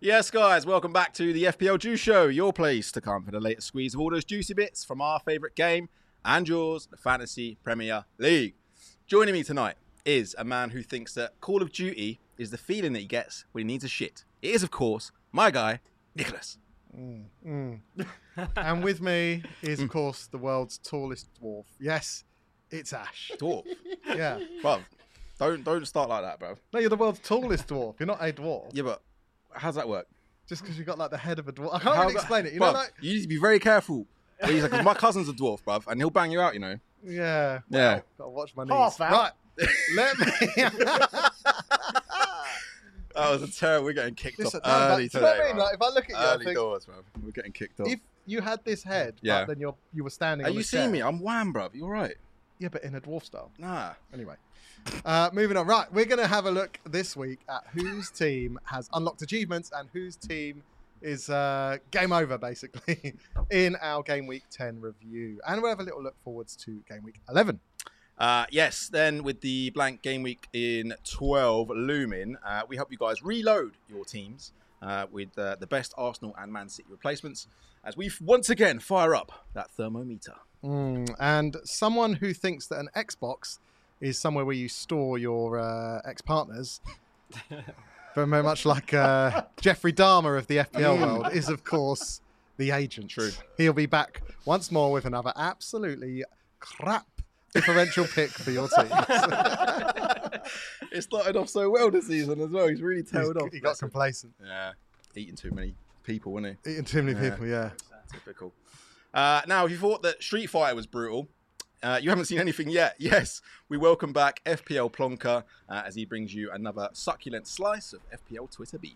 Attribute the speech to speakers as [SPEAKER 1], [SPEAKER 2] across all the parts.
[SPEAKER 1] Yes, guys, welcome back to the FPL Juice Show, your place to come for the latest squeeze of all those juicy bits from our favourite game and yours, the Fantasy Premier League. Joining me tonight is a man who thinks that Call of Duty is the feeling that he gets when he needs a shit. It is, of course, my guy, Nicholas.
[SPEAKER 2] and with me is,
[SPEAKER 1] Hmm.
[SPEAKER 2] of course, the world's tallest dwarf. Yes, it's Ash.
[SPEAKER 1] Dwarf.
[SPEAKER 2] Yeah.
[SPEAKER 1] bro, don't, don't start like that, bro.
[SPEAKER 2] No, you're the world's tallest dwarf. You're not a dwarf.
[SPEAKER 1] Yeah, but how's that work?
[SPEAKER 2] Just because you've got like the head of a dwarf. I can't
[SPEAKER 1] How
[SPEAKER 2] even
[SPEAKER 1] that-
[SPEAKER 2] explain it. You
[SPEAKER 1] bruv,
[SPEAKER 2] know, like,
[SPEAKER 1] you need to be very careful. But he's like, 'Cause my cousin's a dwarf, bruv, and he'll bang you out, you know.
[SPEAKER 2] yeah.
[SPEAKER 1] Yeah.
[SPEAKER 2] Gotta watch my knees.
[SPEAKER 3] Half out.
[SPEAKER 2] Right. Let me.
[SPEAKER 1] That was a terrible. We're getting kicked
[SPEAKER 2] Listen, no,
[SPEAKER 1] off
[SPEAKER 2] like,
[SPEAKER 1] early
[SPEAKER 2] do you
[SPEAKER 1] today.
[SPEAKER 2] know what I mean?
[SPEAKER 1] bruv.
[SPEAKER 2] Like, if I look at you, I
[SPEAKER 1] Early
[SPEAKER 2] think
[SPEAKER 1] doors, bruv. We're getting kicked off.
[SPEAKER 2] if you had this head, yeah.
[SPEAKER 1] Yeah.
[SPEAKER 2] but then you're you were standing.
[SPEAKER 1] Are
[SPEAKER 2] on
[SPEAKER 1] you
[SPEAKER 2] a chair-
[SPEAKER 1] seeing me? I'm wham, bruv. You all right?
[SPEAKER 2] Yeah, but in a dwarf style.
[SPEAKER 1] Nah.
[SPEAKER 2] Anyway, uh, moving on. Right, we're going to have a look this week at whose team has unlocked achievements and whose team is uh, game over, basically, in our Game Week 10 review. And we'll have a little look forwards to Game Week 11.
[SPEAKER 1] Uh, yes, then with the blank game week in 12 looming, uh, we help you guys reload your teams uh, with uh, the best Arsenal and Man City replacements as we f- once again fire up that thermometer.
[SPEAKER 2] Mm, and someone who thinks that an Xbox is somewhere where you store your uh, ex partners, very much like uh, Jeffrey Dahmer of the FPL world, is of course the agent.
[SPEAKER 1] Mm. True.
[SPEAKER 2] He'll be back once more with another absolutely crap differential pick for your team.
[SPEAKER 1] It started off so well this season as well. He's really tailed off.
[SPEAKER 2] he got complacent.
[SPEAKER 1] yeah, eating too many people, wasn't he?
[SPEAKER 2] Eating too many
[SPEAKER 1] Yeah.
[SPEAKER 2] people, yeah.
[SPEAKER 1] Typical. Uh, now, if you thought that Street Fighter was brutal, uh, you haven't seen anything yet. Yes, we welcome back FPL Plonker uh, as he brings you another succulent slice of FPL Twitter beef.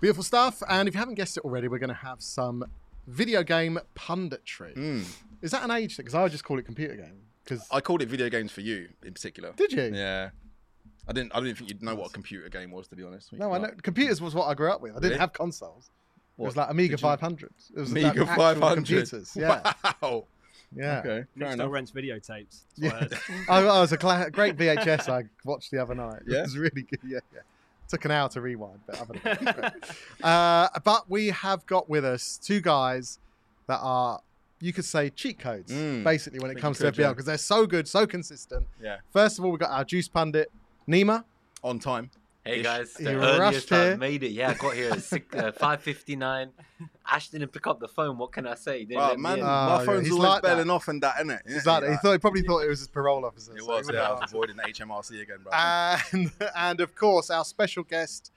[SPEAKER 2] Beautiful stuff. And if you haven't guessed it already, we're going to have some video game punditry. Is that an age thing? Because I just call it computer game. Because
[SPEAKER 1] Mm. I called it video games for you in particular.
[SPEAKER 2] Did you?
[SPEAKER 1] Yeah. I didn't. I didn't think you'd know what a computer game was, to be honest.
[SPEAKER 2] No, I know. Computers was what I grew up with. I didn't
[SPEAKER 1] Really?
[SPEAKER 2] have consoles. It was
[SPEAKER 1] What?
[SPEAKER 2] like Amiga
[SPEAKER 1] Did you-
[SPEAKER 2] 500s. It was like
[SPEAKER 1] Mega
[SPEAKER 2] actual
[SPEAKER 1] five hundred.
[SPEAKER 2] Computers. Yeah,
[SPEAKER 1] Wow.
[SPEAKER 2] yeah.
[SPEAKER 1] Okay.
[SPEAKER 4] Nick
[SPEAKER 1] Fair
[SPEAKER 4] still
[SPEAKER 1] enough.
[SPEAKER 4] rents videotapes. That's
[SPEAKER 2] Yeah.
[SPEAKER 4] what I heard.
[SPEAKER 2] I, I was a cla- great VHS I watched the other night. It
[SPEAKER 1] Yeah?
[SPEAKER 2] was really good. Yeah, yeah. Took an hour to rewind, but other than that, it was great. uh, but we have got with us two guys that are, you could say, cheat codes,
[SPEAKER 1] Mm.
[SPEAKER 2] basically, when
[SPEAKER 1] I
[SPEAKER 2] it
[SPEAKER 1] think
[SPEAKER 2] comes
[SPEAKER 1] you
[SPEAKER 2] to
[SPEAKER 1] could,
[SPEAKER 2] FBL
[SPEAKER 1] yeah.
[SPEAKER 2] because they're so good, so consistent.
[SPEAKER 1] Yeah.
[SPEAKER 2] First of all, we've got our juice pundit, Nima.
[SPEAKER 1] On time.
[SPEAKER 5] Hey
[SPEAKER 1] Ish.
[SPEAKER 5] guys, the
[SPEAKER 2] You rushed
[SPEAKER 5] earliest I
[SPEAKER 2] here.
[SPEAKER 5] made it. Yeah, I got here at six, uh, five fifty nine. Ash didn't pick up the phone. What can I say? He Didn't
[SPEAKER 1] Wow,
[SPEAKER 5] let me
[SPEAKER 1] man,
[SPEAKER 5] in.
[SPEAKER 2] Uh, Oh,
[SPEAKER 1] my
[SPEAKER 2] yeah,
[SPEAKER 1] phone's
[SPEAKER 2] he's
[SPEAKER 1] always
[SPEAKER 2] like that.
[SPEAKER 1] belling off and that, innit? Yeah,
[SPEAKER 2] Is that, he
[SPEAKER 1] yeah.
[SPEAKER 2] thought, he probably thought it was his parole officer.
[SPEAKER 1] It
[SPEAKER 2] so
[SPEAKER 1] was.
[SPEAKER 2] he
[SPEAKER 1] Yeah, I
[SPEAKER 2] wouldn't
[SPEAKER 1] was avoiding the HMRC again, bro.
[SPEAKER 2] Uh, and and of course our special guest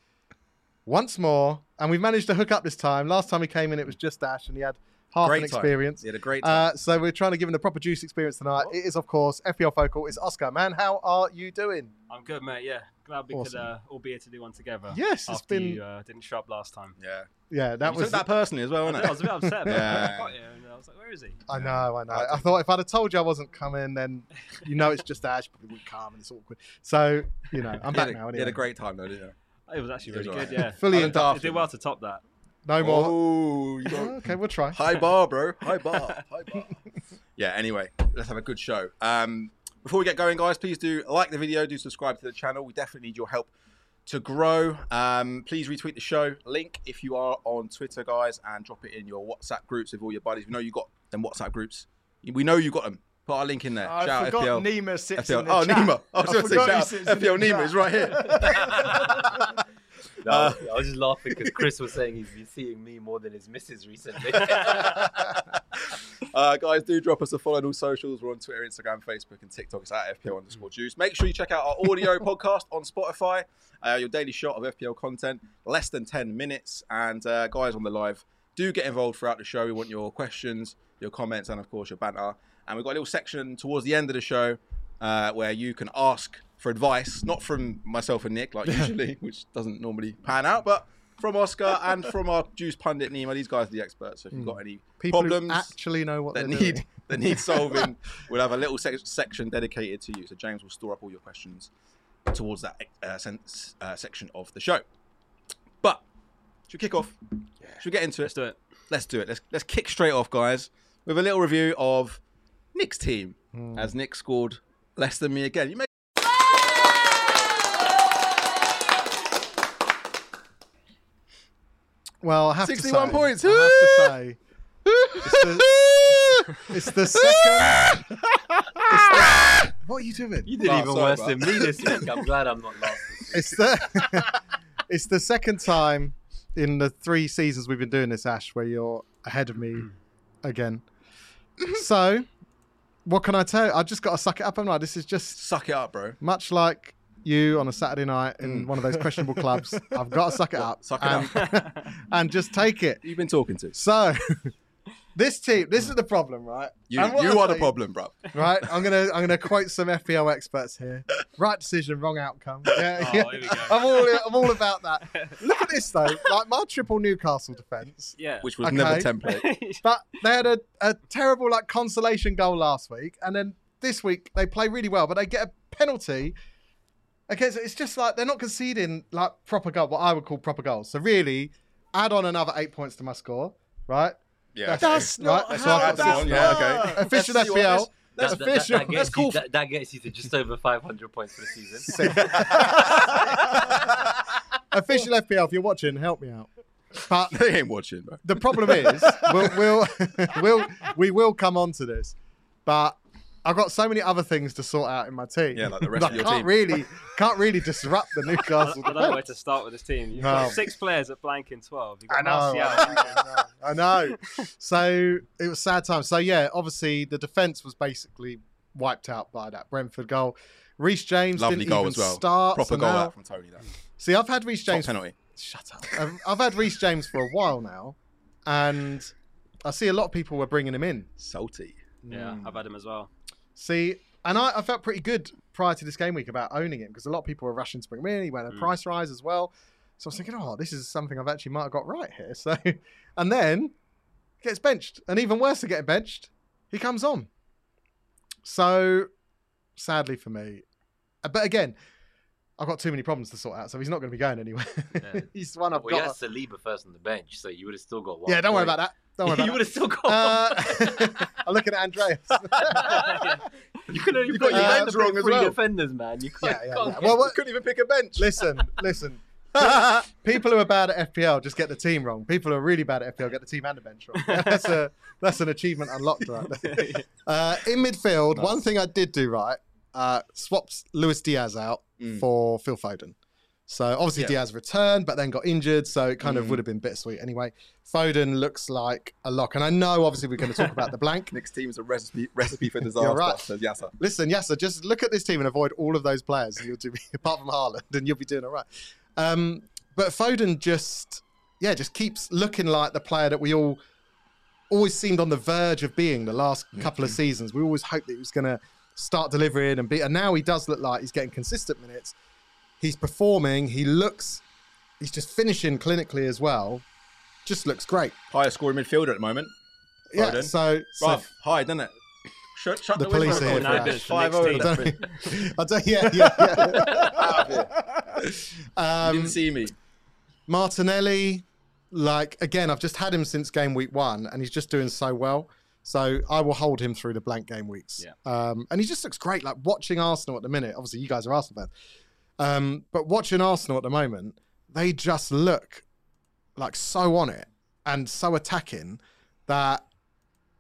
[SPEAKER 2] once more and we've managed to hook up this time last time he came in it was just ash and he had half
[SPEAKER 1] Great
[SPEAKER 2] an
[SPEAKER 1] time.
[SPEAKER 2] experience
[SPEAKER 1] he had a great time.
[SPEAKER 2] uh, so we're trying to give him the proper juice experience tonight it is of course fpl focal it's oscar man how are you doing
[SPEAKER 4] I'm good, mate. Yeah, glad we
[SPEAKER 2] Awesome.
[SPEAKER 4] could uh, all be here to do one together.
[SPEAKER 2] Yes, it's
[SPEAKER 4] after
[SPEAKER 2] been-
[SPEAKER 4] you uh, didn't show up last time.
[SPEAKER 1] yeah.
[SPEAKER 2] yeah that
[SPEAKER 1] That
[SPEAKER 2] was
[SPEAKER 1] took that personally as
[SPEAKER 2] Oh,
[SPEAKER 1] well, wasn't
[SPEAKER 4] I, did, I was a bit upset. About
[SPEAKER 1] Yeah.
[SPEAKER 4] I got here and I was like, "Where is he?"
[SPEAKER 2] I know, I know.
[SPEAKER 1] I
[SPEAKER 2] I thought if I'd have told you I wasn't coming, then you know it's just Ash, probably wouldn't come and it's awkward. So, you know, I'm
[SPEAKER 1] He had
[SPEAKER 2] back
[SPEAKER 1] a-
[SPEAKER 2] now
[SPEAKER 1] He had
[SPEAKER 2] anyway.
[SPEAKER 1] a great time though, didn't
[SPEAKER 4] It was actually
[SPEAKER 1] It was
[SPEAKER 4] really
[SPEAKER 1] alright.
[SPEAKER 4] good. Yeah,
[SPEAKER 2] Fully
[SPEAKER 4] I
[SPEAKER 2] in
[SPEAKER 4] did- I
[SPEAKER 1] dark.
[SPEAKER 4] did well to top that.
[SPEAKER 2] No
[SPEAKER 1] you?
[SPEAKER 2] more.
[SPEAKER 1] Oh, you got
[SPEAKER 2] Okay, we'll try.
[SPEAKER 1] high bar, bro. High bar. High bar. yeah. Anyway, let's have a good show. Um, before we get going, guys, please do like the video, do subscribe to the channel. We definitely need your help to grow. Um, please retweet the show link if you are on Twitter, guys, and drop it in your WhatsApp groups with all your buddies. We know you got them WhatsApp groups. We know you got them. Put our link in there.
[SPEAKER 3] I
[SPEAKER 1] shout out
[SPEAKER 3] forgot
[SPEAKER 1] FPL.
[SPEAKER 3] Nima sits
[SPEAKER 1] FPL.
[SPEAKER 3] in the
[SPEAKER 1] Oh,
[SPEAKER 3] chat.
[SPEAKER 1] Nima. I was going to say
[SPEAKER 3] forgot
[SPEAKER 1] shout
[SPEAKER 3] he
[SPEAKER 1] out
[SPEAKER 3] sits in
[SPEAKER 1] FPL
[SPEAKER 3] the
[SPEAKER 1] Nima is
[SPEAKER 3] chat.
[SPEAKER 1] right here.
[SPEAKER 5] No, I was just laughing because Chris was saying he's been seeing me more than his missus recently.
[SPEAKER 1] Uh, guys, do drop us a follow on all socials. We're on Twitter, Instagram, Facebook, and TikTok. It's at FPL underscore juice. Make sure you check out our audio podcast on Spotify, uh, your daily shot of FPL content, less than 10 minutes. And uh, guys on the live, do get involved throughout the show. We want your questions, your comments, and of course, your banter. And we've got a little section towards the end of the show uh, where you can ask for advice, not from myself and Nick, like usually, which doesn't normally pan out, but from Oscar and from our juice pundit Nima. These guys are the experts. So if you've got any
[SPEAKER 2] Hmm. People
[SPEAKER 1] problems,
[SPEAKER 2] who actually know what they
[SPEAKER 1] that
[SPEAKER 2] need.
[SPEAKER 1] need that need solving. we'll have a little sec- section dedicated to you. So James will store up all your questions towards that uh, sense, uh, section of the show. But should we kick off? Should we get into
[SPEAKER 4] Let's
[SPEAKER 1] it?
[SPEAKER 4] do it.
[SPEAKER 1] Let's do it. Let's let's kick straight off, guys, with a little review of Nick's team
[SPEAKER 2] Hmm.
[SPEAKER 1] as Nick scored less than me again. You may-
[SPEAKER 2] Well, I have to
[SPEAKER 1] 61
[SPEAKER 2] say,
[SPEAKER 1] points.
[SPEAKER 2] I have to say, it's the second. it's the- what are you doing?
[SPEAKER 5] You did
[SPEAKER 1] Nah,
[SPEAKER 5] even
[SPEAKER 1] sorry,
[SPEAKER 5] worse
[SPEAKER 1] bro.
[SPEAKER 5] than me this week. I'm glad I'm not last. This week.
[SPEAKER 2] It's the. it's the second time in the three seasons we've been doing this, Ash, where you're ahead of
[SPEAKER 1] Hmm.
[SPEAKER 2] me again. So, what can I tell? you? I've just got to suck it up, haven't I? This is just
[SPEAKER 1] Suck it up, bro.
[SPEAKER 2] much like you on a Saturday night in
[SPEAKER 1] Mm.
[SPEAKER 2] one of those questionable clubs. I've got to suck it up.
[SPEAKER 1] Suck it
[SPEAKER 2] and,
[SPEAKER 1] up.
[SPEAKER 2] and just take it.
[SPEAKER 1] You've been talking to.
[SPEAKER 2] So this team, this is the problem, right?
[SPEAKER 1] You,
[SPEAKER 2] And what
[SPEAKER 1] you
[SPEAKER 2] I
[SPEAKER 1] are the
[SPEAKER 2] say-
[SPEAKER 1] problem, bro.
[SPEAKER 2] Right. I'm gonna I'm gonna quote some FPL experts here. Right decision, wrong outcome. Yeah,
[SPEAKER 4] Oh,
[SPEAKER 2] yeah.
[SPEAKER 4] here we go.
[SPEAKER 2] I'm all I'm all about that. Look at this though. Like my triple Newcastle defence.
[SPEAKER 4] yeah.
[SPEAKER 1] Which was
[SPEAKER 2] Okay.
[SPEAKER 1] never template.
[SPEAKER 2] But they had a, a terrible like consolation goal last week, and then this week they play really well, but they get a penalty. Okay, so it's just like they're not conceding like proper goal, what I would call proper goals. So really, add on another eight points to my score, right?
[SPEAKER 1] Yeah.
[SPEAKER 2] That's not
[SPEAKER 1] That's
[SPEAKER 2] how
[SPEAKER 1] what happens.
[SPEAKER 2] that's
[SPEAKER 1] yeah, okay.
[SPEAKER 2] Official
[SPEAKER 1] That's- you want
[SPEAKER 2] FPL.
[SPEAKER 1] this?
[SPEAKER 5] That-
[SPEAKER 2] That's
[SPEAKER 5] that- that-
[SPEAKER 2] official.
[SPEAKER 5] That,
[SPEAKER 2] That's
[SPEAKER 5] gets you,
[SPEAKER 2] cool.
[SPEAKER 5] that, that gets you to just over 500 points for the season.
[SPEAKER 2] official FPL. If you're watching, help me out. But
[SPEAKER 1] they ain't watching, bro.
[SPEAKER 2] the problem is, we'll, we'll, we'll we will come on to this, but I've got so many other things to sort out in my team.
[SPEAKER 1] Yeah, like the rest
[SPEAKER 2] I
[SPEAKER 1] of your
[SPEAKER 2] can't
[SPEAKER 1] team.
[SPEAKER 2] really can't really disrupt the
[SPEAKER 4] I don't,
[SPEAKER 2] Newcastle.
[SPEAKER 4] I don't know where
[SPEAKER 2] defence.
[SPEAKER 4] to start with this team. You've
[SPEAKER 2] No.
[SPEAKER 4] got six players at blank in 12. You've got
[SPEAKER 2] I know,
[SPEAKER 4] Martial.
[SPEAKER 2] I know. I know. So it was sad times. So yeah, obviously the defense was basically wiped out by that Brentford goal. Reece James
[SPEAKER 1] Lovely
[SPEAKER 2] didn't
[SPEAKER 1] goal
[SPEAKER 2] even
[SPEAKER 1] as well.
[SPEAKER 2] start.
[SPEAKER 1] Proper
[SPEAKER 2] so
[SPEAKER 1] goal
[SPEAKER 2] now-
[SPEAKER 1] out from Tony. That
[SPEAKER 2] See, I've had Reece
[SPEAKER 1] Top
[SPEAKER 2] James.
[SPEAKER 1] penalty.
[SPEAKER 2] Shut up. I've, I've had Reece James for a while now, and I see a lot of people were bringing him in.
[SPEAKER 1] Salty.
[SPEAKER 4] Yeah,
[SPEAKER 2] Mm. Hmm.
[SPEAKER 4] I've had him as well.
[SPEAKER 2] See, and I, I felt pretty good prior to this game week about owning him because a lot of people were rushing to bring him in. He went a
[SPEAKER 4] Mm.
[SPEAKER 2] price rise as well. So I was thinking, oh, this is something I've actually might have got right here. So, and then gets benched, and even worse to get benched, he comes on. So, sadly for me, uh, but again, I've got too many problems to sort out, so he's not going to be going anywhere.
[SPEAKER 5] Yeah.
[SPEAKER 2] he's the one I've
[SPEAKER 5] Well, you had
[SPEAKER 2] got.
[SPEAKER 5] Saliba first on the bench, so you would have still got one.
[SPEAKER 2] Yeah, don't worry
[SPEAKER 5] point.
[SPEAKER 2] about that. Don't worry
[SPEAKER 5] you
[SPEAKER 2] about
[SPEAKER 5] would have still got
[SPEAKER 2] that.
[SPEAKER 5] one.
[SPEAKER 2] Uh, I'm looking at Andreas.
[SPEAKER 5] you could only
[SPEAKER 1] You got
[SPEAKER 5] put
[SPEAKER 2] your
[SPEAKER 5] you had
[SPEAKER 1] hands
[SPEAKER 5] to pick
[SPEAKER 1] wrong as
[SPEAKER 5] three
[SPEAKER 1] well.
[SPEAKER 5] defenders, man. You can't.
[SPEAKER 2] yeah, yeah,
[SPEAKER 5] can't
[SPEAKER 2] yeah.
[SPEAKER 5] get-
[SPEAKER 2] Well, what,
[SPEAKER 1] Couldn't even pick a bench.
[SPEAKER 2] listen, listen. People who are bad at FPL just get the team wrong. People who are really bad at FPL get the team and the bench wrong. That's a that's an achievement unlocked right there. Uh, in midfield, one thing I did do right uh, swaps Luis Diaz out
[SPEAKER 1] Mm.
[SPEAKER 2] for Phil Foden. So obviously
[SPEAKER 1] Yeah.
[SPEAKER 2] Diaz returned, but then got injured. So it kind of
[SPEAKER 1] Mm.
[SPEAKER 2] would have been bittersweet anyway. Foden looks like a lock, and I know obviously we're going to talk about the blank.
[SPEAKER 1] Nick's team is a recipe recipe for disaster.
[SPEAKER 2] right.
[SPEAKER 1] Says Yasser.
[SPEAKER 2] Listen, Yasser, just look at this team and avoid all of those players, and you'll do apart from Haaland, and you'll be doing all right. Um, but Foden just, yeah, just keeps looking like the player that we all always seemed on the verge of being the last couple of seasons. We always hoped that he was going to start delivering and be, and now he does look like he's getting consistent minutes. He's performing. He looks, he's just finishing clinically as well. Just looks great.
[SPEAKER 1] Highest scoring midfielder at the moment.
[SPEAKER 2] Yeah.
[SPEAKER 1] Foden.
[SPEAKER 2] So, so
[SPEAKER 1] Bruv, high, doesn't it? Shut, shut
[SPEAKER 2] The
[SPEAKER 1] the, window.
[SPEAKER 2] police are here for that.
[SPEAKER 1] Five
[SPEAKER 4] Next
[SPEAKER 1] over.
[SPEAKER 4] team.
[SPEAKER 2] I don't, I don't, yeah, yeah, yeah.
[SPEAKER 1] Out of here. You
[SPEAKER 2] Um,
[SPEAKER 1] didn't see me.
[SPEAKER 2] Martinelli, like again, I've just had him since game week one, and he's just doing so well. So I will hold him through the blank game weeks.
[SPEAKER 4] Yeah.
[SPEAKER 2] Um, and he just looks great. Like watching Arsenal at the minute. Obviously, you guys are Arsenal fans, um, but watching Arsenal at the moment, they just look like so on it and so attacking that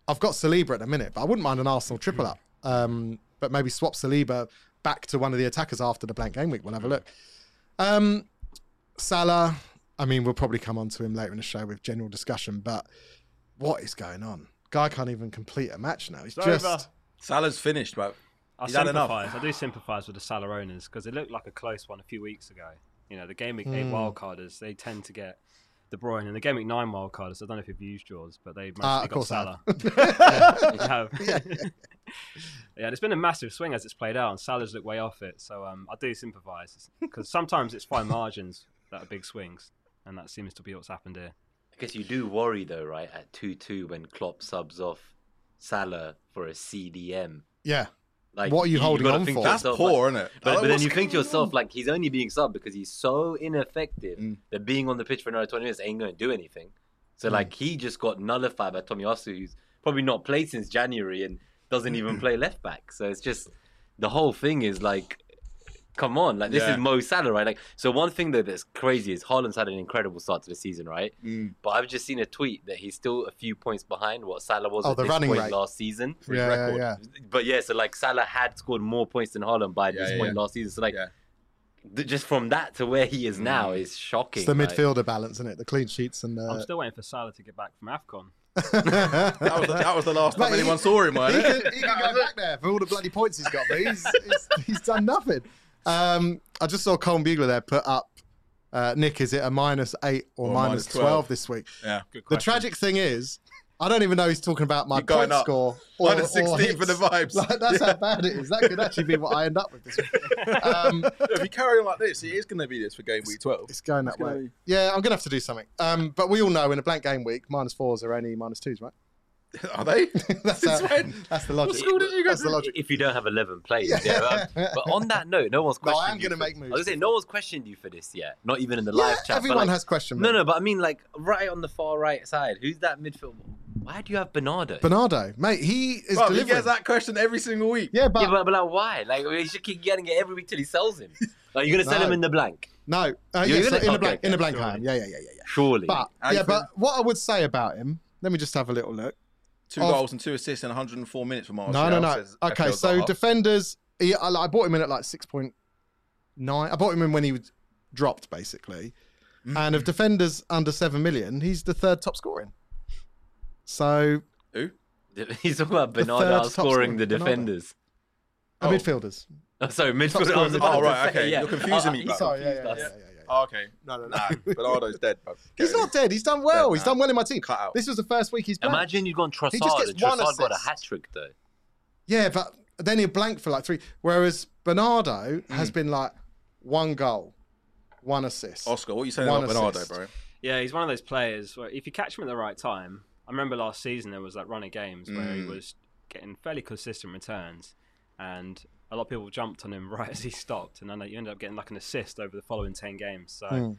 [SPEAKER 2] I've got Saliba at the minute, but I wouldn't mind an Arsenal triple up. Um, but maybe swap Saliba back to one of the attackers after the blank game week. We'll have a look. Um, Salah, I mean, we'll probably come on to him later in the show with general discussion, but what is going on? Guy can't even complete a match now. He's
[SPEAKER 4] It's
[SPEAKER 2] just.
[SPEAKER 4] over.
[SPEAKER 1] Salah's finished, bro.
[SPEAKER 4] I
[SPEAKER 1] He's had enough.
[SPEAKER 4] sympathise. I do sympathise with the Salah owners because it looked like a close one a few weeks ago. You know, the game week eight
[SPEAKER 2] Hmm.
[SPEAKER 4] wildcarders they tend to get De Bruyne, and the game week nine wildcarders. I don't know if you've used yours, but they mostly
[SPEAKER 2] Ah, of
[SPEAKER 4] got
[SPEAKER 2] course I
[SPEAKER 4] Salah. You have. yeah, and it's been a massive swing as it's played out, and Salah's looked way off it. So um, I do sympathise because sometimes it's fine margins that are big swings, and that seems to be what's happened here.
[SPEAKER 5] I guess you do worry though, right? At two-two, when Klopp subs off Salah for a CDM,
[SPEAKER 2] yeah.
[SPEAKER 5] like
[SPEAKER 2] What are you holding
[SPEAKER 5] gotta
[SPEAKER 2] on
[SPEAKER 5] think
[SPEAKER 2] for?
[SPEAKER 5] to
[SPEAKER 1] That's
[SPEAKER 5] yourself, like-
[SPEAKER 1] poor, isn't it?
[SPEAKER 5] Oh, But, but then you think to yourself, like, he's only being subbed because he's so ineffective
[SPEAKER 1] Mm.
[SPEAKER 5] that being on the pitch for another 20 minutes ain't going to do anything. So, like, he just got nullified by Tommy Asu, who's probably not played since
[SPEAKER 1] Mm.
[SPEAKER 5] January and doesn't even play left back. So it's just the whole thing is like come on, like this
[SPEAKER 1] Yeah.
[SPEAKER 5] is Mo Salah, right? Like, so one thing though that's crazy is Haaland's had an incredible start to the season, right?
[SPEAKER 1] Mm.
[SPEAKER 5] But I've just seen a tweet that he's still a few points behind what Salah was
[SPEAKER 2] Oh,
[SPEAKER 5] at
[SPEAKER 2] the
[SPEAKER 5] this
[SPEAKER 2] running
[SPEAKER 5] point
[SPEAKER 2] rate.
[SPEAKER 5] last season.
[SPEAKER 1] For his
[SPEAKER 2] Yeah, yeah,
[SPEAKER 1] record.
[SPEAKER 2] yeah.
[SPEAKER 5] But yeah, so like Salah had scored more points than Haaland by
[SPEAKER 1] Yeah,
[SPEAKER 5] this
[SPEAKER 1] yeah,
[SPEAKER 5] point last season. So like,
[SPEAKER 1] Yeah.
[SPEAKER 5] th- just from that to where he is now
[SPEAKER 2] Mm.
[SPEAKER 5] is shocking.
[SPEAKER 2] It's the
[SPEAKER 5] like.
[SPEAKER 2] midfielder balance, isn't it? The clean sheets and
[SPEAKER 4] I'm
[SPEAKER 2] the.
[SPEAKER 4] still waiting for Salah to get back from AFCON.
[SPEAKER 1] That was, the, that was the last time
[SPEAKER 2] Mate,
[SPEAKER 1] anyone saw him,
[SPEAKER 2] he,
[SPEAKER 1] wasn't
[SPEAKER 2] can,
[SPEAKER 1] it?
[SPEAKER 2] he can go back there for all the bloody points he's got, but he's, he's, he's done nothing. Um, I just saw Colin Bugler there put up. Uh, Nick, is it a minus eight or,
[SPEAKER 1] Or
[SPEAKER 2] minus
[SPEAKER 1] minus
[SPEAKER 2] 12.
[SPEAKER 1] 12
[SPEAKER 2] this week?
[SPEAKER 1] Yeah.
[SPEAKER 4] Good
[SPEAKER 2] The
[SPEAKER 4] question.
[SPEAKER 2] tragic thing is, I don't even know he's talking about my
[SPEAKER 1] You're going
[SPEAKER 2] point
[SPEAKER 1] up.
[SPEAKER 2] score. Or,
[SPEAKER 1] Minus
[SPEAKER 2] or
[SPEAKER 1] 16 for the
[SPEAKER 2] hits.
[SPEAKER 1] vibes.
[SPEAKER 2] Like, that's how bad it is. That could actually be what I end up with this week. Um,
[SPEAKER 1] if you carry on like this, it is going to be this for game week 12.
[SPEAKER 2] it's going that
[SPEAKER 1] It's gonna
[SPEAKER 2] way.
[SPEAKER 1] be-
[SPEAKER 2] Yeah, I'm going to have to do something. Um, but we all know in a blank game week, minus fours are only minus twos, right?
[SPEAKER 1] Are they?
[SPEAKER 2] that's,
[SPEAKER 1] Since
[SPEAKER 2] how-
[SPEAKER 1] when?
[SPEAKER 2] that's the logic.
[SPEAKER 1] school did you go
[SPEAKER 2] that's the
[SPEAKER 1] to?
[SPEAKER 2] logic.
[SPEAKER 5] If you don't have 11 players. Yeah. um, but on that note, no one's
[SPEAKER 2] No, I
[SPEAKER 5] questioned
[SPEAKER 2] am
[SPEAKER 5] you
[SPEAKER 2] gonna
[SPEAKER 5] for-
[SPEAKER 2] make moves.
[SPEAKER 5] I was going to say, no one's questioned you for this yet. Not even in the live
[SPEAKER 2] Yeah,
[SPEAKER 5] chat. but,
[SPEAKER 2] everyone
[SPEAKER 5] like,
[SPEAKER 2] has questioned me.
[SPEAKER 5] No, no, but I mean, like, right on the far right side, who's that midfield? Why do you have Bernardo?
[SPEAKER 2] Bernardo, mate, he is
[SPEAKER 1] Well, he
[SPEAKER 2] delivering.
[SPEAKER 1] gets that question every single week.
[SPEAKER 2] Yeah, but,
[SPEAKER 5] yeah, but, but like, why? Like, we should keep getting it every week till he sells him. Like, you're gonna sell
[SPEAKER 2] No.
[SPEAKER 5] him in the blank,
[SPEAKER 2] no, uh,
[SPEAKER 5] You're
[SPEAKER 2] yeah, so
[SPEAKER 5] gonna-
[SPEAKER 2] in the
[SPEAKER 5] okay,
[SPEAKER 2] blank, in the
[SPEAKER 5] okay,
[SPEAKER 2] blank,
[SPEAKER 5] sure.
[SPEAKER 2] I am. Yeah, yeah, yeah, yeah, yeah.
[SPEAKER 5] surely.
[SPEAKER 2] But
[SPEAKER 1] How you
[SPEAKER 2] yeah,
[SPEAKER 1] feel?
[SPEAKER 2] but what I would say about him, let me just have a little look.
[SPEAKER 1] Two
[SPEAKER 2] Of-
[SPEAKER 1] goals and two assists in 104 minutes for Martial.
[SPEAKER 2] No, no, no.
[SPEAKER 1] says
[SPEAKER 2] Okay,
[SPEAKER 1] FPL
[SPEAKER 2] so
[SPEAKER 1] Zaha.
[SPEAKER 2] defenders. He, I, I bought him in at like six point nine. I bought him in when he was dropped, basically.
[SPEAKER 1] Mm.
[SPEAKER 2] And of defenders under seven million, he's the third top scoring. So
[SPEAKER 1] Who?
[SPEAKER 5] he's talking about
[SPEAKER 2] The
[SPEAKER 5] Bernardo
[SPEAKER 2] third top scorer,
[SPEAKER 5] outscoring the
[SPEAKER 2] Bernardo.
[SPEAKER 5] defenders.
[SPEAKER 2] uh,
[SPEAKER 1] Oh.
[SPEAKER 2] midfielders.
[SPEAKER 5] Oh, sorry,
[SPEAKER 2] Top
[SPEAKER 5] midfield.
[SPEAKER 2] scorer
[SPEAKER 5] I was
[SPEAKER 2] in the
[SPEAKER 5] about
[SPEAKER 1] Oh,
[SPEAKER 5] to
[SPEAKER 1] right,
[SPEAKER 5] say,
[SPEAKER 1] okay.
[SPEAKER 5] yeah. Uh,
[SPEAKER 1] You're confusing me,
[SPEAKER 5] he's
[SPEAKER 1] bro.
[SPEAKER 2] Sorry, yeah, yeah, yeah,
[SPEAKER 5] confused
[SPEAKER 2] yeah,
[SPEAKER 5] us.
[SPEAKER 2] yeah, yeah.
[SPEAKER 1] Oh, okay.
[SPEAKER 2] No, no, no.
[SPEAKER 1] Nah, Bernardo's dead, bro. Get
[SPEAKER 2] He's
[SPEAKER 1] rid of
[SPEAKER 2] not dead. He's done well.
[SPEAKER 1] Dead,
[SPEAKER 2] He's
[SPEAKER 1] nah.
[SPEAKER 2] done well in my team.
[SPEAKER 1] him. Cut out.
[SPEAKER 2] This was the first week he's played.
[SPEAKER 5] Imagine you'd gone Trossard
[SPEAKER 2] just gets
[SPEAKER 5] and
[SPEAKER 2] one
[SPEAKER 5] Trossard got a
[SPEAKER 2] assist.
[SPEAKER 5] hat trick though.
[SPEAKER 2] Yeah, but then he'll blank for like three. Whereas Bernardo has
[SPEAKER 5] Mm.
[SPEAKER 2] been like one goal, one assist.
[SPEAKER 1] Oscar, what are you saying
[SPEAKER 2] One
[SPEAKER 1] about Bernardo,
[SPEAKER 2] assist.
[SPEAKER 1] bro?
[SPEAKER 4] Yeah, he's one of those players where if you catch him at the right time, I remember last season there was that run of games where he
[SPEAKER 1] Mm.
[SPEAKER 4] was getting fairly consistent returns, and a lot of people jumped on him right as he stopped, and then you ended up getting like an assist over the following ten games. So
[SPEAKER 2] Mm.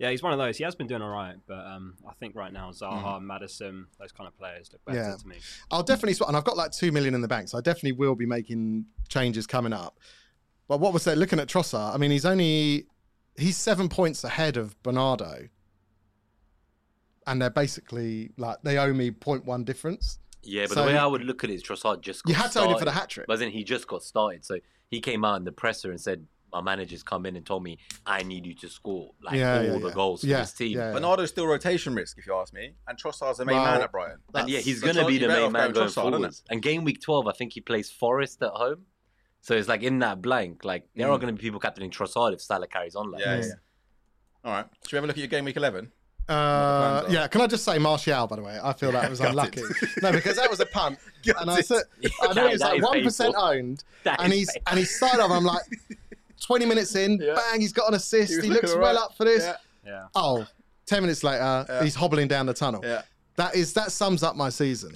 [SPEAKER 4] yeah, he's one of those. He has been doing all right, but um, I think right now Zaha, Madison, those kind of players look better
[SPEAKER 2] Yeah.
[SPEAKER 4] to me. Mm.
[SPEAKER 2] I'll definitely swap, and I've got like two million in the bank, so I definitely will be making changes coming up. But what was that? Looking at Trossard, I mean, he's only he's seven points ahead of Bernardo, and they're basically like they owe me 0.1 difference.
[SPEAKER 5] Yeah, but
[SPEAKER 2] So-
[SPEAKER 5] the way I would look at it is Trossard just got
[SPEAKER 2] You had to own it for the
[SPEAKER 5] started.
[SPEAKER 2] hat trick.
[SPEAKER 5] But then he just got started, so he came out in the presser and said, "My manager's come in and told me I need you to score like
[SPEAKER 2] Yeah,
[SPEAKER 5] all
[SPEAKER 2] yeah,
[SPEAKER 5] the
[SPEAKER 2] yeah.
[SPEAKER 5] goals for
[SPEAKER 2] Yeah,
[SPEAKER 5] this team."
[SPEAKER 2] yeah, yeah.
[SPEAKER 1] Bernardo's still rotation risk, if you ask me. And Trossard's the main
[SPEAKER 2] Well,
[SPEAKER 1] man at Brighton.
[SPEAKER 5] And yeah,
[SPEAKER 2] That's-
[SPEAKER 5] he's
[SPEAKER 1] But
[SPEAKER 5] going to
[SPEAKER 1] Trossard-
[SPEAKER 5] be the
[SPEAKER 1] you're better
[SPEAKER 5] main
[SPEAKER 1] off
[SPEAKER 5] man
[SPEAKER 1] going
[SPEAKER 5] going
[SPEAKER 1] Trossard, isn't
[SPEAKER 5] forward. And game week 12, I think he plays Forest at home. So it's like in that blank, like there
[SPEAKER 2] Mm.
[SPEAKER 5] are going to be people captaining Trossard if Salah carries on like
[SPEAKER 1] Yeah, yeah.
[SPEAKER 5] this.
[SPEAKER 1] All right. Should we have a look at your game week 11?
[SPEAKER 2] Uh,
[SPEAKER 1] plans are.
[SPEAKER 2] yeah, can I just say Martial? By the way, I feel that was
[SPEAKER 1] Got it.
[SPEAKER 2] unlucky. no, because that was a punt, and I,
[SPEAKER 1] it.
[SPEAKER 2] said, I know
[SPEAKER 5] That-
[SPEAKER 2] he's
[SPEAKER 5] that
[SPEAKER 2] like
[SPEAKER 5] is
[SPEAKER 2] one percent
[SPEAKER 5] painful.
[SPEAKER 2] owned,
[SPEAKER 5] That
[SPEAKER 2] and
[SPEAKER 5] is
[SPEAKER 2] he's
[SPEAKER 5] painful.
[SPEAKER 2] and he's side of. I'm like, twenty minutes in,
[SPEAKER 1] Yeah.
[SPEAKER 2] bang, he's got an assist.
[SPEAKER 1] He
[SPEAKER 2] He,
[SPEAKER 1] was looking
[SPEAKER 2] looks
[SPEAKER 1] all
[SPEAKER 2] well
[SPEAKER 1] right.
[SPEAKER 2] up for this.
[SPEAKER 1] Yeah.
[SPEAKER 4] Yeah,
[SPEAKER 2] Oh, 10 minutes later,
[SPEAKER 1] Yeah.
[SPEAKER 2] he's hobbling down the tunnel.
[SPEAKER 1] Yeah.
[SPEAKER 2] That is that sums up my season.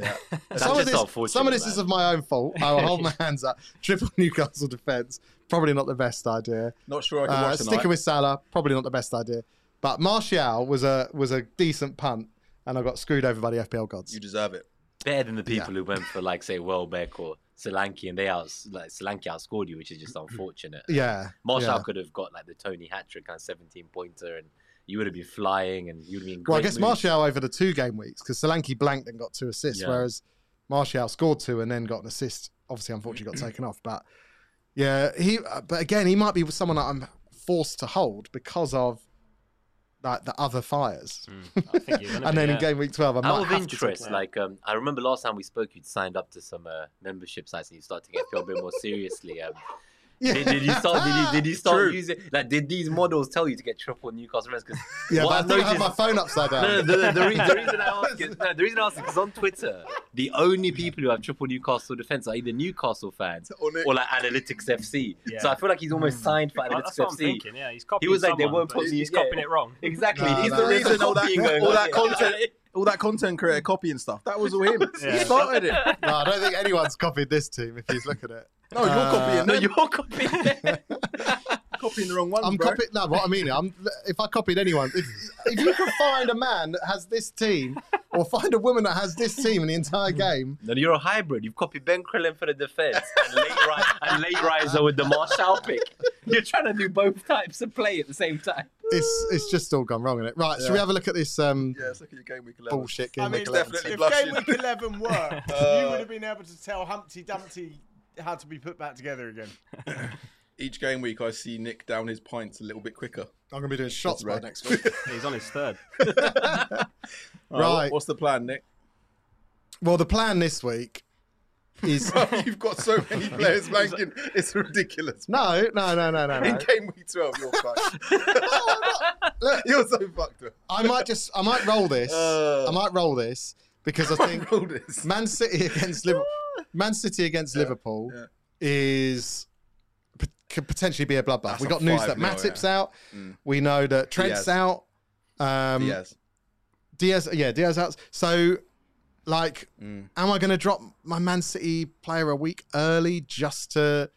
[SPEAKER 5] That's
[SPEAKER 2] Some, of
[SPEAKER 5] just
[SPEAKER 2] this,
[SPEAKER 5] unfortunate,
[SPEAKER 2] some of this is
[SPEAKER 5] man.
[SPEAKER 2] of my own fault. I will hold my hands up. Triple Newcastle defence, probably not the best idea.
[SPEAKER 1] Not sure I can
[SPEAKER 2] Uh,
[SPEAKER 1] watch tonight.
[SPEAKER 2] sticking with Salah, probably not the best idea. But Martial was a was a decent punt, and I got screwed over by the FPL gods.
[SPEAKER 1] You deserve it.
[SPEAKER 5] better than the people who went for like say Welbeck or Solanke, and they out like Solanke outscored you, which is just unfortunate.
[SPEAKER 2] yeah,
[SPEAKER 5] Marshall
[SPEAKER 2] Mm. yeah.
[SPEAKER 5] could have got like the Tony hat trick and seventeen pointer, and you would have been flying, and you would have been. in
[SPEAKER 2] Well, I
[SPEAKER 5] great
[SPEAKER 2] guess
[SPEAKER 5] mood.
[SPEAKER 2] Martial over the two game weeks because Solanke blanked and got two assists,
[SPEAKER 5] Yeah.
[SPEAKER 2] whereas Martial scored two and then got an assist. Obviously, unfortunately, got taken off. But yeah, he. uh, But again, he might be someone that I'm forced to hold because of like the other fires.
[SPEAKER 4] I think you're gonna
[SPEAKER 2] and
[SPEAKER 4] be,
[SPEAKER 2] then
[SPEAKER 4] yeah.
[SPEAKER 2] in game week twelve, I might
[SPEAKER 5] Out of
[SPEAKER 2] have to take-
[SPEAKER 5] interest, like um, I remember last time we spoke, you'd signed up to some uh, membership sites and you started to get feel a bit more seriously. Um,
[SPEAKER 2] Yeah.
[SPEAKER 5] did, did you start? Did you, did you start
[SPEAKER 1] True.
[SPEAKER 5] using? Like, did these models tell you to get triple Newcastle reds? Because
[SPEAKER 2] yeah,
[SPEAKER 5] what
[SPEAKER 2] but I
[SPEAKER 5] I've
[SPEAKER 2] think I had
[SPEAKER 5] noticed,
[SPEAKER 2] my phone upside down.
[SPEAKER 5] no, no, the, the, re- the reason I ask is no, the reason I ask is 'cause on Twitter, the only people who have triple Newcastle defense are either Newcastle fans
[SPEAKER 1] Or Nick.
[SPEAKER 5] or like Analytics FC. So
[SPEAKER 4] Yeah.
[SPEAKER 5] I feel like he's almost signed for Analytics
[SPEAKER 4] That's what I'm
[SPEAKER 5] FC.
[SPEAKER 4] thinking. Yeah, he's copying.
[SPEAKER 5] was like, they
[SPEAKER 4] someone,
[SPEAKER 5] won't
[SPEAKER 4] but
[SPEAKER 5] put me-
[SPEAKER 4] He's
[SPEAKER 5] yeah.
[SPEAKER 4] copying it wrong.
[SPEAKER 5] Exactly,
[SPEAKER 2] Nah,
[SPEAKER 5] he's
[SPEAKER 2] nah,
[SPEAKER 5] the
[SPEAKER 2] nah.
[SPEAKER 5] reason all that, going
[SPEAKER 1] all
[SPEAKER 5] on
[SPEAKER 1] that
[SPEAKER 5] here.
[SPEAKER 1] content, all that content creator copying stuff. That was all him.
[SPEAKER 4] Yeah.
[SPEAKER 1] He started it.
[SPEAKER 2] No, I don't think anyone's copied this team if he's looking at it.
[SPEAKER 1] No, you're
[SPEAKER 2] Uh,
[SPEAKER 1] copying.
[SPEAKER 5] No,
[SPEAKER 1] them.
[SPEAKER 5] you're copying.
[SPEAKER 1] copying the wrong ones,
[SPEAKER 2] I'm
[SPEAKER 1] bro.
[SPEAKER 2] copying. No, what I mean, I'm if I copied anyone, if, if you can find a man that has this team, or find a woman that has this team in the entire game,
[SPEAKER 5] Then you're a hybrid. You've copied Ben Krillin for the defense and late, ri- and late riser with the Marshall pick. You're trying to do both types of play at the same time.
[SPEAKER 2] it's it's just all gone wrong, isn't it? Right, should
[SPEAKER 1] Yeah.
[SPEAKER 2] we have a look at this um,
[SPEAKER 1] Yeah, let's look at your game week 11.
[SPEAKER 2] bullshit game?
[SPEAKER 3] I mean,
[SPEAKER 2] week 11
[SPEAKER 1] definitely
[SPEAKER 2] team?
[SPEAKER 3] if
[SPEAKER 1] blushing.
[SPEAKER 3] Game Week 11 worked,
[SPEAKER 1] Uh,
[SPEAKER 3] you would have been able to tell Humpty Dumpty how to be put back together again.
[SPEAKER 1] Each game week, I see Nick down his pints a little bit quicker.
[SPEAKER 2] I'm gonna be doing shots by
[SPEAKER 1] right.
[SPEAKER 2] next week.
[SPEAKER 4] He's on his third.
[SPEAKER 1] Uh, what-
[SPEAKER 2] Right.
[SPEAKER 1] what's the plan, Nick?
[SPEAKER 2] well, the plan this week is
[SPEAKER 1] You've got so many players blanking. It's ridiculous.
[SPEAKER 2] no, no, no, no, no,
[SPEAKER 1] In
[SPEAKER 2] no.
[SPEAKER 1] game week 12, you're fucked. Look, you're so fucked up.
[SPEAKER 2] I might just, I might roll this.
[SPEAKER 1] Uh.
[SPEAKER 2] I might roll this because I
[SPEAKER 1] I
[SPEAKER 2] think
[SPEAKER 1] rolled this.
[SPEAKER 2] Man City against Liverpool. Man City against Liverpool
[SPEAKER 1] yeah.
[SPEAKER 2] is p- could potentially be a bloodbath.
[SPEAKER 1] That's
[SPEAKER 2] we
[SPEAKER 1] a
[SPEAKER 2] got news that
[SPEAKER 1] 5-0,
[SPEAKER 2] Matip's out.
[SPEAKER 1] Mm.
[SPEAKER 2] We know that Trent's
[SPEAKER 1] Diaz.
[SPEAKER 2] out. Um,
[SPEAKER 1] Yes.
[SPEAKER 2] Diaz, yeah, Diaz out. So, like,
[SPEAKER 1] Mm.
[SPEAKER 2] am I going to drop my Man City player a week early just to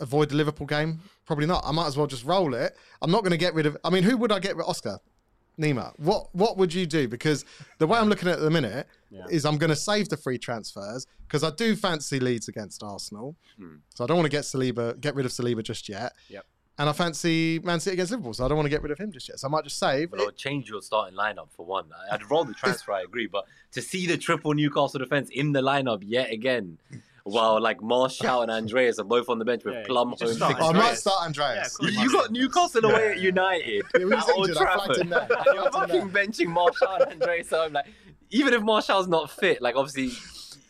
[SPEAKER 2] avoid the Liverpool game? Probably not. I might as well just roll it. I'm not going to get rid of. I mean, who would I get rid? Oscar, Nima. What What would you do? Because the way I'm looking at it at the minute
[SPEAKER 4] Yeah.
[SPEAKER 2] is I'm going to save the free transfers because I do fancy Leeds against Arsenal,
[SPEAKER 5] Hmm.
[SPEAKER 2] so I don't want to get Saliba get rid of Saliba just yet.
[SPEAKER 4] Yep.
[SPEAKER 2] And I fancy Man City against Liverpool, so I don't want to get rid of him just yet. So I might just save.
[SPEAKER 5] But I would change your starting lineup for one. I- I'd roll the transfer, I agree. But to see the triple Newcastle defense in the lineup yet again, while like Marshall and Andreas are both on the bench with
[SPEAKER 4] Yeah,
[SPEAKER 5] Plum
[SPEAKER 4] you just
[SPEAKER 5] home.
[SPEAKER 4] start
[SPEAKER 5] fixed
[SPEAKER 2] I might
[SPEAKER 5] players.
[SPEAKER 2] start Andreas.
[SPEAKER 4] Yeah, of
[SPEAKER 5] You got Newcastle away at United.
[SPEAKER 2] Yeah, we was
[SPEAKER 5] at Old
[SPEAKER 2] injured, I flagged
[SPEAKER 5] Trafford.
[SPEAKER 2] him there. I
[SPEAKER 5] And you're
[SPEAKER 2] flagged him
[SPEAKER 5] fucking benching Marshall and Andreas home. Like, even if Marshall's not fit, like obviously,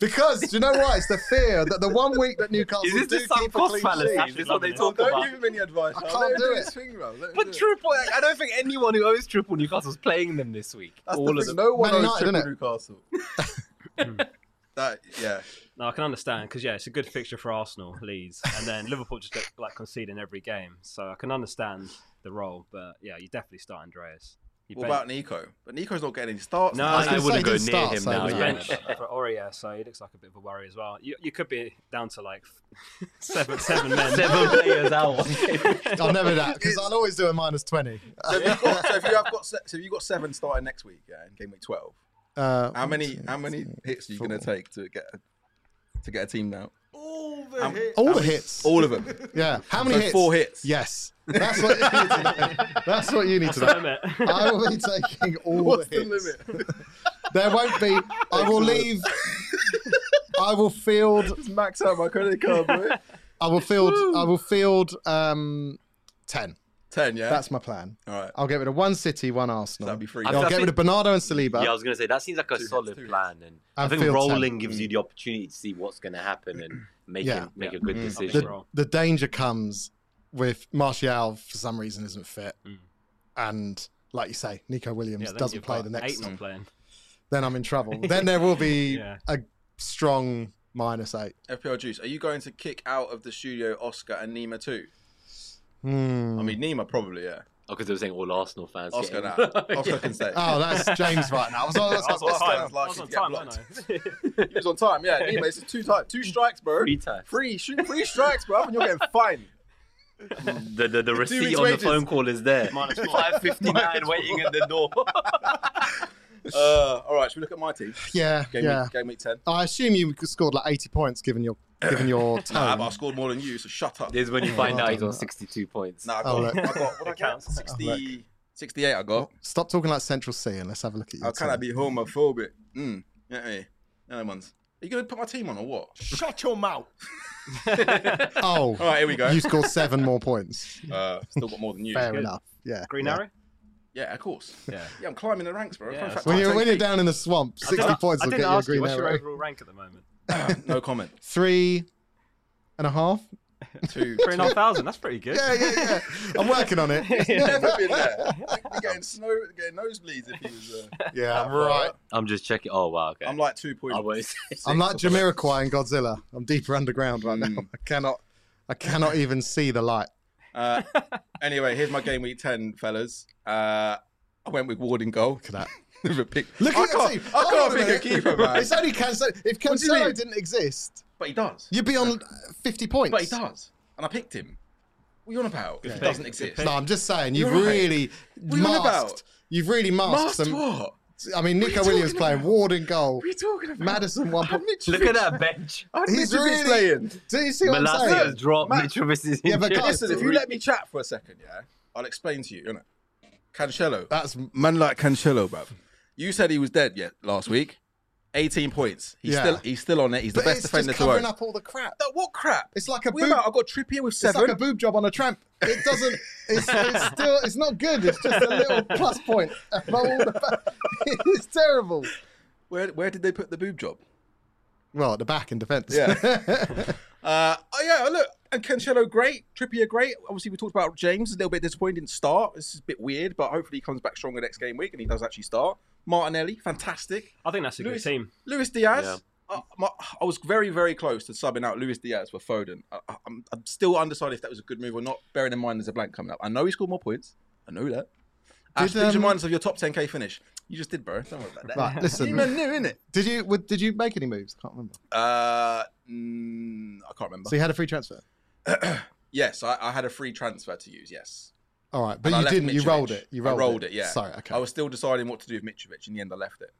[SPEAKER 2] Because do you know what? It's the fear that the one week that Newcastle
[SPEAKER 5] is this
[SPEAKER 2] do
[SPEAKER 5] the sunk
[SPEAKER 2] keep a
[SPEAKER 5] cost
[SPEAKER 2] clean
[SPEAKER 5] fallacy?
[SPEAKER 2] sheet,
[SPEAKER 5] Is this what they
[SPEAKER 1] Don't
[SPEAKER 5] talk about?
[SPEAKER 1] give him any advice.
[SPEAKER 2] I
[SPEAKER 1] Al.
[SPEAKER 2] can't
[SPEAKER 1] Let him
[SPEAKER 2] do it.
[SPEAKER 1] his thing, bro. Let him do
[SPEAKER 5] But
[SPEAKER 1] it.
[SPEAKER 5] triple, like, I don't think anyone who owes triple Newcastle's playing them this week.
[SPEAKER 1] That's
[SPEAKER 5] All
[SPEAKER 1] the
[SPEAKER 5] of
[SPEAKER 1] thing.
[SPEAKER 5] them.
[SPEAKER 1] No one
[SPEAKER 2] Man
[SPEAKER 1] owns
[SPEAKER 2] United,
[SPEAKER 1] triple Newcastle. that, yeah.
[SPEAKER 4] No, I can understand because yeah, it's a good fixture for Arsenal, Leeds, and then Liverpool just get, like concede in every game. So I can understand the role, but yeah, you definitely start Andreas. You
[SPEAKER 1] What
[SPEAKER 4] bench-
[SPEAKER 1] about Nico? But Nico's not getting any starts.
[SPEAKER 4] No,
[SPEAKER 1] now.
[SPEAKER 4] I
[SPEAKER 5] I
[SPEAKER 4] was
[SPEAKER 5] wouldn't
[SPEAKER 2] gonna
[SPEAKER 5] go
[SPEAKER 2] say,
[SPEAKER 5] near
[SPEAKER 2] he
[SPEAKER 5] him
[SPEAKER 2] didn't
[SPEAKER 5] now.
[SPEAKER 2] start,
[SPEAKER 4] He's
[SPEAKER 2] so-
[SPEAKER 5] Yeah.
[SPEAKER 4] bench for Oria, so he looks like a bit of a worry as well. You, you could be down to like seven seven men.
[SPEAKER 5] Seven players out.
[SPEAKER 2] I'll never that because I'll always do a minus twenty.
[SPEAKER 1] So if, you've got, so if you have got se- so if you've got seven starting next week, yeah, in game week twelve,
[SPEAKER 2] Uh,
[SPEAKER 1] how many how many hits are you gonna
[SPEAKER 2] four.
[SPEAKER 1] take to get a, to get a team now?
[SPEAKER 3] All the
[SPEAKER 1] Um,
[SPEAKER 3] hits.
[SPEAKER 2] All the hits.
[SPEAKER 1] All of them.
[SPEAKER 2] yeah. How many
[SPEAKER 1] So
[SPEAKER 2] hits?
[SPEAKER 1] Four hits.
[SPEAKER 2] Yes. That's what you need to know. That's what you need to
[SPEAKER 4] That's the
[SPEAKER 2] know.
[SPEAKER 4] limit.
[SPEAKER 2] I will be taking all
[SPEAKER 1] What's
[SPEAKER 2] the
[SPEAKER 1] the
[SPEAKER 2] hits.
[SPEAKER 1] limit?
[SPEAKER 2] There won't be. I will leave. I will field.
[SPEAKER 1] Just max out my credit card, boy.
[SPEAKER 2] I will field. I will field. Um, ten.
[SPEAKER 1] Ten, yeah.
[SPEAKER 2] That's my plan.
[SPEAKER 1] all right.
[SPEAKER 2] I'll get rid of one City, one Arsenal.
[SPEAKER 1] That'd be free.
[SPEAKER 5] I
[SPEAKER 2] I'll
[SPEAKER 5] feel-
[SPEAKER 2] get rid of Bernardo and Saliba.
[SPEAKER 5] Yeah, I was gonna say that seems like a
[SPEAKER 1] Two hits,
[SPEAKER 5] solid
[SPEAKER 1] two hits.
[SPEAKER 5] plan, and I
[SPEAKER 2] And
[SPEAKER 5] think
[SPEAKER 2] field
[SPEAKER 5] rolling
[SPEAKER 2] ten.
[SPEAKER 5] gives you the opportunity to see what's gonna happen and make
[SPEAKER 2] Yeah.
[SPEAKER 5] a, make
[SPEAKER 4] Yeah.
[SPEAKER 5] a good
[SPEAKER 1] Mm.
[SPEAKER 5] decision.
[SPEAKER 2] the, the danger comes with Martial for some reason isn't fit,
[SPEAKER 4] Mm.
[SPEAKER 2] and like you say, Nico Williams
[SPEAKER 4] then
[SPEAKER 2] doesn't
[SPEAKER 4] you've
[SPEAKER 2] play
[SPEAKER 4] got
[SPEAKER 2] the
[SPEAKER 4] eight
[SPEAKER 2] next.
[SPEAKER 4] not playing.
[SPEAKER 2] Then I'm in trouble. then there will be
[SPEAKER 4] Yeah.
[SPEAKER 2] a strong minus eight.
[SPEAKER 1] FPL Juice, are you going to kick out of the studio Oscar and Nima too?
[SPEAKER 2] Hmm.
[SPEAKER 1] I mean, Nima probably, yeah.
[SPEAKER 5] Oh, because they were saying all Arsenal fans.
[SPEAKER 1] Oscar
[SPEAKER 5] getting-
[SPEAKER 1] now. Oscar can stay.
[SPEAKER 2] oh, that's James right now. I was like, that's not-
[SPEAKER 4] That's what
[SPEAKER 1] Oscar
[SPEAKER 4] time.
[SPEAKER 1] is
[SPEAKER 4] I
[SPEAKER 1] likely
[SPEAKER 4] was on
[SPEAKER 1] to get
[SPEAKER 4] time, weren't I?
[SPEAKER 1] He was on time, yeah. Nima, it's two time, two strikes, bro.
[SPEAKER 5] Three times.
[SPEAKER 1] Free, shoot, free strikes, bro, and you're getting fined.
[SPEAKER 5] The, the, the receipt
[SPEAKER 1] weeks'
[SPEAKER 5] on the
[SPEAKER 1] wages.
[SPEAKER 5] phone call is there.
[SPEAKER 4] Minus four.
[SPEAKER 5] Five fifty nine waiting at the door.
[SPEAKER 1] Uh, all right, should we look at my team?
[SPEAKER 2] yeah,
[SPEAKER 1] Game,
[SPEAKER 2] yeah.
[SPEAKER 1] week, game week 10.
[SPEAKER 2] I assume you scored like 80 points given your given your
[SPEAKER 1] Nah,
[SPEAKER 2] tone.
[SPEAKER 1] but I scored more than you, so shut up.
[SPEAKER 5] This is when you
[SPEAKER 2] Oh,
[SPEAKER 5] find
[SPEAKER 2] well
[SPEAKER 5] out he's
[SPEAKER 2] done.
[SPEAKER 5] on sixty two points.
[SPEAKER 1] Nah, I
[SPEAKER 2] Oh,
[SPEAKER 1] got,
[SPEAKER 2] look.
[SPEAKER 1] I got, what I
[SPEAKER 4] It
[SPEAKER 1] got?
[SPEAKER 4] counts.
[SPEAKER 1] 60, 68 I got.
[SPEAKER 2] Stop talking like Central C and let's have a look at your
[SPEAKER 1] How can I
[SPEAKER 2] team.
[SPEAKER 1] be homophobic? Mm. Yeah, yeah. No one's. Are you going to put my team on or what?
[SPEAKER 3] Shut your mouth.
[SPEAKER 1] All
[SPEAKER 2] Oh,
[SPEAKER 1] right, here we go.
[SPEAKER 2] you scored seven more points.
[SPEAKER 1] Uh, still got more than you.
[SPEAKER 2] Fair
[SPEAKER 4] good.
[SPEAKER 2] enough. Yeah.
[SPEAKER 4] Green
[SPEAKER 2] yeah.
[SPEAKER 4] Arrow.
[SPEAKER 1] Yeah, of course.
[SPEAKER 4] Yeah.
[SPEAKER 1] Yeah, I'm climbing the ranks, bro.
[SPEAKER 4] Yeah,
[SPEAKER 1] Fun fact,
[SPEAKER 2] When
[SPEAKER 1] I'll
[SPEAKER 2] you're,
[SPEAKER 1] take
[SPEAKER 2] when you're
[SPEAKER 1] eight.
[SPEAKER 2] down in the swamp, 60 points
[SPEAKER 4] I
[SPEAKER 2] will
[SPEAKER 4] didn't
[SPEAKER 2] get you a
[SPEAKER 4] ask you,
[SPEAKER 2] green
[SPEAKER 4] what's your
[SPEAKER 2] arrow.
[SPEAKER 4] overall rank at the moment?
[SPEAKER 1] no comment.
[SPEAKER 2] Three and a half.
[SPEAKER 1] Two.
[SPEAKER 4] Three and a half thousand. That's pretty good.
[SPEAKER 2] Yeah, yeah, yeah. I'm working on it.
[SPEAKER 1] He's never been there. You're getting snow, getting nosebleeds if he was. Uh,
[SPEAKER 2] Yeah, I'm
[SPEAKER 1] far
[SPEAKER 2] right.
[SPEAKER 1] up.
[SPEAKER 5] I'm just checking. Oh wow, okay.
[SPEAKER 1] I'm like two
[SPEAKER 5] I
[SPEAKER 1] points.
[SPEAKER 5] won't
[SPEAKER 2] I'm like Jamiroquai and Godzilla. I'm deeper underground right now.
[SPEAKER 1] Mm.
[SPEAKER 2] I cannot, I cannot even see the light.
[SPEAKER 1] Uh, anyway, here's my game week ten, fellas. Uh, I went with Ward in goal.
[SPEAKER 2] Look at that.
[SPEAKER 1] With a pick.
[SPEAKER 2] Look
[SPEAKER 1] I
[SPEAKER 2] at your
[SPEAKER 1] can't,
[SPEAKER 2] team.
[SPEAKER 1] I
[SPEAKER 2] Hold
[SPEAKER 1] can't
[SPEAKER 2] on
[SPEAKER 1] pick a
[SPEAKER 2] minute.
[SPEAKER 1] keeper, man.
[SPEAKER 2] It's only Cancelo. If
[SPEAKER 1] What do you mean?
[SPEAKER 2] Cancelo didn't exist,
[SPEAKER 1] But he does.
[SPEAKER 2] you'd be on 50 points.
[SPEAKER 1] But he does. And I picked him. What are you on about?
[SPEAKER 4] Good
[SPEAKER 1] It
[SPEAKER 4] pick,
[SPEAKER 1] doesn't
[SPEAKER 4] good
[SPEAKER 1] exist.
[SPEAKER 4] pick.
[SPEAKER 2] No, I'm just saying you've
[SPEAKER 1] You're right.
[SPEAKER 2] really
[SPEAKER 1] are you on
[SPEAKER 2] masked.
[SPEAKER 1] about?
[SPEAKER 2] You've really masked
[SPEAKER 1] Masked
[SPEAKER 2] some.
[SPEAKER 1] what?
[SPEAKER 2] I mean,
[SPEAKER 1] What are you
[SPEAKER 2] Nico Williams
[SPEAKER 1] talking
[SPEAKER 2] playing
[SPEAKER 1] about?
[SPEAKER 2] Ward in goal.
[SPEAKER 1] What are you talking about?
[SPEAKER 2] Madison one point.
[SPEAKER 5] Look at that bench.
[SPEAKER 2] He's
[SPEAKER 1] He's
[SPEAKER 2] really-
[SPEAKER 1] really playing.
[SPEAKER 2] Do you see what I'm
[SPEAKER 5] Malassia's
[SPEAKER 2] saying?
[SPEAKER 5] dropped.
[SPEAKER 1] Matt-
[SPEAKER 5] Mitrovic is
[SPEAKER 2] Yeah, but
[SPEAKER 5] injured.
[SPEAKER 2] guys,
[SPEAKER 1] Listen, if you let me chat for a second, yeah, I'll explain to you, innit? Cancelo.
[SPEAKER 2] That's
[SPEAKER 1] Man like Cancelo, bruv. You said he was dead yet last week. 18 points. He's
[SPEAKER 2] Yeah.
[SPEAKER 1] still he's still on it. He's the
[SPEAKER 2] but
[SPEAKER 1] best
[SPEAKER 2] it's
[SPEAKER 1] defender
[SPEAKER 2] just
[SPEAKER 1] to own.
[SPEAKER 2] covering up all the crap.
[SPEAKER 1] No, What crap?
[SPEAKER 2] It's like a
[SPEAKER 1] We're
[SPEAKER 2] boob.
[SPEAKER 1] about, I've got Trippier with
[SPEAKER 2] It's like
[SPEAKER 1] seven.
[SPEAKER 2] a boob job on a tramp. It doesn't. It's, it's still. It's not good. It's just a little plus point. above all the ba- It's terrible.
[SPEAKER 1] where where did they put the boob job?
[SPEAKER 2] Well, at the back in defence.
[SPEAKER 1] Uh, oh yeah, look, and Cancelo great, Trippier great. Obviously, we talked about James a little bit disappointed didn't start. This is a bit weird, but hopefully he comes back stronger next game week and he does actually start. Martinelli, fantastic.
[SPEAKER 4] I think that's a good
[SPEAKER 1] Luis-
[SPEAKER 4] team.
[SPEAKER 1] Luis Diaz.
[SPEAKER 5] Yeah.
[SPEAKER 1] I, my, I was very, very close to subbing out Luis Diaz for Foden. I, I- I'm, I'm still undecided if that was a good move or not, bearing in mind there's a blank coming up. I know he scored more points. I know that. Ash,
[SPEAKER 2] Did,
[SPEAKER 1] please
[SPEAKER 2] um,
[SPEAKER 1] remind us of your top 10K finish. You just did, bro. Don't worry about that.
[SPEAKER 2] Right, listen.
[SPEAKER 1] You man knew, innit?
[SPEAKER 2] Did you? would- Did you make any moves? Can't remember.
[SPEAKER 1] Uh, mm, I can't remember.
[SPEAKER 2] So you had a free transfer.
[SPEAKER 1] yes, I, I had a free transfer to use, yes.
[SPEAKER 2] All right, but
[SPEAKER 1] And I
[SPEAKER 2] you
[SPEAKER 1] left
[SPEAKER 2] didn't. You
[SPEAKER 1] Mitrovic.
[SPEAKER 2] rolled it. You
[SPEAKER 1] I
[SPEAKER 2] rolled,
[SPEAKER 1] rolled it, yeah.
[SPEAKER 2] Sorry. Okay.
[SPEAKER 1] I was still deciding what to do with Mitrovic. In the end, I left it.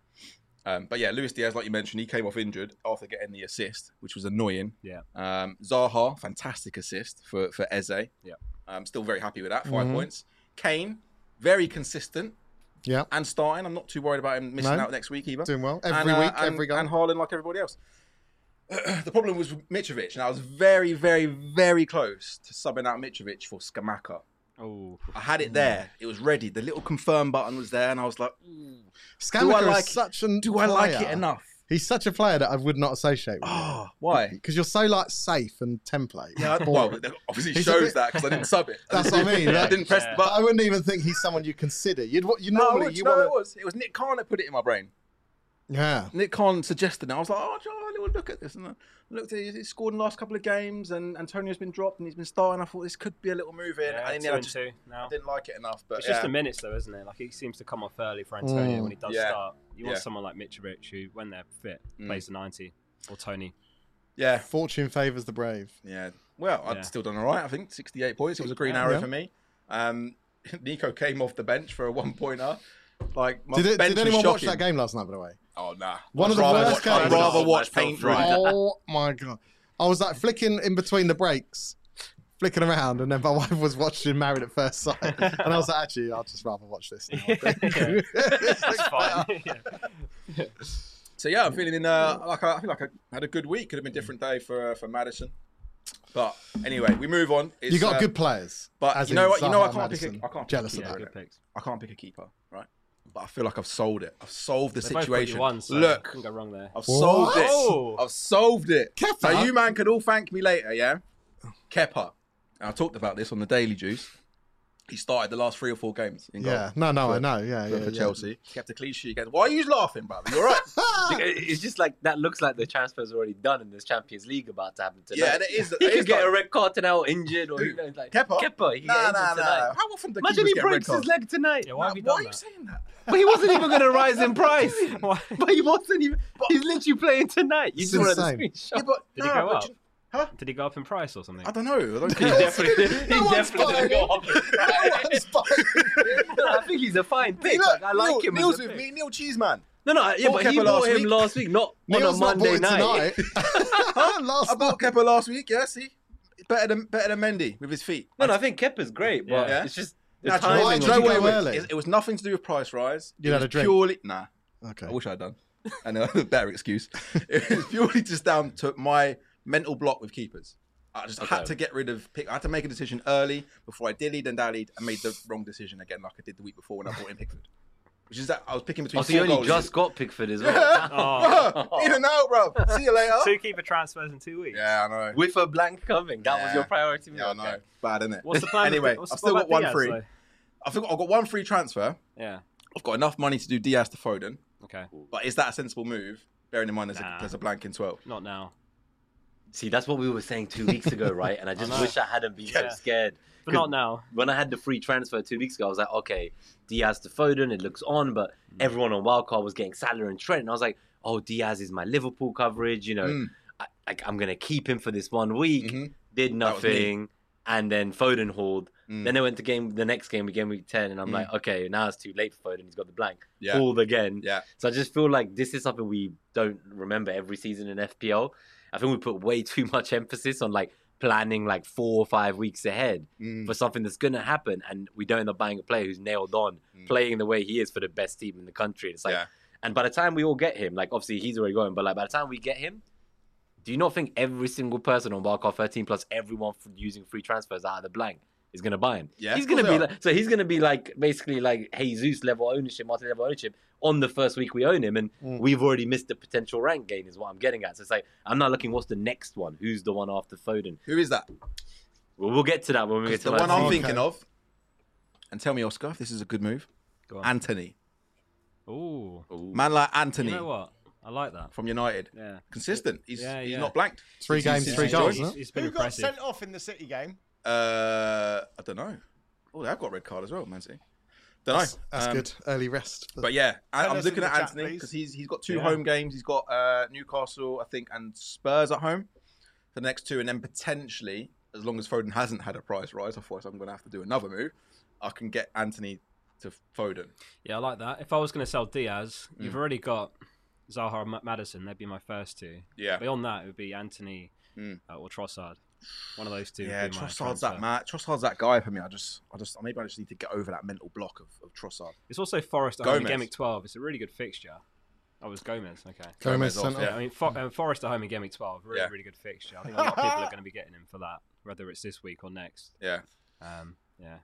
[SPEAKER 1] Um, but yeah, Luis Diaz, like you mentioned, he came off injured after getting the assist, which was annoying.
[SPEAKER 4] Yeah.
[SPEAKER 1] Um, Zaha, fantastic assist for for Eze. Yeah. I'm still very happy with that. 5
[SPEAKER 2] Mhm.
[SPEAKER 1] points. Kane, very consistent
[SPEAKER 2] yeah.
[SPEAKER 1] and starting. I'm not too worried about him missing
[SPEAKER 2] No.
[SPEAKER 1] out next week either.
[SPEAKER 2] Doing well every
[SPEAKER 1] and, uh,
[SPEAKER 2] week,
[SPEAKER 1] and,
[SPEAKER 2] every game.
[SPEAKER 1] and Haaland like everybody else. the problem was with Mitrovic, and I was very, very, very close to subbing out Mitrovic for Skamaka.
[SPEAKER 4] Oh,
[SPEAKER 1] I had it there. It was ready. The little confirm button was there, and I was like, "Ooh,
[SPEAKER 2] Scamacca is
[SPEAKER 1] like-
[SPEAKER 2] such an.
[SPEAKER 1] "Do I like it
[SPEAKER 2] player.
[SPEAKER 1] enough?
[SPEAKER 2] He's such a player that I would not associate with.
[SPEAKER 1] Oh, why?"
[SPEAKER 2] Because you're so like safe and template.
[SPEAKER 1] Yeah, I- well,
[SPEAKER 2] Boring.
[SPEAKER 1] that obviously
[SPEAKER 2] He's a
[SPEAKER 1] shows
[SPEAKER 2] bit-
[SPEAKER 1] that because I didn't sub it.
[SPEAKER 2] That's what I mean,
[SPEAKER 1] I
[SPEAKER 2] yeah.
[SPEAKER 1] didn't press the
[SPEAKER 4] Yeah.
[SPEAKER 2] but I
[SPEAKER 1] button.
[SPEAKER 2] wouldn't even think he's someone you consider. You'd wa- you
[SPEAKER 1] No,
[SPEAKER 2] normally
[SPEAKER 1] it was-
[SPEAKER 2] you
[SPEAKER 1] no,
[SPEAKER 2] want
[SPEAKER 1] it was. It was Nick Khan that put it in my brain.
[SPEAKER 2] to yeah.
[SPEAKER 1] Nick Khan suggested it. I was like, oh, John, we'll look at this. And I looked at it. He's scored in the last couple of games, and Antonio's been dropped, and he's been starting. I thought this could be a little move in.
[SPEAKER 4] yeah,
[SPEAKER 1] and in the end,
[SPEAKER 4] two
[SPEAKER 1] I
[SPEAKER 4] and
[SPEAKER 1] just
[SPEAKER 4] two now.
[SPEAKER 1] I didn't like it enough. But
[SPEAKER 4] It's
[SPEAKER 1] yeah.
[SPEAKER 4] just the minutes, though, isn't it? Like he seems to come off early for Antonio
[SPEAKER 2] Mm.
[SPEAKER 4] when he does
[SPEAKER 1] Yeah.
[SPEAKER 4] start. You want
[SPEAKER 1] Yeah.
[SPEAKER 4] someone like Mitrovic who, when they're fit,
[SPEAKER 1] Mm.
[SPEAKER 4] plays the ninety, or Tony.
[SPEAKER 1] yeah,
[SPEAKER 2] Fortune favours the brave.
[SPEAKER 1] yeah. Well, I'd
[SPEAKER 4] Yeah.
[SPEAKER 1] still done all right. I think 68 points. It was a green
[SPEAKER 2] Yeah.
[SPEAKER 1] arrow
[SPEAKER 2] Yeah.
[SPEAKER 1] for me. Um, Nico came off the bench for a one pointer. Like my
[SPEAKER 2] Did, it,
[SPEAKER 1] bench
[SPEAKER 2] did anyone
[SPEAKER 1] was
[SPEAKER 2] watch
[SPEAKER 1] shocking.
[SPEAKER 2] that game last night? By the way,
[SPEAKER 1] Oh nah. I'd
[SPEAKER 2] One of the
[SPEAKER 1] rather
[SPEAKER 2] worst
[SPEAKER 1] watch, I'd
[SPEAKER 2] games.
[SPEAKER 1] rather
[SPEAKER 5] Oh,
[SPEAKER 1] watch
[SPEAKER 5] my
[SPEAKER 1] paint
[SPEAKER 5] God.
[SPEAKER 1] dry.
[SPEAKER 2] oh my god! I was like flicking in between the breaks, flicking around, and then my wife was watching Married at First Sight, and I was like, actually, I'll just rather watch this. Now.
[SPEAKER 4] Yeah. That's fine. yeah.
[SPEAKER 1] So yeah, I'm feeling uh, like I, I feel like I had a good week. Could have been a different day for uh, for Madison. But anyway, we move on. It's,
[SPEAKER 2] you got
[SPEAKER 1] uh,
[SPEAKER 2] good players,
[SPEAKER 1] but
[SPEAKER 2] as
[SPEAKER 1] you know
[SPEAKER 2] in
[SPEAKER 1] what? You know
[SPEAKER 2] Zaha
[SPEAKER 1] I
[SPEAKER 2] and
[SPEAKER 1] can't pick. A,
[SPEAKER 2] Maddison.
[SPEAKER 1] I can't.
[SPEAKER 2] Jealous
[SPEAKER 1] pick a
[SPEAKER 2] of
[SPEAKER 4] yeah,
[SPEAKER 1] keeper.
[SPEAKER 4] good picks.
[SPEAKER 1] I can't pick a keeper, right? But I feel like I've solved it. I've solved the
[SPEAKER 4] They both put you
[SPEAKER 1] situation.
[SPEAKER 4] one, so
[SPEAKER 1] Look,
[SPEAKER 4] couldn't go wrong there.
[SPEAKER 1] I've
[SPEAKER 2] What?
[SPEAKER 1] solved this.
[SPEAKER 4] Oh.
[SPEAKER 1] I've solved it.
[SPEAKER 2] Kepa?
[SPEAKER 1] Now you man could all thank me later, yeah? Kepa. I talked about this on the Daily Juice. He started the last three or four games in goal
[SPEAKER 2] Yeah, no, no, I
[SPEAKER 1] For-
[SPEAKER 2] know. Yeah,
[SPEAKER 1] for,
[SPEAKER 2] yeah,
[SPEAKER 1] for
[SPEAKER 2] yeah.
[SPEAKER 1] Chelsea. Kept a clean sheet again. Why are you laughing, brother? You're right.
[SPEAKER 2] Ah!
[SPEAKER 5] It's just like that looks like the transfer's already done and there's Champions League about to happen tonight.
[SPEAKER 1] yeah, and it is.
[SPEAKER 5] he
[SPEAKER 1] it is
[SPEAKER 5] could get
[SPEAKER 1] like-
[SPEAKER 5] a red card tonight or injured or
[SPEAKER 1] Who?
[SPEAKER 5] you know, it's like
[SPEAKER 1] Kepa?
[SPEAKER 5] Kepa, he could
[SPEAKER 1] Nah,
[SPEAKER 5] get
[SPEAKER 1] nah,
[SPEAKER 5] injured
[SPEAKER 1] nah.
[SPEAKER 5] tonight.
[SPEAKER 1] How often do
[SPEAKER 5] Imagine
[SPEAKER 1] keepers
[SPEAKER 5] he
[SPEAKER 1] get red
[SPEAKER 5] breaks his
[SPEAKER 1] cards?
[SPEAKER 5] leg tonight.
[SPEAKER 4] Yeah, why have
[SPEAKER 1] Nah,
[SPEAKER 4] you
[SPEAKER 1] Why are
[SPEAKER 4] done
[SPEAKER 1] you
[SPEAKER 4] that?
[SPEAKER 1] saying that?
[SPEAKER 5] But he wasn't even going to rise in price.
[SPEAKER 4] Why?
[SPEAKER 5] But he wasn't even. He's literally playing tonight. You
[SPEAKER 2] It's
[SPEAKER 5] just wanted to
[SPEAKER 2] insane.
[SPEAKER 1] Yeah,
[SPEAKER 5] screenshot.
[SPEAKER 1] but, nah,
[SPEAKER 4] Did he go
[SPEAKER 1] but
[SPEAKER 4] up?
[SPEAKER 1] you- Huh?
[SPEAKER 4] Did he go up in price or something?
[SPEAKER 1] I don't know. I don't
[SPEAKER 5] He
[SPEAKER 1] think
[SPEAKER 5] definitely, he
[SPEAKER 2] one's
[SPEAKER 5] definitely didn't go up.
[SPEAKER 2] That's fine.
[SPEAKER 5] I think he's a fine pick.
[SPEAKER 1] Look,
[SPEAKER 5] Like, I like
[SPEAKER 1] Neil,
[SPEAKER 5] him.
[SPEAKER 1] Neil's
[SPEAKER 5] as a
[SPEAKER 1] with
[SPEAKER 5] pick.
[SPEAKER 1] me. Neil Cheeseman.
[SPEAKER 5] No, no, yeah,
[SPEAKER 1] Bought
[SPEAKER 5] but he
[SPEAKER 1] Kepa
[SPEAKER 5] bought
[SPEAKER 1] last
[SPEAKER 5] him
[SPEAKER 1] week.
[SPEAKER 5] last week, not on a
[SPEAKER 2] Neil's not bought
[SPEAKER 5] Monday
[SPEAKER 2] it
[SPEAKER 5] night.
[SPEAKER 2] tonight.
[SPEAKER 1] I
[SPEAKER 2] Last
[SPEAKER 1] bought Kepa last week. Yeah, see, better than better than Mendy with his feet.
[SPEAKER 5] No, no, I think Kepa's great, but
[SPEAKER 1] Yeah.
[SPEAKER 5] it's just the
[SPEAKER 1] Nah, do you know
[SPEAKER 5] timing.
[SPEAKER 1] what-
[SPEAKER 2] why
[SPEAKER 1] do
[SPEAKER 5] of
[SPEAKER 2] did
[SPEAKER 1] you know
[SPEAKER 2] you
[SPEAKER 1] what
[SPEAKER 2] go
[SPEAKER 1] it was?
[SPEAKER 2] early?
[SPEAKER 1] It, it was nothing to do with price rise.
[SPEAKER 2] You
[SPEAKER 1] It
[SPEAKER 2] had
[SPEAKER 1] was
[SPEAKER 2] a drink?
[SPEAKER 1] Purely, nah. I
[SPEAKER 2] Okay.
[SPEAKER 1] wish I'd done. I know a better excuse. It was purely just down to my mental block with keepers. I just had
[SPEAKER 5] Okay.
[SPEAKER 1] to get rid of pick. I had to make a decision early before I dillied and dallied and made the wrong decision again, like I did the week before when I bought in Pickford. Which is that I was picking between
[SPEAKER 5] Oh, so
[SPEAKER 1] four
[SPEAKER 5] you only
[SPEAKER 1] goalies.
[SPEAKER 5] just got Pickford as
[SPEAKER 1] Yeah.
[SPEAKER 5] well.
[SPEAKER 4] Oh,
[SPEAKER 1] Bruh, in and out, bro. See you later.
[SPEAKER 4] two keeper transfers in two weeks.
[SPEAKER 1] yeah, I know.
[SPEAKER 5] With a blank coming. That
[SPEAKER 1] Yeah.
[SPEAKER 5] was your priority.
[SPEAKER 1] Yeah, I know.
[SPEAKER 5] Okay.
[SPEAKER 1] Bad, isn't it?
[SPEAKER 4] What's the plan? with-
[SPEAKER 1] Anyway,
[SPEAKER 4] what's-
[SPEAKER 1] I've
[SPEAKER 4] what
[SPEAKER 1] still
[SPEAKER 4] about
[SPEAKER 1] got one
[SPEAKER 4] Diaz,
[SPEAKER 1] free.
[SPEAKER 4] though?
[SPEAKER 1] I've got, I've got one free transfer.
[SPEAKER 4] Yeah.
[SPEAKER 1] I've got enough money to do Diaz to Foden.
[SPEAKER 4] Okay.
[SPEAKER 1] But is that a sensible move? Bearing in mind there's,
[SPEAKER 4] Nah.
[SPEAKER 1] a, there's a blank in 12.
[SPEAKER 4] Not now.
[SPEAKER 5] See, that's what we were saying two weeks ago, right? And I just
[SPEAKER 4] know.
[SPEAKER 5] wish I hadn't been
[SPEAKER 4] Yeah.
[SPEAKER 5] so scared.
[SPEAKER 4] But not now.
[SPEAKER 5] When I had the free transfer two weeks ago, I was like, okay, Diaz to Foden, it looks on, but
[SPEAKER 1] Mm.
[SPEAKER 5] everyone on wildcard was getting Salah and Trent. And I was like, oh, Diaz is my Liverpool coverage. You know,
[SPEAKER 1] Mm.
[SPEAKER 2] Mm-hmm.
[SPEAKER 5] I, I, I'm going to keep him for this one week.
[SPEAKER 1] Mhm.
[SPEAKER 5] Did
[SPEAKER 1] That was me.
[SPEAKER 5] nothing. and then Foden hauled.
[SPEAKER 1] Mm.
[SPEAKER 5] Then they went to game the next game, game week ten, and I'm
[SPEAKER 1] Mm.
[SPEAKER 5] like, okay, now it's too late for Foden. He's got the blank.
[SPEAKER 1] Yeah.
[SPEAKER 5] Hauled again.
[SPEAKER 1] Yeah.
[SPEAKER 5] So I just feel like this is something we don't remember every season in FPL. I think we put way too much emphasis on like planning like four or five weeks ahead
[SPEAKER 1] Mm.
[SPEAKER 5] for something that's going to happen, and we don't end up buying a player who's nailed on,
[SPEAKER 1] Mm.
[SPEAKER 5] playing the way he is for the best team in the country. It's like,
[SPEAKER 1] Yeah.
[SPEAKER 5] and by the time we all get him, like obviously he's already going, but like by the time we get him, do you not think every single person on Barcar 13 plus everyone f- using free transfers out of the blank is going to buy him?
[SPEAKER 1] Yeah,
[SPEAKER 5] he's
[SPEAKER 1] of
[SPEAKER 5] going to
[SPEAKER 1] course
[SPEAKER 5] be
[SPEAKER 1] they are.
[SPEAKER 5] like, so he's going to be like basically like Jesus level ownership, Martin level ownership on the first week we own him, and
[SPEAKER 1] Hmm.
[SPEAKER 2] Mm.
[SPEAKER 5] we've already missed the potential rank gain, is what I'm getting at. So it's like I'm not looking what's the next one, who's the one after Foden.
[SPEAKER 1] Who is that?
[SPEAKER 5] We'll, we'll get to that when we get
[SPEAKER 1] 'Cause
[SPEAKER 5] to
[SPEAKER 1] the
[SPEAKER 5] that
[SPEAKER 1] one I'm
[SPEAKER 2] Okay.
[SPEAKER 1] thinking of, and tell me, Oscar, if this is a good move.
[SPEAKER 4] Go on.
[SPEAKER 1] Anthony,
[SPEAKER 4] Ooh,
[SPEAKER 1] man like
[SPEAKER 4] you
[SPEAKER 1] Anthony
[SPEAKER 4] know what? I like that.
[SPEAKER 1] from United,
[SPEAKER 4] Yeah.
[SPEAKER 1] consistent. He's
[SPEAKER 4] Yeah,
[SPEAKER 1] he's
[SPEAKER 4] yeah.
[SPEAKER 1] not blanked.
[SPEAKER 2] Three
[SPEAKER 1] Since-
[SPEAKER 2] games,
[SPEAKER 1] since
[SPEAKER 2] three
[SPEAKER 1] he
[SPEAKER 2] goals.
[SPEAKER 1] joined.
[SPEAKER 2] Huh?
[SPEAKER 4] He's, he's been
[SPEAKER 3] Who got
[SPEAKER 4] impressive.
[SPEAKER 3] sent off in the City game?
[SPEAKER 1] Uh, I don't know. Oh, they've got red card as well, Man City. Don't know.
[SPEAKER 2] That's, that's
[SPEAKER 1] Um,
[SPEAKER 2] good. Early rest. For,
[SPEAKER 1] But yeah, I,
[SPEAKER 3] Tell
[SPEAKER 1] I'm
[SPEAKER 3] us
[SPEAKER 1] looking
[SPEAKER 3] in
[SPEAKER 1] at
[SPEAKER 3] the chat,
[SPEAKER 1] Anthony
[SPEAKER 3] please.
[SPEAKER 1] because he's he's got two
[SPEAKER 4] Yeah.
[SPEAKER 1] home games. He's got uh, Newcastle, I think, and Spurs at home for the next two, and then potentially, as long as Foden hasn't had a price rise, otherwise I'm going to have to do another move. I can get Anthony to Foden.
[SPEAKER 4] Yeah, I like that. If I was going to sell Diaz,
[SPEAKER 1] Mm.
[SPEAKER 4] you've already got Zaha and Ma- Madison. They'd be my first two.
[SPEAKER 1] Yeah,
[SPEAKER 4] Beyond that, it would be Anthony
[SPEAKER 1] Mm.
[SPEAKER 4] uh, or Trossard. One of those two. would
[SPEAKER 1] yeah.
[SPEAKER 4] be my
[SPEAKER 1] Trossard's
[SPEAKER 4] transfer.
[SPEAKER 1] that man. Trossard's that guy for me. I just, I just, maybe I just need to get over that mental block of, of Trossard.
[SPEAKER 4] It's also Forest at home in
[SPEAKER 1] Gomez.
[SPEAKER 4] Game Week 12. It's a really good fixture. Oh, it's Gomez. Okay.
[SPEAKER 2] Gomez
[SPEAKER 1] off,
[SPEAKER 2] sent
[SPEAKER 1] yeah.
[SPEAKER 2] off.
[SPEAKER 4] I mean, For- um, Forest at home in Game Week 12. Really,
[SPEAKER 1] Yeah.
[SPEAKER 4] really good fixture. I think a lot of people are going to be getting him for that, whether it's this week or next.
[SPEAKER 1] Yeah.
[SPEAKER 4] Um, yeah.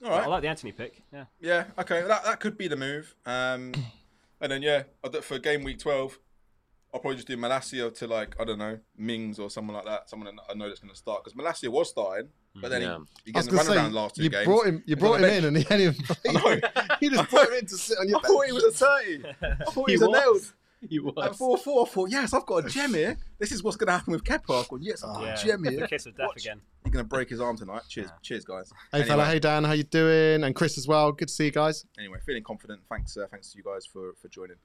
[SPEAKER 1] All
[SPEAKER 4] But
[SPEAKER 1] right.
[SPEAKER 4] I like the Anthony pick. Yeah.
[SPEAKER 1] Yeah, okay, that, that could be the move. Um, and then yeah, I don't- for game week twelve, I'll probably just do Malacia to like I don't know Mings or someone like that, someone I know that's going to start because Malacia was starting, but then
[SPEAKER 5] Yeah.
[SPEAKER 1] he, he
[SPEAKER 2] I
[SPEAKER 1] gets
[SPEAKER 2] was
[SPEAKER 1] a
[SPEAKER 2] going
[SPEAKER 1] run
[SPEAKER 2] to
[SPEAKER 1] around
[SPEAKER 2] say,
[SPEAKER 1] last two
[SPEAKER 2] you
[SPEAKER 1] games.
[SPEAKER 2] brought him,
[SPEAKER 1] He's
[SPEAKER 2] you brought
[SPEAKER 1] on
[SPEAKER 2] him
[SPEAKER 1] the
[SPEAKER 2] in and he hadn't even
[SPEAKER 1] I
[SPEAKER 2] played.
[SPEAKER 1] know.
[SPEAKER 2] You just brought him in to sit on your
[SPEAKER 1] I
[SPEAKER 2] bench.
[SPEAKER 1] thought he was a thirty. I thought he
[SPEAKER 5] He
[SPEAKER 1] was a
[SPEAKER 5] was.
[SPEAKER 1] nailed.
[SPEAKER 5] He was.
[SPEAKER 1] At four four, I thought yes, I've got a gem here. This is what's going to happen with Kepa. I've gone yes, I've got
[SPEAKER 4] yeah.
[SPEAKER 1] a gem
[SPEAKER 4] The
[SPEAKER 1] here.
[SPEAKER 4] kiss of death
[SPEAKER 1] Oh, Watch.
[SPEAKER 4] again.
[SPEAKER 1] He's going to break his arm tonight. Cheers,
[SPEAKER 4] Yeah.
[SPEAKER 1] cheers guys.
[SPEAKER 2] Hey fella, hey Dan, how you doing? And Chris as well. Good to see you guys.
[SPEAKER 1] anyway, feeling confident. Thanks, uh, thanks to you guys for for joining.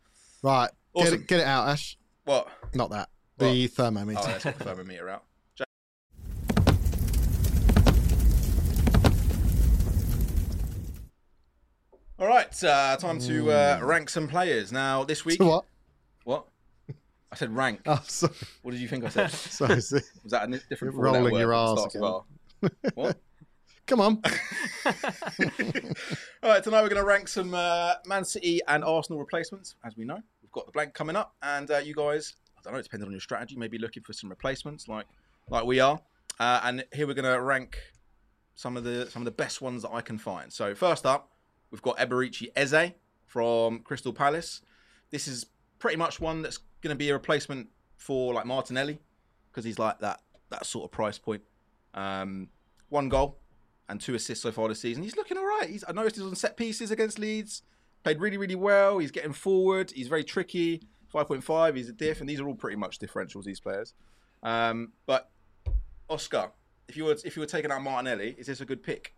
[SPEAKER 2] Right, get
[SPEAKER 1] Awesome.
[SPEAKER 2] it, get it out, Ash.
[SPEAKER 1] What?
[SPEAKER 2] Not that. The thermometer.
[SPEAKER 1] Oh, let's get the thermometer out. All right, uh, time to uh, rank some players. Now, this week.
[SPEAKER 2] Hmm. To what?
[SPEAKER 1] What? I said rank.
[SPEAKER 2] Oh, sorry.
[SPEAKER 1] What did you think I said?
[SPEAKER 2] sorry. sorry.
[SPEAKER 1] Was that a n- different
[SPEAKER 2] You're
[SPEAKER 1] format
[SPEAKER 2] rolling
[SPEAKER 1] word
[SPEAKER 2] your
[SPEAKER 1] that
[SPEAKER 2] arse
[SPEAKER 1] starts with
[SPEAKER 2] again.
[SPEAKER 1] R? What?
[SPEAKER 2] Come on.
[SPEAKER 1] All right, tonight we're going to rank some uh, Man City and Arsenal replacements. As we know, we've got the blank coming up, and uh, you guys, I don't know, depending on your strategy, may be looking for some replacements, like like we are. Uh, and here we're going to rank some of the some of the best ones that I can find. So first up, we've got Eberici Eze from Crystal Palace. This is pretty much one that's going to be a replacement for like Martinelli because he's like that that sort of price point. Um, one goal and two assists so far this season. He's looking all right. He's, I noticed he's on set pieces against Leeds. Played really, really well. He's getting forward. He's very tricky. 5.5. He's a diff, and these are all pretty much differentials. These players. Um, but Oscar, if you were if you were taking out Martinelli, is this a good pick?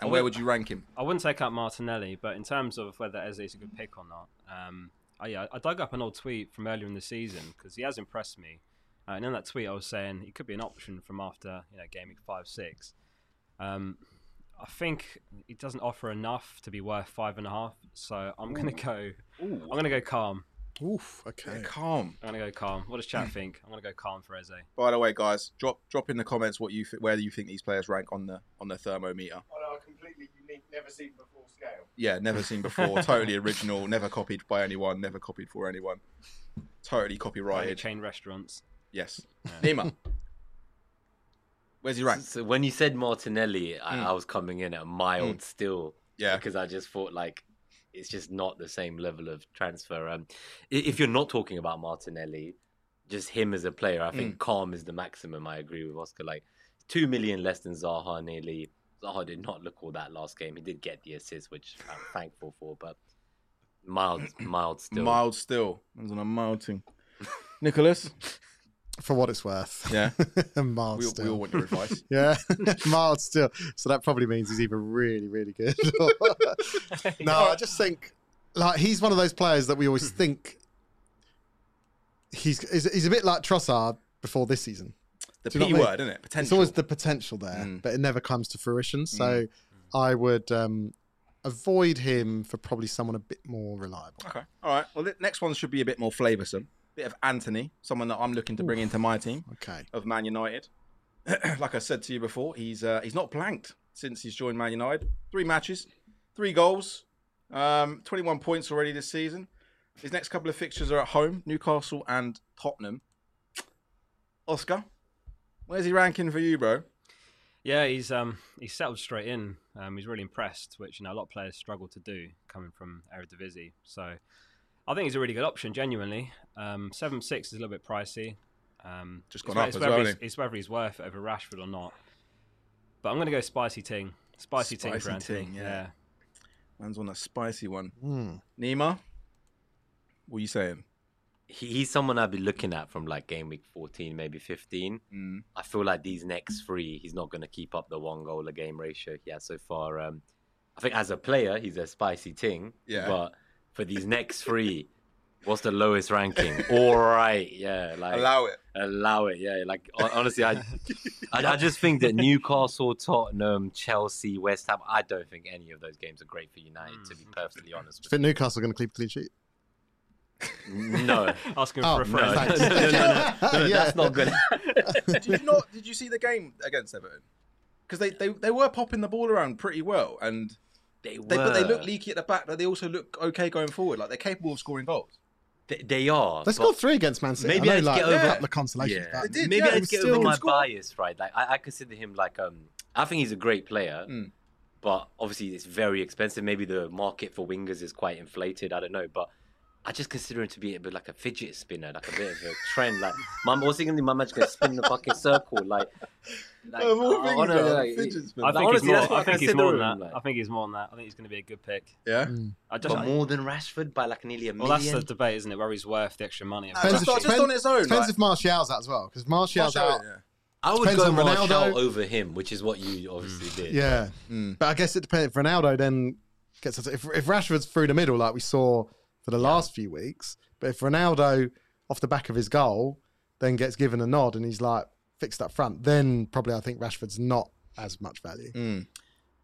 [SPEAKER 1] And where would you rank him?
[SPEAKER 4] I wouldn't take out Martinelli, but in terms of whether Eze is a good pick or not, um, I, yeah, I dug up an old tweet from earlier in the season because he has impressed me. Uh, and in that tweet, I was saying he could be an option from after you know game week five six. Um, I think he doesn't offer enough to be worth five and a half, so I'm gonna go. I'm gonna go calm.
[SPEAKER 2] Oof.
[SPEAKER 1] Yeah,
[SPEAKER 2] Okay.
[SPEAKER 1] Uh, calm.
[SPEAKER 4] I'm gonna go calm. What does chat think? I'm gonna go calm for Eze.
[SPEAKER 1] By the way, guys, drop drop in the comments what you th- where you think these players rank on the on the thermometer.
[SPEAKER 3] On a completely unique, never seen before scale.
[SPEAKER 1] Yeah, never seen before. totally original. Never copied by anyone. Never copied for anyone. Totally
[SPEAKER 4] Only
[SPEAKER 1] copyrighted.
[SPEAKER 4] chain restaurants.
[SPEAKER 1] Yes.
[SPEAKER 4] Yeah.
[SPEAKER 1] Nima. Where's he ranked?
[SPEAKER 5] So when you said Martinelli, I,
[SPEAKER 1] Mm.
[SPEAKER 5] I was coming in at
[SPEAKER 1] Hmm.
[SPEAKER 5] mild still.
[SPEAKER 1] Yeah.
[SPEAKER 5] because I just thought like it's just not the same level of transfer. Um, i- if you're not talking about Martinelli, just him as a player, I
[SPEAKER 1] Mm.
[SPEAKER 5] think calm is the maximum. I agree with Oscar. Like two million less than Zaha nearly. Zaha did not look all that last game. He did get the assist, which I'm thankful for, but mild, mild still.
[SPEAKER 1] Mild still. I was on a mild thing. Nicholas.
[SPEAKER 2] For what it's worth.
[SPEAKER 1] Yeah.
[SPEAKER 2] Mild
[SPEAKER 1] We,
[SPEAKER 2] still.
[SPEAKER 1] we all want your advice.
[SPEAKER 2] Yeah. Mild still. So that probably means he's either really, really good. no, I just think like he's one of those players that we always
[SPEAKER 1] Mm-hmm.
[SPEAKER 2] think he's he's, he's a bit like Trossard before this season.
[SPEAKER 1] The
[SPEAKER 2] Do you know
[SPEAKER 1] P
[SPEAKER 2] what I mean?
[SPEAKER 1] word, isn't it? Potential.
[SPEAKER 2] It's always the potential there,
[SPEAKER 1] Mm.
[SPEAKER 2] but it never comes to fruition. So I would um, avoid him for probably someone a bit more reliable.
[SPEAKER 1] Okay. All right. Well, the next one should be a bit more flavoursome. Bit of Anthony, someone that I'm looking to bring into my team
[SPEAKER 2] Okay.
[SPEAKER 1] of Man United. like I said to you before, he's uh, he's not blanked since he's joined Man United. Three matches, three goals, um, 21 points already this season. His next couple of fixtures are at home, Newcastle and Tottenham. Oscar, where's he ranking for you, bro?
[SPEAKER 4] Yeah, he's um he's settled straight in. Um, he's really impressed, which you know a lot of players struggle to do coming from Eredivisie. So I think he's a really good option. Genuinely, um, seven six is a little bit pricey. Um,
[SPEAKER 1] Just
[SPEAKER 4] it's
[SPEAKER 1] gone up
[SPEAKER 4] whe- it's
[SPEAKER 1] as
[SPEAKER 4] whether
[SPEAKER 1] well,
[SPEAKER 4] he's-
[SPEAKER 1] hasn't
[SPEAKER 4] It's whether he's worth it over Rashford or not. But I'm going to go spicy ting, spicy, ting for
[SPEAKER 1] Spicy
[SPEAKER 4] Anthony.
[SPEAKER 1] ting, yeah.
[SPEAKER 4] yeah.
[SPEAKER 1] Man's on a spicy one.
[SPEAKER 2] Hmm.
[SPEAKER 1] Nima, what are you saying?
[SPEAKER 5] He, he's someone I'd be looking at from like game week 14, maybe 15.
[SPEAKER 1] Mm.
[SPEAKER 5] I feel like these next three, he's not going to keep up the one goal a game ratio he has so far. Um, I think as a player, he's a spicy ting.
[SPEAKER 1] Yeah.
[SPEAKER 5] But for these next three, what's the lowest ranking? All right. Yeah. Like allow,
[SPEAKER 1] Allow it.
[SPEAKER 5] it. Yeah. Like hon- honestly, I, I I just think that Newcastle, Tottenham, Chelsea, West Ham. I don't think any of those games are great for United. To be perfectly honest.
[SPEAKER 2] Do you
[SPEAKER 5] With
[SPEAKER 2] think Newcastle are going to keep a clean sheet?
[SPEAKER 5] you. No.
[SPEAKER 4] Asking
[SPEAKER 2] Oh,
[SPEAKER 4] for a
[SPEAKER 2] no,
[SPEAKER 4] friend.
[SPEAKER 2] thanks.
[SPEAKER 5] no, no, no, no, That's not good.
[SPEAKER 1] Did you not? Did you see the game against Everton? Because they, they they were popping the ball around pretty well, and
[SPEAKER 5] They,
[SPEAKER 1] they, but they
[SPEAKER 5] were.
[SPEAKER 1] look leaky at the back, but they also look okay going forward. Like they're capable of scoring goals.
[SPEAKER 5] They, they are.
[SPEAKER 2] They
[SPEAKER 5] but-
[SPEAKER 2] scored three against Man City.
[SPEAKER 5] Maybe
[SPEAKER 2] I know,
[SPEAKER 5] I'd
[SPEAKER 2] like,
[SPEAKER 5] get
[SPEAKER 2] a
[SPEAKER 1] over-
[SPEAKER 2] couple of consolations.
[SPEAKER 5] Yeah.
[SPEAKER 2] but
[SPEAKER 1] They did,
[SPEAKER 5] Maybe
[SPEAKER 1] yeah,
[SPEAKER 5] I
[SPEAKER 1] he
[SPEAKER 5] just
[SPEAKER 1] was
[SPEAKER 5] get over
[SPEAKER 1] still-
[SPEAKER 5] my
[SPEAKER 1] score.
[SPEAKER 5] bias, right? Like I, I consider him like um I think he's a great player,
[SPEAKER 1] Mm.
[SPEAKER 5] but obviously it's very expensive. Maybe the market for wingers is quite inflated. I don't know, but I just consider him to be a bit like a fidget spinner, like a bit of a trend. Like my what's he gonna do? My man's gonna spin the fucking circle, like. Like,
[SPEAKER 1] Of all things,
[SPEAKER 5] honor-
[SPEAKER 1] though,
[SPEAKER 5] like,
[SPEAKER 1] fidget spinner.
[SPEAKER 4] I think
[SPEAKER 5] honestly,
[SPEAKER 4] he's
[SPEAKER 5] that's
[SPEAKER 4] more.
[SPEAKER 5] what
[SPEAKER 4] I think he's more than
[SPEAKER 5] consider
[SPEAKER 4] that.
[SPEAKER 5] him, like.
[SPEAKER 4] I think he's more than that. I think he's going to be a good pick.
[SPEAKER 1] Yeah.
[SPEAKER 5] Mm.
[SPEAKER 4] I just,
[SPEAKER 5] but more than Rashford by like nearly a
[SPEAKER 4] well,
[SPEAKER 5] million.
[SPEAKER 4] that's the debate, isn't it? Whether he's worth the extra money.
[SPEAKER 2] Depends
[SPEAKER 1] just,
[SPEAKER 2] if-
[SPEAKER 1] just
[SPEAKER 2] depends-
[SPEAKER 1] on its own.
[SPEAKER 2] Depends
[SPEAKER 1] Like,
[SPEAKER 2] if Martial's out as well, because Martial's
[SPEAKER 1] Martial,
[SPEAKER 2] out.
[SPEAKER 1] yeah.
[SPEAKER 5] I would
[SPEAKER 2] Depends
[SPEAKER 5] go
[SPEAKER 2] on
[SPEAKER 5] Martial
[SPEAKER 2] Ronaldo.
[SPEAKER 5] over him, which is what you obviously did.
[SPEAKER 2] Yeah.
[SPEAKER 1] Mm.
[SPEAKER 2] But I guess it depends. If Ronaldo then gets us, if, if Rashford's through the middle, like we saw for the last few weeks, but if Ronaldo off the back of his goal then gets given a nod and he's like fixed up front, then probably I think Rashford's not as much value.
[SPEAKER 1] Mm.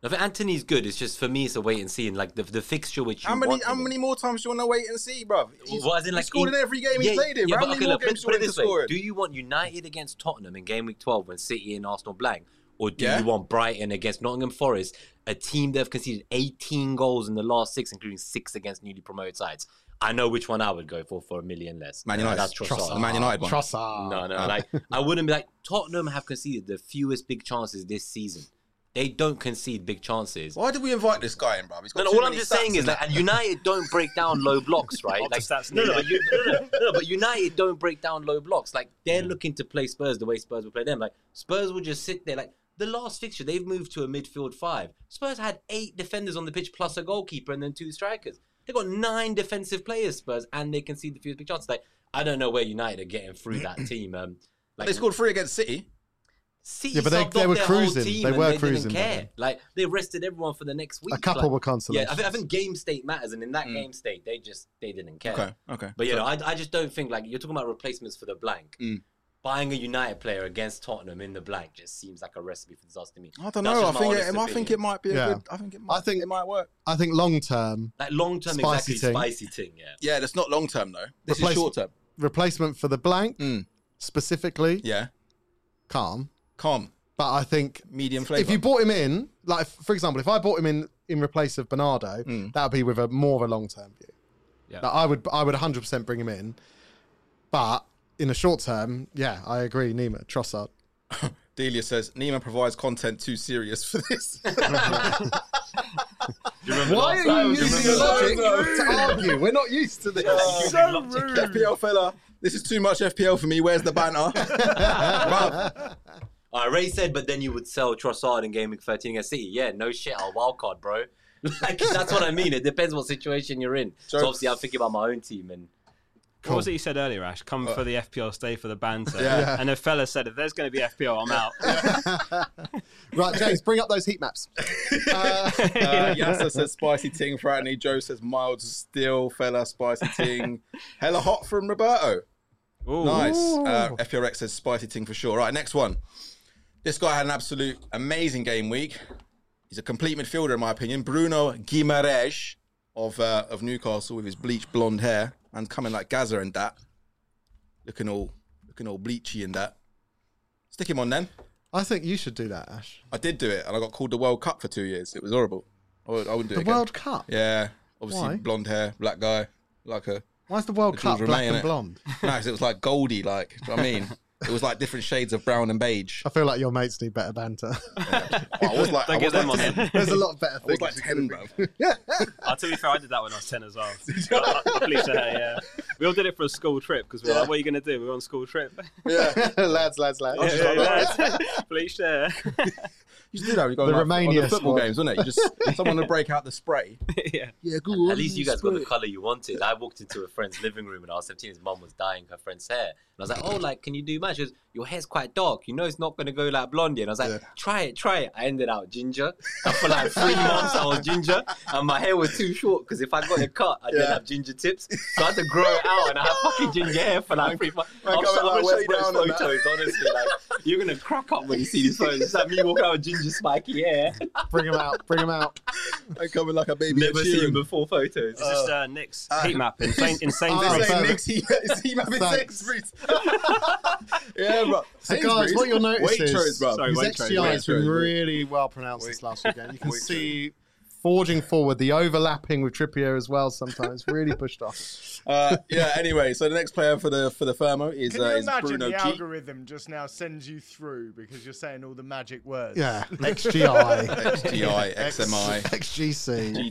[SPEAKER 5] I think Anthony's good. It's just for me, it's a wait and see. And like the, the fixture which you
[SPEAKER 1] How many
[SPEAKER 5] want
[SPEAKER 1] how
[SPEAKER 5] him in.
[SPEAKER 1] many more times do you want to wait and see, bruv? He's,
[SPEAKER 5] Well, as in,
[SPEAKER 1] he
[SPEAKER 5] like,
[SPEAKER 1] scored in
[SPEAKER 5] in-
[SPEAKER 1] every game he's played in. how
[SPEAKER 5] but
[SPEAKER 1] many
[SPEAKER 5] okay,
[SPEAKER 1] more
[SPEAKER 5] look,
[SPEAKER 1] games do you
[SPEAKER 5] put,
[SPEAKER 1] want
[SPEAKER 5] put it
[SPEAKER 1] him to
[SPEAKER 5] this way.
[SPEAKER 1] score in?
[SPEAKER 5] Do you want United against Tottenham in game week 12 when City and Arsenal blank? Or do
[SPEAKER 1] Yeah.
[SPEAKER 5] you want Brighton against Nottingham Forest, a team that have conceded 18 goals in the last six, including six against newly promoted sides? I know which one I would go for for a million less.
[SPEAKER 1] Man United.
[SPEAKER 5] That's Trossard.
[SPEAKER 1] The Man United one.
[SPEAKER 2] Trossard.
[SPEAKER 5] No, no, like I wouldn't be like Tottenham have conceded the fewest big chances this season. They don't concede big chances.
[SPEAKER 1] Why did we invite this guy in, bruv? He's got
[SPEAKER 5] No, no,
[SPEAKER 1] too
[SPEAKER 5] all I'm
[SPEAKER 1] many
[SPEAKER 5] just
[SPEAKER 1] stats
[SPEAKER 5] saying
[SPEAKER 1] in
[SPEAKER 5] is
[SPEAKER 1] that.
[SPEAKER 5] that, and United don't break down low blocks, right?
[SPEAKER 4] Lots
[SPEAKER 5] like,
[SPEAKER 4] of stats
[SPEAKER 5] no, no,
[SPEAKER 4] needed.
[SPEAKER 5] but you, no, no, no, no, but United don't break down low blocks. Like they're looking to play Spurs the way Spurs will play them. Like Spurs will just sit there. Like the last fixture, they've moved to a midfield five. Spurs had eight defenders on the pitch plus a goalkeeper and then two strikers. They got nine defensive players, Spurs, and they concede the fewest big chances. Like I don't know where United are getting through that team. Um, like
[SPEAKER 1] they scored three against City.
[SPEAKER 5] City
[SPEAKER 2] Yeah, but they-
[SPEAKER 5] subbed
[SPEAKER 2] they
[SPEAKER 5] off
[SPEAKER 2] were
[SPEAKER 5] their whole
[SPEAKER 2] cruising.
[SPEAKER 5] team
[SPEAKER 2] They
[SPEAKER 5] and
[SPEAKER 2] were
[SPEAKER 5] they
[SPEAKER 2] cruising by
[SPEAKER 5] Didn't care.
[SPEAKER 2] then.
[SPEAKER 5] Like they rested everyone for the next week.
[SPEAKER 2] A couple
[SPEAKER 5] Like,
[SPEAKER 2] were consolation.
[SPEAKER 5] yeah, I think, I think game state matters, and in that game state, they just they didn't care.
[SPEAKER 1] Mm. Okay, okay.
[SPEAKER 5] But you know, I, I just don't think like you're talking about replacements for the blank.
[SPEAKER 1] Mm.
[SPEAKER 5] Buying a United player against Tottenham in the blank just seems like a recipe for disaster to me.
[SPEAKER 1] I don't
[SPEAKER 5] That's
[SPEAKER 1] know. I
[SPEAKER 5] just my
[SPEAKER 1] think it,
[SPEAKER 5] honest
[SPEAKER 1] I think it
[SPEAKER 5] opinion.
[SPEAKER 1] might be a
[SPEAKER 2] Yeah.
[SPEAKER 1] good. I think it might.
[SPEAKER 2] I think-
[SPEAKER 1] it might work.
[SPEAKER 2] I think long term
[SPEAKER 5] like long term
[SPEAKER 2] Spicy
[SPEAKER 5] exactly
[SPEAKER 2] ting.
[SPEAKER 5] spicy ting. Yeah,
[SPEAKER 1] Yeah, that's not long term though. This
[SPEAKER 2] Replace-
[SPEAKER 1] is short term.
[SPEAKER 2] replacement for the blank
[SPEAKER 1] Mm.
[SPEAKER 2] specifically
[SPEAKER 1] Yeah,
[SPEAKER 2] calm,
[SPEAKER 1] calm,
[SPEAKER 2] but I think
[SPEAKER 1] medium flavor.
[SPEAKER 2] If you bought him in, like for example, if I bought him in in replace of Bernardo,
[SPEAKER 1] Mm.
[SPEAKER 2] that would be with a more of a long term view.
[SPEAKER 4] Yeah.
[SPEAKER 2] Like, I would I would 100 percent bring him in, but in the short term, yeah, I agree. Nima Trossard.
[SPEAKER 1] Delia says Nima provides content too serious for this.
[SPEAKER 2] Why are you using
[SPEAKER 1] remember last
[SPEAKER 2] logic
[SPEAKER 1] time?
[SPEAKER 2] to argue? We're not used to this.
[SPEAKER 3] so rude.
[SPEAKER 1] FPL fella, this is too much FPL for me. Where's the banner? Bruv,
[SPEAKER 5] I Ray said, but then you would sell Trossard in game week 13 against City. Yeah, no shit, I'll wild card, bro. Like that's what I mean. It depends what situation you're in. So,
[SPEAKER 1] So-
[SPEAKER 5] obviously, I'm thinking about my own team, and
[SPEAKER 4] What was it you said earlier, Ash? Come for the FPL, stay for the banter.
[SPEAKER 1] Uh, Yeah.
[SPEAKER 4] And a fella said, if there's going to be FPL, I'm out.
[SPEAKER 2] right, James, bring up those heat maps. Uh,
[SPEAKER 1] uh, Yasser says spicy ting for Anthony. Joe says mild still fella spicy ting. Hella hot from Roberto.
[SPEAKER 4] Ooh.
[SPEAKER 1] Nice. Uh, FPRX says spicy ting for sure. Right, next one. This guy had an absolute amazing game week. He's a complete midfielder, in my opinion. Bruno Guimaraes of uh, of Newcastle with his bleached blonde hair and coming like Gaza and that, looking all looking all bleachy and that. Stick him on then.
[SPEAKER 2] I think you should do that, Ash.
[SPEAKER 1] I did do it, and I got called the World Cup for two years. It was horrible. I, would, I wouldn't do
[SPEAKER 2] The
[SPEAKER 1] it again.
[SPEAKER 2] World Cup.
[SPEAKER 1] Yeah, obviously
[SPEAKER 2] Why?
[SPEAKER 1] blonde hair, black guy, like a
[SPEAKER 2] Why's the World
[SPEAKER 1] The
[SPEAKER 2] Cup
[SPEAKER 1] Jules
[SPEAKER 2] black
[SPEAKER 1] Rimet,
[SPEAKER 2] and
[SPEAKER 1] innit?
[SPEAKER 2] blonde?
[SPEAKER 1] no, 'cause it was like goldy, like do you know what I mean. It was like different shades of brown and beige.
[SPEAKER 2] I feel like your mates need better banter.
[SPEAKER 1] I was like,
[SPEAKER 4] Don't
[SPEAKER 1] I
[SPEAKER 4] get
[SPEAKER 1] was
[SPEAKER 4] them
[SPEAKER 1] like,
[SPEAKER 4] on
[SPEAKER 1] 10.
[SPEAKER 4] it.
[SPEAKER 2] There's a lot of better
[SPEAKER 1] I was
[SPEAKER 2] things.
[SPEAKER 1] like
[SPEAKER 2] you
[SPEAKER 1] ten,
[SPEAKER 2] could have
[SPEAKER 1] bro.
[SPEAKER 4] Uh, to be fair, I did that when I was 10 as well. I, I bleached her hair, yeah. We all did it for a school trip because we were
[SPEAKER 1] Yeah. Oh,
[SPEAKER 4] like, what are you going to do? We were on school trip.
[SPEAKER 1] Yeah,
[SPEAKER 2] been. lads, lads, lads.
[SPEAKER 4] yeah, yeah, lads. bleached hair.
[SPEAKER 1] you should do that. when You go on,
[SPEAKER 2] The
[SPEAKER 1] like, on
[SPEAKER 2] Romania
[SPEAKER 1] the football
[SPEAKER 2] squad.
[SPEAKER 1] games, wasn't it? You just someone to break out the spray.
[SPEAKER 4] yeah.
[SPEAKER 1] Yeah, good.
[SPEAKER 5] At least you guys got the color you wanted. I walked into a friend's living room and I was 17. His mum was dyeing her friend's hair. And I was like, oh, like, can you do mine? She goes, your hair's quite dark. You know it's not going to go like blonde. yet." And I was like, try it, try it. I ended out ginger. And for like three months, I was ginger. And my hair was too short because if I got it cut, I didn't
[SPEAKER 1] Yeah.
[SPEAKER 5] have ginger tips. So I had to grow it out and I had fucking ginger hair for like three months.
[SPEAKER 1] I
[SPEAKER 5] I'm
[SPEAKER 1] got it,
[SPEAKER 5] so-
[SPEAKER 1] like,
[SPEAKER 5] I'm
[SPEAKER 1] way
[SPEAKER 5] showing those
[SPEAKER 1] down and that.
[SPEAKER 5] photos, honestly. Like, you're going to crack up when you see these photos. It's like me walking out with ginger spiky hair.
[SPEAKER 2] Bring them out. Bring them out.
[SPEAKER 1] and coming like a baby.
[SPEAKER 5] Never
[SPEAKER 1] Ed
[SPEAKER 5] seen
[SPEAKER 1] Sheeran.
[SPEAKER 5] before photos.
[SPEAKER 4] This is uh, Nick's
[SPEAKER 1] uh,
[SPEAKER 4] heat map. Insane, insane
[SPEAKER 2] Oh,
[SPEAKER 1] He's
[SPEAKER 4] Bruce.
[SPEAKER 2] so-
[SPEAKER 1] saying Nick's he, is he having
[SPEAKER 2] Thanks.
[SPEAKER 1] Sainsbury's? yeah, bro.
[SPEAKER 2] So, guys, what you'll notice
[SPEAKER 1] Waitrose,
[SPEAKER 2] is
[SPEAKER 1] bro.
[SPEAKER 4] Sorry,
[SPEAKER 2] his
[SPEAKER 4] Waitrose,
[SPEAKER 2] XGI has been
[SPEAKER 1] Waitrose.
[SPEAKER 2] really well pronounced
[SPEAKER 1] Wait-
[SPEAKER 2] this last weekend. You can
[SPEAKER 1] Waitrose.
[SPEAKER 2] see forging forward, the overlapping with Trippier as well. Sometimes really pushed off.
[SPEAKER 1] Uh, yeah. Anyway, so the next player for the for the Thermo is
[SPEAKER 3] Can
[SPEAKER 1] uh,
[SPEAKER 3] you
[SPEAKER 1] is
[SPEAKER 3] imagine
[SPEAKER 1] Bruno
[SPEAKER 3] the
[SPEAKER 1] G.
[SPEAKER 3] algorithm just now sends you through because you're saying all the magic words?
[SPEAKER 2] Yeah, XGI,
[SPEAKER 1] XGI, XMI,
[SPEAKER 2] XGC.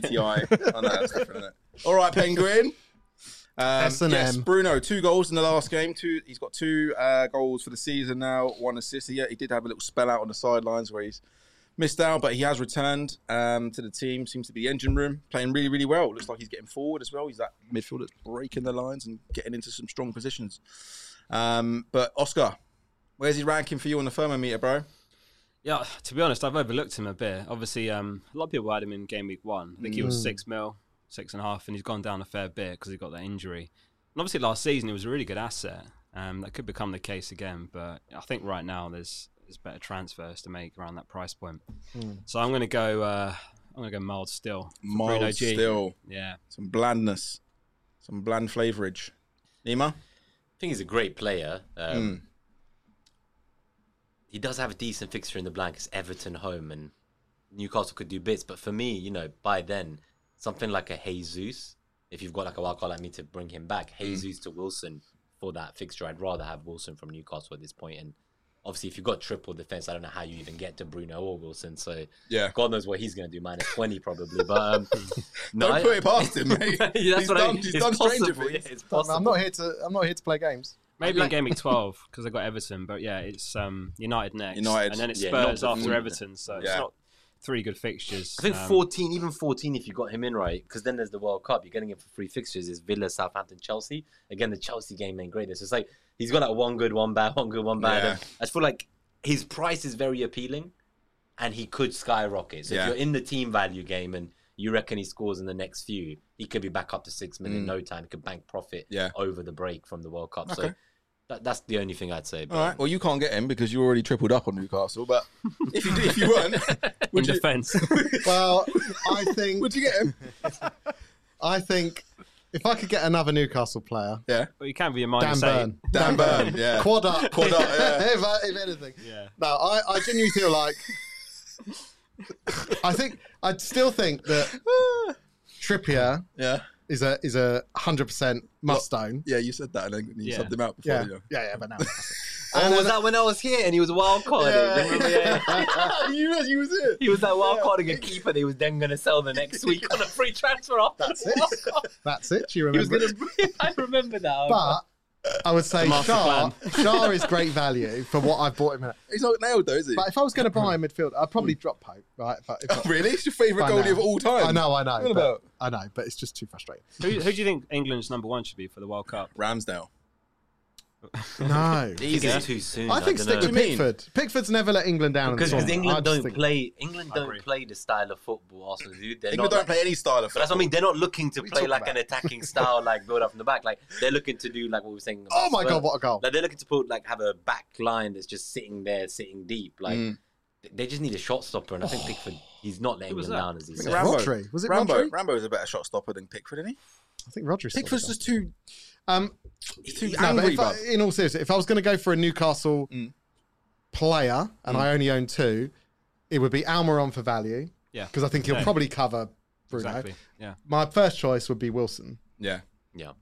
[SPEAKER 1] GTI. I know that's different. Isn't it? alright Penguin. Um,
[SPEAKER 2] S&M.
[SPEAKER 1] Yes, Bruno, two goals in the last game. Two, he's got two uh, goals for the season now. One assist. He, he did have a little spell out on the sidelines where he's missed out, but he has returned um, to the team. Seems to be the engine room, playing really, really well. Looks like he's getting forward as well. He's that midfielder that's breaking the lines and getting into some strong positions. Um, but Oscar, where's he ranking for you on the thermometer, bro?
[SPEAKER 4] Yeah, to be honest, I've overlooked him a bit. Obviously, um, a lot of people had him in game week one. I think he was six mil, six and a half, and he's gone down a fair bit because he got that injury. And obviously, last season he was a really good asset. Um, that could become the case again, but I think right now there's there's better transfers to make around that price point. So I'm going to go. Uh, I'm going to go mild still. for Bruno
[SPEAKER 1] Mild
[SPEAKER 4] G.
[SPEAKER 1] still.
[SPEAKER 4] Yeah,
[SPEAKER 1] Some blandness. Some bland flavorage. Nima?
[SPEAKER 5] I think he's a great player. Um,
[SPEAKER 1] Hmm.
[SPEAKER 5] He does have a decent fixture in the blank. It's Everton home, and Newcastle could do bits. But for me, you know, by then, something like a Jesus, if you've got like a wild card like me to bring him back,
[SPEAKER 1] Hmm.
[SPEAKER 5] Jesus to Wilson for that fixture, I'd rather have Wilson from Newcastle at this point. And obviously, if you've got triple defense, I don't know how you even get to Bruno or Wilson. So
[SPEAKER 1] Yeah.
[SPEAKER 5] God knows what he's going to do, minus 20 probably. But um, no,
[SPEAKER 1] Don't
[SPEAKER 5] I-
[SPEAKER 1] put it past him, mate.
[SPEAKER 5] That's
[SPEAKER 1] he's
[SPEAKER 5] what I-
[SPEAKER 1] done, he's
[SPEAKER 5] it's
[SPEAKER 1] done Stranger
[SPEAKER 5] possible,
[SPEAKER 1] Things.
[SPEAKER 5] yeah, it's
[SPEAKER 2] No, I'm
[SPEAKER 5] possible.
[SPEAKER 2] not here to. I'm not here to play games.
[SPEAKER 4] maybe
[SPEAKER 5] like-
[SPEAKER 4] in game week twelve because I got Everton, but yeah, it's um, United next,
[SPEAKER 1] United.
[SPEAKER 4] and then it's
[SPEAKER 5] Yeah, not
[SPEAKER 4] Spurs
[SPEAKER 5] the-
[SPEAKER 4] after Everton. So it's
[SPEAKER 1] Yeah.
[SPEAKER 4] not three good fixtures.
[SPEAKER 5] I think
[SPEAKER 4] Um,
[SPEAKER 5] 14, even 14, if you got him in right, because then there's the World Cup. You're getting him for free fixtures. Is Villa, Southampton, Chelsea. Again, the Chelsea game ain't great. It's just like he's got like one good, one bad, one good, one bad.
[SPEAKER 1] Yeah.
[SPEAKER 5] And I just feel like his price is very appealing, and he could skyrocket. So
[SPEAKER 1] Yeah.
[SPEAKER 5] if you're in the team value game and you reckon he scores in the next few, he could be back up to six million in no time. He could bank profit
[SPEAKER 1] Mm. Yeah.
[SPEAKER 5] over the break from the World Cup. So
[SPEAKER 1] Okay.
[SPEAKER 5] that, that's the only thing I'd say. But
[SPEAKER 1] All right. Well, you can't get him because you already tripled up on Newcastle. But if you did, if you weren't,
[SPEAKER 4] in
[SPEAKER 1] would you,
[SPEAKER 4] defence.
[SPEAKER 2] Well, I think.
[SPEAKER 1] would you get him?
[SPEAKER 2] I think if I could get another Newcastle player,
[SPEAKER 1] Yeah.
[SPEAKER 4] But you can't be a minus
[SPEAKER 2] Dan Burn.
[SPEAKER 4] eight.
[SPEAKER 1] Dan Burn. Yeah.
[SPEAKER 2] Quad up.
[SPEAKER 1] Quad up, yeah.
[SPEAKER 2] if, I- if anything.
[SPEAKER 4] Yeah.
[SPEAKER 2] No, I, I genuinely feel like. I think. I still think that Trippier
[SPEAKER 1] yeah.
[SPEAKER 2] is a is a 100% must own.
[SPEAKER 1] Yeah. You said that, and then you
[SPEAKER 4] Yeah.
[SPEAKER 1] subbed him out before.
[SPEAKER 2] Yeah.
[SPEAKER 1] Yeah.
[SPEAKER 2] yeah. Yeah, but now.
[SPEAKER 5] Oh, was that when I was here and he was wild carded? Remember, yeah.
[SPEAKER 1] you, was- you was it.
[SPEAKER 5] He was like wild carding a keeper that he was then going to sell the next week on a free transfer after
[SPEAKER 2] That's
[SPEAKER 5] the
[SPEAKER 2] it.
[SPEAKER 5] World Cup.
[SPEAKER 2] That's it. You
[SPEAKER 5] He was
[SPEAKER 2] remember.
[SPEAKER 5] going to. I remember that.
[SPEAKER 2] But I would say
[SPEAKER 4] master
[SPEAKER 2] Shah, Shah is great value for what I've bought him at.
[SPEAKER 1] He's not nailed though, is he?
[SPEAKER 2] But if I was going to buy a midfielder, I'd probably drop Pope, right? If I, if I,
[SPEAKER 1] really? It's your favourite
[SPEAKER 2] by
[SPEAKER 1] goalie
[SPEAKER 2] now.
[SPEAKER 1] of all time.
[SPEAKER 2] I know, I
[SPEAKER 1] What
[SPEAKER 2] know. But,
[SPEAKER 1] about-
[SPEAKER 2] I know, but it's just too frustrating.
[SPEAKER 4] Who, who do you think England's number one should be for the World Cup?
[SPEAKER 1] Ramsdale.
[SPEAKER 2] No.
[SPEAKER 5] These are too soon.
[SPEAKER 2] I think
[SPEAKER 5] don't
[SPEAKER 2] stick
[SPEAKER 5] know.
[SPEAKER 2] with
[SPEAKER 1] mean?
[SPEAKER 2] Pickford. Pickford's never let England down. in the
[SPEAKER 5] because
[SPEAKER 2] tournament. I
[SPEAKER 5] England
[SPEAKER 2] just
[SPEAKER 5] don't
[SPEAKER 2] think-
[SPEAKER 5] play. England
[SPEAKER 4] I
[SPEAKER 5] don't
[SPEAKER 4] agree.
[SPEAKER 5] play the style of football Arsenal do. They're
[SPEAKER 1] England
[SPEAKER 5] not
[SPEAKER 1] don't
[SPEAKER 5] like-
[SPEAKER 1] play any style of
[SPEAKER 5] But that's
[SPEAKER 1] football.
[SPEAKER 5] what I mean. They're not looking to
[SPEAKER 1] What are you
[SPEAKER 5] play
[SPEAKER 1] talking
[SPEAKER 5] like
[SPEAKER 1] about?
[SPEAKER 5] an attacking style, like build up from the back. Like they're looking to do like what we were saying. about
[SPEAKER 2] Oh my
[SPEAKER 5] Spurs.
[SPEAKER 2] god, what a goal!
[SPEAKER 5] Like they're looking to put like have a back line that's just sitting there, sitting deep. Like
[SPEAKER 1] Mm.
[SPEAKER 5] they just need a shot stopper, and I
[SPEAKER 2] Oh.
[SPEAKER 5] think Pickford he's not letting
[SPEAKER 4] Who was
[SPEAKER 5] them
[SPEAKER 4] that?
[SPEAKER 5] down as he
[SPEAKER 1] I think
[SPEAKER 5] said.
[SPEAKER 1] it's Rambo.
[SPEAKER 2] Rodri. Was it
[SPEAKER 1] Rambo,
[SPEAKER 2] Rodri?
[SPEAKER 1] Rambo's a better shot stopper than Pickford, isn't he?
[SPEAKER 2] I think Rodri's. still
[SPEAKER 1] Pickford's
[SPEAKER 2] there.
[SPEAKER 1] just too,
[SPEAKER 2] Um,
[SPEAKER 1] he's too
[SPEAKER 2] no, but
[SPEAKER 1] angry,
[SPEAKER 2] if I,
[SPEAKER 1] bruv.
[SPEAKER 2] in all seriousness, if I was going to go for a Newcastle
[SPEAKER 1] Mm.
[SPEAKER 2] player, and I only own two, it would be Almiron for value.
[SPEAKER 4] Yeah.
[SPEAKER 2] Because I think he'll
[SPEAKER 4] Yeah.
[SPEAKER 2] probably cover Bruno.
[SPEAKER 4] Exactly. Yeah.
[SPEAKER 2] My first choice would be Wilson
[SPEAKER 1] Yeah.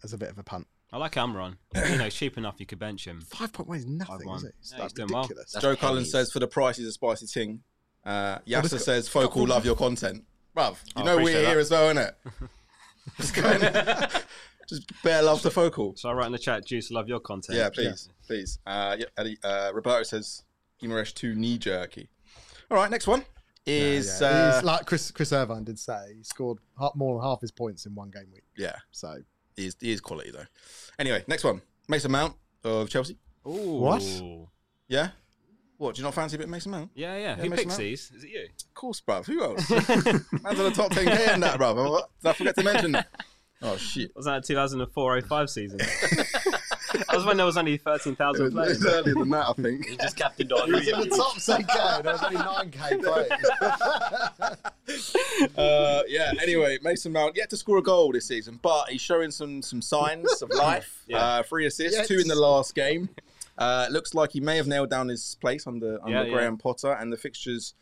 [SPEAKER 2] as a bit of a punt.
[SPEAKER 4] I like Amron. You know, he's cheap enough. You could bench him.
[SPEAKER 2] Five point one is nothing,
[SPEAKER 4] Five-one.
[SPEAKER 2] is it?
[SPEAKER 4] Yeah,
[SPEAKER 2] That's
[SPEAKER 4] he's doing well.
[SPEAKER 2] ridiculous.
[SPEAKER 5] That's
[SPEAKER 1] Joe Cullen
[SPEAKER 5] pennies.
[SPEAKER 1] says for the price is a spicy ting. Uh, Yasser
[SPEAKER 2] this guy-
[SPEAKER 1] says folk will love your content. Bruv, you
[SPEAKER 4] I
[SPEAKER 1] know we're
[SPEAKER 4] appreciate
[SPEAKER 1] here
[SPEAKER 4] that.
[SPEAKER 1] as well, innit? Just going, just bear love to focal.
[SPEAKER 4] So I write in the chat, Juice, love your content.
[SPEAKER 1] Yeah, please, please. Uh, yeah, Eddie- uh, Roberto says Guimaraes too knee jerky. All right, next one is
[SPEAKER 2] Yeah,
[SPEAKER 1] uh,
[SPEAKER 2] he's- like Chris Chris Irvine did say, he scored ha- more than half his points in one game week.
[SPEAKER 1] yeah,
[SPEAKER 2] So
[SPEAKER 1] he is, he is quality though. Anyway, next one Mason Mount of Chelsea.
[SPEAKER 4] Ooh.
[SPEAKER 2] What?
[SPEAKER 1] Yeah, what do you not fancy a bit of Mason Mount?
[SPEAKER 4] Yeah, yeah.
[SPEAKER 1] Yeah,
[SPEAKER 4] Who
[SPEAKER 1] mix 'em
[SPEAKER 4] picks
[SPEAKER 1] up.
[SPEAKER 4] these? Is it you?
[SPEAKER 1] Of course, bruv. Who else? Man's on the top 10k in that, bruv. What? Did I forget to mention that? Oh shit.
[SPEAKER 4] Was that 2004 05 season? that was when there was only 13,000
[SPEAKER 1] It was,
[SPEAKER 4] players.
[SPEAKER 1] it was earlier than that, I think.
[SPEAKER 5] He just captained on.
[SPEAKER 2] the top say go, there was only nine K
[SPEAKER 1] Uh, yeah. Anyway, Mason Mount yet to score a goal this season, but he's showing some some signs of life.
[SPEAKER 4] Yeah.
[SPEAKER 1] Uh, three assists,
[SPEAKER 2] Yes.
[SPEAKER 1] two in the last game. Uh, looks like he may have nailed down his place under under
[SPEAKER 4] Yeah, yeah.
[SPEAKER 1] Graham Potter, and the fixtures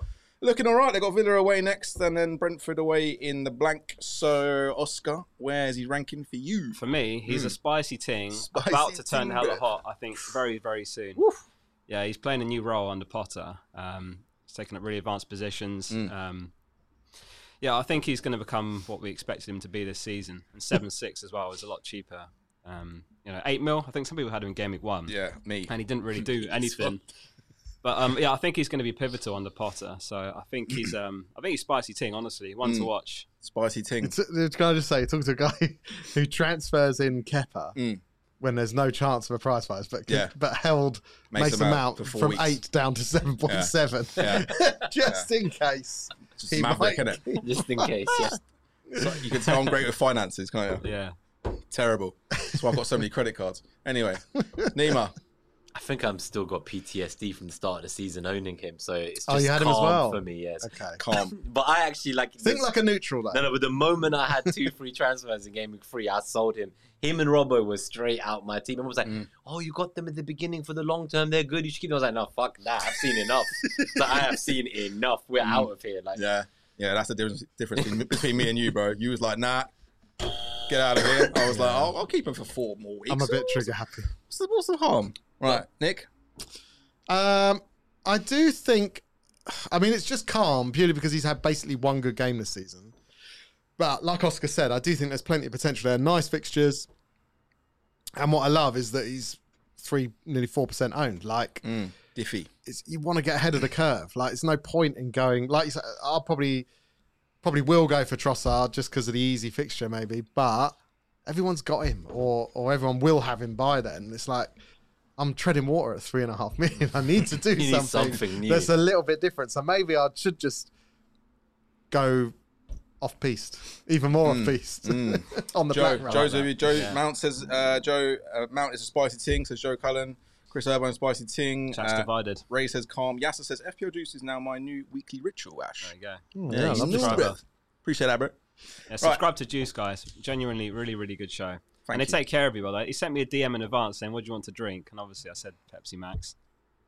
[SPEAKER 1] looking all right. They got Villa away next, and then Brentford away in the blank. So Oscar, where is he ranking for you?
[SPEAKER 4] For me, he's a spicy ting,
[SPEAKER 1] Hmm. Spicy
[SPEAKER 4] about to turn
[SPEAKER 1] ting,
[SPEAKER 4] hella
[SPEAKER 1] bruv.
[SPEAKER 4] hot, I think, very, very soon. Yeah, he's playing a new role under Potter. Um, he's taking up really advanced positions.
[SPEAKER 1] Mm.
[SPEAKER 4] Um, yeah, I think he's going to become what we expected him to be this season. And 7 6 as well is a lot cheaper. Um, you know, 8 mil, I think some people had him in Game Week 1.
[SPEAKER 1] Yeah, me.
[SPEAKER 4] and he didn't really do anything. But um, yeah, I think he's going to be pivotal under Potter. So I think he's um, I think he's spicy ting. Honestly, one to
[SPEAKER 1] Mm.
[SPEAKER 4] watch.
[SPEAKER 1] Spicy ting.
[SPEAKER 2] Can I just say, talk to a guy who transfers in Kepper
[SPEAKER 1] Mm.
[SPEAKER 2] when there's no chance of a prize fight, but
[SPEAKER 1] Yeah.
[SPEAKER 2] but held
[SPEAKER 1] Mason
[SPEAKER 2] Mason,
[SPEAKER 1] Mount
[SPEAKER 2] Mount,
[SPEAKER 1] for four
[SPEAKER 2] from
[SPEAKER 1] weeks.
[SPEAKER 2] eight down to seven point seven,
[SPEAKER 1] Yeah.
[SPEAKER 2] just in case.
[SPEAKER 1] Just
[SPEAKER 2] He
[SPEAKER 1] maverick,
[SPEAKER 2] might-
[SPEAKER 1] innit?
[SPEAKER 5] just in case. Yeah.
[SPEAKER 1] It's like- you can tell I'm great with finances, can't you?
[SPEAKER 4] Yeah,
[SPEAKER 1] Terrible. That's why I've got so many credit cards. Anyway, Nima.
[SPEAKER 5] I think I'm still got PTSD from the start of the season owning him, so it's just
[SPEAKER 2] Oh, you had him
[SPEAKER 5] calm
[SPEAKER 2] as well?
[SPEAKER 5] for me. Yes,
[SPEAKER 2] Okay,
[SPEAKER 1] Calm.
[SPEAKER 5] but I actually like
[SPEAKER 2] think
[SPEAKER 5] this-
[SPEAKER 2] like a neutral though.
[SPEAKER 5] No, no, but the moment I had two free transfers in game week three, I sold him. Him and Robbo were straight out my team. I was like,
[SPEAKER 1] Mm.
[SPEAKER 5] oh, you got them at the beginning for the long term. They're good. You should keep them. I was like, no, fuck that. I've seen enough. so I have seen enough. We're
[SPEAKER 1] Mm.
[SPEAKER 5] out of here. Like,
[SPEAKER 1] Yeah, yeah, that's the difference, difference between, between me and you, bro. You was like, nah, get out of here. I was like, I'll, I'll keep him for four more weeks.
[SPEAKER 2] I'm a bit
[SPEAKER 1] What's-
[SPEAKER 2] trigger happy.
[SPEAKER 1] What's the, what's the harm? Right, Nick.
[SPEAKER 2] Um, I do think, I mean, it's just calm purely because he's had basically one good game this season. But like Oscar said, I do think there's plenty of potential there. Nice fixtures, and what I love is that he's three, nearly four percent owned. Like
[SPEAKER 1] Diffie.
[SPEAKER 2] it's, you want to get ahead of the curve. Like it's no point in going. Like you said, I'll probably, probably will go for Trossard just because of the easy fixture, maybe. But everyone's got him, or or everyone will have him by then. It's like I'm treading water at three and a half million. I need to do
[SPEAKER 5] need
[SPEAKER 2] something,
[SPEAKER 5] something new.
[SPEAKER 2] that's a little bit different. So maybe I should just go off piste, even more off piste
[SPEAKER 1] mm.
[SPEAKER 2] on the
[SPEAKER 1] Joe,
[SPEAKER 2] black run.
[SPEAKER 1] Joe's with you. Joe
[SPEAKER 4] Yeah.
[SPEAKER 1] Mount says, uh, Joe uh, Mount is a spicy ting, says Joe Cullen. Chris Irvine, spicy ting.
[SPEAKER 4] chance
[SPEAKER 1] Uh,
[SPEAKER 4] divided.
[SPEAKER 1] Ray says calm. Yasser says FPL juice is now my new weekly ritual, Ash.
[SPEAKER 4] There you go.
[SPEAKER 2] Mm,
[SPEAKER 1] Yeah,
[SPEAKER 2] yeah, I
[SPEAKER 1] he's
[SPEAKER 2] love
[SPEAKER 1] new,
[SPEAKER 2] this
[SPEAKER 4] subscriber.
[SPEAKER 1] bro. Appreciate that, bro.
[SPEAKER 4] Yeah, subscribe to Juice, guys. Genuinely, really, really good show. and
[SPEAKER 1] Thank
[SPEAKER 4] they
[SPEAKER 1] you.
[SPEAKER 4] take care of you, by the way. He sent me a DM in advance saying, "What do you want to drink?" And obviously, I said Pepsi Max.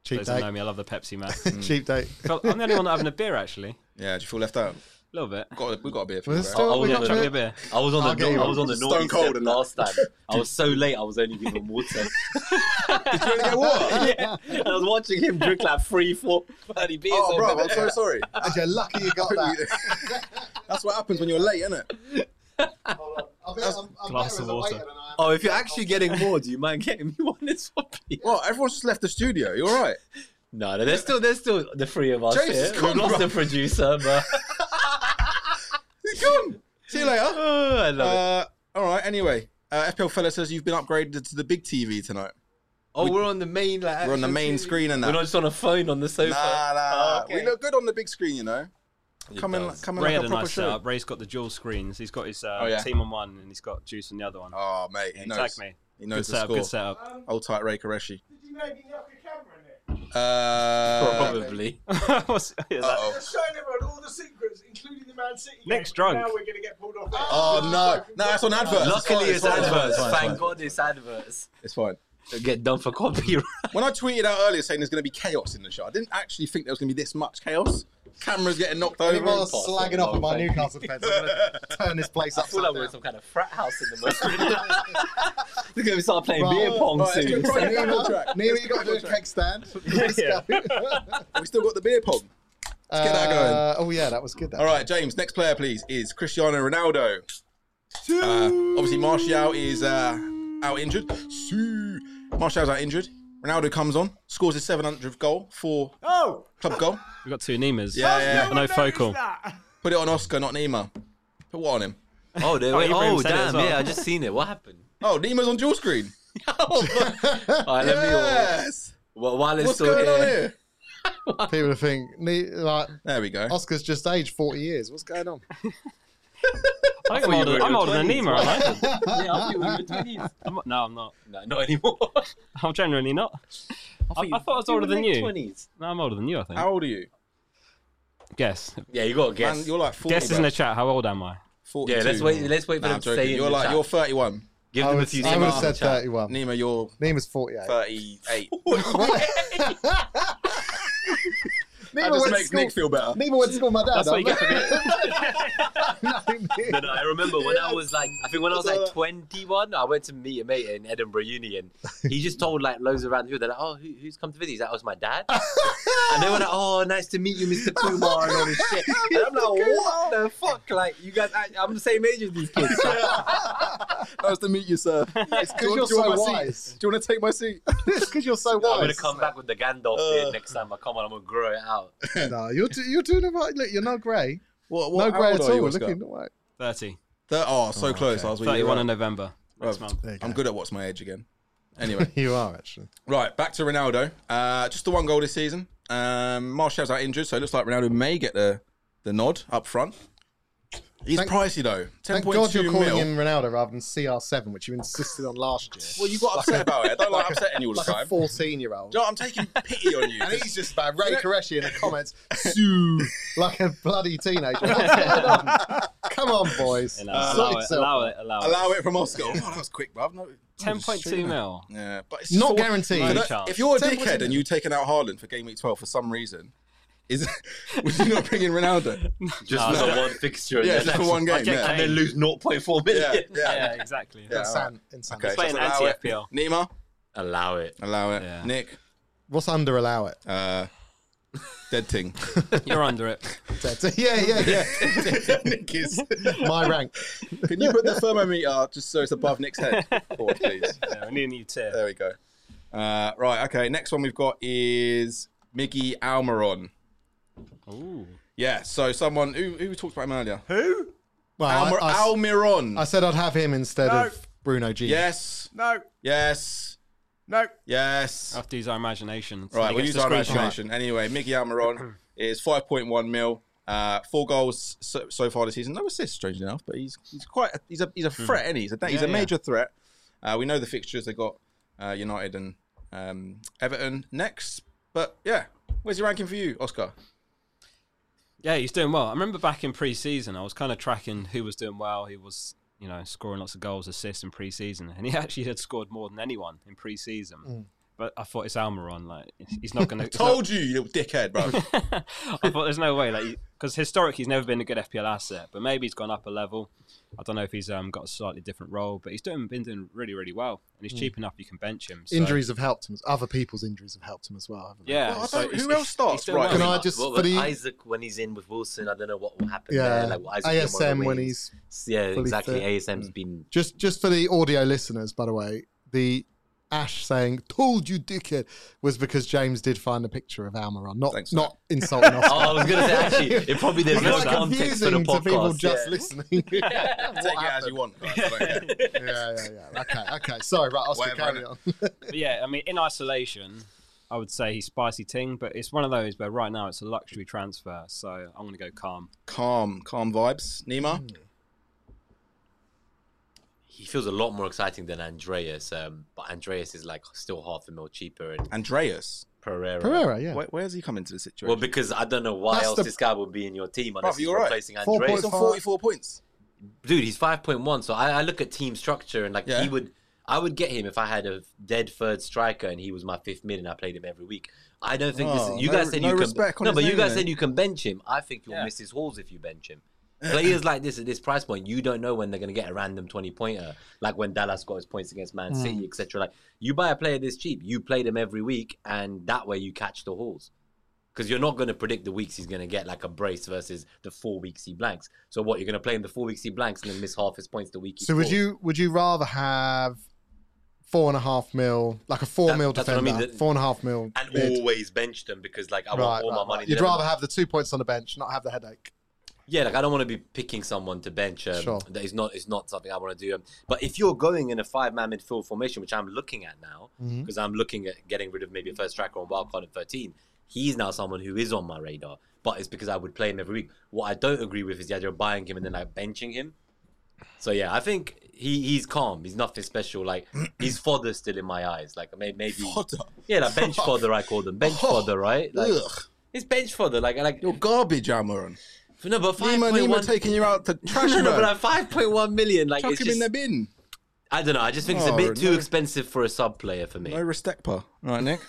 [SPEAKER 2] cheap
[SPEAKER 4] Those Mm. that know
[SPEAKER 2] date.
[SPEAKER 4] me, I love the Pepsi Max.
[SPEAKER 2] Cheap date.
[SPEAKER 4] Felt- I'm the only one not having a beer actually.
[SPEAKER 1] Yeah, do you feel left out?
[SPEAKER 4] A little bit.
[SPEAKER 1] Got, we got a beer for
[SPEAKER 2] Well,
[SPEAKER 1] you,
[SPEAKER 2] it's
[SPEAKER 1] bro.
[SPEAKER 2] still-
[SPEAKER 5] I'll
[SPEAKER 2] we
[SPEAKER 5] get
[SPEAKER 2] got
[SPEAKER 5] you.
[SPEAKER 4] Chuck me
[SPEAKER 2] to-
[SPEAKER 4] a beer.
[SPEAKER 5] I was on
[SPEAKER 2] I'll
[SPEAKER 5] the
[SPEAKER 2] get
[SPEAKER 5] naughty,
[SPEAKER 2] you
[SPEAKER 5] I was on the
[SPEAKER 1] Stone
[SPEAKER 5] naughty
[SPEAKER 1] cold
[SPEAKER 5] step
[SPEAKER 1] and that.
[SPEAKER 5] last time. I was so late. I was only given water.
[SPEAKER 1] Did you only get water?
[SPEAKER 5] yeah, and I was watching him drink like three, four, bloody beers.
[SPEAKER 1] Oh,
[SPEAKER 5] over
[SPEAKER 1] bro, I'm
[SPEAKER 5] there.
[SPEAKER 1] so sorry.
[SPEAKER 2] And you're lucky you got that.
[SPEAKER 1] That's what happens when you're late, isn't it?
[SPEAKER 2] I'm,
[SPEAKER 4] Glass better of as a waiter water.
[SPEAKER 5] Oh, if you're actually getting more, do you mind getting me one as well, please?
[SPEAKER 1] Well, everyone's just left the studio. You're all right.
[SPEAKER 5] No, no, there's still there's still the three of us.
[SPEAKER 1] Jesus,
[SPEAKER 5] here.
[SPEAKER 1] come
[SPEAKER 5] We've lost
[SPEAKER 1] on.
[SPEAKER 5] the producer, but
[SPEAKER 1] He's gone. See you later.
[SPEAKER 5] Oh, I love it.
[SPEAKER 1] Uh, all right. Anyway, uh, FPL fella says you've been upgraded to the big TV tonight.
[SPEAKER 5] Oh, we, are on the main. Like,
[SPEAKER 1] We're on the
[SPEAKER 5] actual
[SPEAKER 1] main
[SPEAKER 5] TV.
[SPEAKER 1] screen and
[SPEAKER 5] We're
[SPEAKER 1] that.
[SPEAKER 5] not just on a phone on the sofa.
[SPEAKER 1] Nah, nah, nah.
[SPEAKER 5] Oh, okay.
[SPEAKER 1] We look good on the big screen, you know.
[SPEAKER 5] It
[SPEAKER 1] Come in,
[SPEAKER 5] does.
[SPEAKER 1] come in
[SPEAKER 4] Ray
[SPEAKER 1] like
[SPEAKER 4] had
[SPEAKER 1] a
[SPEAKER 4] a
[SPEAKER 1] proper
[SPEAKER 4] nice
[SPEAKER 1] show.
[SPEAKER 4] setup. Ray's got the dual screens. He's got his uh,
[SPEAKER 1] Oh, yeah.
[SPEAKER 4] team on one, and he's got Juice on the other one.
[SPEAKER 1] Oh, mate,
[SPEAKER 4] yeah,
[SPEAKER 1] he
[SPEAKER 4] he
[SPEAKER 1] knows.
[SPEAKER 4] tagged me.
[SPEAKER 1] He
[SPEAKER 4] Good
[SPEAKER 1] knows the
[SPEAKER 4] setup.
[SPEAKER 1] score.
[SPEAKER 4] Good setup.
[SPEAKER 1] Old tight Ray Koreshi.
[SPEAKER 3] Did you maybe knock a camera in it?
[SPEAKER 1] Uh,
[SPEAKER 5] Probably.
[SPEAKER 4] What's- yeah, that-
[SPEAKER 1] Uh-oh.
[SPEAKER 3] Just showing everyone all the secrets, including the Man City.
[SPEAKER 4] Nick's
[SPEAKER 3] game.
[SPEAKER 4] drunk.
[SPEAKER 3] Now we're going to get pulled off.
[SPEAKER 1] Oh, no. No, that's on adverts.
[SPEAKER 5] Luckily,
[SPEAKER 1] It's
[SPEAKER 5] it's
[SPEAKER 1] fine, it's fine,
[SPEAKER 5] adverts.
[SPEAKER 1] it's fine, it's fine.
[SPEAKER 5] Thank God it's adverts.
[SPEAKER 1] It's fine.
[SPEAKER 5] They'll get done for copyright.
[SPEAKER 1] When I tweeted out earlier saying there's going to be chaos in the show, I didn't actually think there was going to be this much chaos. Cameras getting knocked over.
[SPEAKER 2] People are
[SPEAKER 5] Impossible.
[SPEAKER 2] slagging off on my Newcastle fans. I'm going to turn this place
[SPEAKER 5] I
[SPEAKER 2] upside
[SPEAKER 5] feel like
[SPEAKER 2] down.
[SPEAKER 5] we're in some kind of frat house in the moment. They're going to start playing
[SPEAKER 2] Right.
[SPEAKER 5] beer pong
[SPEAKER 1] Right,
[SPEAKER 5] soon.
[SPEAKER 1] let's
[SPEAKER 2] Neil,
[SPEAKER 1] Good track.
[SPEAKER 2] Neil,
[SPEAKER 1] That's
[SPEAKER 2] you
[SPEAKER 1] good
[SPEAKER 2] got to do a
[SPEAKER 1] track.
[SPEAKER 2] keg stand.
[SPEAKER 4] Yeah.
[SPEAKER 1] We still got the beer pong. get that going.
[SPEAKER 2] Uh, oh yeah, that was good. That
[SPEAKER 1] All right, James. Next player, please, is Cristiano Ronaldo. Uh, obviously, Martial is uh, out injured. Sue. Martial's out injured. Ronaldo comes on, scores his 700th goal for
[SPEAKER 3] Oh,
[SPEAKER 1] club goal.
[SPEAKER 4] We've got two Nemas.
[SPEAKER 1] Yeah, yeah.
[SPEAKER 4] No focal.
[SPEAKER 1] Put it on Oscar, not Neymar. Put what on him?
[SPEAKER 5] Oh, they went,
[SPEAKER 4] Ibrahim
[SPEAKER 5] oh
[SPEAKER 4] said it as
[SPEAKER 5] damn,
[SPEAKER 4] well.
[SPEAKER 5] yeah, I just seen it. What happened?
[SPEAKER 1] Oh, Neymar's on dual screen.
[SPEAKER 5] All right, let me.
[SPEAKER 1] Yes.
[SPEAKER 5] Well, while it's
[SPEAKER 1] What's
[SPEAKER 5] still
[SPEAKER 1] going
[SPEAKER 5] here,
[SPEAKER 1] on here?
[SPEAKER 2] People think Ne- like
[SPEAKER 1] There we go.
[SPEAKER 2] Oscar's just aged forty years. What's going on?
[SPEAKER 4] I
[SPEAKER 5] thought
[SPEAKER 4] am
[SPEAKER 5] you
[SPEAKER 4] older,
[SPEAKER 5] were in
[SPEAKER 4] I'm
[SPEAKER 5] your
[SPEAKER 4] older than
[SPEAKER 5] 20s.
[SPEAKER 4] Nima. aren't I?
[SPEAKER 5] yeah, I'll be with your twenties.
[SPEAKER 4] I'm not- no, I'm not.
[SPEAKER 5] No, not anymore.
[SPEAKER 4] I'm genuinely not. I, I thought I was older than you.
[SPEAKER 5] Twenties.
[SPEAKER 4] No, I'm older than you. I think.
[SPEAKER 1] How old are you?
[SPEAKER 4] Guess.
[SPEAKER 5] Yeah, you got to guess.
[SPEAKER 1] Man, you're like 40.
[SPEAKER 4] Guess is in
[SPEAKER 1] bro.
[SPEAKER 4] the chat. How old am I?
[SPEAKER 1] 42.
[SPEAKER 5] yeah, let's wait. Let's wait for
[SPEAKER 1] Nah, I'm
[SPEAKER 5] them to say.
[SPEAKER 1] joking.
[SPEAKER 5] it
[SPEAKER 1] You're
[SPEAKER 5] in
[SPEAKER 1] like
[SPEAKER 5] the
[SPEAKER 1] you're
[SPEAKER 5] chat.
[SPEAKER 1] 31.
[SPEAKER 5] Give
[SPEAKER 2] I
[SPEAKER 5] them a
[SPEAKER 2] would, I
[SPEAKER 5] few
[SPEAKER 2] would
[SPEAKER 5] seconds.
[SPEAKER 2] have said thirty-one.
[SPEAKER 1] Nima, you're
[SPEAKER 2] Neima's forty-eight.
[SPEAKER 1] 38.
[SPEAKER 2] Nima
[SPEAKER 1] That just makes Nick feel better.
[SPEAKER 2] Nima went to school with my dad.
[SPEAKER 4] That's what you get for
[SPEAKER 5] No, no, I remember when I was like, I think when I was
[SPEAKER 1] That's
[SPEAKER 5] like
[SPEAKER 1] all
[SPEAKER 5] 21, I went to meet a mate in Edinburgh Uni, and he just told like loads of random people. They're like, "Oh, who, who's come to visit?" He's like, "That was my dad." and they were like, "Oh, nice to meet you, Mr. Kumar," and all this shit. And I'm like, "What the fuck? Like, you guys, I, I'm the same age as these kids."
[SPEAKER 1] Nice to meet you, sir. It's
[SPEAKER 2] Because you're so wise.
[SPEAKER 1] Do you want to take my seat?
[SPEAKER 2] Because you're so
[SPEAKER 5] I'm gonna
[SPEAKER 2] wise.
[SPEAKER 5] come back with the Gandalf
[SPEAKER 1] Uh.
[SPEAKER 5] beard next time I come on. I'm gonna grow it out.
[SPEAKER 2] No, you're do- you're doing all right. Look, you're not grey.
[SPEAKER 1] What,
[SPEAKER 2] No grey at all.
[SPEAKER 1] you,
[SPEAKER 2] We're
[SPEAKER 1] Oscar?
[SPEAKER 2] looking all right.
[SPEAKER 4] Thirty.
[SPEAKER 1] Thir- oh, so
[SPEAKER 2] Oh,
[SPEAKER 1] close.
[SPEAKER 2] okay.
[SPEAKER 1] I was with you.
[SPEAKER 4] Thirty-one
[SPEAKER 1] right.
[SPEAKER 4] in November. Next
[SPEAKER 1] Bruv,
[SPEAKER 4] month.
[SPEAKER 2] There you
[SPEAKER 1] I'm
[SPEAKER 2] go.
[SPEAKER 1] good at what's my age again. Anyway,
[SPEAKER 2] You are actually.
[SPEAKER 1] right, back to Ronaldo. Uh, just the one goal this season. Um, Martial's out injured, so it looks like Ronaldo may get the, the nod up front. He's
[SPEAKER 2] Thank-
[SPEAKER 1] pricey though. Ten
[SPEAKER 2] Thank
[SPEAKER 1] point
[SPEAKER 2] God
[SPEAKER 1] two
[SPEAKER 2] you're calling
[SPEAKER 1] mil.
[SPEAKER 2] him Ronaldo rather than CR7, which you insisted on last year.
[SPEAKER 1] Well, you got upset about it. I don't like upsetting you all the
[SPEAKER 2] Like
[SPEAKER 1] time.
[SPEAKER 2] a 14 year old.
[SPEAKER 1] Do you know what? I'm taking pity on you.
[SPEAKER 2] And
[SPEAKER 1] 'cause-
[SPEAKER 2] he's just about Ray Koreshi in the comments, "Sue," like a bloody teenager. What's going on? Come on, boys.
[SPEAKER 4] You know,
[SPEAKER 2] Sort
[SPEAKER 4] uh, allow, it,
[SPEAKER 2] yourself.
[SPEAKER 4] allow it. Allow it.
[SPEAKER 1] Allow it from Oscar. Oh, that was quick, bruv. No,
[SPEAKER 4] Ten point two mil.
[SPEAKER 1] Yeah, but it's
[SPEAKER 2] Not
[SPEAKER 1] just-
[SPEAKER 2] guaranteed.
[SPEAKER 1] But
[SPEAKER 4] No
[SPEAKER 1] that-
[SPEAKER 4] chance.
[SPEAKER 1] If you're a
[SPEAKER 2] Ten percent
[SPEAKER 1] dickhead and you've taken out Haaland for game week 12 for some reason, is would you not bring in Ronaldo?
[SPEAKER 5] Just
[SPEAKER 4] No,
[SPEAKER 5] for
[SPEAKER 4] no.
[SPEAKER 5] the one fixture,
[SPEAKER 1] Yeah,
[SPEAKER 5] and
[SPEAKER 1] just
[SPEAKER 5] then,
[SPEAKER 1] for one game.
[SPEAKER 4] I'd get
[SPEAKER 1] Yeah.
[SPEAKER 5] and then lose 0.4 million.
[SPEAKER 1] Yeah, yeah.
[SPEAKER 4] Yeah, exactly.
[SPEAKER 1] Yeah.
[SPEAKER 2] Insan- insanity.
[SPEAKER 1] Okay,
[SPEAKER 4] playing
[SPEAKER 1] just allow it.
[SPEAKER 4] anti-FPL.
[SPEAKER 1] Nima,
[SPEAKER 5] Allow it.
[SPEAKER 1] allow it.
[SPEAKER 4] Yeah.
[SPEAKER 1] Nick,
[SPEAKER 2] What's under allow it?
[SPEAKER 1] uh, dead ting.
[SPEAKER 4] You're under it.
[SPEAKER 2] yeah, yeah, yeah.
[SPEAKER 1] Nick is.
[SPEAKER 2] My rank.
[SPEAKER 1] Can you put the thermometer just so it's above Nick's head? Forward, please.
[SPEAKER 4] Yeah, we need a new tier.
[SPEAKER 1] There we go. Uh, right, okay. Next one we've got is Miggy Almiron.
[SPEAKER 4] Ooh.
[SPEAKER 1] Yeah, so someone who, who we talked about him earlier.
[SPEAKER 3] Who?
[SPEAKER 2] Well, I-
[SPEAKER 1] Almir-
[SPEAKER 2] I,
[SPEAKER 1] Almiron.
[SPEAKER 2] I said I'd have him instead
[SPEAKER 3] No.
[SPEAKER 2] of Bruno G.
[SPEAKER 1] yes,
[SPEAKER 3] No,
[SPEAKER 1] yes,
[SPEAKER 3] no.
[SPEAKER 1] yes.
[SPEAKER 4] I have to use our imagination.
[SPEAKER 1] Right, we'll
[SPEAKER 4] we
[SPEAKER 1] use our imagination. Anyway, Mickey Almiron is 5.1 mil. Uh, four goals so, so far this season. No assists, strangely enough, but he's he's quite a, he's a he's a threat, and he's a he's
[SPEAKER 4] Yeah,
[SPEAKER 1] a
[SPEAKER 4] yeah.
[SPEAKER 1] major threat. Uh, we know the fixtures they got uh, United and um, Everton next, but yeah, where's your ranking for you, Oscar?
[SPEAKER 4] Yeah, he's doing well. I remember back in pre-season, I was kind of tracking who was doing well, who was you know scoring lots of goals, assists in pre-season, and he actually had scored more than anyone in pre-season. But I thought it's Almiron, like he's not going to.
[SPEAKER 1] Mm. Told you, you little dickhead, bro.
[SPEAKER 4] I thought there's no way, like because historically he's never been a good FPL asset, but maybe he's gone up a level. I don't know if he's um, got a slightly different role, but he's doing been doing really really well, and he's cheap enough you can bench him. So.
[SPEAKER 2] Injuries have helped him. Other people's injuries have helped him as well, haven't they?
[SPEAKER 4] Yeah.
[SPEAKER 1] Well, I
[SPEAKER 4] so
[SPEAKER 1] don't-
[SPEAKER 4] he's-
[SPEAKER 1] who
[SPEAKER 4] he's-
[SPEAKER 1] else starts,
[SPEAKER 4] he's doing
[SPEAKER 1] right?
[SPEAKER 4] well.
[SPEAKER 2] Can I just-
[SPEAKER 5] what,
[SPEAKER 2] for
[SPEAKER 5] with
[SPEAKER 2] the-
[SPEAKER 5] Isaac when he's in with Wilson? I don't know what will happen
[SPEAKER 2] Yeah.
[SPEAKER 5] there. Like what Isaac did on
[SPEAKER 2] ASM
[SPEAKER 5] the
[SPEAKER 2] when
[SPEAKER 5] wings.
[SPEAKER 2] he's
[SPEAKER 5] Yeah,
[SPEAKER 2] fully
[SPEAKER 5] exactly.
[SPEAKER 2] fit. Mm.
[SPEAKER 5] ASM's been
[SPEAKER 2] just just for the audio listeners, by the way, the Ash saying "Told you, dickhead" was because James did find a picture of Almiron, not
[SPEAKER 1] Thanks, sir.
[SPEAKER 2] not insulting
[SPEAKER 5] Oh, I
[SPEAKER 2] Oscar.
[SPEAKER 5] was gonna say actually, it probably there's
[SPEAKER 2] It's
[SPEAKER 5] no
[SPEAKER 2] quite
[SPEAKER 5] context for
[SPEAKER 2] confusing
[SPEAKER 5] the
[SPEAKER 2] to people
[SPEAKER 5] podcast.
[SPEAKER 2] just
[SPEAKER 1] yeah.
[SPEAKER 2] listening.
[SPEAKER 1] Take it as you want. guys. I don't care.
[SPEAKER 2] yeah, yeah, yeah. Okay, okay. Sorry, right. Oscar,
[SPEAKER 1] Whatever,
[SPEAKER 2] carry on.
[SPEAKER 4] But yeah, I mean, in isolation, I would say he's spicy ting, but it's one of those where right now it's a luxury transfer, so I'm going to go calm.
[SPEAKER 1] Calm, calm vibes. Nima.
[SPEAKER 2] Hmm.
[SPEAKER 5] He feels a lot more exciting than Andreas, um, but Andreas is like still half a mil cheaper and
[SPEAKER 1] Andreas.
[SPEAKER 5] Pereira.
[SPEAKER 2] Pereira, yeah.
[SPEAKER 1] Where, where's he come into the situation?
[SPEAKER 5] Well, because I don't know why
[SPEAKER 2] That's
[SPEAKER 5] else
[SPEAKER 2] the-
[SPEAKER 5] this guy would be in your team
[SPEAKER 1] Bruv,
[SPEAKER 5] unless he's
[SPEAKER 1] you're right.
[SPEAKER 5] replacing
[SPEAKER 2] Four
[SPEAKER 5] Andreas.
[SPEAKER 1] He's on
[SPEAKER 2] five.
[SPEAKER 1] 44 points.
[SPEAKER 5] dude, he's five point one. So I, I look at team structure and like
[SPEAKER 1] Yeah.
[SPEAKER 5] he would, I would get him if I had a dead third striker and he was my fifth mid and I played him every week. I don't think
[SPEAKER 1] Oh,
[SPEAKER 5] this. You
[SPEAKER 1] no-
[SPEAKER 5] guys said
[SPEAKER 1] no
[SPEAKER 5] you can,
[SPEAKER 1] respect on
[SPEAKER 5] no,
[SPEAKER 1] his
[SPEAKER 5] but you
[SPEAKER 1] name, eh?
[SPEAKER 5] guys
[SPEAKER 1] innit?
[SPEAKER 5] said you can bench him. I think you'll
[SPEAKER 1] Yeah.
[SPEAKER 5] miss his halls if you bench him. Players like this at this price point, you don't know when they're going to get a random twenty pointer, like when Dallas got his points against Man City, etc. Like you buy a player this cheap, you play them every week, and that way you catch the halls because you're not going to predict the weeks he's going to get like a brace versus the four weeks he blanks. So what you're going to play him the four weeks he blanks and then miss half his points the week. He
[SPEAKER 2] So would
[SPEAKER 5] scores.
[SPEAKER 2] you would you rather have four and a half mil, like a four
[SPEAKER 5] That-
[SPEAKER 2] mil
[SPEAKER 5] that's what I
[SPEAKER 2] defender,
[SPEAKER 5] mean, the-
[SPEAKER 2] four and a half mil?
[SPEAKER 5] and
[SPEAKER 2] mid?
[SPEAKER 5] always bench them because like I
[SPEAKER 2] Right,
[SPEAKER 5] want all
[SPEAKER 2] right,
[SPEAKER 5] my
[SPEAKER 2] right.
[SPEAKER 5] money. in
[SPEAKER 2] You'd
[SPEAKER 5] the other
[SPEAKER 2] rather
[SPEAKER 5] one.
[SPEAKER 2] have the two points on the bench, not have the headache.
[SPEAKER 5] yeah, like I don't want to be picking someone to bench. Um,
[SPEAKER 2] Sure.
[SPEAKER 5] That is not it's not something I want to do. Um, but if you're going in a five man midfield formation, which I'm looking at now,
[SPEAKER 1] Mm-hmm.
[SPEAKER 5] because I'm looking at getting rid of maybe a first striker on wildcard at 13, he's now someone who is on my radar. But it's because I would play him every week. What I don't agree with is the idea of buying him and then like benching him. So yeah, I think he, he's calm. He's nothing special. Like he's fodder still in my eyes. Like may- maybe
[SPEAKER 1] Fodder? Oh,
[SPEAKER 5] Yeah, like bench fodder. I call them bench fodder, right? Like,
[SPEAKER 1] Ugh.
[SPEAKER 5] it's bench fodder. Like like
[SPEAKER 1] You're garbage, Almiron.
[SPEAKER 5] no, but five
[SPEAKER 1] Nima,
[SPEAKER 5] point
[SPEAKER 1] Nima
[SPEAKER 5] one.
[SPEAKER 1] taking you out to trash,
[SPEAKER 5] No, no,
[SPEAKER 1] man.
[SPEAKER 5] but at five point one million, like
[SPEAKER 1] Chuck
[SPEAKER 5] it's
[SPEAKER 1] him in
[SPEAKER 5] just,
[SPEAKER 1] the bin.
[SPEAKER 5] I don't know. I just think it's
[SPEAKER 1] Oh,
[SPEAKER 5] a bit too
[SPEAKER 1] no.
[SPEAKER 5] expensive for a sub player for me.
[SPEAKER 1] No Restepa. Right, Nick?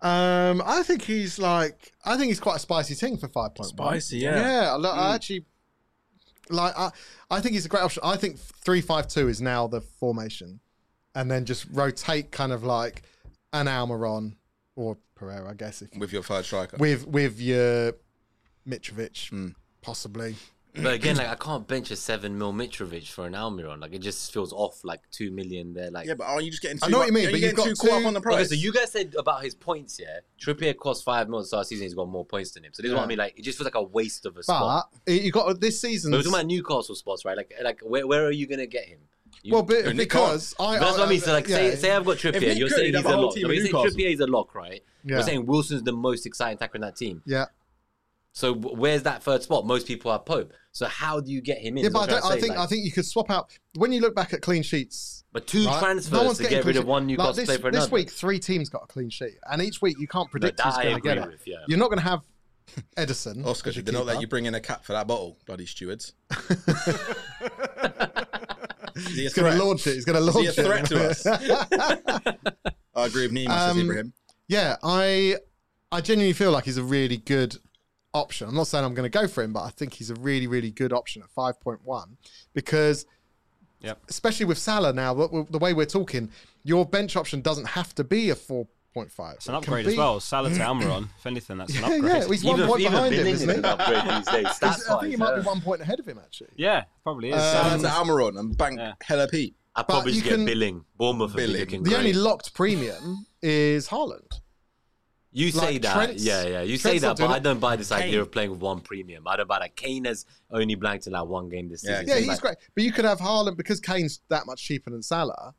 [SPEAKER 2] Um, I think he's like, I think he's quite a spicy thing for five point one.
[SPEAKER 1] Spicy, yeah.
[SPEAKER 2] I, lo-
[SPEAKER 5] Hmm.
[SPEAKER 2] I actually like. I, I think he's a great option. I think three five two is now the formation, and then just rotate kind of like an Almiron or Pereira, I guess, if
[SPEAKER 1] With your third striker.
[SPEAKER 2] with with your Mitrovic
[SPEAKER 5] Hmm.
[SPEAKER 2] possibly.
[SPEAKER 5] But again, like I can't bench a seven mil Mitrovic for an Almiron. Like it just feels off. Like two million there. Like
[SPEAKER 1] yeah, but are you just getting too
[SPEAKER 2] I know what
[SPEAKER 1] much-
[SPEAKER 2] you mean,
[SPEAKER 1] are
[SPEAKER 2] but you've
[SPEAKER 1] getting
[SPEAKER 2] got
[SPEAKER 1] too caught
[SPEAKER 2] two-
[SPEAKER 1] up on the
[SPEAKER 5] Okay,
[SPEAKER 1] price.
[SPEAKER 5] so you guys said about his points, yeah. Trippier cost five mil at the start of the season. He's got more points than him. So this is what
[SPEAKER 2] Yeah.
[SPEAKER 5] I mean. Like it just feels like a waste of a spot.
[SPEAKER 2] But you got this season.
[SPEAKER 5] But we're talking about Newcastle spots, right? Like like where, where are you gonna get him? You-
[SPEAKER 2] Well, but-
[SPEAKER 1] Yeah, Nick
[SPEAKER 2] because I,
[SPEAKER 5] That's
[SPEAKER 1] Oh,
[SPEAKER 5] what I mean. So, like, say,
[SPEAKER 2] yeah.
[SPEAKER 5] say I've got Trippier.
[SPEAKER 1] he
[SPEAKER 5] You're
[SPEAKER 1] could,
[SPEAKER 5] saying
[SPEAKER 1] he'd
[SPEAKER 5] he's
[SPEAKER 1] have
[SPEAKER 5] a
[SPEAKER 1] a whole
[SPEAKER 5] lock.
[SPEAKER 1] team
[SPEAKER 5] No,
[SPEAKER 1] at
[SPEAKER 5] you're saying
[SPEAKER 1] Newcastle.
[SPEAKER 5] Trippier is a lock, right?
[SPEAKER 2] Yeah.
[SPEAKER 5] We're saying Wilson's the most exciting tackler in that team.
[SPEAKER 2] yeah,
[SPEAKER 5] So w- where's that third spot? Most people are Pope. So how do you get him in?
[SPEAKER 2] yeah,
[SPEAKER 5] is
[SPEAKER 2] but I,
[SPEAKER 5] what I'm
[SPEAKER 2] don't,
[SPEAKER 5] trying
[SPEAKER 2] I
[SPEAKER 5] to
[SPEAKER 2] think
[SPEAKER 5] say, like-
[SPEAKER 2] I think you could swap out when you look back at clean sheets.
[SPEAKER 5] But two
[SPEAKER 2] right?
[SPEAKER 5] transfers
[SPEAKER 2] No one's
[SPEAKER 5] to
[SPEAKER 2] getting
[SPEAKER 5] get rid
[SPEAKER 2] clean
[SPEAKER 5] of one
[SPEAKER 2] sheet.
[SPEAKER 5] Newcastle
[SPEAKER 2] Like this,
[SPEAKER 5] player for
[SPEAKER 2] this
[SPEAKER 5] another.
[SPEAKER 2] week, three teams got a clean sheet, and each week you can't
[SPEAKER 5] No,
[SPEAKER 2] predict
[SPEAKER 5] that
[SPEAKER 2] who's
[SPEAKER 5] I
[SPEAKER 2] going to
[SPEAKER 5] agree
[SPEAKER 2] get it.
[SPEAKER 5] with. Yeah.
[SPEAKER 2] You're not going to have Edison.
[SPEAKER 1] Oscar,
[SPEAKER 2] as your
[SPEAKER 1] did not let
[SPEAKER 2] keeper.
[SPEAKER 1] you bring in a cap for that bottle, bloody stewards. Is he a
[SPEAKER 2] He's going
[SPEAKER 1] threat?
[SPEAKER 2] to launch it. He's going to
[SPEAKER 1] Is
[SPEAKER 2] launch
[SPEAKER 1] he a threat
[SPEAKER 2] it.
[SPEAKER 1] to us? I agree with Nima, says
[SPEAKER 2] Um,
[SPEAKER 1] Ibrahim.
[SPEAKER 2] Yeah, I I genuinely feel like he's a really good option. I'm not saying I'm going to go for him, but I think he's a really really good option at 5.1 because
[SPEAKER 4] Yep.
[SPEAKER 2] especially with Salah now, the, the way we're talking, your bench option doesn't have to be a 4.5.
[SPEAKER 4] It's an upgrade as well. Salah to Almiron. if anything, that's an
[SPEAKER 2] Yeah,
[SPEAKER 4] upgrade.
[SPEAKER 2] yeah, he's one
[SPEAKER 5] Even-
[SPEAKER 2] point
[SPEAKER 5] even
[SPEAKER 2] behind him,
[SPEAKER 5] Bellingham
[SPEAKER 2] isn't he?
[SPEAKER 5] is an upgrade these days. Stats
[SPEAKER 2] I think he
[SPEAKER 5] wise,
[SPEAKER 2] might be
[SPEAKER 5] yeah.
[SPEAKER 2] one point ahead of him actually.
[SPEAKER 4] Yeah, probably is.
[SPEAKER 1] Shout out
[SPEAKER 4] Um,
[SPEAKER 1] Uh, to Almiron and bank hella Pete.
[SPEAKER 5] I probably
[SPEAKER 2] you
[SPEAKER 5] should get
[SPEAKER 2] can-
[SPEAKER 5] Billing. Bournemouth would be
[SPEAKER 1] Billing.
[SPEAKER 5] looking
[SPEAKER 2] The
[SPEAKER 5] great.
[SPEAKER 2] only locked premium is Haaland.
[SPEAKER 5] You say
[SPEAKER 2] Like
[SPEAKER 5] that,
[SPEAKER 2] Trent's-
[SPEAKER 5] yeah, yeah. You
[SPEAKER 2] Trent's
[SPEAKER 5] say
[SPEAKER 2] not
[SPEAKER 5] that, but
[SPEAKER 2] doing
[SPEAKER 5] I
[SPEAKER 2] it.
[SPEAKER 5] don't buy this idea of playing with one premium. I don't buy that. Kane has only blanked in like one game this
[SPEAKER 1] Yeah,
[SPEAKER 5] season.
[SPEAKER 2] Yeah,
[SPEAKER 5] So,
[SPEAKER 2] he's
[SPEAKER 5] like,
[SPEAKER 2] great. But you could have Haaland because Kane's that much cheaper than Salah.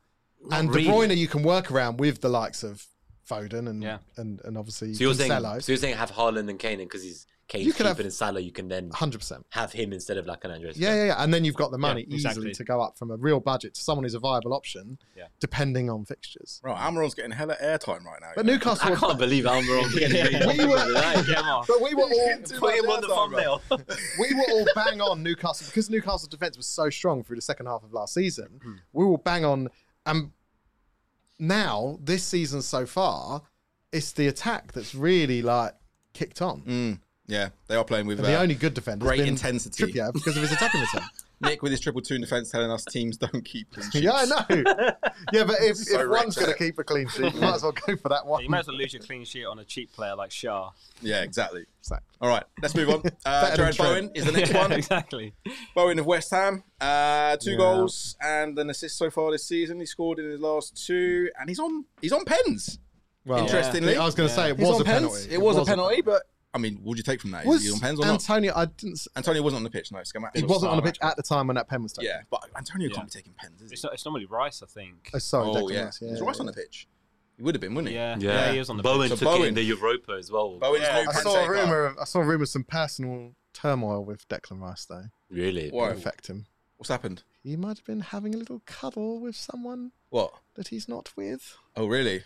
[SPEAKER 5] not
[SPEAKER 2] and
[SPEAKER 5] really.
[SPEAKER 2] De Bruyne you can work around with the likes of Foden and
[SPEAKER 4] Yeah.
[SPEAKER 2] and, and obviously
[SPEAKER 5] So you're saying,
[SPEAKER 2] Cancelo.
[SPEAKER 5] so you're saying have Haaland and Kane, because he's Kane's
[SPEAKER 2] You could
[SPEAKER 5] keeper
[SPEAKER 2] have-
[SPEAKER 5] and Salah, you can then
[SPEAKER 2] Hundred percent.
[SPEAKER 5] have him instead of like an Andres.
[SPEAKER 2] Yeah, yeah, yeah. And then you've got the money
[SPEAKER 4] Yeah, exactly.
[SPEAKER 2] easily to go up from a real budget to someone who's a viable option,
[SPEAKER 4] Yeah.
[SPEAKER 2] depending on fixtures.
[SPEAKER 1] Right, Almiron's getting hella airtime right now.
[SPEAKER 2] But
[SPEAKER 1] yeah.
[SPEAKER 2] Newcastle,
[SPEAKER 5] I
[SPEAKER 2] were,
[SPEAKER 5] can't believe Almiron getting
[SPEAKER 2] We
[SPEAKER 5] really
[SPEAKER 2] were-
[SPEAKER 5] popular tonight.
[SPEAKER 4] Get him off.
[SPEAKER 2] but we were all
[SPEAKER 5] Put him on the thumbnail.
[SPEAKER 2] we were all bang on Newcastle because Newcastle's defense was so strong through the second half of last season.
[SPEAKER 1] Hmm.
[SPEAKER 2] We were all bang on, and now this season so far, it's the attack that's really like kicked on.
[SPEAKER 1] Mm. Yeah, they are playing with
[SPEAKER 2] And the
[SPEAKER 1] uh,
[SPEAKER 2] only good defender
[SPEAKER 1] great
[SPEAKER 2] been
[SPEAKER 1] intensity.
[SPEAKER 2] Trippier because of his attacking return.
[SPEAKER 1] Nick with his triple two in defense telling us teams don't keep clean sheets.
[SPEAKER 2] yeah, I know. Yeah, but if,
[SPEAKER 1] So
[SPEAKER 2] if one's
[SPEAKER 1] wretched.
[SPEAKER 2] going to keep a clean sheet, you might as well go for that one.
[SPEAKER 4] You might as well lose your clean sheet on a cheap player like Shah.
[SPEAKER 1] Yeah, exactly.
[SPEAKER 2] So-
[SPEAKER 1] All right, let's move on. Uh,
[SPEAKER 2] Better than
[SPEAKER 1] Jared Bowen
[SPEAKER 2] Trent.
[SPEAKER 1] is the next
[SPEAKER 4] Yeah,
[SPEAKER 1] one.
[SPEAKER 4] exactly.
[SPEAKER 1] Bowen of West Ham, uh, two
[SPEAKER 4] Yeah.
[SPEAKER 1] goals and an assist so far this season. He scored in his last two, and he's on he's on pens.
[SPEAKER 2] Well,
[SPEAKER 1] Interestingly,
[SPEAKER 2] I was going to say it
[SPEAKER 1] He's
[SPEAKER 2] was
[SPEAKER 1] on
[SPEAKER 2] a
[SPEAKER 1] pens.
[SPEAKER 2] penalty.
[SPEAKER 1] It was a penalty, but I mean, what would you take from that? Is he
[SPEAKER 2] Was
[SPEAKER 1] on pens or not?
[SPEAKER 2] Antonio? I didn't. s-
[SPEAKER 1] Antonio wasn't on the pitch. No, it's come out.
[SPEAKER 2] He
[SPEAKER 1] It was-
[SPEAKER 2] wasn't on the
[SPEAKER 4] Sarr,
[SPEAKER 2] pitch at the time when that pen was taken.
[SPEAKER 1] Yeah, but Antonio
[SPEAKER 4] Yeah.
[SPEAKER 1] can't be taking pens. Is he?
[SPEAKER 4] It's, not, it's normally Rice, I think.
[SPEAKER 2] Oh, sorry,
[SPEAKER 1] Oh
[SPEAKER 2] Declan
[SPEAKER 1] yeah,
[SPEAKER 2] Rice,
[SPEAKER 1] he's Rice on the pitch. He would have been, wouldn't he?
[SPEAKER 4] Yeah, yeah,
[SPEAKER 1] Yeah.
[SPEAKER 4] he is on the
[SPEAKER 5] Bowen
[SPEAKER 1] So
[SPEAKER 5] took it
[SPEAKER 1] Bowen-
[SPEAKER 5] in the Europa as well.
[SPEAKER 1] Bowen's
[SPEAKER 3] Yeah.
[SPEAKER 1] new
[SPEAKER 2] I
[SPEAKER 1] pen
[SPEAKER 2] saw a
[SPEAKER 1] taker.
[SPEAKER 2] rumor. Of, I saw a rumor of some personal turmoil with Declan Rice though.
[SPEAKER 5] Really?
[SPEAKER 1] Why?
[SPEAKER 2] Could
[SPEAKER 1] Whoa.
[SPEAKER 2] affect him.
[SPEAKER 1] What's happened?
[SPEAKER 2] He might have been having a little cuddle with someone
[SPEAKER 1] What?
[SPEAKER 2] that he's not with.
[SPEAKER 1] Oh really?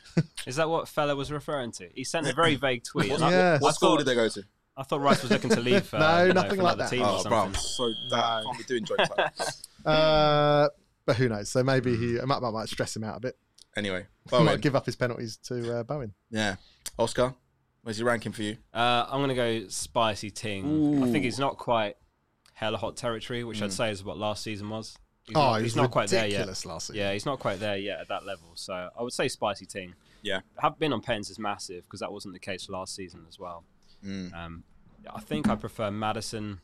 [SPEAKER 4] Is that what fella was referring to? He sent a very vague tweet. and I-
[SPEAKER 2] Yeah.
[SPEAKER 1] What
[SPEAKER 4] I
[SPEAKER 1] school
[SPEAKER 4] thought,
[SPEAKER 1] did they go to?
[SPEAKER 4] I thought Rice was looking to leave. Uh,
[SPEAKER 2] No,
[SPEAKER 4] you know,
[SPEAKER 2] nothing
[SPEAKER 4] for
[SPEAKER 2] like
[SPEAKER 4] another
[SPEAKER 2] that.
[SPEAKER 4] Team or
[SPEAKER 1] Oh, bro, I'm
[SPEAKER 4] something.
[SPEAKER 1] so that can't be doing jokes like that.
[SPEAKER 4] Hmm.
[SPEAKER 2] Uh, but who knows? So maybe he it might, might might stress him out a bit.
[SPEAKER 1] Anyway,
[SPEAKER 2] He might
[SPEAKER 1] Bowen.
[SPEAKER 2] give up his penalties to uh, Bowen.
[SPEAKER 1] Yeah, Oscar. Where's he ranking for you?
[SPEAKER 4] Uh, I'm gonna go spicy ting. I think he's not quite hella hot territory, which I'd say is what last season was. He's
[SPEAKER 2] Mm. oh,
[SPEAKER 4] not,
[SPEAKER 2] he's,
[SPEAKER 4] he's not quite there yet.
[SPEAKER 2] ridiculous Last season.
[SPEAKER 4] Yeah, he's not quite there yet at that level. So I would say spicy ting.
[SPEAKER 1] Yeah.
[SPEAKER 4] have been on pens is massive because that wasn't the case last season as well.
[SPEAKER 1] Mm.
[SPEAKER 4] Um, I think I prefer Madison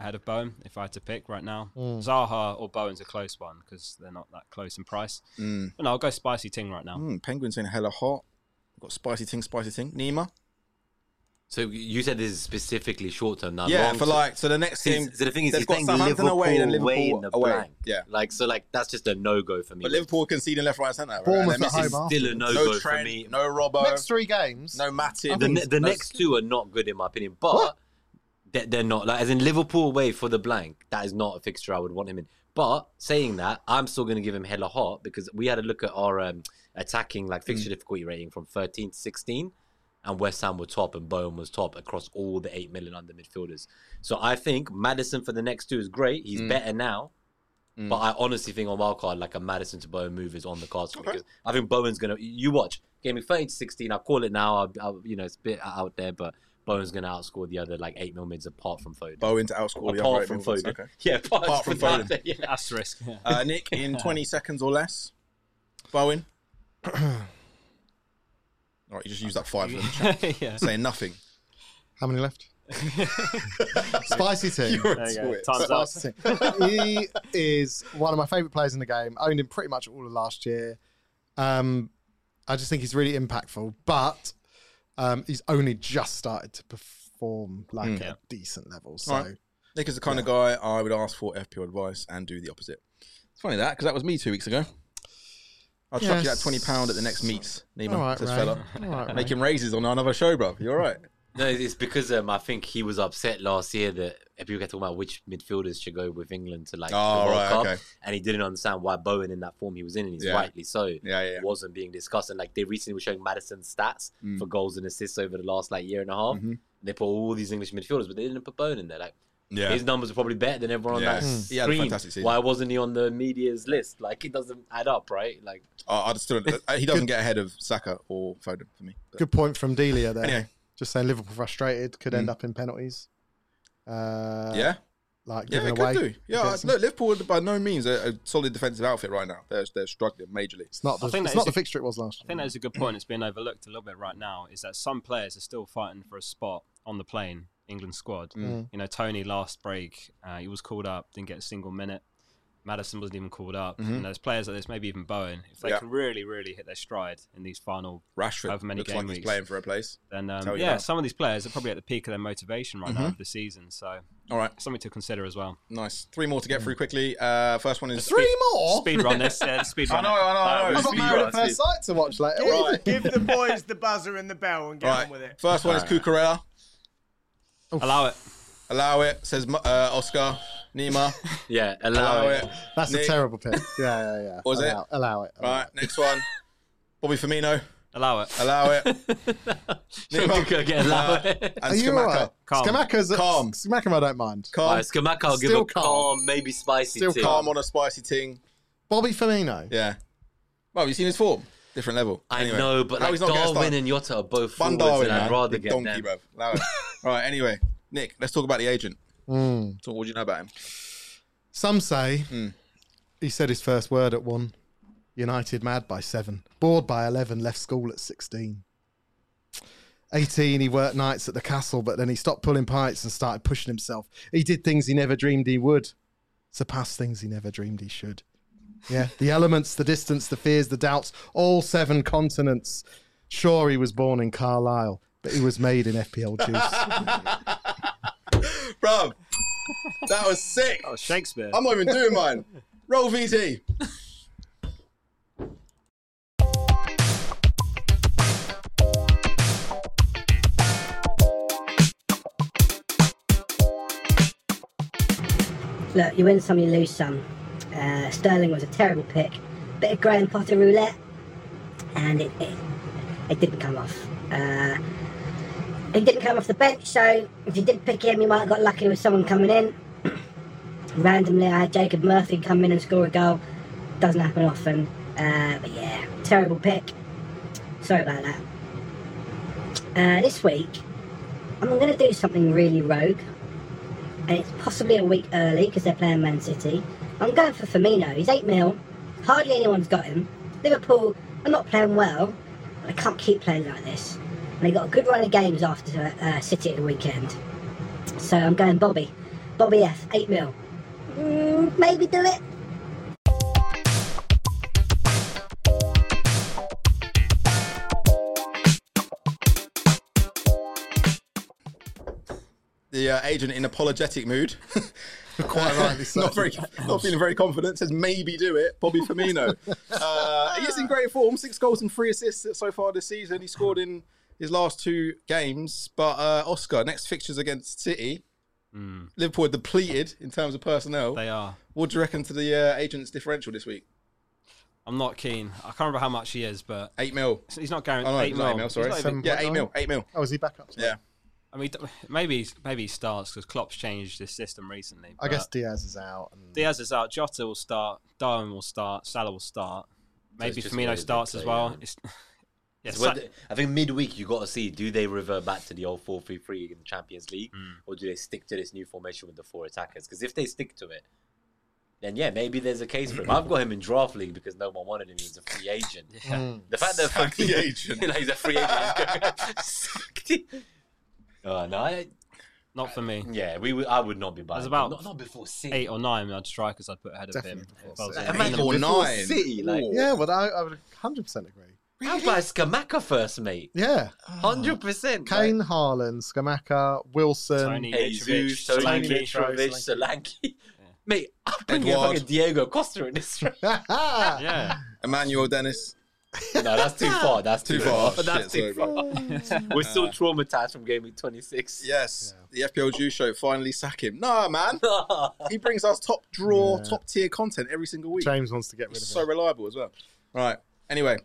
[SPEAKER 4] ahead of Bowen if I had to pick right now.
[SPEAKER 2] Mm.
[SPEAKER 4] Zaha or Bowen's a close one because they're not that close in price.
[SPEAKER 1] Mm.
[SPEAKER 4] But no, I'll go spicy ting right now.
[SPEAKER 1] Mm, penguins in hella hot. Got spicy ting, spicy ting. Nima.
[SPEAKER 5] So you said this is specifically short term now.
[SPEAKER 1] Yeah,
[SPEAKER 5] long
[SPEAKER 1] for
[SPEAKER 5] term-
[SPEAKER 1] like so the next team.
[SPEAKER 5] See, so the thing is,
[SPEAKER 1] they've
[SPEAKER 5] he's
[SPEAKER 1] got
[SPEAKER 5] playing
[SPEAKER 1] Southampton
[SPEAKER 5] Liverpool
[SPEAKER 1] away
[SPEAKER 5] away,
[SPEAKER 1] and Liverpool
[SPEAKER 5] in the
[SPEAKER 1] away.
[SPEAKER 5] blank.
[SPEAKER 1] Yeah.
[SPEAKER 5] like so, like that's just a no go for me.
[SPEAKER 1] But Liverpool conceding left, right, centre. Right?
[SPEAKER 2] Bournemouth
[SPEAKER 1] And they're
[SPEAKER 2] at home
[SPEAKER 1] missing-
[SPEAKER 2] after.
[SPEAKER 5] Still a no
[SPEAKER 1] no
[SPEAKER 5] go for
[SPEAKER 1] Trent,
[SPEAKER 5] me.
[SPEAKER 1] no Robbo,
[SPEAKER 2] Next three games.
[SPEAKER 1] no Matip.
[SPEAKER 5] the ne- the
[SPEAKER 1] No-
[SPEAKER 5] next two are not good in my opinion, but
[SPEAKER 2] What?
[SPEAKER 5] They're, they're not like as in Liverpool away for the blank. That is not a fixture I would want him in. But saying that, I'm still going to give him hella hot because we had a look at our um, attacking like fixture difficulty rating from 13 to 16, and West Ham were top and Bowen was top across all the eight million under midfielders. So I think Madison for the next two is great. He's better now. But I honestly think on wildcard, like a Madison to Bowen move is on the cards for me,
[SPEAKER 1] Okay.
[SPEAKER 5] because I think Bowen's gonna. You watch game week 13 to 16. I call it now. I'll, I'll, you know, it's a bit out there, but Bowen's gonna outscore the other like eight mil mids apart from Foden.
[SPEAKER 1] Bowen to outscore the other
[SPEAKER 5] apart
[SPEAKER 1] eight
[SPEAKER 5] from
[SPEAKER 1] midfielders.
[SPEAKER 5] Foden,
[SPEAKER 1] Okay.
[SPEAKER 5] yeah, apart,
[SPEAKER 1] Apart
[SPEAKER 5] from
[SPEAKER 1] from
[SPEAKER 5] Foden. Yeah.
[SPEAKER 4] Asterisk. Yeah.
[SPEAKER 1] Uh, Nick in 20 seconds or less. Bowen. All right, you just used up five of them.
[SPEAKER 4] yeah.
[SPEAKER 1] Saying nothing.
[SPEAKER 2] How many left? Spicy team.
[SPEAKER 1] You're
[SPEAKER 4] There you
[SPEAKER 1] into
[SPEAKER 4] go.
[SPEAKER 1] it.
[SPEAKER 4] Time's up.
[SPEAKER 2] Spicy team. He is one of my favourite players in the game. Owned him pretty much all of last year. Um, I just think he's really impactful, but um, he's only just started to perform like
[SPEAKER 1] Mm.
[SPEAKER 2] at
[SPEAKER 4] Yeah.
[SPEAKER 2] a decent level. So
[SPEAKER 1] All right. Nick is the kind of guy I would ask for FPL advice and do the opposite. It's funny that because that was me two weeks ago. I'll chuck you that
[SPEAKER 2] Yes.
[SPEAKER 1] twenty pound at the next meets, Nemo.
[SPEAKER 2] all right,
[SPEAKER 1] says
[SPEAKER 2] Ray.
[SPEAKER 1] fella.
[SPEAKER 2] All right, Ray.
[SPEAKER 1] Making raises on another show, bro. You're right.
[SPEAKER 5] No, it's because um, I think he was upset last year that people kept talking about which midfielders should go with England to like
[SPEAKER 1] Oh,
[SPEAKER 5] the World
[SPEAKER 1] right,
[SPEAKER 5] Cup,
[SPEAKER 1] okay.
[SPEAKER 5] and he didn't understand why Bowen in that form he was in, and he's
[SPEAKER 1] Yeah.
[SPEAKER 5] rightly so.
[SPEAKER 1] Yeah, yeah. Mm. yeah.
[SPEAKER 5] wasn't being discussed. And like they recently were showing Madison's stats for goals and assists over the last like year and a half.
[SPEAKER 1] Mhm.
[SPEAKER 5] They put all these English midfielders, but they didn't put Bone in there. Like
[SPEAKER 1] Yeah.
[SPEAKER 5] his numbers are probably better than everyone on
[SPEAKER 1] Yeah.
[SPEAKER 5] that
[SPEAKER 1] Mm. He had a
[SPEAKER 5] screen.
[SPEAKER 1] fantastic season.
[SPEAKER 5] Why wasn't he on the media's list? Like it doesn't add up, right? Like
[SPEAKER 1] I, I just still, he doesn't get ahead of Saka or Foden for me. But
[SPEAKER 2] Good point from Delia there.
[SPEAKER 1] Anyway. Mm.
[SPEAKER 2] Just saying Liverpool frustrated could end up in penalties. Uh,
[SPEAKER 1] yeah,
[SPEAKER 2] Like
[SPEAKER 1] yeah,
[SPEAKER 2] giving
[SPEAKER 1] they
[SPEAKER 2] away.
[SPEAKER 1] could do. Yeah,
[SPEAKER 2] against them.
[SPEAKER 1] look, Liverpool are by no means a, a solid defensive outfit right now. They're they're struggling majorly.
[SPEAKER 2] It's not the,
[SPEAKER 4] I think that
[SPEAKER 2] it's not
[SPEAKER 4] is
[SPEAKER 2] the
[SPEAKER 4] a-
[SPEAKER 2] fixture it was last
[SPEAKER 4] I
[SPEAKER 2] year.
[SPEAKER 4] think that is a good point. It's being overlooked a little bit right now. Is that some players are still fighting for a spot on the plane England squad?
[SPEAKER 2] Mm.
[SPEAKER 4] You know, Tony last break, uh, he was called up, didn't get a single minute. Madison wasn't even called up.
[SPEAKER 1] Mhm.
[SPEAKER 4] And there's players like this, maybe even Bowen. If they
[SPEAKER 1] Yeah.
[SPEAKER 4] can really, really hit their stride in these final,
[SPEAKER 1] Rashford
[SPEAKER 4] However many
[SPEAKER 1] looks
[SPEAKER 4] game
[SPEAKER 1] like he's
[SPEAKER 4] weeks.
[SPEAKER 1] playing for a place.
[SPEAKER 4] then um,
[SPEAKER 1] Tell you
[SPEAKER 4] yeah,
[SPEAKER 1] that.
[SPEAKER 4] some of these players are probably at the peak of their motivation right now
[SPEAKER 1] Mhm.
[SPEAKER 4] of the season. So
[SPEAKER 1] All right,
[SPEAKER 4] something to consider as well.
[SPEAKER 1] nice. Three more to get
[SPEAKER 5] Mm.
[SPEAKER 1] through quickly. Uh, first one is
[SPEAKER 2] Three more.
[SPEAKER 4] Speed run this, uh, speed
[SPEAKER 1] I
[SPEAKER 4] run.
[SPEAKER 1] know, I know, I know.
[SPEAKER 4] Uh,
[SPEAKER 2] I've got
[SPEAKER 5] Speed
[SPEAKER 2] Married
[SPEAKER 5] run,
[SPEAKER 2] at First
[SPEAKER 5] speed.
[SPEAKER 2] Sight to watch later.
[SPEAKER 3] Give,
[SPEAKER 1] Right.
[SPEAKER 3] give the boys the buzzer and the bell and get
[SPEAKER 1] All right.
[SPEAKER 3] on with it.
[SPEAKER 1] First one is Cucurella.
[SPEAKER 4] Allow it.
[SPEAKER 1] Allow it, says Mu- uh, Oscar. Nima,
[SPEAKER 5] yeah, allow,
[SPEAKER 1] allow
[SPEAKER 5] it.
[SPEAKER 1] it.
[SPEAKER 2] That's
[SPEAKER 1] Nick.
[SPEAKER 2] a terrible pick. Yeah, yeah, yeah.
[SPEAKER 1] Was it?
[SPEAKER 2] allow, Allow it.
[SPEAKER 1] Right, next one. Bobby Firmino,
[SPEAKER 4] Allow it.
[SPEAKER 1] allow it.
[SPEAKER 5] Skamaka again, allow
[SPEAKER 1] Uh,
[SPEAKER 5] it.
[SPEAKER 1] And
[SPEAKER 2] Are you
[SPEAKER 1] Skamaka.
[SPEAKER 2] alright?
[SPEAKER 4] Calm.
[SPEAKER 2] Skamaka's
[SPEAKER 1] Calm.
[SPEAKER 2] Skamaka, I don't mind.
[SPEAKER 1] Calm,
[SPEAKER 5] Alright, Skamaka, I'll give
[SPEAKER 2] Still
[SPEAKER 5] a
[SPEAKER 2] calm.
[SPEAKER 5] calm, maybe spicy
[SPEAKER 2] Still
[SPEAKER 5] too.
[SPEAKER 1] calm on a spicy ting.
[SPEAKER 2] Bobby Firmino.
[SPEAKER 1] Yeah. Well, have you seen his form? Different level.
[SPEAKER 5] I
[SPEAKER 1] Anyway.
[SPEAKER 5] know, but
[SPEAKER 1] How
[SPEAKER 5] like
[SPEAKER 1] he's not getting
[SPEAKER 5] Darwin
[SPEAKER 1] started.
[SPEAKER 5] and Yotta are both
[SPEAKER 1] Fun Darwin,
[SPEAKER 5] forwards, and I'd
[SPEAKER 1] man.
[SPEAKER 5] rather
[SPEAKER 1] Big
[SPEAKER 5] get
[SPEAKER 1] donkey, bruv.
[SPEAKER 5] them.
[SPEAKER 1] Allow it. All right, anyway. Nick, let's talk about the agent.
[SPEAKER 2] Mm.
[SPEAKER 1] So, what do you know about him?
[SPEAKER 2] Some say
[SPEAKER 1] Mm.
[SPEAKER 2] he said his first word at one. United mad by seven, bored by 11, left school at 16. 18, he worked nights at the castle, but then he stopped pulling pipes and started pushing himself. He did things he never dreamed he would, surpassed things he never dreamed he should. Yeah, the elements, the distance, the fears, the doubts, all seven continents. Sure, he was born in Carlisle, but he was made in FPL juice.
[SPEAKER 1] Bruv, that was sick.
[SPEAKER 4] Oh, Shakespeare.
[SPEAKER 1] I'm not even doing mine. Roll VT.
[SPEAKER 6] Look, you win some, you lose some. Uh, Sterling was a terrible pick. Bit of Graham Potter roulette, and it it, it didn't come off. Uh, he didn't come off the bench, so if you did pick him, you might have got lucky with someone coming in. Randomly, I had Jacob Murphy come in and score a goal. Doesn't happen often, uh, but yeah, terrible pick. Sorry about that. Uh, this week, I'm going to do something really rogue and it's possibly a week early because they're playing Man City. I'm going for Firmino. He's eight mil. Hardly anyone's got him. Liverpool are not playing well. They can't keep playing like this. And they got a good run of games after uh, City at the weekend. So I'm going Bobby. Bobby F. Eight mil. Mm, maybe do it.
[SPEAKER 1] The uh, agent in apologetic mood.
[SPEAKER 2] Quite rightly so.
[SPEAKER 1] not very, not feeling very confident. Says maybe do it, Bobby Firmino. uh, he is in great form. Six goals and three assists so far this season. He scored in his last two games. But uh, Oscar, next fixtures against City. Liverpool are depleted in terms of personnel.
[SPEAKER 4] They are.
[SPEAKER 1] What do you reckon to the uh, agent's differential this week?
[SPEAKER 4] I'm not keen. I can't remember how much he is, but
[SPEAKER 1] Eight mil.
[SPEAKER 4] he's not guaranteed.
[SPEAKER 1] Oh no,
[SPEAKER 4] eight
[SPEAKER 1] not eight
[SPEAKER 4] mil.
[SPEAKER 1] mil.
[SPEAKER 4] He's
[SPEAKER 1] Sorry,
[SPEAKER 4] not even-
[SPEAKER 2] Seven
[SPEAKER 1] yeah,
[SPEAKER 2] point
[SPEAKER 1] eight mil. Eight mil.
[SPEAKER 2] oh, is he back up?
[SPEAKER 1] Yeah.
[SPEAKER 4] I mean, maybe maybe he starts because Klopp's changed his system recently.
[SPEAKER 2] I
[SPEAKER 4] but
[SPEAKER 2] guess Diaz is out. And...
[SPEAKER 4] Diaz is out. Jota will start. Darwin will start. Salah will start. Maybe
[SPEAKER 5] just where
[SPEAKER 4] Firmino
[SPEAKER 5] they
[SPEAKER 4] starts
[SPEAKER 5] play,
[SPEAKER 4] as well.
[SPEAKER 5] yeah.
[SPEAKER 4] It's, yeah,
[SPEAKER 5] It's
[SPEAKER 4] Sa-
[SPEAKER 5] whether- I think midweek you got to see do they revert back to the old 4 3 3 in the Champions League
[SPEAKER 1] Hmm.
[SPEAKER 5] or do they stick to this new formation with the four attackers? Because if they stick to it, then yeah, maybe there's a case for him. I've got him in draft league because no one wanted him. He was a free agent. The fact that
[SPEAKER 1] Sack the
[SPEAKER 5] fucking-
[SPEAKER 1] agent.
[SPEAKER 5] like, he's a free agent. He's going- Oh, no, I,
[SPEAKER 4] not for me.
[SPEAKER 5] yeah, we would, I would not be buying. him.
[SPEAKER 4] about
[SPEAKER 5] not, not before City.
[SPEAKER 4] Eight or nine I'd strikers I'd put ahead of him.
[SPEAKER 2] Definitely
[SPEAKER 4] if I
[SPEAKER 2] before
[SPEAKER 4] was
[SPEAKER 2] City.
[SPEAKER 4] in
[SPEAKER 1] Imagine
[SPEAKER 4] England.
[SPEAKER 1] Or
[SPEAKER 5] before
[SPEAKER 1] nine.
[SPEAKER 5] City, like
[SPEAKER 1] Ooh.
[SPEAKER 2] Yeah, well, I, I would 100% agree.
[SPEAKER 5] I'd buy Skamaka first, mate.
[SPEAKER 2] Yeah.
[SPEAKER 5] Hundred percent.
[SPEAKER 2] Kane, Haaland, Skamaka, Wilson.
[SPEAKER 4] Tony Mitrovic,
[SPEAKER 5] Jesus,
[SPEAKER 4] Solanke.
[SPEAKER 5] Tony
[SPEAKER 2] Mitrovic,
[SPEAKER 5] Mitrovic, Solanke. Mate, I'm bringing
[SPEAKER 1] Edouard.
[SPEAKER 5] fucking Diego Costa in this round.
[SPEAKER 4] Yeah,
[SPEAKER 1] Emmanuel Dennis.
[SPEAKER 5] no, that's too far. That's
[SPEAKER 1] Too
[SPEAKER 5] too,
[SPEAKER 1] far.
[SPEAKER 5] far. That's
[SPEAKER 1] Shit,
[SPEAKER 5] too far. We're still traumatized from Gaming 26.
[SPEAKER 1] Yes. The FPL Jew Show finally sack him. Nah, man. he brings us top draw,
[SPEAKER 2] Yeah.
[SPEAKER 1] top tier content every single week.
[SPEAKER 2] James wants to get rid
[SPEAKER 1] He's
[SPEAKER 2] of
[SPEAKER 1] so
[SPEAKER 2] him.
[SPEAKER 1] reliable as well. Right. Anyway,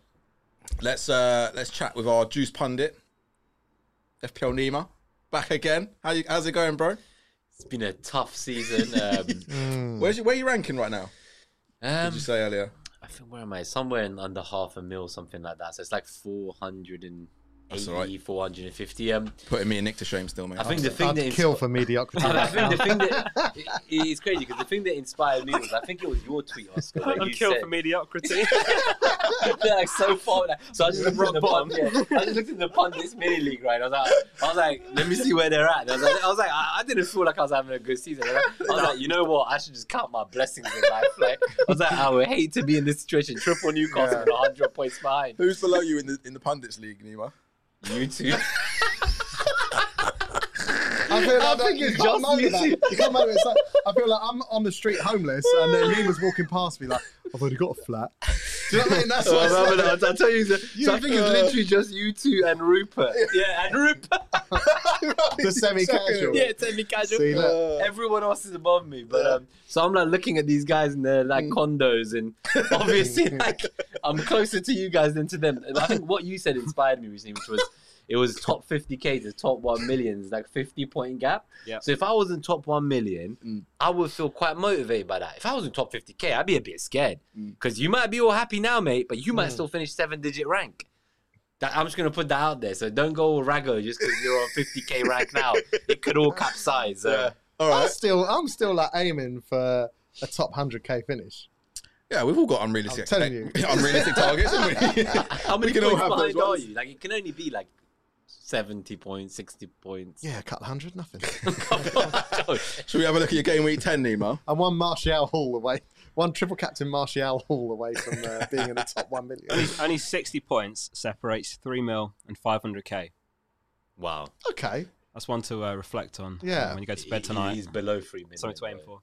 [SPEAKER 1] let's uh let's chat with our juice pundit, FPL Nima, back again. How you, how's it going, bro?
[SPEAKER 5] It's been a tough season. Um,
[SPEAKER 1] Where's you, where you ranking right now? Did
[SPEAKER 5] um,
[SPEAKER 1] you say earlier?
[SPEAKER 5] I think where am I? Somewhere in under half a mil, something like that. So it's like 480,
[SPEAKER 1] That's all right.
[SPEAKER 5] 450. Um,
[SPEAKER 1] Putting me and Nick to shame still, mate.
[SPEAKER 5] I think the thing
[SPEAKER 2] I'd
[SPEAKER 5] that
[SPEAKER 2] kill for mediocrity.
[SPEAKER 5] I think the thing that it- it's crazy because the thing that inspired me was I think it was your tweet, Oscar. where
[SPEAKER 4] I'm
[SPEAKER 5] you
[SPEAKER 4] killed
[SPEAKER 5] said-
[SPEAKER 4] for mediocrity.
[SPEAKER 5] like so far. Like, so I just looked at the pun, yeah. I just looked at the pundits mini league, right? I was like, I was like, let me see where they're at. And I was like, I, was like, I, I didn't feel like I was having a good season. I was like- I was like, you know what? I should just count my blessings in life. Like, I was like, I would hate to be in this situation. Triple Newcastle and 100 points behind.
[SPEAKER 1] Who's below you in the in the pundits league, Nima?
[SPEAKER 5] You too.
[SPEAKER 2] I feel like
[SPEAKER 5] I think
[SPEAKER 2] you
[SPEAKER 5] it's
[SPEAKER 2] can't
[SPEAKER 5] just
[SPEAKER 2] moan
[SPEAKER 5] me.
[SPEAKER 2] about it. You can't moan about it. It's like- I feel like I'm on the street homeless, and then he was walking past me like, I've already got a flat. Do you know what I mean? That's
[SPEAKER 5] So
[SPEAKER 2] what
[SPEAKER 5] Oh, I
[SPEAKER 2] it's like.
[SPEAKER 5] remember that. I tell you, so, so I think it's literally just you two and Rupert. Yeah, and Rupert.
[SPEAKER 2] the semi-casual.
[SPEAKER 5] Yeah, semi-casual.
[SPEAKER 2] See, look.
[SPEAKER 5] Everyone else is above me, but um, so I'm like looking at these guys in their like condos, and obviously like I'm closer to you guys than to them. And I think what you said inspired me recently, which was it was top 50k to top one million, it's like 50 point gap.
[SPEAKER 4] Yeah.
[SPEAKER 5] So if I was in top one million, I would feel quite motivated by that. If I was in top 50k, I'd be a bit scared because you might be all happy now, mate, but you might still finish seven digit rank. That, I'm just going to put that out there. So don't go all raggo just because you're on 50k right now. It could all capsize. So.
[SPEAKER 1] Yeah. All
[SPEAKER 2] I'm
[SPEAKER 1] right.
[SPEAKER 2] still, I'm still like aiming for a top 100k finish.
[SPEAKER 1] Yeah, we've all got unrealistic,
[SPEAKER 2] I'm telling you.
[SPEAKER 1] unrealistic targets, haven't we?
[SPEAKER 5] How many
[SPEAKER 1] We can all
[SPEAKER 5] points
[SPEAKER 1] have those
[SPEAKER 5] behind are
[SPEAKER 1] ones.
[SPEAKER 5] you? Like it can only be like 70 points, 60 points.
[SPEAKER 2] Yeah, a couple hundred, nothing.
[SPEAKER 1] Should we have a look at your game week 10, Nemo?
[SPEAKER 2] and one Martial Hall away, one triple captain Martial Hall away from uh, being in the top one million.
[SPEAKER 4] Only 60 points separates 3 mil and 500k.
[SPEAKER 5] wow.
[SPEAKER 2] Okay,
[SPEAKER 4] That's one to uh, reflect on uh,
[SPEAKER 2] Yeah.
[SPEAKER 4] when you go to bed
[SPEAKER 5] He-
[SPEAKER 4] tonight.
[SPEAKER 5] He's below three minutes.
[SPEAKER 4] Something to aim for.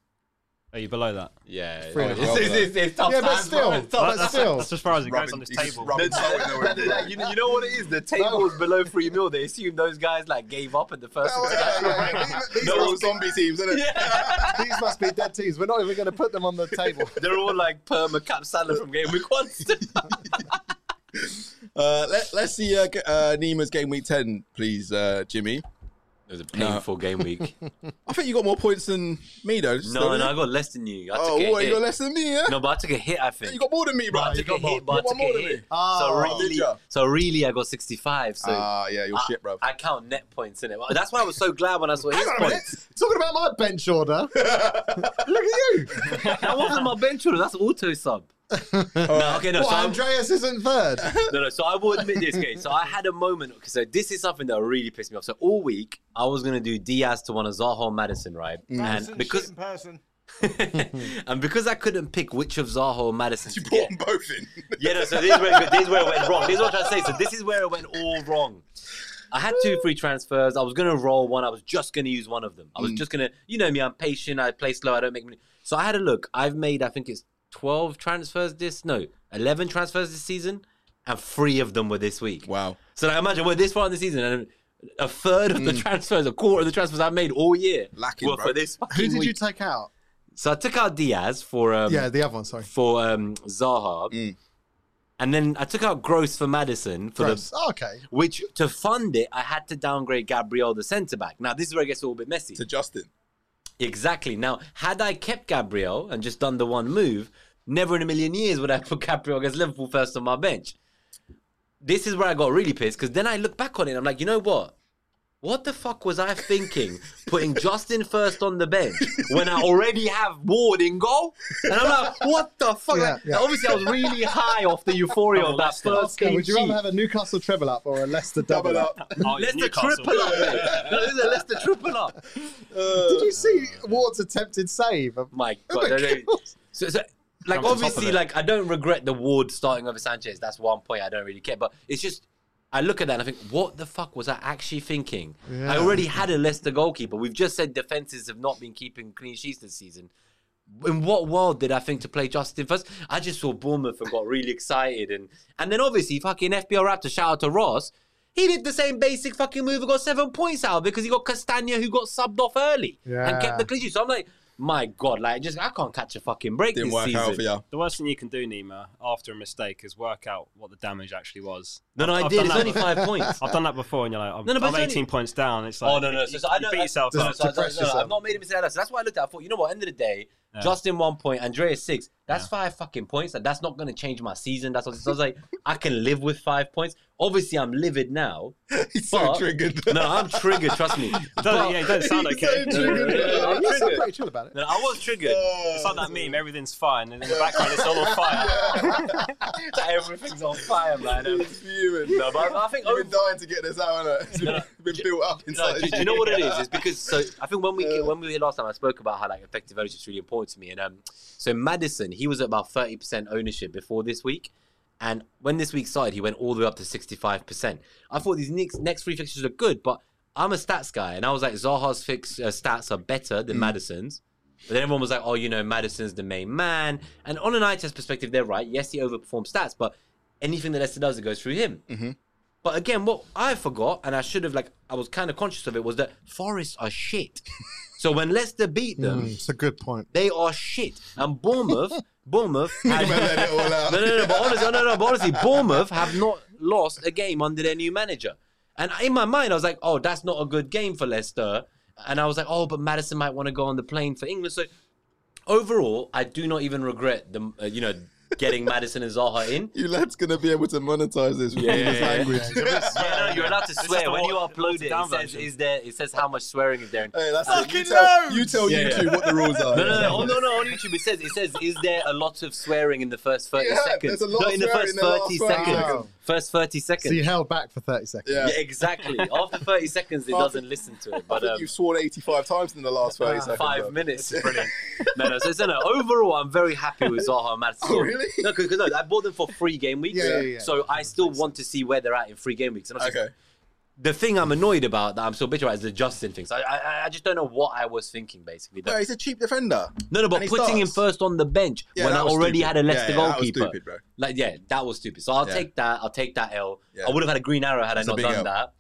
[SPEAKER 4] Are you below that?
[SPEAKER 5] Yeah. Oh,
[SPEAKER 2] Three and a
[SPEAKER 5] it's,
[SPEAKER 1] half.
[SPEAKER 5] it's, it's, it's tough
[SPEAKER 2] yeah, but
[SPEAKER 5] times, bro.
[SPEAKER 2] still,
[SPEAKER 5] It's tough
[SPEAKER 2] but
[SPEAKER 4] that's,
[SPEAKER 2] still,
[SPEAKER 4] that's as far as it goes
[SPEAKER 1] Rubbing-
[SPEAKER 4] on this
[SPEAKER 1] he's just
[SPEAKER 4] table.
[SPEAKER 1] rubbing salt in the wound.
[SPEAKER 5] Like, you, you know what it is? The table's below three mil. They assume those guys like gave up at the first.
[SPEAKER 2] No,
[SPEAKER 5] attack.
[SPEAKER 2] yeah, yeah, yeah.
[SPEAKER 1] They're all zombie teams, isn't it?
[SPEAKER 2] these must be dead teams. We're not even going to put them on the table.
[SPEAKER 5] They're all like perma cap salad from Game Week One.
[SPEAKER 1] Uh, let, let's see uh, g- uh, Nemo's game week 10, please, uh, Jimmy.
[SPEAKER 5] It was a
[SPEAKER 1] painful
[SPEAKER 5] game week. no,
[SPEAKER 1] I think you got more points than me, though.
[SPEAKER 5] no, I got less than you. I took
[SPEAKER 1] Oh,
[SPEAKER 5] a
[SPEAKER 1] what? You
[SPEAKER 5] hit.
[SPEAKER 1] got less than me, yeah?
[SPEAKER 5] No, but I took a hit. I think.
[SPEAKER 1] You got more than me, bro.
[SPEAKER 5] but I
[SPEAKER 1] You
[SPEAKER 5] took a
[SPEAKER 1] got more.
[SPEAKER 5] hit. But I
[SPEAKER 1] You got
[SPEAKER 5] took
[SPEAKER 1] more
[SPEAKER 5] a
[SPEAKER 1] than me.
[SPEAKER 5] hit. so
[SPEAKER 2] Oh,
[SPEAKER 1] did
[SPEAKER 5] really,
[SPEAKER 1] ya?
[SPEAKER 5] so really, I got sixty-five. So
[SPEAKER 1] Ah, yeah, you're
[SPEAKER 5] I,
[SPEAKER 1] shit, bro.
[SPEAKER 5] I count net points in it. That's why I was so glad when I saw his
[SPEAKER 2] Hang on a minute.
[SPEAKER 5] points.
[SPEAKER 2] Talking about my bench order. Look at you.
[SPEAKER 5] That wasn't my bench order. That's auto sub. No, okay, no.
[SPEAKER 2] What,
[SPEAKER 5] so I'm-
[SPEAKER 2] Andreas isn't third.
[SPEAKER 5] no, no. So I will admit this, okay. So I had a moment. Okay, so this is something that really pissed me off. So all week I was gonna do Diaz to one of Zaha or Madison, right?
[SPEAKER 1] Mm.
[SPEAKER 3] Madison,
[SPEAKER 5] And because
[SPEAKER 3] shitting person.
[SPEAKER 5] and because I couldn't pick which of Zaha or Madison
[SPEAKER 1] You
[SPEAKER 5] to
[SPEAKER 1] brought
[SPEAKER 5] get.
[SPEAKER 1] them both in.
[SPEAKER 5] Yeah, no. So this is where this is where it went wrong. This is what I'm trying to say. So this is where it went all wrong. I had two free transfers. I was gonna roll one. I was just gonna use one of them.
[SPEAKER 1] Mm.
[SPEAKER 5] I was just gonna, you know me. I'm patient. I play slow. I don't make. Many. So I had a look. I've made. I think it's twelve transfers this. No, eleven transfers this season, and three of them were this week.
[SPEAKER 1] Wow.
[SPEAKER 5] So like, imagine we're this far in the season, and a third of the transfers, a quarter of the transfers I've made all year
[SPEAKER 1] Mm. Lacking,
[SPEAKER 5] were
[SPEAKER 1] bro.
[SPEAKER 5] for this
[SPEAKER 2] Who
[SPEAKER 5] fucking
[SPEAKER 2] did
[SPEAKER 5] week.
[SPEAKER 2] you take out?
[SPEAKER 5] so I took out Diaz for um,
[SPEAKER 2] yeah, the other one. Sorry.
[SPEAKER 5] for um, Zaha,
[SPEAKER 1] Mm.
[SPEAKER 5] and then I took out Gross for Madison for
[SPEAKER 2] Gross.
[SPEAKER 5] the.
[SPEAKER 2] Oh, okay.
[SPEAKER 5] Which to fund it, I had to downgrade Gabriel the centre back. Now this is where it gets a little bit messy.
[SPEAKER 1] To Justin.
[SPEAKER 5] Exactly. Now, had I kept Gabriel and just done the one move, never in a million years would I put Gabriel against Liverpool first on my bench. This is where I got really pissed because then I look back on it and I'm like, you know what? What the fuck was I thinking putting Justin first on the bench when I already have Ward in goal? And I'm like, what the fuck?
[SPEAKER 2] Yeah,
[SPEAKER 5] Like,
[SPEAKER 2] yeah.
[SPEAKER 5] Obviously, I was really high off the euphoria of that first
[SPEAKER 2] Oscar,
[SPEAKER 5] clean
[SPEAKER 2] would you
[SPEAKER 5] sheet.
[SPEAKER 2] rather have a Newcastle treble up or a Leicester double, up?
[SPEAKER 4] Oh, it's
[SPEAKER 5] Let's the
[SPEAKER 4] Newcastle.
[SPEAKER 5] triple up. mate. No, this is a Leicester triple up.
[SPEAKER 2] Did you see
[SPEAKER 5] Uh,
[SPEAKER 2] Ward's attempted save?
[SPEAKER 5] My
[SPEAKER 2] Oh
[SPEAKER 5] God.
[SPEAKER 2] my
[SPEAKER 5] no, no,
[SPEAKER 2] God.
[SPEAKER 5] So, so like
[SPEAKER 4] Comes on top
[SPEAKER 5] obviously,
[SPEAKER 4] of it.
[SPEAKER 5] like I don't regret the Ward starting over Sanchez. That's one point I don't really care. But it's just I look at that and I think, what the fuck was I actually thinking?
[SPEAKER 2] Yeah.
[SPEAKER 5] I already had a Leicester goalkeeper. We've just said defenses have not been keeping clean sheets this season. In what world did I think to play Justin first? I just saw Bournemouth and got really excited, and and then obviously fucking FBR Raptor shout out to Ross. He did the same basic fucking move and got seven points out because he got Castagna who got subbed off early and
[SPEAKER 2] Yeah.
[SPEAKER 5] kept the clean sheet. So I'm like, my god, like just I can't catch a fucking break
[SPEAKER 1] Didn't
[SPEAKER 5] this
[SPEAKER 1] work
[SPEAKER 5] season.
[SPEAKER 1] out for you.
[SPEAKER 4] The worst thing you can do, Nima, after a mistake is work out what the damage actually was.
[SPEAKER 5] No, no, I
[SPEAKER 4] I've
[SPEAKER 5] did.
[SPEAKER 4] done
[SPEAKER 5] It's
[SPEAKER 4] that
[SPEAKER 5] only five points.
[SPEAKER 4] I've done that before, and you're like, I'm,
[SPEAKER 5] No, no, but
[SPEAKER 4] I'm
[SPEAKER 5] it's
[SPEAKER 4] 18
[SPEAKER 5] only-
[SPEAKER 4] points down. It's like,
[SPEAKER 5] Oh no, no.
[SPEAKER 4] you,
[SPEAKER 5] So, so I
[SPEAKER 4] you
[SPEAKER 5] don't.
[SPEAKER 4] beat
[SPEAKER 5] I-
[SPEAKER 4] yourself
[SPEAKER 5] no, no,
[SPEAKER 4] up.
[SPEAKER 5] so I- so-
[SPEAKER 2] Depress
[SPEAKER 5] so I've
[SPEAKER 2] yourself.
[SPEAKER 5] not made a mistake. like that. So that's why I looked at. it. I thought, you know what? End of the day,
[SPEAKER 4] Yeah.
[SPEAKER 5] Justin one point, Andrea six. That's five fucking points. Like, that's not going to change my season. That's what so I was like. I can live with five points. Obviously, I'm livid now.
[SPEAKER 1] He's so
[SPEAKER 5] But-
[SPEAKER 1] triggered.
[SPEAKER 5] No, I'm triggered. Trust me.
[SPEAKER 4] Doesn't- yeah, it doesn't sound
[SPEAKER 1] He's
[SPEAKER 4] okay.
[SPEAKER 1] so triggered.
[SPEAKER 2] Yeah, you sound pretty chill about it.
[SPEAKER 5] No, I was triggered.
[SPEAKER 4] It's like that meme, everything's fine, and in the background it's all on fire.
[SPEAKER 5] That Everything's on fire, man. Um,
[SPEAKER 1] It's fuming.
[SPEAKER 5] No, but I think
[SPEAKER 1] You've been dying to get this out, innit? It's been, been built up
[SPEAKER 5] No,
[SPEAKER 1] inside.
[SPEAKER 5] do, do you know what it is? It's because so I think when we when we were here last time, I spoke about how like effective ownership is really important to me. And um, so Madison, he was at about thirty percent ownership before this week, and when this week started, he went all the way up to sixty five percent. I thought these next next three fixtures look good, but I'm a stats guy, and I was like Zaha's fix uh, stats are better than Madison's. But then everyone was like, oh, you know, Madison's the main man. And on an eye test perspective, they're right. Yes, he overperforms stats, but anything that Leicester does, it goes through him. But again, what I forgot, and I should have, like, I was kind of conscious of it, was that Forest are shit. so when Leicester beat them,
[SPEAKER 2] Mm, it's a good point.
[SPEAKER 5] they are shit. And Bournemouth, Bournemouth, had,
[SPEAKER 1] Man, let it all out.
[SPEAKER 5] no, no, no, but honestly, no, no, but honestly, Bournemouth have not lost a game under their new manager. And in my mind, I was like, oh, that's not a good game for Leicester. And I was like, oh, but Madison might want to go on the plane for England. So overall, I do not even regret the, uh, you know, getting Madison and Zaha in.
[SPEAKER 1] You lad's gonna be able to monetize this with
[SPEAKER 5] Yeah,
[SPEAKER 1] English
[SPEAKER 5] yeah, yeah.
[SPEAKER 1] language.
[SPEAKER 5] Yeah, no, you're allowed to
[SPEAKER 4] is
[SPEAKER 5] swear
[SPEAKER 4] the
[SPEAKER 5] when you
[SPEAKER 4] wa-
[SPEAKER 5] upload
[SPEAKER 4] watered
[SPEAKER 5] it.
[SPEAKER 4] down
[SPEAKER 5] It says,
[SPEAKER 4] version.
[SPEAKER 5] is there, it says how much swearing is there.
[SPEAKER 1] Hey, that's it. You
[SPEAKER 3] Fucking
[SPEAKER 1] tell,
[SPEAKER 3] loads!
[SPEAKER 1] you tell
[SPEAKER 5] Yeah,
[SPEAKER 1] YouTube what the rules are.
[SPEAKER 5] No, no, no, oh, no, no, on YouTube it says, it says, is there a lot of swearing in the first 30
[SPEAKER 1] Yeah,
[SPEAKER 5] seconds?
[SPEAKER 1] there's a lot
[SPEAKER 5] no,
[SPEAKER 1] of
[SPEAKER 5] in the
[SPEAKER 1] swearing
[SPEAKER 5] first
[SPEAKER 1] in the last
[SPEAKER 5] 30
[SPEAKER 1] 30
[SPEAKER 5] seconds.
[SPEAKER 2] seconds.
[SPEAKER 5] First 30
[SPEAKER 2] So
[SPEAKER 5] seconds.
[SPEAKER 2] you held back for 30 seconds.
[SPEAKER 1] Yeah.
[SPEAKER 5] Yeah, exactly. After 30 seconds, it
[SPEAKER 1] After-
[SPEAKER 5] doesn't listen to it.
[SPEAKER 1] I
[SPEAKER 5] But
[SPEAKER 1] think
[SPEAKER 5] um, ah,
[SPEAKER 1] you've sworn 85 times in the last 30 seconds.
[SPEAKER 5] five
[SPEAKER 1] though.
[SPEAKER 5] minutes. Brilliant. No, no. So, so no. Overall, I'm very happy with Zaha and Madison.
[SPEAKER 1] Oh, really?
[SPEAKER 5] No, because no, I bought them for free game weeks.
[SPEAKER 2] Yeah, yeah, yeah.
[SPEAKER 5] So I still want to see where they're at in free game weeks. And obviously,
[SPEAKER 1] Okay.
[SPEAKER 5] the thing I'm annoyed about that I'm so bitter about is the Justin thing. So I, I, I just don't know what I was thinking basically.
[SPEAKER 1] No, he's a cheap defender.
[SPEAKER 5] no, no, but
[SPEAKER 1] and he
[SPEAKER 5] putting him
[SPEAKER 1] starts.
[SPEAKER 5] first on the bench
[SPEAKER 1] Yeah,
[SPEAKER 5] when I
[SPEAKER 1] that was
[SPEAKER 5] already
[SPEAKER 1] stupid.
[SPEAKER 5] had a
[SPEAKER 1] yeah,
[SPEAKER 5] Leicester
[SPEAKER 1] yeah,
[SPEAKER 5] goalkeeper,
[SPEAKER 1] That was stupid, bro.
[SPEAKER 5] like yeah, that was stupid. So I'll
[SPEAKER 1] Yeah.
[SPEAKER 5] take that. I'll take that L. I
[SPEAKER 1] Yeah.
[SPEAKER 5] would have had a green arrow had
[SPEAKER 1] It's a
[SPEAKER 5] I not
[SPEAKER 1] big
[SPEAKER 5] done
[SPEAKER 1] L.
[SPEAKER 5] that.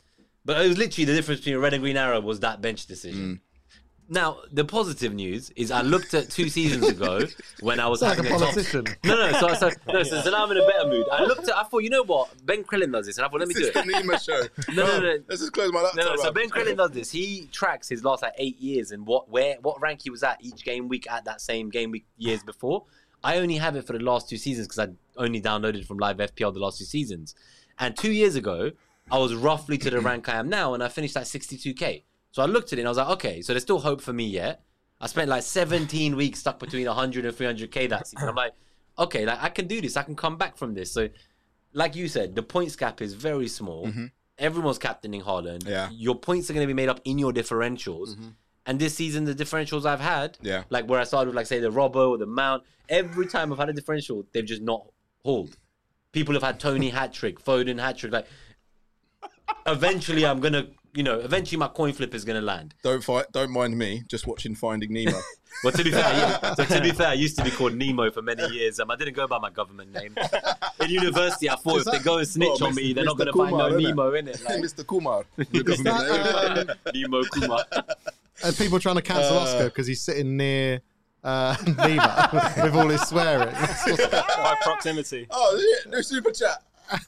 [SPEAKER 5] But it was literally the difference between a red and green arrow was that bench decision.
[SPEAKER 1] Mm.
[SPEAKER 5] Now the positive news is I looked at two seasons ago when I was
[SPEAKER 2] Sounds
[SPEAKER 5] having
[SPEAKER 2] like a
[SPEAKER 5] a top.
[SPEAKER 2] politician.
[SPEAKER 5] No, no. So, I- so, no, so, so now I'm in a better mood. I looked at. I thought, you know what? Ben Krillin does this, and I thought, let me do
[SPEAKER 1] This is
[SPEAKER 5] it.
[SPEAKER 1] the Nima show.
[SPEAKER 5] No, no, no.
[SPEAKER 1] Let's just close my laptop.
[SPEAKER 5] No, no. So
[SPEAKER 1] man.
[SPEAKER 5] Ben Krillin does this. He tracks his last like eight years and what where what rank he was at each game week at that same game week years before. I only have it for the last two seasons because I only downloaded from Live FPL the last two seasons. And two years ago, I was roughly to the rank I am now, and I finished at 62k. So I looked at it and I was like, okay, so there's still hope for me yet. I spent like 17 weeks stuck between 100 and 300k that season. I'm like, okay, like I can do this. I can come back from this. So, like you said, the points gap is very small. Everyone's captaining Haaland.
[SPEAKER 1] Mm-hmm. Yeah. Mm-hmm.
[SPEAKER 5] Your points are going to be made up in your differentials. And this season, the differentials I've had,
[SPEAKER 1] Yeah.
[SPEAKER 5] like where I started with, like, say, the Robbo or the Mount, every time I've had a differential, they've just not hauled. People have had Tony hat trick, Foden hat trick. Like, eventually, I'm going to, you know, eventually my coin flip is going to land.
[SPEAKER 1] Don't fight. Don't mind me. Just watching Finding Nemo.
[SPEAKER 5] Well, to be fair, yeah. so to be fair, I used to be called Nemo for many years. Um, I didn't go by my government name. In university, I thought
[SPEAKER 1] Is that-
[SPEAKER 5] if they go and snitch
[SPEAKER 1] Well,
[SPEAKER 5] on
[SPEAKER 1] Mr.
[SPEAKER 5] me, they're not
[SPEAKER 1] Mr.
[SPEAKER 5] going to find
[SPEAKER 1] Kumar,
[SPEAKER 5] no
[SPEAKER 1] innit?
[SPEAKER 5] Nemo in it. Like,
[SPEAKER 1] Mr. Kumar. Your
[SPEAKER 2] Is
[SPEAKER 1] government
[SPEAKER 5] uh,
[SPEAKER 1] name.
[SPEAKER 2] that, um,
[SPEAKER 5] Nemo Kumar.
[SPEAKER 2] are people trying to cancel
[SPEAKER 1] Uh,
[SPEAKER 2] Oscar because he's sitting near uh, Neva with all his swearing? That's what's-
[SPEAKER 4] By proximity.
[SPEAKER 1] Oh shit! New super chat.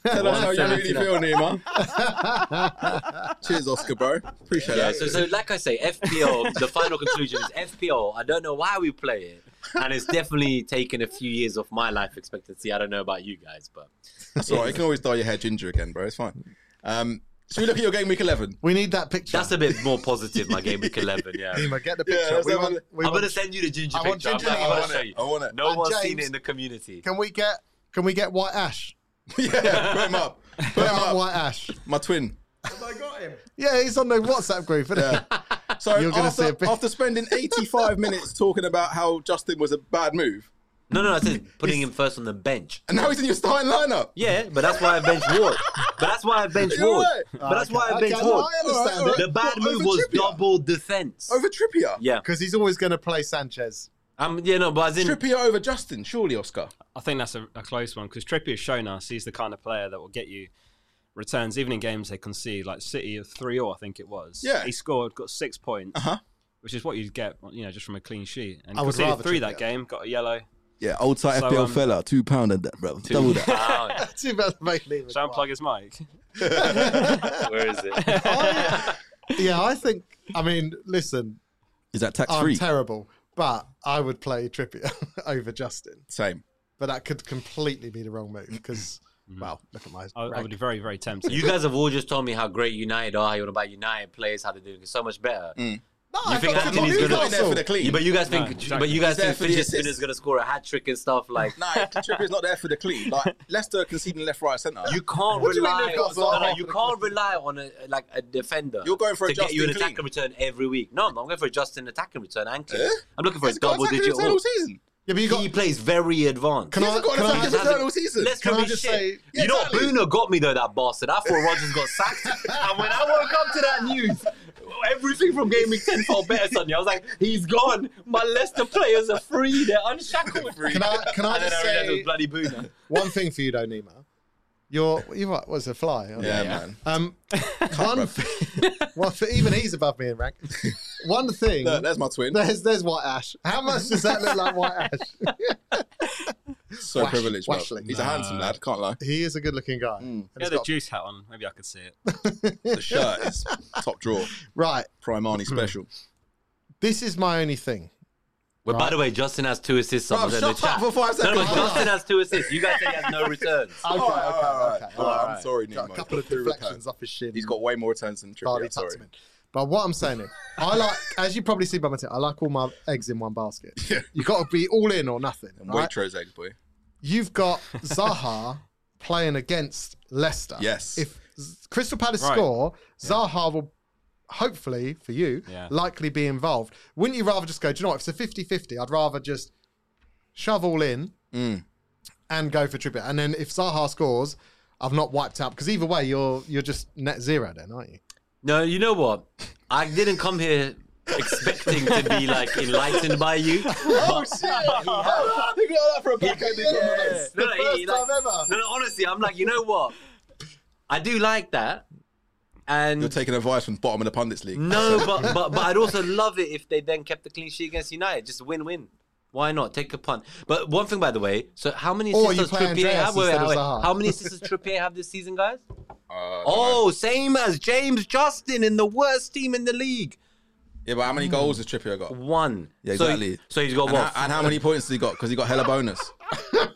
[SPEAKER 1] Tell us how you really feel, Nima. Cheers, Oscar, bro. Appreciate
[SPEAKER 5] Yeah,
[SPEAKER 1] that.
[SPEAKER 5] so, so like I say, FPL, the final conclusion is FPL, I don't know why we play it. And it's definitely taken a few years off my life expectancy. I don't know about you guys, but
[SPEAKER 1] That's all right. You can always dye your hair ginger again, bro. It's fine. Um, should we look at your game week eleven?
[SPEAKER 2] we need that picture.
[SPEAKER 5] that's a bit more positive, my game week 11, yeah.
[SPEAKER 2] Nima, get the
[SPEAKER 1] Yeah,
[SPEAKER 2] picture.
[SPEAKER 1] let's
[SPEAKER 2] we
[SPEAKER 1] have a
[SPEAKER 2] want,
[SPEAKER 1] look.
[SPEAKER 2] we
[SPEAKER 5] I'm going
[SPEAKER 2] want-
[SPEAKER 5] to send you the ginger
[SPEAKER 2] I want
[SPEAKER 5] picture. I'm
[SPEAKER 2] ginger
[SPEAKER 5] not-
[SPEAKER 2] Nemo on
[SPEAKER 5] I'm going
[SPEAKER 2] it.
[SPEAKER 5] to show you.
[SPEAKER 1] I want it.
[SPEAKER 5] No
[SPEAKER 2] And
[SPEAKER 5] one's seen
[SPEAKER 2] James-
[SPEAKER 5] it in the community.
[SPEAKER 2] can we get can we get White Ash?
[SPEAKER 1] yeah, put him up. Put
[SPEAKER 2] Put
[SPEAKER 1] him
[SPEAKER 2] up
[SPEAKER 1] up.
[SPEAKER 2] White Ash.
[SPEAKER 1] My twin.
[SPEAKER 3] Have I got him?
[SPEAKER 2] Yeah, he's on the WhatsApp group. Isn't
[SPEAKER 1] Yeah. So
[SPEAKER 2] You're gonna
[SPEAKER 1] after,
[SPEAKER 2] see a bit-
[SPEAKER 1] after spending 85 minutes talking about how Justin was a bad move,
[SPEAKER 5] No, no, I said putting him first on the bench.
[SPEAKER 1] and now he's in your starting lineup.
[SPEAKER 5] Yeah, but that's why I bench Ward. But that's why I bench
[SPEAKER 1] You're
[SPEAKER 5] Ward.
[SPEAKER 1] right.
[SPEAKER 5] But that's why I
[SPEAKER 2] Okay,
[SPEAKER 5] bench
[SPEAKER 2] okay,
[SPEAKER 5] Ward.
[SPEAKER 2] I understand
[SPEAKER 1] Alright,
[SPEAKER 5] The bad
[SPEAKER 1] What, over
[SPEAKER 5] move was
[SPEAKER 1] Trippier?
[SPEAKER 5] double defense.
[SPEAKER 1] Over Trippier.
[SPEAKER 5] Yeah,
[SPEAKER 2] Because he's always going to play Sanchez.
[SPEAKER 5] um, yeah, no, but as in,
[SPEAKER 1] Trippier over Justin, surely, Oscar.
[SPEAKER 4] I think that's a, a close one because Trippier has shown us he's the kind of player that will get you returns even in games they concede, like City of three or I think it was.
[SPEAKER 1] Yeah.
[SPEAKER 4] he scored, got six points,
[SPEAKER 1] Uh-huh.
[SPEAKER 4] which is what you'd get, you know, just from a clean sheet. And
[SPEAKER 2] I would
[SPEAKER 4] conceded
[SPEAKER 2] rather
[SPEAKER 4] three
[SPEAKER 2] Trippier.
[SPEAKER 4] that game, got a yellow.
[SPEAKER 1] Yeah, old side
[SPEAKER 4] So, FPL um,
[SPEAKER 1] fella, two pound and that, bro.
[SPEAKER 5] Two pound.
[SPEAKER 2] Too bad to make Nima
[SPEAKER 4] Should I
[SPEAKER 2] quiet.
[SPEAKER 4] unplug his mic?
[SPEAKER 5] Where is it?
[SPEAKER 2] I- yeah, I think. I mean, listen,
[SPEAKER 1] Is that tax
[SPEAKER 2] Oh, I'm terrible, but I would play Trippier over Justin.
[SPEAKER 1] Same.
[SPEAKER 2] But that could completely be the wrong move because, well, look at my.
[SPEAKER 4] I, I
[SPEAKER 2] rank.
[SPEAKER 4] would be very, very tempted.
[SPEAKER 5] You guys have all just told me how great United are. how You want to buy United players, how they're doing so much better.
[SPEAKER 1] Mm.
[SPEAKER 2] No,
[SPEAKER 5] You
[SPEAKER 2] I
[SPEAKER 5] think
[SPEAKER 2] got
[SPEAKER 5] Anthony's
[SPEAKER 1] He's
[SPEAKER 5] gonna-
[SPEAKER 1] not in there
[SPEAKER 2] Newcastle.
[SPEAKER 1] for the clean.
[SPEAKER 5] Yeah, but you guys think,
[SPEAKER 4] No, exactly.
[SPEAKER 5] but you guys
[SPEAKER 1] He's there
[SPEAKER 5] think
[SPEAKER 1] for the
[SPEAKER 5] Fidget
[SPEAKER 1] assist.
[SPEAKER 5] Spinner's going to score a hat trick and stuff like.
[SPEAKER 1] Nah, Trippier's not there for the clean. Like Leicester conceding left, right, centre.
[SPEAKER 5] You can't
[SPEAKER 2] What do you mean
[SPEAKER 5] rely.
[SPEAKER 2] they've got
[SPEAKER 5] on, no, no,
[SPEAKER 2] Zaha?
[SPEAKER 5] you can't rely on a like a defender.
[SPEAKER 1] You're going for a
[SPEAKER 5] to get you an
[SPEAKER 1] Justin
[SPEAKER 5] attack and return every week. No, I'm not going for a Justin attack and return and clean.
[SPEAKER 1] Eh?
[SPEAKER 5] I'm looking for a
[SPEAKER 1] He's got
[SPEAKER 5] double
[SPEAKER 1] attacking
[SPEAKER 5] digit.
[SPEAKER 1] return all season.
[SPEAKER 2] Yeah, but you
[SPEAKER 5] he
[SPEAKER 2] got.
[SPEAKER 5] plays very advanced.
[SPEAKER 2] Can
[SPEAKER 1] He's
[SPEAKER 2] I?
[SPEAKER 1] got
[SPEAKER 2] Can
[SPEAKER 1] an
[SPEAKER 2] I?
[SPEAKER 1] attacking return all season.
[SPEAKER 5] Let's
[SPEAKER 2] Can I
[SPEAKER 5] be
[SPEAKER 2] just
[SPEAKER 5] shit.
[SPEAKER 2] say-
[SPEAKER 1] Yeah,
[SPEAKER 5] you know,
[SPEAKER 1] exactly.
[SPEAKER 5] Bruno got me though, that bastard. I thought Rogers got sacked, and when I woke up to that news, everything from Game Week Ten felt better suddenly. I was like, he's gone. My Leicester players are free. They're unshackled.
[SPEAKER 1] Free.
[SPEAKER 2] Can I? Can I
[SPEAKER 5] And then
[SPEAKER 2] just
[SPEAKER 5] I realised it was
[SPEAKER 2] say
[SPEAKER 5] bloody Bruno.
[SPEAKER 2] one thing for you, though, Nima? You're you what was a fly? aren't you?
[SPEAKER 1] Yeah, man.
[SPEAKER 2] Um, one, thing, well, for even he's above me in rank. One thing.
[SPEAKER 1] Look, there's my twin.
[SPEAKER 2] There's there's white ash. How much does that look like white ash?
[SPEAKER 1] So
[SPEAKER 2] Wash-
[SPEAKER 1] privileged, bro.
[SPEAKER 2] Washling.
[SPEAKER 1] He's a handsome lad, can't lie.
[SPEAKER 2] He is a good looking guy.
[SPEAKER 1] Mm.
[SPEAKER 2] And
[SPEAKER 4] He
[SPEAKER 2] he's
[SPEAKER 4] had a
[SPEAKER 2] got-
[SPEAKER 4] juice hat on. Maybe I could see it.
[SPEAKER 1] The shirt is top drawer.
[SPEAKER 2] right.
[SPEAKER 1] Primani special.
[SPEAKER 2] This is my only thing.
[SPEAKER 5] Well, by the way, Justin has two assists.
[SPEAKER 1] Bro,
[SPEAKER 5] someone said in
[SPEAKER 1] shut
[SPEAKER 5] the
[SPEAKER 1] up
[SPEAKER 5] chat.
[SPEAKER 1] for five
[SPEAKER 5] No,
[SPEAKER 1] seconds.
[SPEAKER 5] no, but Justin has two assists. You guys say he has no returns.
[SPEAKER 2] Okay,
[SPEAKER 1] Oh, All right, all right, all right.
[SPEAKER 2] okay, okay.
[SPEAKER 1] All right, I'm
[SPEAKER 2] Alright.
[SPEAKER 1] sorry,
[SPEAKER 2] Got
[SPEAKER 1] Nemo.
[SPEAKER 2] a couple of
[SPEAKER 1] Got three
[SPEAKER 2] deflections
[SPEAKER 1] returns.
[SPEAKER 2] off his shin.
[SPEAKER 1] He's got way more returns than
[SPEAKER 2] Barley
[SPEAKER 1] Trippier.
[SPEAKER 2] tucked
[SPEAKER 1] Sorry.
[SPEAKER 2] him in. But what I'm saying is, I like, as you probably see by my tip, I like all my eggs in one basket.
[SPEAKER 1] Yeah.
[SPEAKER 2] you got to be all in or nothing.
[SPEAKER 1] And
[SPEAKER 2] right?
[SPEAKER 1] Waitrose eggs, boy.
[SPEAKER 2] You've got Zaha playing against Leicester.
[SPEAKER 1] Yes.
[SPEAKER 2] If Z- Crystal Palace
[SPEAKER 4] Right.
[SPEAKER 2] score, Zaha will hopefully, for you,
[SPEAKER 4] Yeah.
[SPEAKER 2] likely be involved. Wouldn't you rather just go, do you know what, if it's a 50 50, I'd rather just shove all in
[SPEAKER 1] Mm.
[SPEAKER 2] and go for Trippier. And then if Zaha scores, I've not wiped out because either way, you're you're just net zero then, aren't you?
[SPEAKER 5] No, you know what? I didn't come here expecting to be like enlightened by you.
[SPEAKER 1] Oh shit! you got that for a backhand.
[SPEAKER 2] Yes.
[SPEAKER 5] No,
[SPEAKER 2] the
[SPEAKER 5] he-
[SPEAKER 2] first
[SPEAKER 5] he
[SPEAKER 2] time
[SPEAKER 5] like-
[SPEAKER 2] ever.
[SPEAKER 5] No, no, honestly, I'm like, you know what? I do like that.
[SPEAKER 1] You're
[SPEAKER 5] And
[SPEAKER 1] taking advice from bottom of the pundits league.
[SPEAKER 5] no, but, but but I'd also love it if they then kept the clean sheet against United. Just win win. Why not? Take a punt. But one thing, by the way, so how many
[SPEAKER 2] Or
[SPEAKER 5] assists
[SPEAKER 2] you
[SPEAKER 5] does
[SPEAKER 2] play
[SPEAKER 5] Trippier
[SPEAKER 2] Andreas
[SPEAKER 5] have? Wait, wait,
[SPEAKER 2] instead of
[SPEAKER 5] wait.
[SPEAKER 2] Zaha.
[SPEAKER 5] How many assists does Trippier have this season, guys?
[SPEAKER 1] Uh, I don't know.
[SPEAKER 5] Oh, same as James Justin in the worst team in the league.
[SPEAKER 1] yeah, but how
[SPEAKER 5] Hmm.
[SPEAKER 1] many goals has Trippier got?
[SPEAKER 5] One.
[SPEAKER 1] Yeah,
[SPEAKER 5] So-
[SPEAKER 1] exactly.
[SPEAKER 5] So, he's got
[SPEAKER 1] And how,
[SPEAKER 5] what?
[SPEAKER 1] and how many points has he got? Because he got hella bonus.
[SPEAKER 5] No,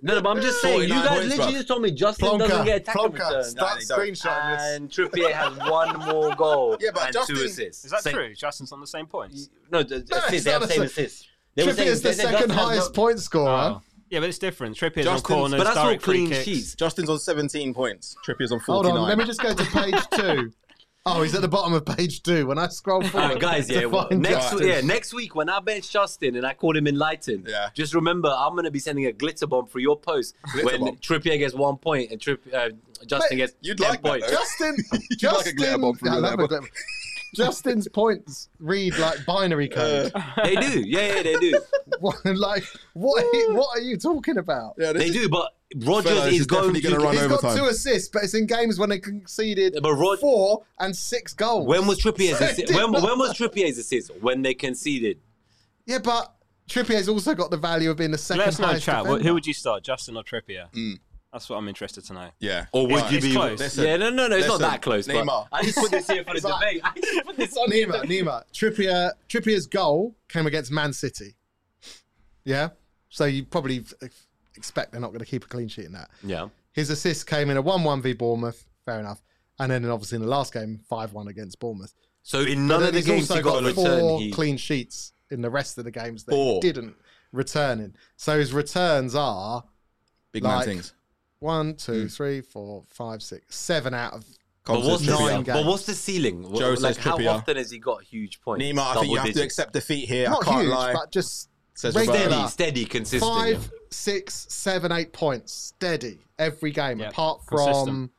[SPEAKER 5] no, but I'm just saying, you
[SPEAKER 1] 49
[SPEAKER 5] guys
[SPEAKER 1] points,
[SPEAKER 5] literally
[SPEAKER 1] bruv.
[SPEAKER 5] just told me Justin doesn't
[SPEAKER 2] Plonker,
[SPEAKER 5] get attack
[SPEAKER 2] Plonker,
[SPEAKER 5] return.
[SPEAKER 2] start
[SPEAKER 1] No, they don't.
[SPEAKER 2] screenshotting this.
[SPEAKER 5] And Trippier has one more goal
[SPEAKER 1] Yeah, but
[SPEAKER 5] and two
[SPEAKER 1] Justin-
[SPEAKER 5] assists.
[SPEAKER 4] Is that
[SPEAKER 5] Same-
[SPEAKER 4] true? Justin's on the same points.
[SPEAKER 5] No,
[SPEAKER 2] No,
[SPEAKER 5] the, the
[SPEAKER 2] it's
[SPEAKER 5] assists, they
[SPEAKER 2] not
[SPEAKER 5] have
[SPEAKER 2] a
[SPEAKER 5] same
[SPEAKER 2] sa-
[SPEAKER 5] assists. They were
[SPEAKER 2] Trippier
[SPEAKER 5] saying-
[SPEAKER 2] is the
[SPEAKER 5] they said
[SPEAKER 2] second
[SPEAKER 5] Justin has
[SPEAKER 2] highest
[SPEAKER 5] no-
[SPEAKER 2] point scorer.
[SPEAKER 4] Oh. Yeah, but it's different. Trippier's on
[SPEAKER 1] Justin's-
[SPEAKER 4] corners,
[SPEAKER 5] But that's all
[SPEAKER 4] direct free
[SPEAKER 5] clean
[SPEAKER 4] kicks.
[SPEAKER 5] sheets.
[SPEAKER 1] Justin's on 17 points. Trippier's on 49.
[SPEAKER 2] Hold on, let me just go to page two. Oh, he's at the bottom of page two. When I scroll
[SPEAKER 5] All
[SPEAKER 2] forward,
[SPEAKER 5] right, guys,
[SPEAKER 2] to
[SPEAKER 5] yeah, well,
[SPEAKER 2] find
[SPEAKER 5] next,
[SPEAKER 2] Justin.
[SPEAKER 5] yeah, next week when I bench Justin and I call him enlightened,
[SPEAKER 1] Yeah.
[SPEAKER 5] just remember I'm going to be sending a glitter bomb for your post when
[SPEAKER 1] bomb.
[SPEAKER 5] Trippier gets one point and Tripp, uh, Justin
[SPEAKER 2] Mate,
[SPEAKER 5] gets
[SPEAKER 1] you'd
[SPEAKER 5] 10
[SPEAKER 1] like that,
[SPEAKER 5] points.
[SPEAKER 1] though.
[SPEAKER 2] Justin,
[SPEAKER 1] You'd like a
[SPEAKER 2] Justin,
[SPEAKER 1] glitter bomb from
[SPEAKER 2] Yeah, I
[SPEAKER 1] your
[SPEAKER 2] love a
[SPEAKER 1] neighbour.
[SPEAKER 2] glitter bomb. Justin's points read like binary
[SPEAKER 1] Uh,
[SPEAKER 2] code.
[SPEAKER 5] they do. Yeah, yeah, they do.
[SPEAKER 2] What- like, what? are you- what are you talking about?
[SPEAKER 1] Yeah, this
[SPEAKER 5] They
[SPEAKER 1] is-
[SPEAKER 5] do, but
[SPEAKER 1] Fellas,
[SPEAKER 5] Rogers
[SPEAKER 1] he's
[SPEAKER 5] is going
[SPEAKER 1] definitely
[SPEAKER 5] to
[SPEAKER 1] gonna run
[SPEAKER 2] He's
[SPEAKER 1] on
[SPEAKER 2] got
[SPEAKER 1] overtime.
[SPEAKER 2] two assists, but it's in games when they conceded
[SPEAKER 5] Yeah, but Rod-
[SPEAKER 2] four and six goals.
[SPEAKER 5] When was Trippier's
[SPEAKER 2] So
[SPEAKER 5] assist?
[SPEAKER 2] did
[SPEAKER 5] When,
[SPEAKER 2] not-
[SPEAKER 5] when was Trippier's assist? When they conceded.
[SPEAKER 2] yeah, but Trippier's also got the value of being the second
[SPEAKER 4] Let us know,
[SPEAKER 2] highest
[SPEAKER 4] chat.
[SPEAKER 2] defender.
[SPEAKER 4] What, who would you start, Justin or Trippier?
[SPEAKER 2] Hmm.
[SPEAKER 4] That's what I'm interested to know.
[SPEAKER 1] yeah.
[SPEAKER 5] Or would
[SPEAKER 4] It's-
[SPEAKER 5] you
[SPEAKER 4] it's
[SPEAKER 5] be?
[SPEAKER 4] close.
[SPEAKER 1] Listen,
[SPEAKER 5] yeah, no, no, no. It's
[SPEAKER 1] listen,
[SPEAKER 5] not that close. but
[SPEAKER 1] Neymar.
[SPEAKER 5] I just put this here for the
[SPEAKER 2] It's like-
[SPEAKER 5] debate. I just put this on here.
[SPEAKER 2] Nima, Nima. Trippier, Trippier's goal came against Man City. Yeah, so you probably f- expect they're not going to keep a clean sheet in that.
[SPEAKER 5] Yeah.
[SPEAKER 2] His assist came in a one-one v Bournemouth. Fair enough. And then obviously in the last game, five-one against Bournemouth.
[SPEAKER 5] So in
[SPEAKER 2] But
[SPEAKER 5] none of
[SPEAKER 2] then
[SPEAKER 5] the
[SPEAKER 2] he's
[SPEAKER 5] games
[SPEAKER 2] also
[SPEAKER 5] he got a return.
[SPEAKER 2] four
[SPEAKER 5] He,
[SPEAKER 2] clean sheets in the rest of the games that
[SPEAKER 1] Four.
[SPEAKER 2] he didn't return in. So his returns are
[SPEAKER 1] Big man
[SPEAKER 2] like-
[SPEAKER 1] things.
[SPEAKER 2] one,
[SPEAKER 5] Hmm.
[SPEAKER 2] two, three, four, five, six, seven out of.
[SPEAKER 5] but what's the
[SPEAKER 2] nine
[SPEAKER 5] ceiling?
[SPEAKER 2] games.
[SPEAKER 5] But what's the ceiling? What-
[SPEAKER 1] Joe
[SPEAKER 5] like
[SPEAKER 1] says
[SPEAKER 5] how
[SPEAKER 1] Trippier.
[SPEAKER 5] often has he got huge points?
[SPEAKER 1] Nima, I
[SPEAKER 5] Double
[SPEAKER 1] think you have to
[SPEAKER 5] digits.
[SPEAKER 1] accept defeat here.
[SPEAKER 2] Not
[SPEAKER 1] I can't
[SPEAKER 2] huge,
[SPEAKER 1] lie.
[SPEAKER 2] but just
[SPEAKER 1] Says
[SPEAKER 2] regular.
[SPEAKER 5] steady, steady, consistent.
[SPEAKER 2] five, six, seven, eight points steady every game,
[SPEAKER 4] Yep.
[SPEAKER 2] apart from
[SPEAKER 4] Consistent.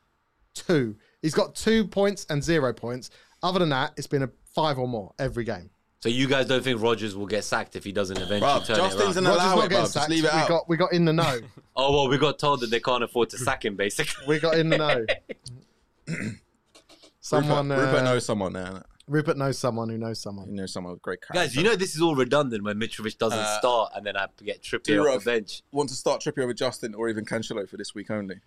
[SPEAKER 2] two. He's got two points and zero points. Other than that, it's been a five or more every game.
[SPEAKER 5] So you guys don't think Rogers will get sacked if he doesn't eventually
[SPEAKER 1] Bruv,
[SPEAKER 5] turn
[SPEAKER 1] Justin's
[SPEAKER 5] it
[SPEAKER 1] an
[SPEAKER 5] around?
[SPEAKER 2] Rogers
[SPEAKER 1] allow
[SPEAKER 2] not
[SPEAKER 1] it,
[SPEAKER 2] getting
[SPEAKER 1] bruv. Just
[SPEAKER 2] sacked.
[SPEAKER 1] leave it
[SPEAKER 2] we
[SPEAKER 1] out.
[SPEAKER 2] got we got in the know.
[SPEAKER 5] Oh well, we got told that they can't afford to sack him. Basically,
[SPEAKER 2] we got in the know. Someone
[SPEAKER 1] Rupert, Rupert
[SPEAKER 2] uh,
[SPEAKER 1] knows someone. Yeah,
[SPEAKER 2] Rupert knows someone who knows
[SPEAKER 1] he
[SPEAKER 2] someone.
[SPEAKER 1] knows someone with great character.
[SPEAKER 5] guys, you know this is all redundant when Mitrovic doesn't
[SPEAKER 1] Uh,
[SPEAKER 5] start and then I have to get Trippier
[SPEAKER 1] Durov.
[SPEAKER 5] off the bench.
[SPEAKER 1] want to start Trippier with Justin or even Cancelo for this week only.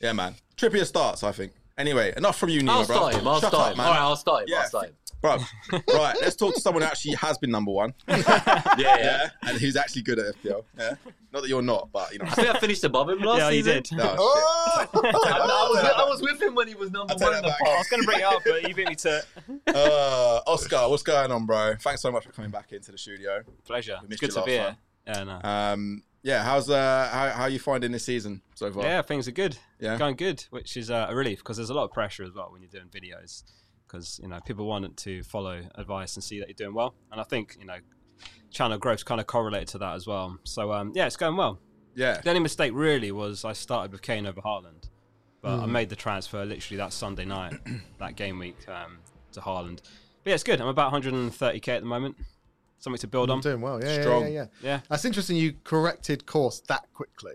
[SPEAKER 1] Yeah, man. Trippier starts, I think. Anyway, enough from you, Nima,
[SPEAKER 5] I'll
[SPEAKER 1] bro.
[SPEAKER 5] start him. I'll
[SPEAKER 1] Shut
[SPEAKER 5] start
[SPEAKER 1] up,
[SPEAKER 5] him.
[SPEAKER 1] man.
[SPEAKER 5] All right, I'll start him.
[SPEAKER 1] Yeah.
[SPEAKER 5] I'll start him.
[SPEAKER 1] Bro, right, let's talk to someone who actually has been number one.
[SPEAKER 5] Yeah, yeah.
[SPEAKER 1] Yeah. And who's actually good at FPL. Yeah. Not that you're not, but you know.
[SPEAKER 5] I think I finished above him last
[SPEAKER 4] yeah, you
[SPEAKER 5] season.
[SPEAKER 4] did.
[SPEAKER 1] No, shit.
[SPEAKER 5] I, I was, I was with him when he was number
[SPEAKER 1] I'll take
[SPEAKER 5] one
[SPEAKER 1] that
[SPEAKER 5] in the
[SPEAKER 1] back.
[SPEAKER 4] I
[SPEAKER 5] past.
[SPEAKER 4] was going to bring it up, but you beat me to
[SPEAKER 1] Uh, Oscar, what's going on, bro? Thanks so much for coming back into the studio.
[SPEAKER 4] pleasure.
[SPEAKER 1] We
[SPEAKER 4] It's
[SPEAKER 1] missed
[SPEAKER 4] good
[SPEAKER 1] you
[SPEAKER 4] to be
[SPEAKER 1] last
[SPEAKER 4] here. Yeah, no.
[SPEAKER 1] Um, yeah, how's uh, how, how are you finding this season so far?
[SPEAKER 4] yeah, things are good.
[SPEAKER 1] Yeah.
[SPEAKER 4] Going good, which is uh, a relief because there's a lot of pressure as well when you're doing videos because, you know, people want to follow advice and see that you're doing well. And I think, you know, channel growth's kind of correlated to that as well. So, um, yeah, it's going well.
[SPEAKER 1] yeah.
[SPEAKER 4] The only mistake really was I started with Kane over Haaland, but I
[SPEAKER 1] Hmm.
[SPEAKER 4] made the transfer literally that Sunday night, that game week um, to Haaland. But yeah, it's good. I'm about 130k at the moment. Something to build
[SPEAKER 2] I'm
[SPEAKER 4] on.
[SPEAKER 2] doing well. Yeah, yeah,
[SPEAKER 1] Strong.
[SPEAKER 2] yeah, yeah.
[SPEAKER 4] Yeah,
[SPEAKER 2] That's interesting. You corrected course that quickly.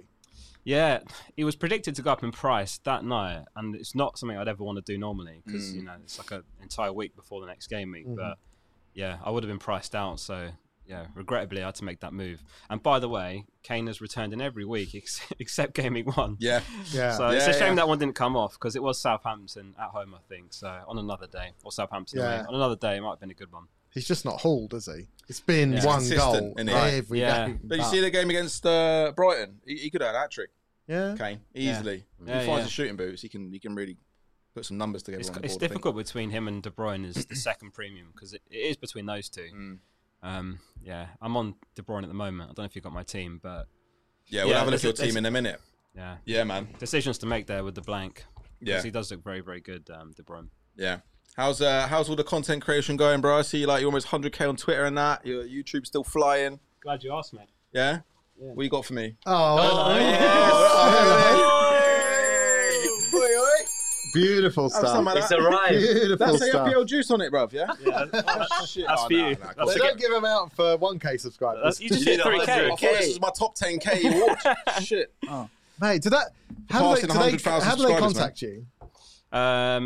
[SPEAKER 4] yeah. It was predicted to go up in price that night, and it's not something I'd ever want to do normally because you know it's like an entire week before the next game week. But yeah, I would have been priced out. So yeah, regrettably, I had to make that move. And by the way, Kane has returned in every week ex- except game week one.
[SPEAKER 1] Yeah.
[SPEAKER 2] Yeah.
[SPEAKER 4] So it's
[SPEAKER 1] Yeah,
[SPEAKER 4] a shame
[SPEAKER 1] yeah.
[SPEAKER 4] that one didn't come off because it was Southampton at home, I think. So on another day, or Southampton away.
[SPEAKER 2] Yeah.
[SPEAKER 4] on another day, it might have been a good one.
[SPEAKER 2] He's just not hauled, is he? It's been
[SPEAKER 1] He's
[SPEAKER 2] one goal
[SPEAKER 1] consistent, isn't he? Right.
[SPEAKER 2] every
[SPEAKER 4] Yeah.
[SPEAKER 2] game.
[SPEAKER 1] But you see the game against uh, Brighton, he, he could have had a hat trick,
[SPEAKER 2] yeah.
[SPEAKER 1] Kane,
[SPEAKER 3] Yeah.
[SPEAKER 1] easily.
[SPEAKER 4] Yeah,
[SPEAKER 1] he finds
[SPEAKER 4] yeah.
[SPEAKER 1] his shooting boots. He can he can really put some numbers together.
[SPEAKER 4] It's,
[SPEAKER 1] on the
[SPEAKER 4] it's
[SPEAKER 1] board, I think.
[SPEAKER 4] difficult between him and De Bruyne is the second premium because it, it is between those two.
[SPEAKER 1] Mm.
[SPEAKER 4] Um, yeah, I'm on De Bruyne at the moment. I don't know if you got my team, but
[SPEAKER 1] Yeah, we'll
[SPEAKER 4] Yeah,
[SPEAKER 1] have a look at
[SPEAKER 4] there's a-
[SPEAKER 1] your team
[SPEAKER 4] there's-
[SPEAKER 1] in a minute.
[SPEAKER 4] yeah,
[SPEAKER 1] Yeah, man.
[SPEAKER 4] decisions to make there with the blank. 'cause
[SPEAKER 1] Yeah,
[SPEAKER 4] he does look very, very good, um, De Bruyne.
[SPEAKER 1] yeah. How's uh how's all the content creation going, bro? I see like you're almost 100k on Twitter and that. Your YouTube's still flying.
[SPEAKER 4] Glad you asked, mate.
[SPEAKER 1] Yeah. What you got for me?
[SPEAKER 2] Oh, hello.
[SPEAKER 1] Oi, oi, oi.
[SPEAKER 2] beautiful
[SPEAKER 1] Have some of
[SPEAKER 2] stuff.
[SPEAKER 1] that.
[SPEAKER 5] It's arrived.
[SPEAKER 2] Beautiful
[SPEAKER 1] That's
[SPEAKER 2] stuff.
[SPEAKER 1] AFPL juice on it, bruv. Yeah.
[SPEAKER 4] Yeah,
[SPEAKER 1] Oh, shit.
[SPEAKER 4] That's
[SPEAKER 1] Oh,
[SPEAKER 4] for
[SPEAKER 1] nah,
[SPEAKER 4] you.
[SPEAKER 1] nah,
[SPEAKER 4] That's
[SPEAKER 1] cool.
[SPEAKER 4] a
[SPEAKER 2] They don't give them out for 1k subscribers.
[SPEAKER 4] That's, you just hit
[SPEAKER 5] Yeah,
[SPEAKER 4] 3k.
[SPEAKER 1] I thought this was my top 10k award. Shit.
[SPEAKER 4] Oh,
[SPEAKER 2] Mate, did that? How do they,
[SPEAKER 1] passing
[SPEAKER 2] do they,
[SPEAKER 1] 100,000
[SPEAKER 2] how do they
[SPEAKER 1] subscribers,
[SPEAKER 2] contact you?
[SPEAKER 4] Um,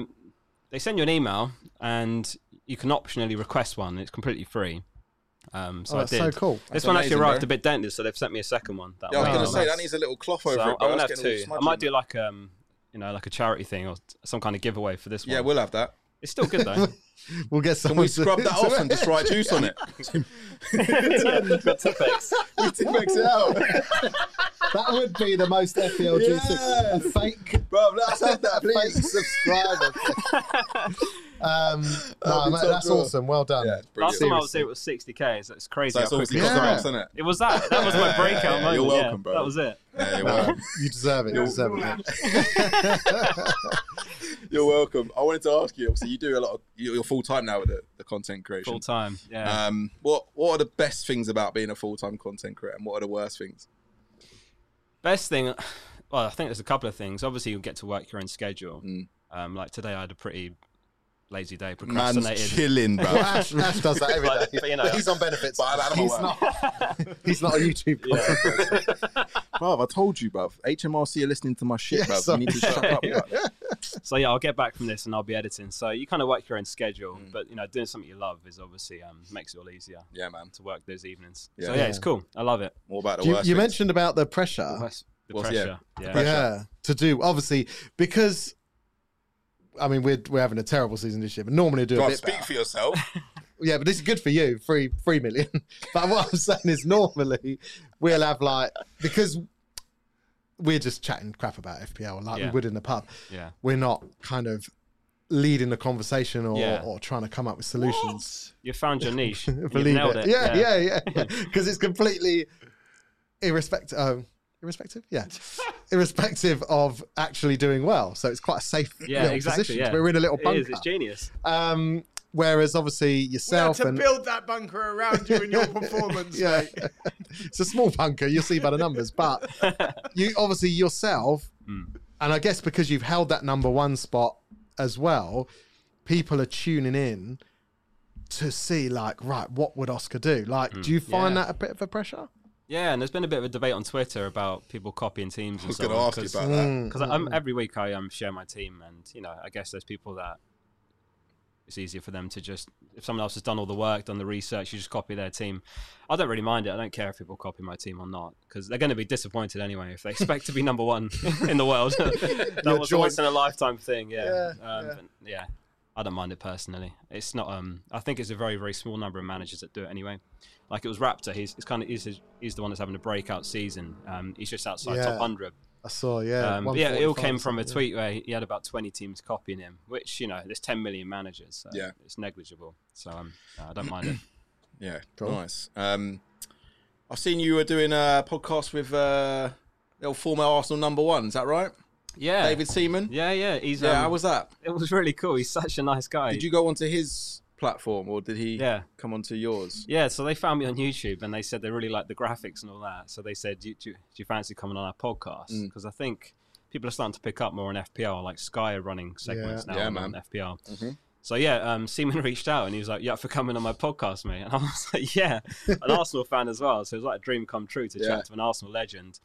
[SPEAKER 4] they send you an email and you can optionally request one. It's completely free. Um, so
[SPEAKER 2] oh,
[SPEAKER 4] I
[SPEAKER 2] that's
[SPEAKER 4] did.
[SPEAKER 2] so cool.
[SPEAKER 4] This
[SPEAKER 1] That's
[SPEAKER 4] one
[SPEAKER 1] amazing,
[SPEAKER 4] actually arrived
[SPEAKER 1] bro.
[SPEAKER 4] a bit dented, so they've sent me a second one. That
[SPEAKER 1] Yeah, I was
[SPEAKER 2] Wow.
[SPEAKER 1] gonna say that
[SPEAKER 2] Nice.
[SPEAKER 1] needs a little cloth
[SPEAKER 4] So
[SPEAKER 1] over
[SPEAKER 4] I'm
[SPEAKER 1] it, bro.
[SPEAKER 4] gonna have
[SPEAKER 1] That's getting all
[SPEAKER 4] two. I
[SPEAKER 1] smudgy.
[SPEAKER 4] might do like um, you know, like a charity thing or some kind of giveaway for this one.
[SPEAKER 1] Yeah, we'll have that.
[SPEAKER 4] it's still good though.
[SPEAKER 2] We'll get
[SPEAKER 1] Can
[SPEAKER 2] someone
[SPEAKER 1] we
[SPEAKER 2] to-
[SPEAKER 1] scrub that
[SPEAKER 2] to-
[SPEAKER 1] off and just write juice on it?
[SPEAKER 4] Got Tipex.
[SPEAKER 2] Tipex it out. that would be the most FPL juice. A
[SPEAKER 1] Yes.
[SPEAKER 2] fake,
[SPEAKER 1] Bro, let's have that,
[SPEAKER 2] fake
[SPEAKER 1] please.
[SPEAKER 2] subscriber.
[SPEAKER 1] That'll
[SPEAKER 2] um, no,
[SPEAKER 1] be
[SPEAKER 2] mate,
[SPEAKER 1] top
[SPEAKER 2] that's
[SPEAKER 1] drawer.
[SPEAKER 2] awesome. Well done.
[SPEAKER 1] Yeah, it's
[SPEAKER 4] Last time I
[SPEAKER 1] brilliant.
[SPEAKER 4] was there, it was 60k. So it's crazy.
[SPEAKER 1] So it's
[SPEAKER 4] how
[SPEAKER 1] obviously
[SPEAKER 4] quickly
[SPEAKER 1] got
[SPEAKER 2] Yeah.
[SPEAKER 1] something else, isn't it?
[SPEAKER 4] it was that. That was
[SPEAKER 1] Yeah,
[SPEAKER 4] my
[SPEAKER 1] yeah,
[SPEAKER 4] breakout
[SPEAKER 1] yeah,
[SPEAKER 4] moment.
[SPEAKER 1] you're
[SPEAKER 4] yeah.
[SPEAKER 1] welcome, bro.
[SPEAKER 4] That was it.
[SPEAKER 1] Yeah, you're welcome.
[SPEAKER 2] Um, You deserve it. You deserve it. mate.
[SPEAKER 1] You're welcome. I wanted to ask you. Obviously, you do a lot of. you- You're full time now with the, the content creation.
[SPEAKER 4] Full time. Yeah.
[SPEAKER 1] Um, what What are the best things about being a full time content creator, and what are the worst things?
[SPEAKER 4] Best thing. Well, I think there's a couple of things. Obviously, you get to work your own schedule.
[SPEAKER 1] Mm.
[SPEAKER 4] Um, like today, I had a pretty lazy day.
[SPEAKER 1] Man's
[SPEAKER 4] Procrastinated.
[SPEAKER 1] chilling, bro.
[SPEAKER 2] Well, Ash, Ash does that every
[SPEAKER 4] But-
[SPEAKER 2] day.
[SPEAKER 4] but, you know-
[SPEAKER 2] he's on benefits.
[SPEAKER 1] But I'm out of my
[SPEAKER 2] he's
[SPEAKER 1] work.
[SPEAKER 2] not. He's not a YouTube. content
[SPEAKER 1] bruv, I told you, bruv. HMRC are listening to my shit,
[SPEAKER 2] Yes,
[SPEAKER 1] bruv. You need to shut up. bruv.
[SPEAKER 4] so yeah, I'll get back from this and I'll be editing. So you kind of work your own schedule,
[SPEAKER 1] Mm.
[SPEAKER 4] but you know, doing something you love is obviously um, makes it all easier
[SPEAKER 1] Yeah, man.
[SPEAKER 4] to work those evenings.
[SPEAKER 1] Yeah.
[SPEAKER 4] So yeah, it's cool. I love it.
[SPEAKER 1] More about the
[SPEAKER 2] you,
[SPEAKER 1] worst.
[SPEAKER 2] you
[SPEAKER 1] things.
[SPEAKER 2] mentioned about the pressure.
[SPEAKER 4] That's the
[SPEAKER 1] Well, yeah.
[SPEAKER 4] pressure. Yeah.
[SPEAKER 1] pressure.
[SPEAKER 2] Yeah, to do obviously because I mean we're we're having a terrible season this year, but normally we do a
[SPEAKER 1] Bruv,
[SPEAKER 2] bit.
[SPEAKER 1] speak
[SPEAKER 2] better.
[SPEAKER 1] for yourself.
[SPEAKER 2] Yeah, but this is good for you, three three million. but what I'm saying is normally we'll have like because we're just chatting crap about FPL like we
[SPEAKER 4] Yeah.
[SPEAKER 2] would in the pub.
[SPEAKER 4] Yeah.
[SPEAKER 2] We're not kind of leading the conversation or,
[SPEAKER 4] Yeah.
[SPEAKER 2] or trying to come up with solutions.
[SPEAKER 4] You found your niche. You've
[SPEAKER 2] Believe
[SPEAKER 4] nailed it.
[SPEAKER 2] Yeah, yeah, yeah. Because it's completely irrespective. Um, irrespective, yeah, irrespective of actually doing well. So it's quite a safe
[SPEAKER 4] Yeah,
[SPEAKER 2] little
[SPEAKER 4] exactly,
[SPEAKER 2] position.
[SPEAKER 4] yeah.
[SPEAKER 2] We're in a little
[SPEAKER 4] It
[SPEAKER 2] bunker.
[SPEAKER 4] is. It's genius.
[SPEAKER 2] um, whereas obviously
[SPEAKER 3] We had
[SPEAKER 2] yourself
[SPEAKER 3] to
[SPEAKER 2] and
[SPEAKER 3] build that bunker around you and your performance.
[SPEAKER 2] yeah, it's a small bunker. You'll see by the numbers, but you obviously yourself,
[SPEAKER 4] Mm.
[SPEAKER 2] and I guess because you've held that number one spot as well, people are tuning in to see like, right, what would Oscar do? Like, do you find
[SPEAKER 4] Hmm. yeah.
[SPEAKER 2] that a bit of a pressure?
[SPEAKER 4] Yeah, and there's been a bit of a debate on Twitter about people copying teams.
[SPEAKER 1] I
[SPEAKER 4] And
[SPEAKER 1] was
[SPEAKER 4] so
[SPEAKER 1] going to
[SPEAKER 4] on,
[SPEAKER 1] ask you
[SPEAKER 4] 'cause-
[SPEAKER 1] about that.
[SPEAKER 2] Mm,
[SPEAKER 4] because um, every week I um, share my team, and you know, I guess there's people that it's easier for them to just if someone else has done all the work, done the research, you just copy their team. I don't really mind it. I don't care if people copy my team or not because they're going to be disappointed anyway if they expect to be number one in the world. that
[SPEAKER 2] Your
[SPEAKER 4] was a
[SPEAKER 2] joint-
[SPEAKER 4] once in a lifetime thing. Yeah,
[SPEAKER 2] Yeah,
[SPEAKER 4] um,
[SPEAKER 2] yeah.
[SPEAKER 4] but yeah. I don't mind it personally. It's not. Um, I think it's a very, very small number of managers that do it anyway. Like it was Raptor. He's it's kind of he's, he's the one that's having a breakout season. Um, he's just outside
[SPEAKER 2] Yeah.
[SPEAKER 4] top hundred.
[SPEAKER 2] I saw, yeah,
[SPEAKER 4] Um, but yeah, it all
[SPEAKER 2] 145,
[SPEAKER 4] came from a
[SPEAKER 2] something.
[SPEAKER 4] tweet where he he had about 20 teams copying him, which, you know, there's 10 million managers. So
[SPEAKER 1] Yeah.
[SPEAKER 4] It's negligible. So um, I don't mind it.
[SPEAKER 1] Yeah,
[SPEAKER 2] Cool.
[SPEAKER 1] nice. Um, I've seen you were doing a podcast with uh, the old former Arsenal number one. Is that right,
[SPEAKER 4] Yeah.
[SPEAKER 1] David Seaman?
[SPEAKER 4] Yeah, yeah. He's,
[SPEAKER 1] Yeah,
[SPEAKER 4] um,
[SPEAKER 1] how was that?
[SPEAKER 4] it was really cool. He's such a nice guy.
[SPEAKER 1] Did you go onto his platform or did he
[SPEAKER 4] Yeah.
[SPEAKER 1] come onto yours?
[SPEAKER 4] Yeah, so they found me on YouTube and they said they really liked the graphics and all that. So they said, do, you- do, you- do you fancy coming on our podcast?
[SPEAKER 1] Mm.
[SPEAKER 4] Because I think people are starting to pick up more on FPL, like Sky are running segments
[SPEAKER 1] Yeah.
[SPEAKER 4] now
[SPEAKER 1] Yeah,
[SPEAKER 4] on
[SPEAKER 1] man.
[SPEAKER 4] FPL.
[SPEAKER 1] Mhm.
[SPEAKER 4] So yeah, um, Seaman reached out and he was like, "You up for coming on my podcast, mate?" And I was like, "Yeah," an Arsenal fan as well, so it was like a dream come true to
[SPEAKER 1] Yeah.
[SPEAKER 4] chat to an Arsenal legend.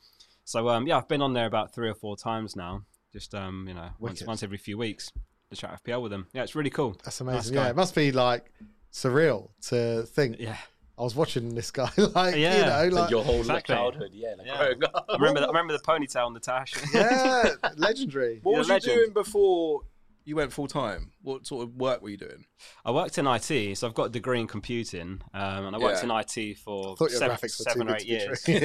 [SPEAKER 4] So um, yeah, I've been on there about three or four times now, just um, you know, once,
[SPEAKER 2] Wicked.
[SPEAKER 4] once every few weeks to chat FPL with them. Yeah, it's really cool.
[SPEAKER 2] That's amazing.
[SPEAKER 4] guy.
[SPEAKER 2] yeah, it must be like surreal to think.
[SPEAKER 4] Yeah.
[SPEAKER 2] I was watching this guy, like
[SPEAKER 4] Yeah.
[SPEAKER 2] you know,
[SPEAKER 5] Like
[SPEAKER 2] like
[SPEAKER 5] your whole like,
[SPEAKER 4] Exactly.
[SPEAKER 5] childhood, yeah, like
[SPEAKER 4] Yeah.
[SPEAKER 5] growing up.
[SPEAKER 4] I remember, the, I remember the ponytail and the tash.
[SPEAKER 2] yeah, legendary.
[SPEAKER 1] What
[SPEAKER 4] He's
[SPEAKER 1] was
[SPEAKER 4] a
[SPEAKER 1] you
[SPEAKER 4] legend.
[SPEAKER 1] doing before you went full time. What sort of work were you doing?
[SPEAKER 4] I worked in IT, so I've got a degree in computing, um, and I worked
[SPEAKER 1] Yeah.
[SPEAKER 4] in IT for
[SPEAKER 2] thought your
[SPEAKER 4] seven,
[SPEAKER 2] graphics were
[SPEAKER 4] seven
[SPEAKER 2] too
[SPEAKER 4] or
[SPEAKER 2] good
[SPEAKER 4] eight
[SPEAKER 2] to be true.
[SPEAKER 4] years.
[SPEAKER 2] Yeah,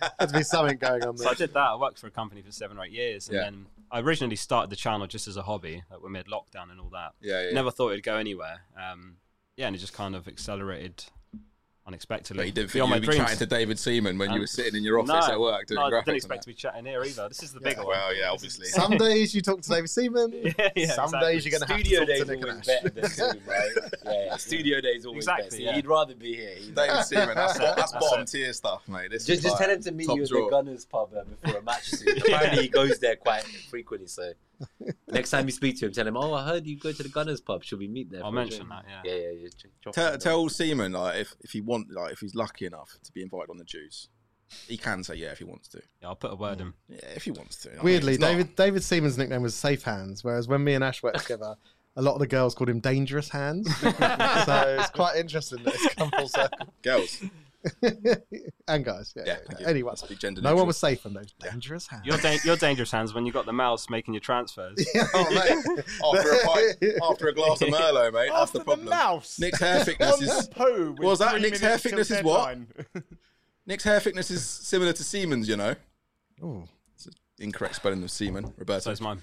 [SPEAKER 4] yeah.
[SPEAKER 2] Had to be something going on
[SPEAKER 4] So
[SPEAKER 2] there.
[SPEAKER 4] I did that. I worked for a company for seven or eight years, and
[SPEAKER 1] Yeah.
[SPEAKER 4] then I originally started the channel just as a hobby, like when we had lockdown and all that.
[SPEAKER 1] Yeah, yeah.
[SPEAKER 4] Never thought it'd go anywhere. Um, yeah, and it just kind of accelerated
[SPEAKER 1] But
[SPEAKER 4] unexpectedly.
[SPEAKER 1] you didn't think
[SPEAKER 4] Beyond
[SPEAKER 1] you'd
[SPEAKER 4] my
[SPEAKER 1] be
[SPEAKER 4] dreams.
[SPEAKER 1] chatting to David Seaman when you
[SPEAKER 4] Um,
[SPEAKER 1] were sitting in your office
[SPEAKER 4] no,
[SPEAKER 1] at work doing
[SPEAKER 4] no,
[SPEAKER 1] graphics.
[SPEAKER 4] I didn't
[SPEAKER 1] and
[SPEAKER 4] expect to be chatting here either. This is the
[SPEAKER 1] that.
[SPEAKER 4] bigger
[SPEAKER 1] Well, yeah, obviously.
[SPEAKER 2] Some days you talk to David Seaman.
[SPEAKER 4] one. yeah, yeah,
[SPEAKER 2] Some
[SPEAKER 4] exactly.
[SPEAKER 2] days you're going to have
[SPEAKER 5] Studio
[SPEAKER 2] to
[SPEAKER 5] days
[SPEAKER 2] talk to Nick
[SPEAKER 5] always
[SPEAKER 2] Nash.
[SPEAKER 5] better than Zoom, right? Yeah, studio days always
[SPEAKER 4] Exactly,
[SPEAKER 5] best.
[SPEAKER 4] yeah.
[SPEAKER 5] You'd rather be here. You'd-
[SPEAKER 1] David Seaman, that's,
[SPEAKER 4] That's it,
[SPEAKER 1] that's
[SPEAKER 4] that's
[SPEAKER 1] bottom
[SPEAKER 4] it.
[SPEAKER 1] tier stuff, mate. This
[SPEAKER 5] Just,
[SPEAKER 1] is
[SPEAKER 5] just
[SPEAKER 1] like,
[SPEAKER 5] tell him to meet
[SPEAKER 1] top
[SPEAKER 5] you at
[SPEAKER 1] drawer.
[SPEAKER 5] the Gunners pub uh, before a match. soon.
[SPEAKER 4] Yeah.
[SPEAKER 5] Apparently, he goes there quite frequently. So next time you speak to him, tell him, "Oh, I heard you go to the Gunners pub. Should we meet there?"
[SPEAKER 4] I'll
[SPEAKER 5] for a
[SPEAKER 4] mention
[SPEAKER 5] drink?"
[SPEAKER 4] that. Yeah.
[SPEAKER 5] Yeah, yeah. yeah. Ch- chop
[SPEAKER 1] Tell,
[SPEAKER 5] that
[SPEAKER 1] tell Seaman like if, if he want like if he's lucky enough to be invited on the juice, he can say yeah if he wants to.
[SPEAKER 4] Yeah, I'll put a word in.
[SPEAKER 1] Yeah, if he wants to. I mean,
[SPEAKER 2] Weirdly,
[SPEAKER 1] it's not-
[SPEAKER 2] David David Seaman's nickname was Safe Hands, whereas when me and Ash worked together, a lot of the girls called him Dangerous Hands. so it's quite interesting that it's come full circle.
[SPEAKER 1] girls.
[SPEAKER 2] and guys, yeah.
[SPEAKER 1] Yeah,
[SPEAKER 2] yeah,
[SPEAKER 1] thank
[SPEAKER 2] yeah.
[SPEAKER 1] you.
[SPEAKER 2] Anyone.
[SPEAKER 1] Let's be gender
[SPEAKER 2] No
[SPEAKER 1] neutral.
[SPEAKER 2] one was safe from those dangerous hands.
[SPEAKER 4] You're, da- you're dangerous hands when you got the mouse making your transfers.
[SPEAKER 1] Oh, mate. after a pint, after a glass of Merlot, mate. that's
[SPEAKER 3] After
[SPEAKER 1] the problem.
[SPEAKER 3] the mouse.
[SPEAKER 1] Nick's hair thickness
[SPEAKER 3] on the
[SPEAKER 1] is
[SPEAKER 3] poo. with
[SPEAKER 1] Was that
[SPEAKER 3] three
[SPEAKER 1] Nick's hair
[SPEAKER 3] minutes till
[SPEAKER 1] thickness is what?
[SPEAKER 3] deadline.
[SPEAKER 1] Nick's hair thickness is similar to Seaman's. You know,
[SPEAKER 2] Ooh.
[SPEAKER 1] incorrect spelling of Seaman,
[SPEAKER 4] So
[SPEAKER 1] Roberto.
[SPEAKER 4] it's mine.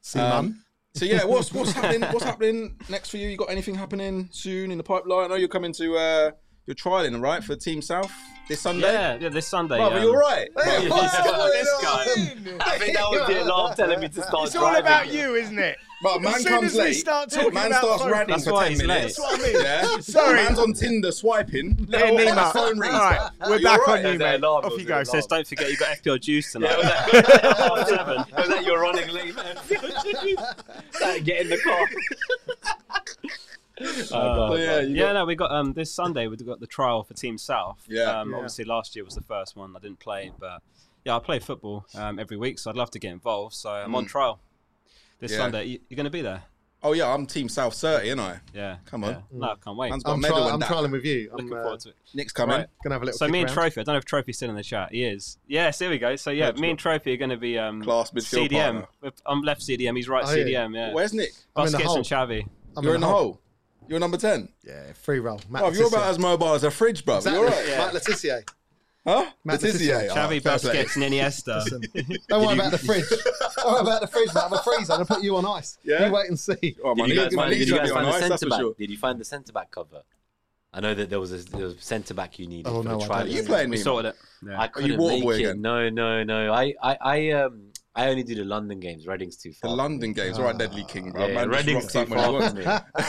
[SPEAKER 2] Seaman.
[SPEAKER 1] Um, So yeah, what's what's happening? What's happening next for you? You got anything happening soon in the pipeline? I know you're coming to uh, you're trialing right for Team South this Sunday.
[SPEAKER 4] Yeah, yeah, this Sunday.
[SPEAKER 1] Brother,
[SPEAKER 4] um,
[SPEAKER 1] you all right?
[SPEAKER 2] Hey,
[SPEAKER 1] Brother,
[SPEAKER 2] what's going
[SPEAKER 4] this guy.
[SPEAKER 2] on?
[SPEAKER 5] I think that was it. Love telling me to start.
[SPEAKER 3] It's all about
[SPEAKER 5] driving.
[SPEAKER 3] you, isn't it?
[SPEAKER 1] brother, man
[SPEAKER 3] as soon
[SPEAKER 1] comes
[SPEAKER 3] as we
[SPEAKER 1] late.
[SPEAKER 3] start talking
[SPEAKER 1] man
[SPEAKER 3] about
[SPEAKER 1] starts
[SPEAKER 3] phone-
[SPEAKER 1] ranting
[SPEAKER 4] That's
[SPEAKER 1] for
[SPEAKER 4] why
[SPEAKER 1] ten
[SPEAKER 4] he's late.
[SPEAKER 1] minutes.
[SPEAKER 4] That's
[SPEAKER 3] what I mean.
[SPEAKER 1] Yeah.
[SPEAKER 3] Sorry.
[SPEAKER 1] Man's on Tinder swiping.
[SPEAKER 3] Hey,
[SPEAKER 1] Oh,
[SPEAKER 3] Nemo.
[SPEAKER 1] my phone rings.
[SPEAKER 3] All right, we're
[SPEAKER 1] You all
[SPEAKER 3] back
[SPEAKER 1] right?
[SPEAKER 3] on you,
[SPEAKER 5] Is there
[SPEAKER 3] mate.
[SPEAKER 5] alarm?
[SPEAKER 3] Off
[SPEAKER 5] Was there
[SPEAKER 3] you go.
[SPEAKER 5] alarm?
[SPEAKER 4] Says, don't forget you got FPL juice tonight.
[SPEAKER 5] Yeah, was that,
[SPEAKER 4] Half seven.
[SPEAKER 5] was that you're running late, man? Like, Get in the car.
[SPEAKER 4] Uh,
[SPEAKER 5] Oh,
[SPEAKER 1] But yeah, you
[SPEAKER 4] yeah,
[SPEAKER 1] got-
[SPEAKER 4] no, we got um this Sunday. We got the trial for Team South.
[SPEAKER 1] Yeah.
[SPEAKER 4] Um,
[SPEAKER 2] Yeah.
[SPEAKER 4] Obviously, last year was the first one. I didn't play, but yeah, I play football um, every week, so I'd love to get involved. So I'm
[SPEAKER 5] Mm.
[SPEAKER 4] on trial this
[SPEAKER 1] Yeah.
[SPEAKER 4] Sunday. You, you're going to be there?
[SPEAKER 1] Oh yeah, I'm Team South 30, ain't I?
[SPEAKER 4] Yeah.
[SPEAKER 1] Come on.
[SPEAKER 4] Yeah. No, I can't wait.
[SPEAKER 1] Man's got a
[SPEAKER 2] I'm,
[SPEAKER 1] medal
[SPEAKER 2] tri- I'm
[SPEAKER 1] and that.
[SPEAKER 2] trialing with you. I'm
[SPEAKER 4] Looking
[SPEAKER 2] uh,
[SPEAKER 4] forward to it.
[SPEAKER 1] Nick's coming.
[SPEAKER 4] Right.
[SPEAKER 2] Gonna have a little.
[SPEAKER 4] So
[SPEAKER 2] kick
[SPEAKER 4] me and
[SPEAKER 2] around.
[SPEAKER 4] Trophy. I don't know if Trophy's still in the chat. He is. Yes, here we go. So yeah, me and Trophy are going to be um
[SPEAKER 1] Class midfield
[SPEAKER 4] CDM.
[SPEAKER 1] partner.
[SPEAKER 4] We're- I'm left CDM. He's right
[SPEAKER 2] Oh, yeah.
[SPEAKER 4] CDM. Yeah.
[SPEAKER 1] Where's Nick?
[SPEAKER 2] I'm in the
[SPEAKER 4] Busquets
[SPEAKER 2] hole.
[SPEAKER 4] and Xavi.
[SPEAKER 2] I'm
[SPEAKER 1] You're in the hole. You're number ten.
[SPEAKER 2] Yeah, free roll. Matt
[SPEAKER 1] Oh, if you're
[SPEAKER 2] Letizia.
[SPEAKER 1] about as mobile as a fridge, bro.
[SPEAKER 2] Exactly.
[SPEAKER 1] You're all right.
[SPEAKER 2] Matt Letizia.
[SPEAKER 1] Huh?
[SPEAKER 2] Matt
[SPEAKER 1] Letizia.
[SPEAKER 2] Letizia.
[SPEAKER 1] Oh,
[SPEAKER 4] Xavi,
[SPEAKER 1] fair play.
[SPEAKER 4] Busquets, and Iniesta.
[SPEAKER 2] Don't worry Oh, about the fridge. Don't worry about the fridge, Matt. I'm a freezer. I'm gonna put you on ice.
[SPEAKER 1] Yeah?
[SPEAKER 2] You wait and see.
[SPEAKER 1] Oh, my
[SPEAKER 5] Did you
[SPEAKER 1] knees-
[SPEAKER 5] guys
[SPEAKER 1] my
[SPEAKER 5] find, did
[SPEAKER 1] knees
[SPEAKER 5] you
[SPEAKER 1] will be
[SPEAKER 5] guys
[SPEAKER 1] on
[SPEAKER 5] find the
[SPEAKER 1] ice, that's
[SPEAKER 5] centre
[SPEAKER 1] for
[SPEAKER 5] back?
[SPEAKER 1] sure.
[SPEAKER 5] Did you find the centre back cover? I know that there was a, there was a centre back you needed
[SPEAKER 2] Oh,
[SPEAKER 5] for
[SPEAKER 2] no, I
[SPEAKER 5] the trial.
[SPEAKER 2] don't
[SPEAKER 1] You playing
[SPEAKER 4] we
[SPEAKER 1] Nemo?
[SPEAKER 4] sorted it. Yeah.
[SPEAKER 5] I
[SPEAKER 1] you
[SPEAKER 5] couldn't
[SPEAKER 1] Waterboy
[SPEAKER 5] make it.
[SPEAKER 1] again?
[SPEAKER 5] No, no, no. I, I, I, um, I only do the London games. Reading's too
[SPEAKER 1] The
[SPEAKER 5] far.
[SPEAKER 1] London games, all right, Deadly King, bro.
[SPEAKER 5] Yeah,
[SPEAKER 1] Man, just
[SPEAKER 5] Reading's
[SPEAKER 1] rocks
[SPEAKER 5] too
[SPEAKER 1] up when he
[SPEAKER 5] far
[SPEAKER 1] wants.
[SPEAKER 5] for me.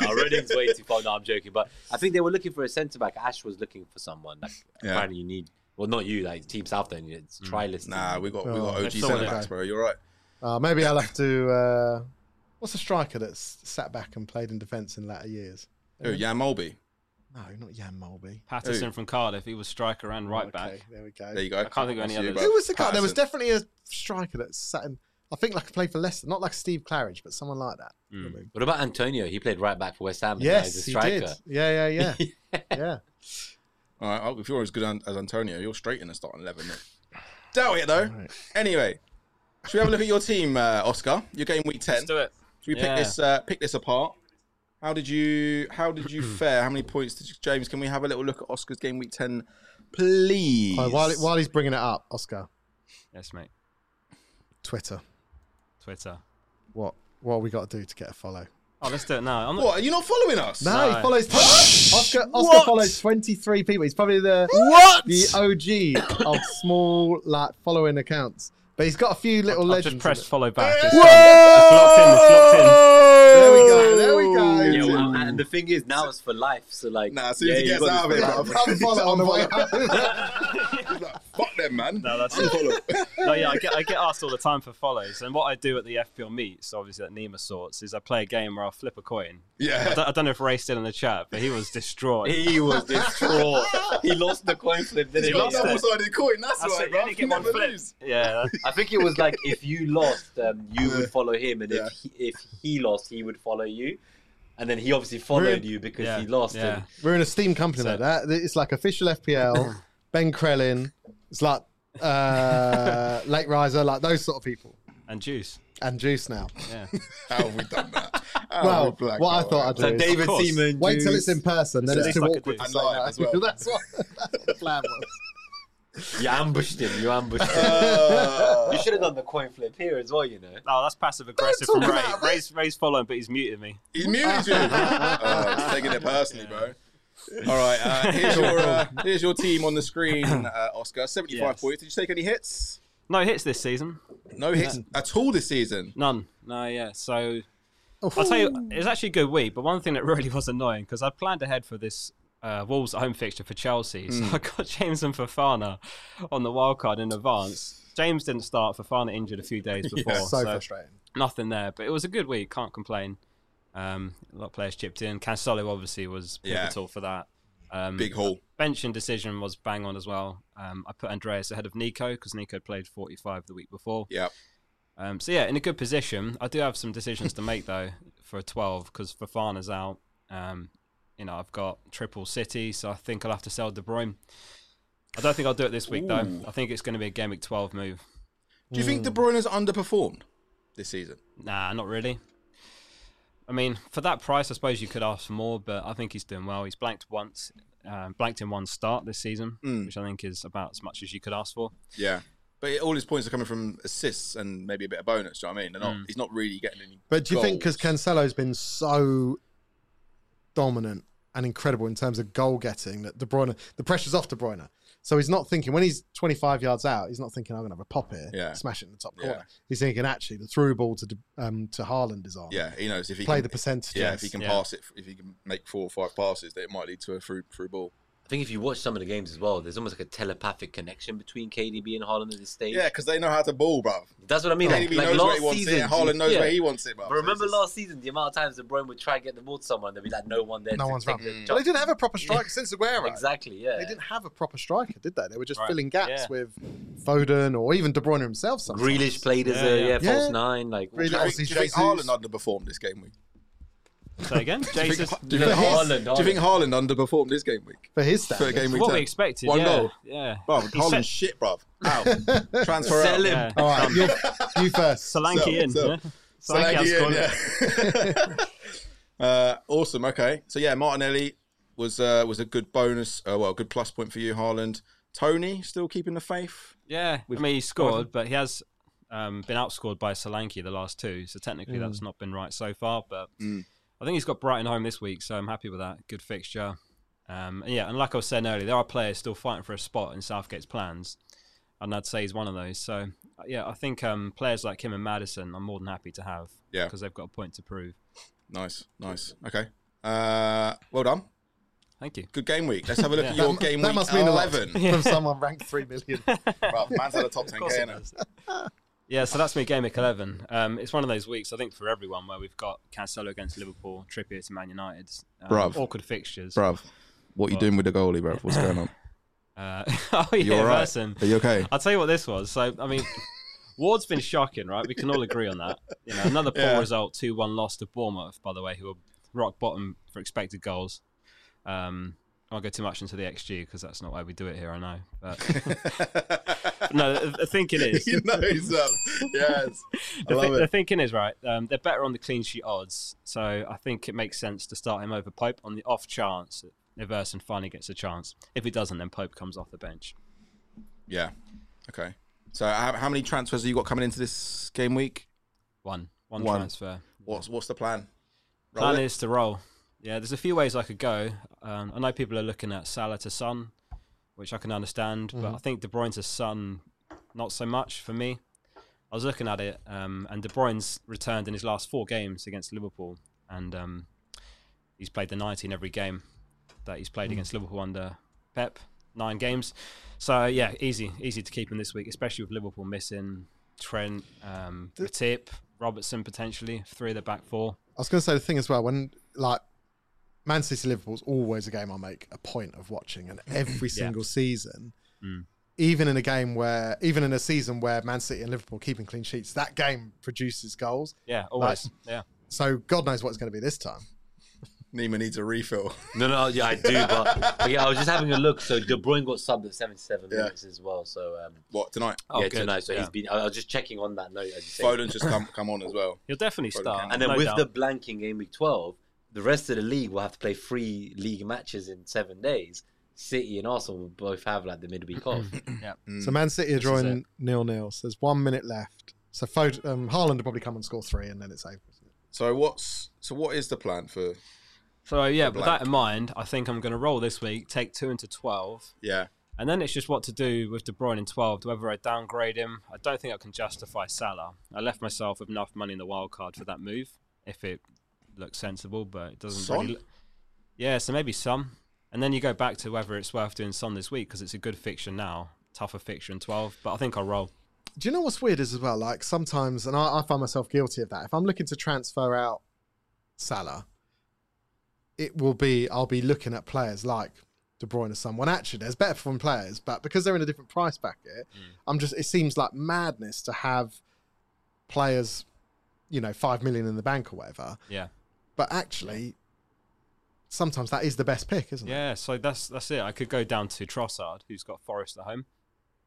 [SPEAKER 5] no, Reading's way too far. No, I'm joking. But I think they were looking for a centre back. Ash was looking for someone. Like
[SPEAKER 1] Yeah. Mm.
[SPEAKER 5] apparently you need. Well, not you. Like Team Southend. It's trialist. list.
[SPEAKER 1] Nah, we got we
[SPEAKER 2] Oh,
[SPEAKER 1] got OG
[SPEAKER 4] they've sorted
[SPEAKER 1] centre
[SPEAKER 2] it.
[SPEAKER 1] backs, bro. You're right.
[SPEAKER 2] Uh, maybe I'll have to. Uh, what's a striker that's sat back and played in defence in latter years?
[SPEAKER 1] Who? Jan Mulby.
[SPEAKER 2] No, not Jan Mulby.
[SPEAKER 4] Patterson from Cardiff. He was striker and right
[SPEAKER 2] okay,
[SPEAKER 4] back.
[SPEAKER 2] There we go.
[SPEAKER 1] There you go. I
[SPEAKER 4] can't think of any others.
[SPEAKER 2] Who was the guy? There was definitely a striker that sat in. I think like played for Leicester, not like Steve Claridge, but someone like that.
[SPEAKER 4] Mm.
[SPEAKER 5] What about Antonio? He played right back for West Ham. and now
[SPEAKER 2] Yes,
[SPEAKER 5] he's a
[SPEAKER 2] he
[SPEAKER 5] striker.
[SPEAKER 2] did. Yeah, yeah, yeah, yeah.
[SPEAKER 1] All right, oh, if you're as good an- as Antonio, you're straight in the starting eleven. Nick. Doubt it though.
[SPEAKER 2] Right.
[SPEAKER 1] Anyway, should we have a look at your team, uh, Oscar? Your game week ten.
[SPEAKER 4] Let's do it.
[SPEAKER 1] Should we pick
[SPEAKER 4] Yeah.
[SPEAKER 1] this uh, pick this apart? How did you how did you fare? How many points did you, James? Can we have a little look at Oscar's game week ten, please?
[SPEAKER 2] All right, while while he's bringing it up, Oscar,
[SPEAKER 4] Yes, mate.
[SPEAKER 2] Twitter.
[SPEAKER 4] Twitter.
[SPEAKER 2] What what we got to do to get a follow?
[SPEAKER 4] Oh, let's do it now. I'm not.
[SPEAKER 1] what are you not following us?
[SPEAKER 2] No,
[SPEAKER 4] No.
[SPEAKER 2] he follows Oscar. Oscar
[SPEAKER 3] What?
[SPEAKER 2] follows twenty three people. He's probably the
[SPEAKER 3] What?
[SPEAKER 2] the OG of small like following accounts. But he's got a few little
[SPEAKER 4] I've
[SPEAKER 2] legends.
[SPEAKER 4] just
[SPEAKER 2] in
[SPEAKER 4] pressed
[SPEAKER 2] it.
[SPEAKER 4] follow back. It's, done. it's locked in. It's locked in.
[SPEAKER 2] There we go. There we go.
[SPEAKER 5] Yeah, well, and the thing is, now it's for life. So like,
[SPEAKER 1] Nah, as soon as
[SPEAKER 5] yeah,
[SPEAKER 1] he
[SPEAKER 5] you
[SPEAKER 1] gets
[SPEAKER 5] got
[SPEAKER 1] out of it,
[SPEAKER 5] this-
[SPEAKER 1] bro.
[SPEAKER 2] Unfollow on the way out.
[SPEAKER 1] He's like, Fuck them, man.
[SPEAKER 4] No, that's
[SPEAKER 1] Unfollow.
[SPEAKER 4] No, yeah, I get, I get asked all the time for follows. And what I do at the FPL meets, obviously, that Nima sorts, is I play a game where I'll flip a coin. I
[SPEAKER 1] yeah.
[SPEAKER 4] don't, I don't know if Ray's still in the chat, but he was distraught.
[SPEAKER 5] He was distraught. he lost the coin flip, didn't he?
[SPEAKER 1] You got
[SPEAKER 4] lost
[SPEAKER 1] double
[SPEAKER 4] it.
[SPEAKER 1] sided coin, that's,
[SPEAKER 4] That's
[SPEAKER 1] right,
[SPEAKER 4] it. You
[SPEAKER 1] bro.
[SPEAKER 4] only get one
[SPEAKER 1] Never
[SPEAKER 4] flip.
[SPEAKER 1] lose.
[SPEAKER 4] Yeah.
[SPEAKER 5] I think it was like if you lost, um, you would follow him, and
[SPEAKER 1] Yeah.
[SPEAKER 5] if he, if he lost, he would follow you. And then he obviously followed
[SPEAKER 2] Rude.
[SPEAKER 5] you because
[SPEAKER 4] Yeah,
[SPEAKER 5] he lost.
[SPEAKER 4] yeah.
[SPEAKER 5] And
[SPEAKER 2] We're in a Steam company
[SPEAKER 4] So-
[SPEAKER 2] like that. It's like official FPL, Ben Krellin. It's like uh, Late Riser, like those sort of people.
[SPEAKER 4] And Juice.
[SPEAKER 2] and juice now.
[SPEAKER 4] Yeah.
[SPEAKER 1] How have we done that? How
[SPEAKER 4] Oh,
[SPEAKER 1] have
[SPEAKER 2] Well,
[SPEAKER 1] we blacked
[SPEAKER 2] what I
[SPEAKER 1] that
[SPEAKER 2] thought
[SPEAKER 1] out?
[SPEAKER 2] I'd do is
[SPEAKER 4] David Seaman,
[SPEAKER 2] wait till it's in person, then
[SPEAKER 4] It's
[SPEAKER 2] it's,
[SPEAKER 4] at
[SPEAKER 2] too
[SPEAKER 4] least I could
[SPEAKER 2] awkward to
[SPEAKER 4] do
[SPEAKER 1] it.
[SPEAKER 2] say
[SPEAKER 1] I lied
[SPEAKER 2] that.
[SPEAKER 1] as well.
[SPEAKER 2] That's what that's the plan was.
[SPEAKER 5] You ambushed him. You ambushed him. you should have done the coin flip here as well. You know.
[SPEAKER 4] Oh, that's passive aggressive from
[SPEAKER 2] talk
[SPEAKER 4] Ray.
[SPEAKER 2] about
[SPEAKER 4] Ray's, Ray's following, but he's muted me.
[SPEAKER 1] He muted you. oh, he's taking it personally, bro. All right, uh, here's your uh, here's your team on the screen, uh, Oscar. Seventy five
[SPEAKER 4] Yes.
[SPEAKER 1] for you. Did you take any hits?
[SPEAKER 4] No hits this season.
[SPEAKER 1] No hits at all this season.
[SPEAKER 4] None. No, yeah. So I'll tell you, it's actually a good week. But one thing that really was annoying because I planned ahead for this uh, Wolves at home fixture for Chelsea, so
[SPEAKER 2] Hmm.
[SPEAKER 4] I got James and Fafana on the wild card in advance. James didn't start. Fafana injured a few days before,
[SPEAKER 2] so, frustrating.
[SPEAKER 4] nothing there. But it was a good week. Can't complain. Um, a lot of players chipped in. Cancelo obviously was
[SPEAKER 1] Yeah.
[SPEAKER 4] pivotal for that. Um,
[SPEAKER 1] Big haul.
[SPEAKER 4] benching decision was bang on as well. Um, I put Andreas ahead of Nico because Nico played 45 the week before.
[SPEAKER 1] Yeah.
[SPEAKER 4] Um, so yeah, in a good position. I do have some decisions to make though for a 12 because Fafana's out. Um, you know, I've got triple City, so I think I'll have to sell De Bruyne. I don't think I'll do it this week though. I think it's going to be a game week 12 move.
[SPEAKER 1] Do you think
[SPEAKER 2] Hmm.
[SPEAKER 1] De Bruyne has underperformed this season?
[SPEAKER 4] Nah, not really. I mean, for that price, I suppose you could ask for more, but I think he's doing well. He's blanked once, uh, blanked in one start this season,
[SPEAKER 1] Hmm.
[SPEAKER 4] which I think is about as much as you could ask for.
[SPEAKER 1] Yeah. But it- all his points are coming from assists and maybe a bit of bonus. Do you know what I mean? They're
[SPEAKER 4] Hmm.
[SPEAKER 1] not, He's not really getting any.
[SPEAKER 2] But do you think because
[SPEAKER 1] goals.
[SPEAKER 2] Cancelo's been so dominant and incredible in terms of goal getting that De Bruyne, the pressure's off De Bruyne. So he's not thinking when he's 25 yards out, he's not thinking I'm going to have a pop here,
[SPEAKER 1] Yeah.
[SPEAKER 2] smash it in the top
[SPEAKER 1] Yeah.
[SPEAKER 2] corner. He's thinking actually the through ball to De- um, to Haaland is on.
[SPEAKER 1] Yeah, he knows if he
[SPEAKER 2] play
[SPEAKER 1] can,
[SPEAKER 2] the percentage.
[SPEAKER 1] Yeah, if he can
[SPEAKER 4] Yeah.
[SPEAKER 1] pass it, if he can make four or five passes, that it might lead to a through through ball.
[SPEAKER 5] I think if you watch some of the games as well, there's almost like a telepathic connection between KDB and Haaland at this stage.
[SPEAKER 1] Yeah, because they know how to ball, bro.
[SPEAKER 5] That's what I mean. Like,
[SPEAKER 1] KDB
[SPEAKER 5] like
[SPEAKER 1] knows where
[SPEAKER 5] last
[SPEAKER 1] he wants
[SPEAKER 5] season,
[SPEAKER 1] it. and Haaland knows
[SPEAKER 5] yeah.
[SPEAKER 1] where he wants it, bruv.
[SPEAKER 5] But remember
[SPEAKER 1] It's just-
[SPEAKER 5] last season, the amount of times De Bruyne would try and get the ball to someone, they'd be like, no one there.
[SPEAKER 2] no
[SPEAKER 5] to
[SPEAKER 2] one's
[SPEAKER 5] take
[SPEAKER 2] run.
[SPEAKER 5] the
[SPEAKER 2] Well,
[SPEAKER 5] shot.
[SPEAKER 2] they didn't have a proper striker since Aguero.
[SPEAKER 5] Exactly. Yeah.
[SPEAKER 2] They didn't have a proper striker, did they? They were just
[SPEAKER 4] Right.
[SPEAKER 2] filling gaps
[SPEAKER 4] Yeah.
[SPEAKER 2] with Foden or even De Bruyne himself. Sometimes.
[SPEAKER 5] Grealish played as
[SPEAKER 4] Yeah,
[SPEAKER 5] a yeah,
[SPEAKER 4] yeah.
[SPEAKER 5] false
[SPEAKER 2] Yeah.
[SPEAKER 5] nine. Like
[SPEAKER 1] Do you
[SPEAKER 2] Really?
[SPEAKER 1] think, do you think
[SPEAKER 2] Jesus.
[SPEAKER 1] Haaland underperformed this game week?
[SPEAKER 4] So again,
[SPEAKER 1] Do you
[SPEAKER 4] Jason,
[SPEAKER 1] think, do you
[SPEAKER 5] No,
[SPEAKER 1] think Haaland,
[SPEAKER 5] Haaland,
[SPEAKER 1] do you think
[SPEAKER 5] Haaland.
[SPEAKER 1] Haaland underperformed this game week?
[SPEAKER 2] for his
[SPEAKER 1] For
[SPEAKER 2] standards.
[SPEAKER 1] game week
[SPEAKER 4] what
[SPEAKER 1] 10?
[SPEAKER 4] we expected.
[SPEAKER 1] One
[SPEAKER 4] yeah,
[SPEAKER 1] goal.
[SPEAKER 4] Yeah.
[SPEAKER 1] Bro,
[SPEAKER 4] He set-
[SPEAKER 1] Haaland's shit, bruv. Ow. Transfer out.
[SPEAKER 5] Sell him.
[SPEAKER 4] yeah.
[SPEAKER 2] All right, you're- you first.
[SPEAKER 4] Solanke
[SPEAKER 1] So-
[SPEAKER 4] in.
[SPEAKER 1] so-
[SPEAKER 4] yeah.
[SPEAKER 1] So
[SPEAKER 4] Solanke
[SPEAKER 1] Lanky in,
[SPEAKER 4] outscored.
[SPEAKER 1] yeah. uh, awesome. Okay. So yeah, Martinelli was uh, was a good bonus. Uh, well, a good plus point for you, Haaland. Tony still keeping the faith.
[SPEAKER 4] Yeah, I mean he scored, but he has um, been outscored by Solanke the last two, so technically that's not been right so far. But I think he's got Brighton home this week, so I'm happy with that. Good fixture. Um, and yeah, and like I was saying earlier, there are players still fighting for a spot in Southgate's plans, and I'd say he's one of those. So uh, yeah, I think um, players like him and Madison, I'm more than happy to have
[SPEAKER 1] Yeah.
[SPEAKER 4] because they've got a point to prove.
[SPEAKER 1] Nice, nice. Okay. Uh, well done.
[SPEAKER 4] Thank you.
[SPEAKER 1] Good game week. Let's have a look at your
[SPEAKER 2] That-
[SPEAKER 1] game
[SPEAKER 2] that
[SPEAKER 1] week
[SPEAKER 2] must mean a lot.
[SPEAKER 1] eleven.
[SPEAKER 2] from someone ranked three million.
[SPEAKER 1] Bruv, man's had a top ten k now.
[SPEAKER 4] Yeah, so that's me, Game Week 11. Um, it's one of those weeks, I think, for everyone where we've got Cancelo against Liverpool, Trippier to Man United. Um,
[SPEAKER 1] Bruv.
[SPEAKER 4] Awkward fixtures.
[SPEAKER 1] Bruv, what you doing with the goalie, bruv? What's going on?
[SPEAKER 4] Uh, oh, yeah,
[SPEAKER 1] You all right?
[SPEAKER 4] Verson.
[SPEAKER 1] Are you okay?
[SPEAKER 4] I'll tell you what this was. So, I mean, Ward's been shocking, right? We can all agree on that. You know, another poor
[SPEAKER 1] Yeah.
[SPEAKER 4] result, 2 1 loss to Bournemouth, by the way, who are rock bottom for expected goals. Um, I won't go too much into the XG because that's not why we do it here, I know. But no, the- the thinking is.
[SPEAKER 1] you know he's up. Yes, I
[SPEAKER 4] the, thi-
[SPEAKER 1] love
[SPEAKER 4] the
[SPEAKER 1] it.
[SPEAKER 4] thinking is right. Um, they're better on the clean sheet odds, so I think it makes sense to start him over Pope on the off chance that Everson finally gets a chance. If he doesn't, then Pope comes off the bench.
[SPEAKER 1] Yeah. Okay. So how, how many transfers have you got coming into this game week?
[SPEAKER 4] One, one,
[SPEAKER 1] One.
[SPEAKER 4] transfer.
[SPEAKER 1] What's what's the plan? Roll
[SPEAKER 4] Plan
[SPEAKER 1] it?
[SPEAKER 4] is to roll. Yeah, there's a few ways I could go. Um, I know people are looking at Salah to Son, which I can understand,
[SPEAKER 1] Mm-hmm.
[SPEAKER 4] but I think De Bruyne to Son, not so much for me. I was looking at it, um, and De Bruyne's returned in his last four games against Liverpool, and um, he's played the 90 in every game that he's
[SPEAKER 1] Mm.
[SPEAKER 4] played against Liverpool under Pep, nine games. So yeah, easy, easy to keep him this week, especially with Liverpool missing Trent, um, Matip, Robertson potentially three of the back four.
[SPEAKER 2] I was going to say the thing as well when like Man City Liverpool's always a game I make a point of watching, and every single season,
[SPEAKER 1] Mm.
[SPEAKER 2] even in a game where even in a season where Man City and Liverpool keeping clean sheets, that game produces goals.
[SPEAKER 4] Yeah, always. Yeah.
[SPEAKER 2] So God knows what it's going to be this time.
[SPEAKER 1] Nima needs a refill.
[SPEAKER 5] No, no, yeah, I do, but, but yeah, I was just having a look. So De Bruyne got subbed at 77
[SPEAKER 1] Yeah.
[SPEAKER 5] minutes as well. So um,
[SPEAKER 1] What tonight?
[SPEAKER 4] Oh,
[SPEAKER 5] yeah,
[SPEAKER 4] good.
[SPEAKER 5] tonight. So
[SPEAKER 4] Yeah.
[SPEAKER 5] he's been. I I was just checking on that note as you say.
[SPEAKER 1] Foden's just come come on as well.
[SPEAKER 4] He'll definitely start.
[SPEAKER 5] And then
[SPEAKER 4] no
[SPEAKER 5] with
[SPEAKER 4] doubt.
[SPEAKER 5] the blank in game week 12, the rest of the league will have to play three league matches in seven days. City and Arsenal will both have like the midweek off.
[SPEAKER 1] Mm.
[SPEAKER 2] So Man City are
[SPEAKER 4] is
[SPEAKER 2] drawing nil nil. So there's one minute left. So Fod- um, Haaland will probably come and score three, and then it's over.
[SPEAKER 1] So what's so what is the plan for?
[SPEAKER 4] So yeah, with
[SPEAKER 1] blank.
[SPEAKER 4] that in mind, I think I'm going to roll this week, take two into twelve,
[SPEAKER 1] Yeah,
[SPEAKER 4] and then it's just what to do with De Bruyne in twelve. Whether I downgrade him, I don't think I can justify Salah. I left myself with enough money in the wild card for that move, if it looks sensible, but it doesn't
[SPEAKER 1] Son?
[SPEAKER 4] really. Yeah, so maybe some, and then you go back to whether it's worth doing some this week because it's a good fixture now, tougher fixture in twelve. But I think I'll roll.
[SPEAKER 2] Do you know what's weird is as well? Like sometimes, and I, I find myself guilty of that. If I'm looking to transfer out Salah, it will be I'll be looking at players like De Bruyne or someone. Actually, there's better performing players, but because they're in a different price bracket, I'm just it seems like madness to have players, you know, five million in the bank or whatever.
[SPEAKER 4] Yeah.
[SPEAKER 2] But actually, sometimes that is the best pick, isn't it?
[SPEAKER 4] Yeah, so that's that's it. I could go down to Trossard, who's got Forest at home.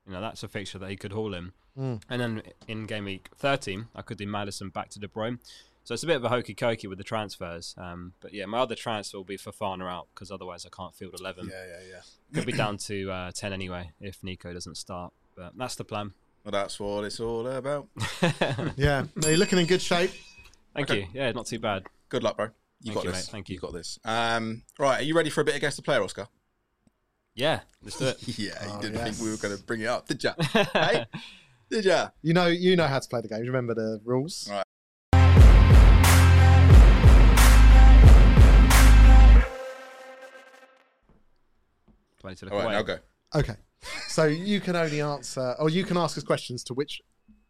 [SPEAKER 4] You know, that's a fixture that he could haul in.
[SPEAKER 2] Mm.
[SPEAKER 4] And then in game week 13, I could do Madison back to De Bruyne. So it's a bit of a hokey cokey with the transfers. Um, but yeah, my other transfer will be Fafana out because otherwise I can't field 11.
[SPEAKER 2] yeah, yeah.
[SPEAKER 4] Could be down to uh, 10 anyway if Nico doesn't start. But that's the plan.
[SPEAKER 1] well, that's what it's all about.
[SPEAKER 4] Thank
[SPEAKER 2] Yeah, no, you're looking in good shape.
[SPEAKER 4] you. Yeah, not too bad.
[SPEAKER 1] Good luck, bro. You
[SPEAKER 4] Thank
[SPEAKER 1] got
[SPEAKER 4] you,
[SPEAKER 1] this.
[SPEAKER 4] mate. Thank
[SPEAKER 1] You
[SPEAKER 4] you.
[SPEAKER 1] got this. Um, right, are you ready for a bit of guess the player, Oscar?
[SPEAKER 4] Yeah, let's do it.
[SPEAKER 1] Yeah,
[SPEAKER 2] Oh,
[SPEAKER 1] you didn't
[SPEAKER 2] yes.
[SPEAKER 1] think we were going to bring it up, did ya? hey, did ya?
[SPEAKER 2] You know, you know how to play the game. You remember the rules.
[SPEAKER 1] Right.
[SPEAKER 4] Do I need to look
[SPEAKER 1] All right,
[SPEAKER 4] away?
[SPEAKER 1] now go.
[SPEAKER 2] Okay, so you can only answer, or you can ask us questions to which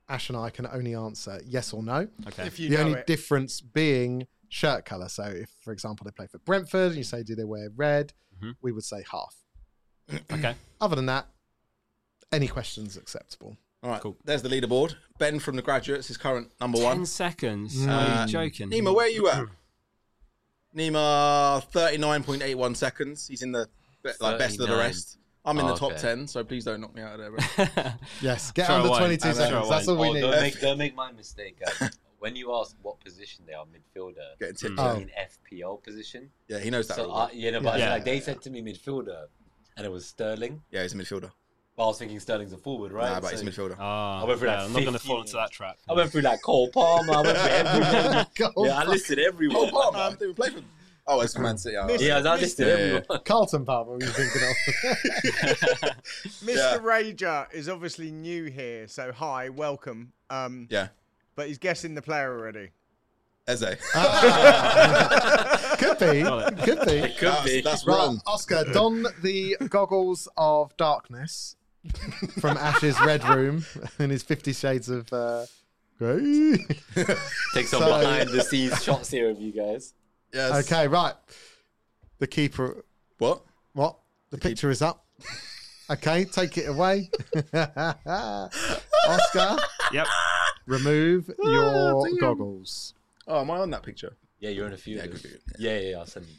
[SPEAKER 2] Ash and I can only answer yes or no.
[SPEAKER 4] Okay.
[SPEAKER 3] If you
[SPEAKER 2] the
[SPEAKER 3] know
[SPEAKER 2] only
[SPEAKER 3] it.
[SPEAKER 2] difference being shirt color. So if, for example, they play for Brentford, and you say, do they wear red?
[SPEAKER 3] Mm-hmm.
[SPEAKER 4] Mhm.
[SPEAKER 2] We would say half.
[SPEAKER 4] Okay.
[SPEAKER 2] Other than that, any questions acceptable.
[SPEAKER 1] All right,
[SPEAKER 4] Cool.
[SPEAKER 1] there's the leaderboard. Ben from the graduates is current number
[SPEAKER 4] 10
[SPEAKER 1] one.
[SPEAKER 4] seconds.
[SPEAKER 1] Uh,
[SPEAKER 4] Are you joking?
[SPEAKER 1] Nima, where are you at? Nima, 39.81 seconds. He's in the be- like best of the
[SPEAKER 5] 39.
[SPEAKER 1] rest. I'm in the
[SPEAKER 5] Oh,
[SPEAKER 1] top
[SPEAKER 5] okay.
[SPEAKER 1] 10, so please don't knock me out of there. Bro.
[SPEAKER 2] Yes, get
[SPEAKER 4] Throw
[SPEAKER 2] under
[SPEAKER 4] away.
[SPEAKER 2] 22
[SPEAKER 4] Throw
[SPEAKER 2] seconds.
[SPEAKER 4] away.
[SPEAKER 2] That's all we
[SPEAKER 5] Oh,
[SPEAKER 2] need.
[SPEAKER 5] don't make don't make my mistake. guys. when you ask what position they are, midfielder,
[SPEAKER 1] Getting tipped.
[SPEAKER 4] Mm.
[SPEAKER 1] off.
[SPEAKER 5] I mean FPL position.
[SPEAKER 1] Yeah, he knows that.
[SPEAKER 5] So I,
[SPEAKER 1] already.
[SPEAKER 5] you know, but
[SPEAKER 4] Yeah.
[SPEAKER 5] like they said to me midfielder, and it was Sterling.
[SPEAKER 1] yeah, he's a midfielder.
[SPEAKER 5] But I was thinking Sterling's a forward, right?
[SPEAKER 1] Nah, but he's a
[SPEAKER 5] So-
[SPEAKER 1] midfielder.
[SPEAKER 4] Ah,
[SPEAKER 5] I went through
[SPEAKER 4] yeah,
[SPEAKER 5] like
[SPEAKER 4] I'm not going to
[SPEAKER 5] 15
[SPEAKER 4] fall into that trap.
[SPEAKER 5] I went through like Cole Palmer. I went through everyone.
[SPEAKER 2] Go on.
[SPEAKER 5] yeah, I listed
[SPEAKER 1] Oh,
[SPEAKER 5] everyone.
[SPEAKER 1] Palmer. I didn't even play for Oh, it's Man City. all right.
[SPEAKER 5] Yeah, I listed
[SPEAKER 1] Yeah, yeah,
[SPEAKER 5] everyone.
[SPEAKER 2] Carlton Palmer, were you thinking of?
[SPEAKER 3] Mr.
[SPEAKER 1] Yeah.
[SPEAKER 3] Rager is obviously new here, so hi, welcome. Um,
[SPEAKER 1] Yeah.
[SPEAKER 3] but he's guessing the player already.
[SPEAKER 1] Eze. Uh,
[SPEAKER 2] could be,
[SPEAKER 4] Got it.
[SPEAKER 2] could be.
[SPEAKER 5] It could
[SPEAKER 1] that's
[SPEAKER 5] be.
[SPEAKER 1] that's
[SPEAKER 2] Right,
[SPEAKER 1] wrong.
[SPEAKER 2] Oscar, don the goggles of darkness from Ash's red room in his Fifty Shades of uh, Grey.
[SPEAKER 5] Take some
[SPEAKER 2] So-
[SPEAKER 5] behind the scenes shots here of you guys.
[SPEAKER 1] Yes.
[SPEAKER 2] okay, right. The keeper.
[SPEAKER 1] What?
[SPEAKER 2] What? The, picture is up. Okay, take it away. Oscar,
[SPEAKER 4] Yep.
[SPEAKER 2] remove
[SPEAKER 1] Ah,
[SPEAKER 2] your
[SPEAKER 1] damn.
[SPEAKER 2] goggles.
[SPEAKER 1] Oh, am I on that picture?
[SPEAKER 5] Yeah, you're in a few.
[SPEAKER 1] Yeah,
[SPEAKER 5] of
[SPEAKER 1] good,
[SPEAKER 5] them.
[SPEAKER 1] good,
[SPEAKER 5] yeah, yeah, yeah, I'll send you.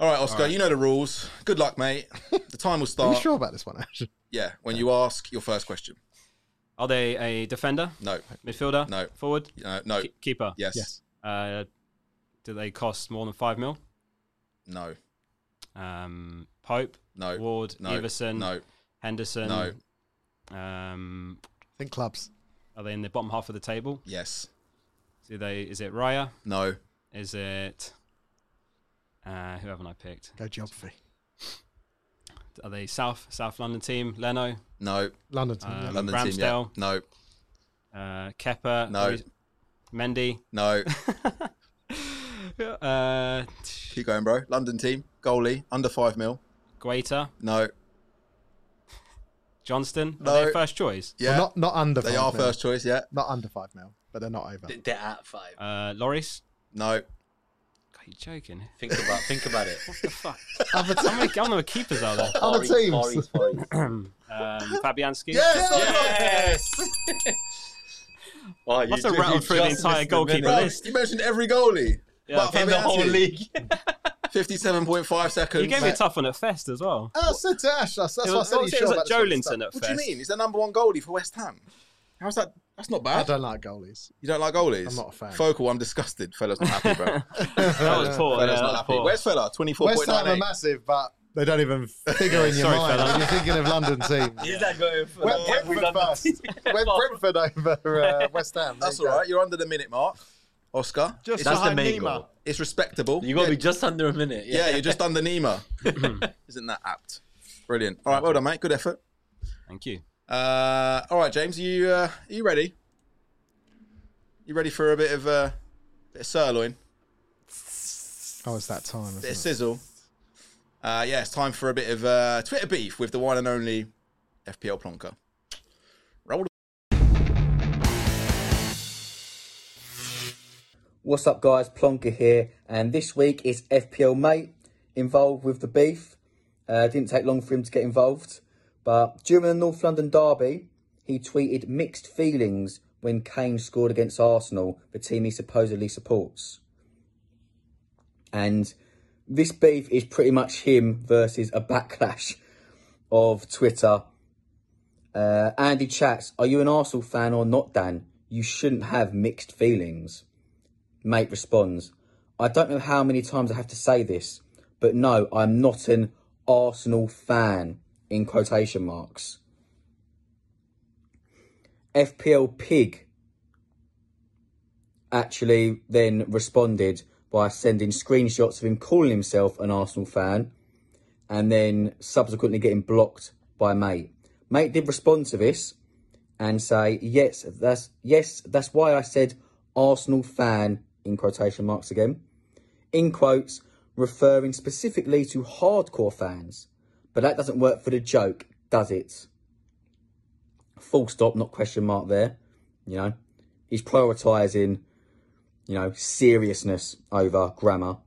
[SPEAKER 1] All right, Oscar, you know the rules. Good luck, mate. The time will
[SPEAKER 2] Are
[SPEAKER 1] start.
[SPEAKER 2] you sure about this one, Ash?
[SPEAKER 1] Yeah, when you ask your first question.
[SPEAKER 4] Are they a defender,
[SPEAKER 1] No,
[SPEAKER 4] midfielder,
[SPEAKER 1] No.
[SPEAKER 4] forward,
[SPEAKER 1] no, no.
[SPEAKER 4] K- keeper?
[SPEAKER 1] Yes,
[SPEAKER 2] Yes.
[SPEAKER 4] Uh, do they cost more than five mil?
[SPEAKER 1] no,
[SPEAKER 4] Um, Pope,
[SPEAKER 1] no,
[SPEAKER 4] Ward,
[SPEAKER 1] no,
[SPEAKER 4] Everson,
[SPEAKER 1] no,
[SPEAKER 4] Henderson.
[SPEAKER 1] no.
[SPEAKER 4] Um,
[SPEAKER 2] Think clubs.
[SPEAKER 4] are they in the bottom half of the table?
[SPEAKER 1] Yes,
[SPEAKER 4] Do they? Is it Raya?
[SPEAKER 1] no,
[SPEAKER 4] Is it? Uh, who haven't I picked?
[SPEAKER 2] Go geography.
[SPEAKER 4] Are they South South London team? Leno,
[SPEAKER 1] no.
[SPEAKER 2] London.
[SPEAKER 4] Um,
[SPEAKER 2] yeah.
[SPEAKER 1] London team. Yeah.
[SPEAKER 4] Ramsdale.
[SPEAKER 1] No,
[SPEAKER 4] uh, Kepper,
[SPEAKER 1] No.
[SPEAKER 4] Mendy.
[SPEAKER 1] no.
[SPEAKER 4] Uh,
[SPEAKER 1] Keep going, bro. London team. Goalie under five mil.
[SPEAKER 4] Guaita,
[SPEAKER 1] No.
[SPEAKER 4] Johnston. Are
[SPEAKER 1] No.
[SPEAKER 4] they a first choice?
[SPEAKER 1] Yeah,
[SPEAKER 2] Well, not not under.
[SPEAKER 1] they
[SPEAKER 2] five
[SPEAKER 1] are
[SPEAKER 2] mil.
[SPEAKER 1] first choice. Yeah.
[SPEAKER 2] Not under five mil, but they're not over.
[SPEAKER 5] They- They're at five.
[SPEAKER 4] Uh, Loris.
[SPEAKER 1] No.
[SPEAKER 4] God, you're joking.
[SPEAKER 5] Think about, think about it.
[SPEAKER 4] the fuck? How many, how many keepers are there?
[SPEAKER 2] Other
[SPEAKER 5] Faris,
[SPEAKER 2] teams.
[SPEAKER 5] Faris, Faris.
[SPEAKER 4] um, Fabianski.
[SPEAKER 1] Yes. that's right.
[SPEAKER 5] Yes. oh, you
[SPEAKER 4] Must have
[SPEAKER 5] ju- you
[SPEAKER 4] rattled through the
[SPEAKER 5] just
[SPEAKER 4] entire
[SPEAKER 5] missed
[SPEAKER 4] goalkeeper
[SPEAKER 5] minute.
[SPEAKER 1] Bro,
[SPEAKER 4] list.
[SPEAKER 1] you mentioned every goalie. But
[SPEAKER 5] in the whole
[SPEAKER 1] Fabianski,
[SPEAKER 5] league.
[SPEAKER 1] 57.5 seconds.
[SPEAKER 4] You gave me a tough one at Fest as well.
[SPEAKER 2] Oh, said to Ash. That's, that's
[SPEAKER 4] it
[SPEAKER 2] what I
[SPEAKER 4] was,
[SPEAKER 2] said.
[SPEAKER 4] what
[SPEAKER 2] he's
[SPEAKER 4] was it? It
[SPEAKER 2] sure
[SPEAKER 4] was
[SPEAKER 2] about
[SPEAKER 4] at
[SPEAKER 2] this sort of stuff.
[SPEAKER 4] Jolinton at
[SPEAKER 1] What do you
[SPEAKER 4] Fest.
[SPEAKER 1] mean? He's the number one goalie for West Ham. How's that? That's not
[SPEAKER 2] I
[SPEAKER 1] bad.
[SPEAKER 2] don't like goalies.
[SPEAKER 1] You don't like goalies?
[SPEAKER 2] I'm not a fan.
[SPEAKER 1] Focal, I'm disgusted. Fella's not happy, bro.
[SPEAKER 5] Oh,
[SPEAKER 4] That was poor. Oh, Yeah,
[SPEAKER 1] Fella's not
[SPEAKER 4] that was
[SPEAKER 1] happy.
[SPEAKER 4] poor.
[SPEAKER 1] Where's Fella?
[SPEAKER 2] West Ham are
[SPEAKER 1] 24.98.
[SPEAKER 2] massive, but they don't even figure in your
[SPEAKER 4] Sorry,
[SPEAKER 2] mind.
[SPEAKER 4] fella.
[SPEAKER 2] You're thinking of London teams.
[SPEAKER 5] Is that going for
[SPEAKER 2] Went
[SPEAKER 5] the- every
[SPEAKER 2] Brentford
[SPEAKER 5] London
[SPEAKER 2] first.
[SPEAKER 5] team?
[SPEAKER 2] Went Brentford over uh, West Ham. There
[SPEAKER 1] That's
[SPEAKER 2] you
[SPEAKER 1] all
[SPEAKER 2] go.
[SPEAKER 1] right. You're under the minute mark, Oscar.
[SPEAKER 3] Just
[SPEAKER 5] That's the
[SPEAKER 3] behind
[SPEAKER 5] main
[SPEAKER 3] Nima.
[SPEAKER 5] goal.
[SPEAKER 1] It's respectable.
[SPEAKER 5] You got to
[SPEAKER 1] yeah,
[SPEAKER 5] be just under a minute.
[SPEAKER 1] yeah, you're just under Nima. Isn't that apt? Brilliant. All right, well done, mate. Good effort.
[SPEAKER 4] Thank you.
[SPEAKER 1] Uh, all right, James, you uh, are you ready? You ready for a bit of uh, bit of sirloin,
[SPEAKER 2] Oh, it's that time.
[SPEAKER 1] bit of
[SPEAKER 2] Isn't it?
[SPEAKER 1] sizzle? Uh, yeah, it's time for a bit of uh, Twitter beef with the one and only FPL Plonker. Roll
[SPEAKER 7] What's up, guys? Plonker here, and this week is FPL mate involved with the beef. Uh, didn't take long for him to get involved, but during the North London derby, he tweeted mixed feelings when Kane scored against Arsenal, the team he supposedly supports. And this beef is pretty much him versus a backlash of Twitter. Uh, Andy chats, "Are you an Arsenal fan or not, Dan? You shouldn't have mixed feelings." Mate responds, I don't know how many times I have to say this, but no, I'm not an Arsenal fan, in quotation marks. FPL Pig actually then responded by sending screenshots of him calling himself an Arsenal fan and then subsequently getting blocked by Mate. Mate did respond to this and say, "Yes, that's yes, that's why I said Arsenal fan in quotation marks again." In quotes, referring specifically to hardcore fans, but that doesn't work for the joke, does it? Full stop, not question mark there. You know, he's prioritising, you know, seriousness over grammar.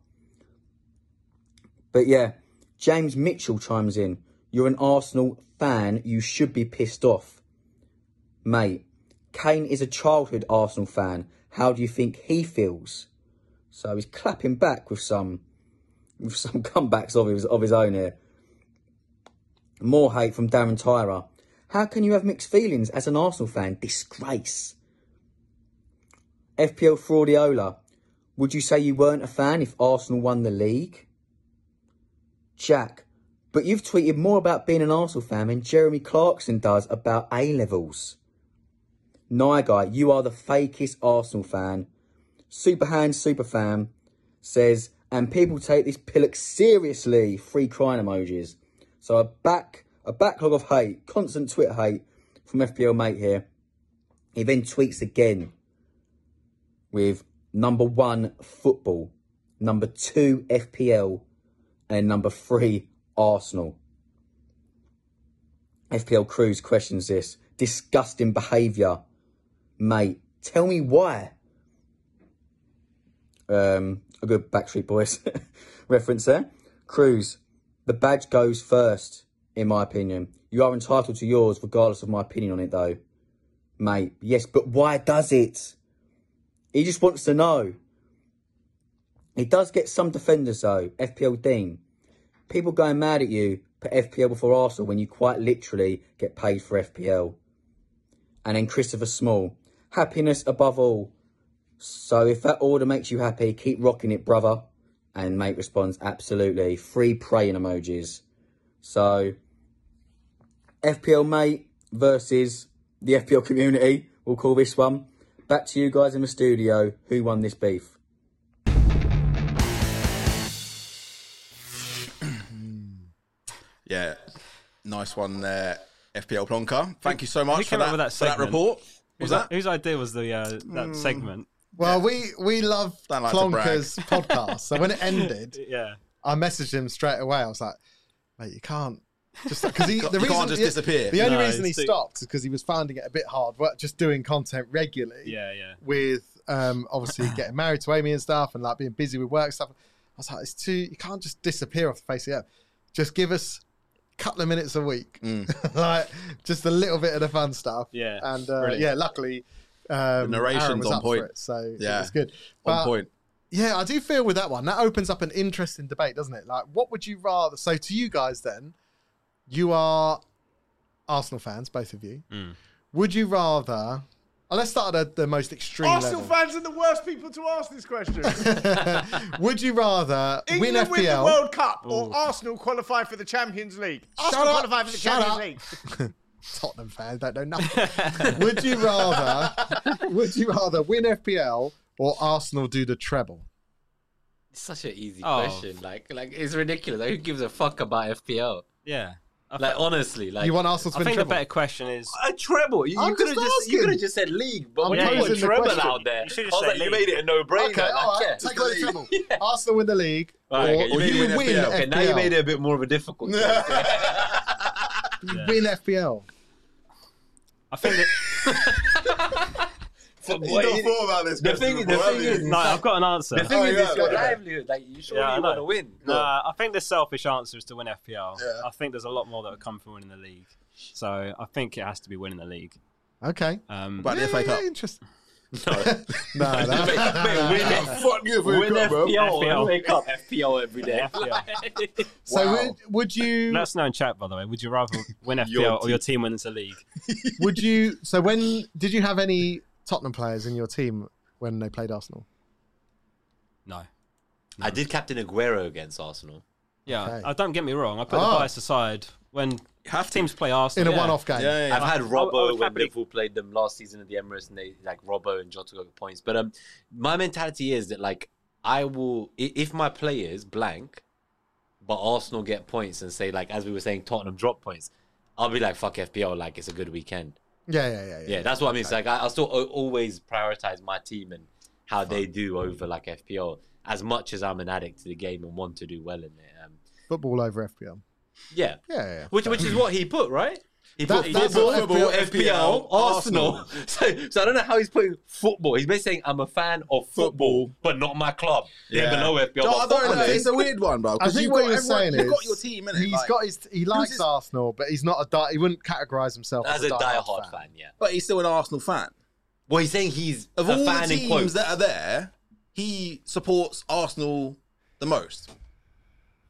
[SPEAKER 7] But yeah, James Mitchell chimes in. You're an Arsenal fan. You should be pissed off. Mate, Kane is a childhood Arsenal fan. How do you think he feels? So he's clapping back with some with some comebacks of his of his own here. More hate from Darren Tyra. How can you have mixed feelings as an Arsenal fan? Disgrace. FPL Fraudiola, would you say you weren't a fan if Arsenal won the league? Jack, but you've tweeted more about being an Arsenal fan than Jeremy Clarkson does about A levels. Nyguy, you are the fakest Arsenal fan. Superhand Superfan says, and people take this pillock seriously. Free crying emojis. So a back a backlog of hate, constant Twitter hate from FPL mate here. He then tweets again with number one football, number two FPL, and number three, Arsenal. FPL Cruz questions this. Disgusting behaviour. Mate, tell me why. Um, a good Backstreet Boys reference there. Cruz, the badge goes first, in my opinion. You are entitled to yours, regardless of my opinion on it, though. Mate, yes, but why does it? He just wants to know. He does get some defenders, though. FPL Dean people going mad at you for FPL before Arsenal when you quite literally get paid for FPL. And then Christopher Small, happiness above all. So if that order makes you happy, keep rocking it, brother. And mate responds, absolutely. Free praying emojis. So FPL mate versus the FPL community, we'll call this one. Back to you guys in the studio. Who won this beef?
[SPEAKER 1] Yeah, nice one there, FPL Plonker. Thank you so much for
[SPEAKER 4] came up
[SPEAKER 1] that,
[SPEAKER 4] with that
[SPEAKER 1] for that
[SPEAKER 4] segment?
[SPEAKER 1] report. Was
[SPEAKER 4] Whose,
[SPEAKER 1] that?
[SPEAKER 4] whose idea was the uh, that segment?
[SPEAKER 2] Well, we we love
[SPEAKER 1] Don't like to brag.
[SPEAKER 2] Plonker's podcast. So when it ended,
[SPEAKER 4] Yeah.
[SPEAKER 2] I messaged him straight away. I was like, "Mate, you can't just because he
[SPEAKER 1] You
[SPEAKER 2] the
[SPEAKER 1] can't
[SPEAKER 2] reason
[SPEAKER 1] just
[SPEAKER 2] yeah,
[SPEAKER 1] disappear.
[SPEAKER 2] The only
[SPEAKER 4] No,
[SPEAKER 2] reason
[SPEAKER 4] it's
[SPEAKER 2] he
[SPEAKER 4] too-
[SPEAKER 2] stopped is because he was finding it a bit hard work just doing content regularly.
[SPEAKER 4] Yeah, yeah.
[SPEAKER 2] with um obviously getting married to Amy and stuff and like being busy with work stuff. I was like, it's too you can't just disappear off the face of the earth. Just give us a couple of minutes a week.
[SPEAKER 1] Mm.
[SPEAKER 2] like just a little bit of the fun stuff.
[SPEAKER 4] Yeah,
[SPEAKER 2] And uh,
[SPEAKER 4] brilliant.
[SPEAKER 2] yeah, luckily um
[SPEAKER 1] narration's
[SPEAKER 2] Aaron was
[SPEAKER 1] on
[SPEAKER 2] up for
[SPEAKER 1] point.
[SPEAKER 2] it, so yeah.
[SPEAKER 1] Yeah,
[SPEAKER 2] it was good.
[SPEAKER 1] on
[SPEAKER 2] But
[SPEAKER 1] point.
[SPEAKER 2] Yeah, I do feel with that one. That opens up an interesting debate, doesn't it? Like, what would you rather? So, to you guys, then, you are Arsenal fans, both of you.
[SPEAKER 4] Mm.
[SPEAKER 2] Would you rather? Oh, let's start at the most extreme
[SPEAKER 3] Arsenal
[SPEAKER 2] level.
[SPEAKER 3] fans are the worst people to ask this question.
[SPEAKER 2] would you rather win
[SPEAKER 3] England
[SPEAKER 2] FPL?
[SPEAKER 3] win, the World Cup
[SPEAKER 4] Ooh.
[SPEAKER 3] or Arsenal qualify for the Champions League?
[SPEAKER 2] Shut
[SPEAKER 3] Arsenal
[SPEAKER 2] up,
[SPEAKER 3] qualify for the
[SPEAKER 2] shut
[SPEAKER 3] Champions
[SPEAKER 2] up.
[SPEAKER 3] League.
[SPEAKER 2] Tottenham fans don't know nothing. would you rather? Would you rather win FPL or Arsenal do the treble?
[SPEAKER 5] It's such an easy
[SPEAKER 4] Oh.
[SPEAKER 5] question. Like, like it's ridiculous. Like, who gives a fuck about FPL?
[SPEAKER 4] Yeah. I,
[SPEAKER 5] Like, honestly, like
[SPEAKER 2] you want Arsenal to
[SPEAKER 4] I
[SPEAKER 2] win
[SPEAKER 4] think the
[SPEAKER 2] treble?
[SPEAKER 4] better question is
[SPEAKER 5] a treble. You,
[SPEAKER 2] I'm
[SPEAKER 5] you could have
[SPEAKER 2] just
[SPEAKER 5] just you
[SPEAKER 2] asking.
[SPEAKER 5] could have just said league, but
[SPEAKER 2] I'm
[SPEAKER 5] when you put
[SPEAKER 2] posing the
[SPEAKER 5] treble
[SPEAKER 2] question.
[SPEAKER 5] out there,
[SPEAKER 4] You
[SPEAKER 5] I
[SPEAKER 4] should've
[SPEAKER 5] was
[SPEAKER 4] said
[SPEAKER 5] like, you
[SPEAKER 4] league.
[SPEAKER 5] made it a no-brainer.
[SPEAKER 2] Okay,
[SPEAKER 5] like,
[SPEAKER 2] all right.
[SPEAKER 5] yeah,
[SPEAKER 2] Take
[SPEAKER 5] just
[SPEAKER 2] away the
[SPEAKER 5] league.
[SPEAKER 2] treble. Arsenal win the league,
[SPEAKER 5] All right,
[SPEAKER 2] or,
[SPEAKER 5] okay, you
[SPEAKER 2] or
[SPEAKER 5] made
[SPEAKER 2] you
[SPEAKER 5] it an
[SPEAKER 2] win
[SPEAKER 5] FPL.
[SPEAKER 2] FPL.
[SPEAKER 5] Okay, now you made it a bit more of a difficult. question.
[SPEAKER 2] You
[SPEAKER 4] Yeah.
[SPEAKER 2] win FPL.
[SPEAKER 4] I think that
[SPEAKER 5] For
[SPEAKER 1] You
[SPEAKER 5] what
[SPEAKER 1] don't
[SPEAKER 5] it-
[SPEAKER 1] thought about this.
[SPEAKER 5] the
[SPEAKER 1] question
[SPEAKER 5] thing- the
[SPEAKER 1] before,
[SPEAKER 5] thing
[SPEAKER 1] have you?
[SPEAKER 5] is-
[SPEAKER 4] no, I've got an answer.
[SPEAKER 5] The thing
[SPEAKER 1] Oh,
[SPEAKER 5] is,
[SPEAKER 1] yeah,
[SPEAKER 5] it's your
[SPEAKER 1] yeah.
[SPEAKER 5] livelihood. Like you surely
[SPEAKER 4] I know.
[SPEAKER 5] want to win.
[SPEAKER 4] Nah, I think the selfish answer is to win FPL.
[SPEAKER 1] Yeah.
[SPEAKER 4] I think there's a lot more that would come from winning the league. So I think it has to be winning the league.
[SPEAKER 2] Okay.
[SPEAKER 4] Um,
[SPEAKER 1] But the FA Cup.
[SPEAKER 2] interesting.
[SPEAKER 5] No.
[SPEAKER 2] No, no.
[SPEAKER 5] Mate, mate, win
[SPEAKER 1] Yeah, Fuck you, if we
[SPEAKER 5] Win
[SPEAKER 1] come, bro.
[SPEAKER 5] FPL,
[SPEAKER 4] FPL.
[SPEAKER 5] FPL. Wake up, FPL every day.
[SPEAKER 4] FPL.
[SPEAKER 2] So
[SPEAKER 1] Wow.
[SPEAKER 2] would, would you
[SPEAKER 4] Let us know in chat, by the way. Would you rather win FPL
[SPEAKER 1] Your
[SPEAKER 4] or your team wins the league?
[SPEAKER 2] would you so when did you have any Tottenham players in your team when they played Arsenal?
[SPEAKER 4] No.
[SPEAKER 5] I did captain Aguero against Arsenal.
[SPEAKER 4] Yeah,
[SPEAKER 2] Okay.
[SPEAKER 4] I Uh, don't get me wrong. I put
[SPEAKER 2] Oh.
[SPEAKER 4] the bias aside when
[SPEAKER 1] Have to.
[SPEAKER 4] teams play Arsenal.
[SPEAKER 2] In a
[SPEAKER 4] yeah.
[SPEAKER 2] one off game.
[SPEAKER 1] Yeah, yeah, yeah.
[SPEAKER 5] I've had
[SPEAKER 4] I would
[SPEAKER 5] Robbo when
[SPEAKER 4] happily-
[SPEAKER 5] Liverpool played them last season at the Emirates, and they like Robbo and Jota got points. But um, my mentality is that like I will i- if my players blank, but Arsenal get points and say like as we were saying Tottenham drop points, I'll be like fuck FPL, like it's a good weekend.
[SPEAKER 2] Yeah, yeah, yeah, yeah.
[SPEAKER 5] Yeah, that's what I mean. It's like I, I still o- always prioritize my team and how they do over like FPL. As much as I'm an addict to the game and want to do well in it, um,
[SPEAKER 2] Football over FPL.
[SPEAKER 5] yeah,
[SPEAKER 2] Yeah, yeah, yeah.
[SPEAKER 5] which which is what he put right. He
[SPEAKER 2] That-
[SPEAKER 5] put he
[SPEAKER 2] that's
[SPEAKER 5] put
[SPEAKER 2] what
[SPEAKER 5] football,
[SPEAKER 2] FPL,
[SPEAKER 5] FPL, Arsenal. So, so I don't know how he's putting football. He's basically saying I'm a fan of football, but not my club. Yeah,
[SPEAKER 1] Yeah.
[SPEAKER 5] below FPL.
[SPEAKER 1] No,
[SPEAKER 5] but
[SPEAKER 1] I don't
[SPEAKER 5] football
[SPEAKER 1] know.
[SPEAKER 5] is-
[SPEAKER 1] It's a weird one, bro.
[SPEAKER 2] I
[SPEAKER 1] 'cause
[SPEAKER 2] think
[SPEAKER 1] you've
[SPEAKER 2] what
[SPEAKER 1] got
[SPEAKER 2] you're
[SPEAKER 1] everyone-
[SPEAKER 2] saying
[SPEAKER 1] you've got
[SPEAKER 2] is
[SPEAKER 1] your team, innit?
[SPEAKER 2] He's
[SPEAKER 1] Like,
[SPEAKER 2] got his he likes
[SPEAKER 1] his-
[SPEAKER 2] Arsenal, but he's not a di- he wouldn't categorize himself
[SPEAKER 5] as a
[SPEAKER 2] die-hard
[SPEAKER 5] diehard fan. Yeah.
[SPEAKER 1] but he's still an Arsenal fan.
[SPEAKER 5] Well, he's saying he's
[SPEAKER 1] Of
[SPEAKER 5] a
[SPEAKER 1] all
[SPEAKER 5] fan
[SPEAKER 1] the
[SPEAKER 5] in quotes.
[SPEAKER 1] teams that are there, he supports Arsenal the most.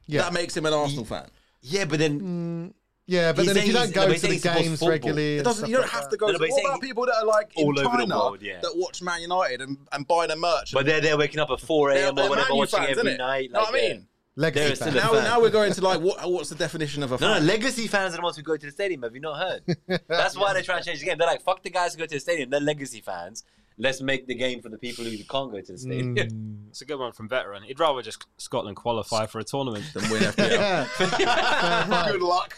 [SPEAKER 2] Yeah.
[SPEAKER 1] That makes him an Arsenal fan.
[SPEAKER 5] yeah,
[SPEAKER 1] Hmm.
[SPEAKER 5] but then
[SPEAKER 2] Yeah, but
[SPEAKER 5] He's
[SPEAKER 2] then if you
[SPEAKER 5] saying
[SPEAKER 2] don't
[SPEAKER 5] he's-
[SPEAKER 2] go
[SPEAKER 5] no,
[SPEAKER 2] to
[SPEAKER 5] he's saying
[SPEAKER 2] the
[SPEAKER 5] he supports
[SPEAKER 2] games
[SPEAKER 5] football.
[SPEAKER 2] regularly,
[SPEAKER 1] It
[SPEAKER 2] and
[SPEAKER 1] doesn't.
[SPEAKER 2] stuff
[SPEAKER 1] You don't
[SPEAKER 2] like
[SPEAKER 1] have
[SPEAKER 2] that.
[SPEAKER 1] to go.
[SPEAKER 5] No,
[SPEAKER 1] to,
[SPEAKER 5] no, but he's
[SPEAKER 1] what
[SPEAKER 5] saying
[SPEAKER 1] about
[SPEAKER 5] he-
[SPEAKER 1] people that are like in
[SPEAKER 5] All over the
[SPEAKER 1] China
[SPEAKER 5] world, yeah.
[SPEAKER 1] that watch Man United and, and buy their merch?
[SPEAKER 5] but
[SPEAKER 1] and-
[SPEAKER 5] they're they're waking up at 4
[SPEAKER 1] they're,
[SPEAKER 5] a.m.
[SPEAKER 1] they're
[SPEAKER 5] or whatever,
[SPEAKER 1] Man U
[SPEAKER 5] watching
[SPEAKER 1] fans,
[SPEAKER 5] every
[SPEAKER 1] innit?
[SPEAKER 5] night.
[SPEAKER 1] Know what I
[SPEAKER 5] like, yeah.
[SPEAKER 1] mean?
[SPEAKER 5] There
[SPEAKER 2] Legacy
[SPEAKER 5] is still
[SPEAKER 2] fan.
[SPEAKER 5] a-
[SPEAKER 1] Now,
[SPEAKER 5] fan.
[SPEAKER 1] now we're going to like what? What's the definition of a
[SPEAKER 5] No,
[SPEAKER 1] fan?
[SPEAKER 5] no, legacy fans are the ones who go to the stadium. Have you not heard? That's why they're trying to change the game. They're like, fuck the guys who go to the stadium. They're legacy fans. Let's make the game for the people who can't go to the stadium.
[SPEAKER 1] Hmm.
[SPEAKER 4] It's a good one from veteran. He'd rather just Scotland qualify for a tournament.
[SPEAKER 1] Then win FPL.
[SPEAKER 2] Yeah.
[SPEAKER 1] Good luck.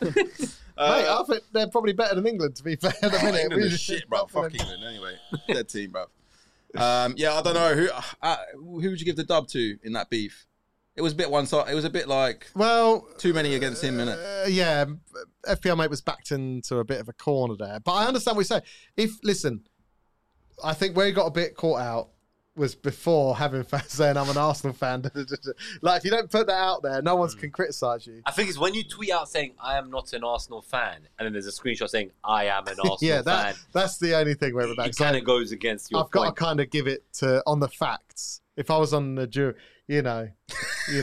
[SPEAKER 2] Mate, I think they're probably better than England, to be fair. At the minute.
[SPEAKER 1] Uh, England
[SPEAKER 2] We
[SPEAKER 1] is
[SPEAKER 2] just-
[SPEAKER 1] shit, bro. Fuck England anyway. Dead team, bro. Um, yeah, I don't know who. Uh, who would you give the dub to in that beef? It was a bit one side. It was a bit like
[SPEAKER 2] Well,
[SPEAKER 1] too many against him, innit?
[SPEAKER 2] uh, yeah, FPL mate was backed into a bit of a corner there. But I understand what you say. If listen, I think where he got a bit caught out was before having fans saying I'm an Arsenal fan. like if you don't put that out there, no
[SPEAKER 1] Mm.
[SPEAKER 2] one can criticize you.
[SPEAKER 5] I think it's when you tweet out saying, I am not an Arsenal fan, and then there's a screenshot saying, I am an Arsenal
[SPEAKER 2] Yeah, that
[SPEAKER 5] fan.
[SPEAKER 2] that's the only thing where we're back.
[SPEAKER 5] It kind of goes against your
[SPEAKER 2] I've got to
[SPEAKER 5] point.
[SPEAKER 2] kind of give it to on the facts. If I was on the jury, you know, you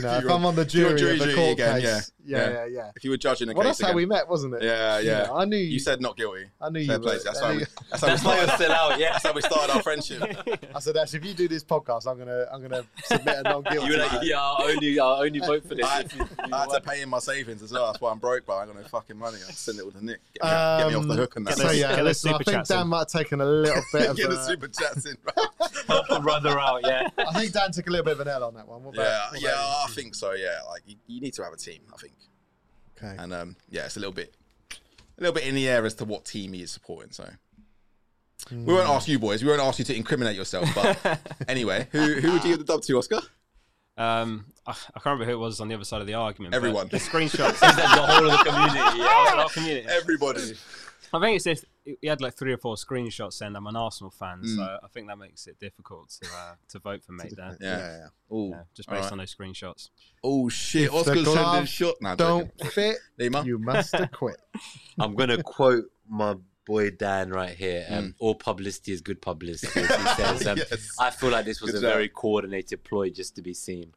[SPEAKER 2] know, if
[SPEAKER 1] You're-
[SPEAKER 2] I'm on the
[SPEAKER 1] you're
[SPEAKER 2] jury,
[SPEAKER 1] a jury
[SPEAKER 2] of the
[SPEAKER 1] duty
[SPEAKER 2] court
[SPEAKER 1] again,
[SPEAKER 2] case, yeah,
[SPEAKER 1] yeah,
[SPEAKER 2] yeah, yeah.
[SPEAKER 1] If you were judging a
[SPEAKER 2] Well,
[SPEAKER 1] case
[SPEAKER 2] that's how
[SPEAKER 1] again.
[SPEAKER 2] we met, wasn't it?
[SPEAKER 1] Yeah,
[SPEAKER 2] You
[SPEAKER 1] yeah.
[SPEAKER 2] know, I knew you.
[SPEAKER 1] You said not guilty.
[SPEAKER 2] I knew
[SPEAKER 1] Fair
[SPEAKER 2] you.
[SPEAKER 1] play.
[SPEAKER 2] were-
[SPEAKER 1] That's
[SPEAKER 2] I
[SPEAKER 1] how
[SPEAKER 2] knew
[SPEAKER 1] we.
[SPEAKER 2] you-
[SPEAKER 1] That's how we
[SPEAKER 5] That's why
[SPEAKER 1] started.
[SPEAKER 5] you're still out, yeah.
[SPEAKER 1] That's how we started our friendship.
[SPEAKER 2] I said, Ash, if you do this podcast, I'm gonna, I'm gonna submit a non-guilty.
[SPEAKER 5] You were like, yeah, I'll only, I'll only vote for this.
[SPEAKER 1] I,
[SPEAKER 5] if you-
[SPEAKER 1] I had to pay in my savings as well. That's why I'm broke, but I got no fucking money. I send it all to Nick. Get me,
[SPEAKER 2] Um,
[SPEAKER 1] get me off the hook and that.
[SPEAKER 2] So
[SPEAKER 4] those-
[SPEAKER 2] yeah,
[SPEAKER 4] get those
[SPEAKER 2] listen, I
[SPEAKER 4] super
[SPEAKER 2] think
[SPEAKER 4] chats in.
[SPEAKER 2] Dan might have taken a little bit of.
[SPEAKER 1] get the
[SPEAKER 2] a-
[SPEAKER 1] super chats in. Bro.
[SPEAKER 5] Help a brother out, yeah.
[SPEAKER 2] I think Dan took a little bit of an L on that one. What about,
[SPEAKER 1] Yeah,
[SPEAKER 2] what
[SPEAKER 1] uh, yeah,
[SPEAKER 2] about
[SPEAKER 1] I think so. Yeah, like you, you need to have a team, I think.
[SPEAKER 2] you? Okay.
[SPEAKER 1] And um, yeah, it's a little bit, a little bit in the air as to what team he is supporting. So we won't ask you boys. We won't ask you to incriminate yourself. But anyway, who who would you give the dub to, Oscar?
[SPEAKER 4] Um, I, I can't remember who it was on the other side of the argument. but
[SPEAKER 1] Everyone.
[SPEAKER 4] The
[SPEAKER 5] Is
[SPEAKER 4] screenshots.
[SPEAKER 5] that the whole of the community? Yeah.
[SPEAKER 4] Our community.
[SPEAKER 1] Everybody.
[SPEAKER 4] I think it's if he had like three or four screenshots saying I'm an Arsenal fan, so I think that makes it difficult to uh, to vote for mate there.
[SPEAKER 1] Yeah. Oh,
[SPEAKER 4] Yeah, just based on those screenshots.
[SPEAKER 1] Oh shit!
[SPEAKER 2] the
[SPEAKER 1] Oscar's sending
[SPEAKER 2] gloves
[SPEAKER 1] shot now.
[SPEAKER 2] Don't fit.
[SPEAKER 1] Neymar.
[SPEAKER 2] You must acquit.
[SPEAKER 5] I'm going to quote my boy Dan right here. Um, All publicity is good publicity. as he says. Um,
[SPEAKER 1] Yes.
[SPEAKER 5] I feel like this was
[SPEAKER 1] Good
[SPEAKER 5] a
[SPEAKER 1] job.
[SPEAKER 5] very coordinated ploy just to be seen.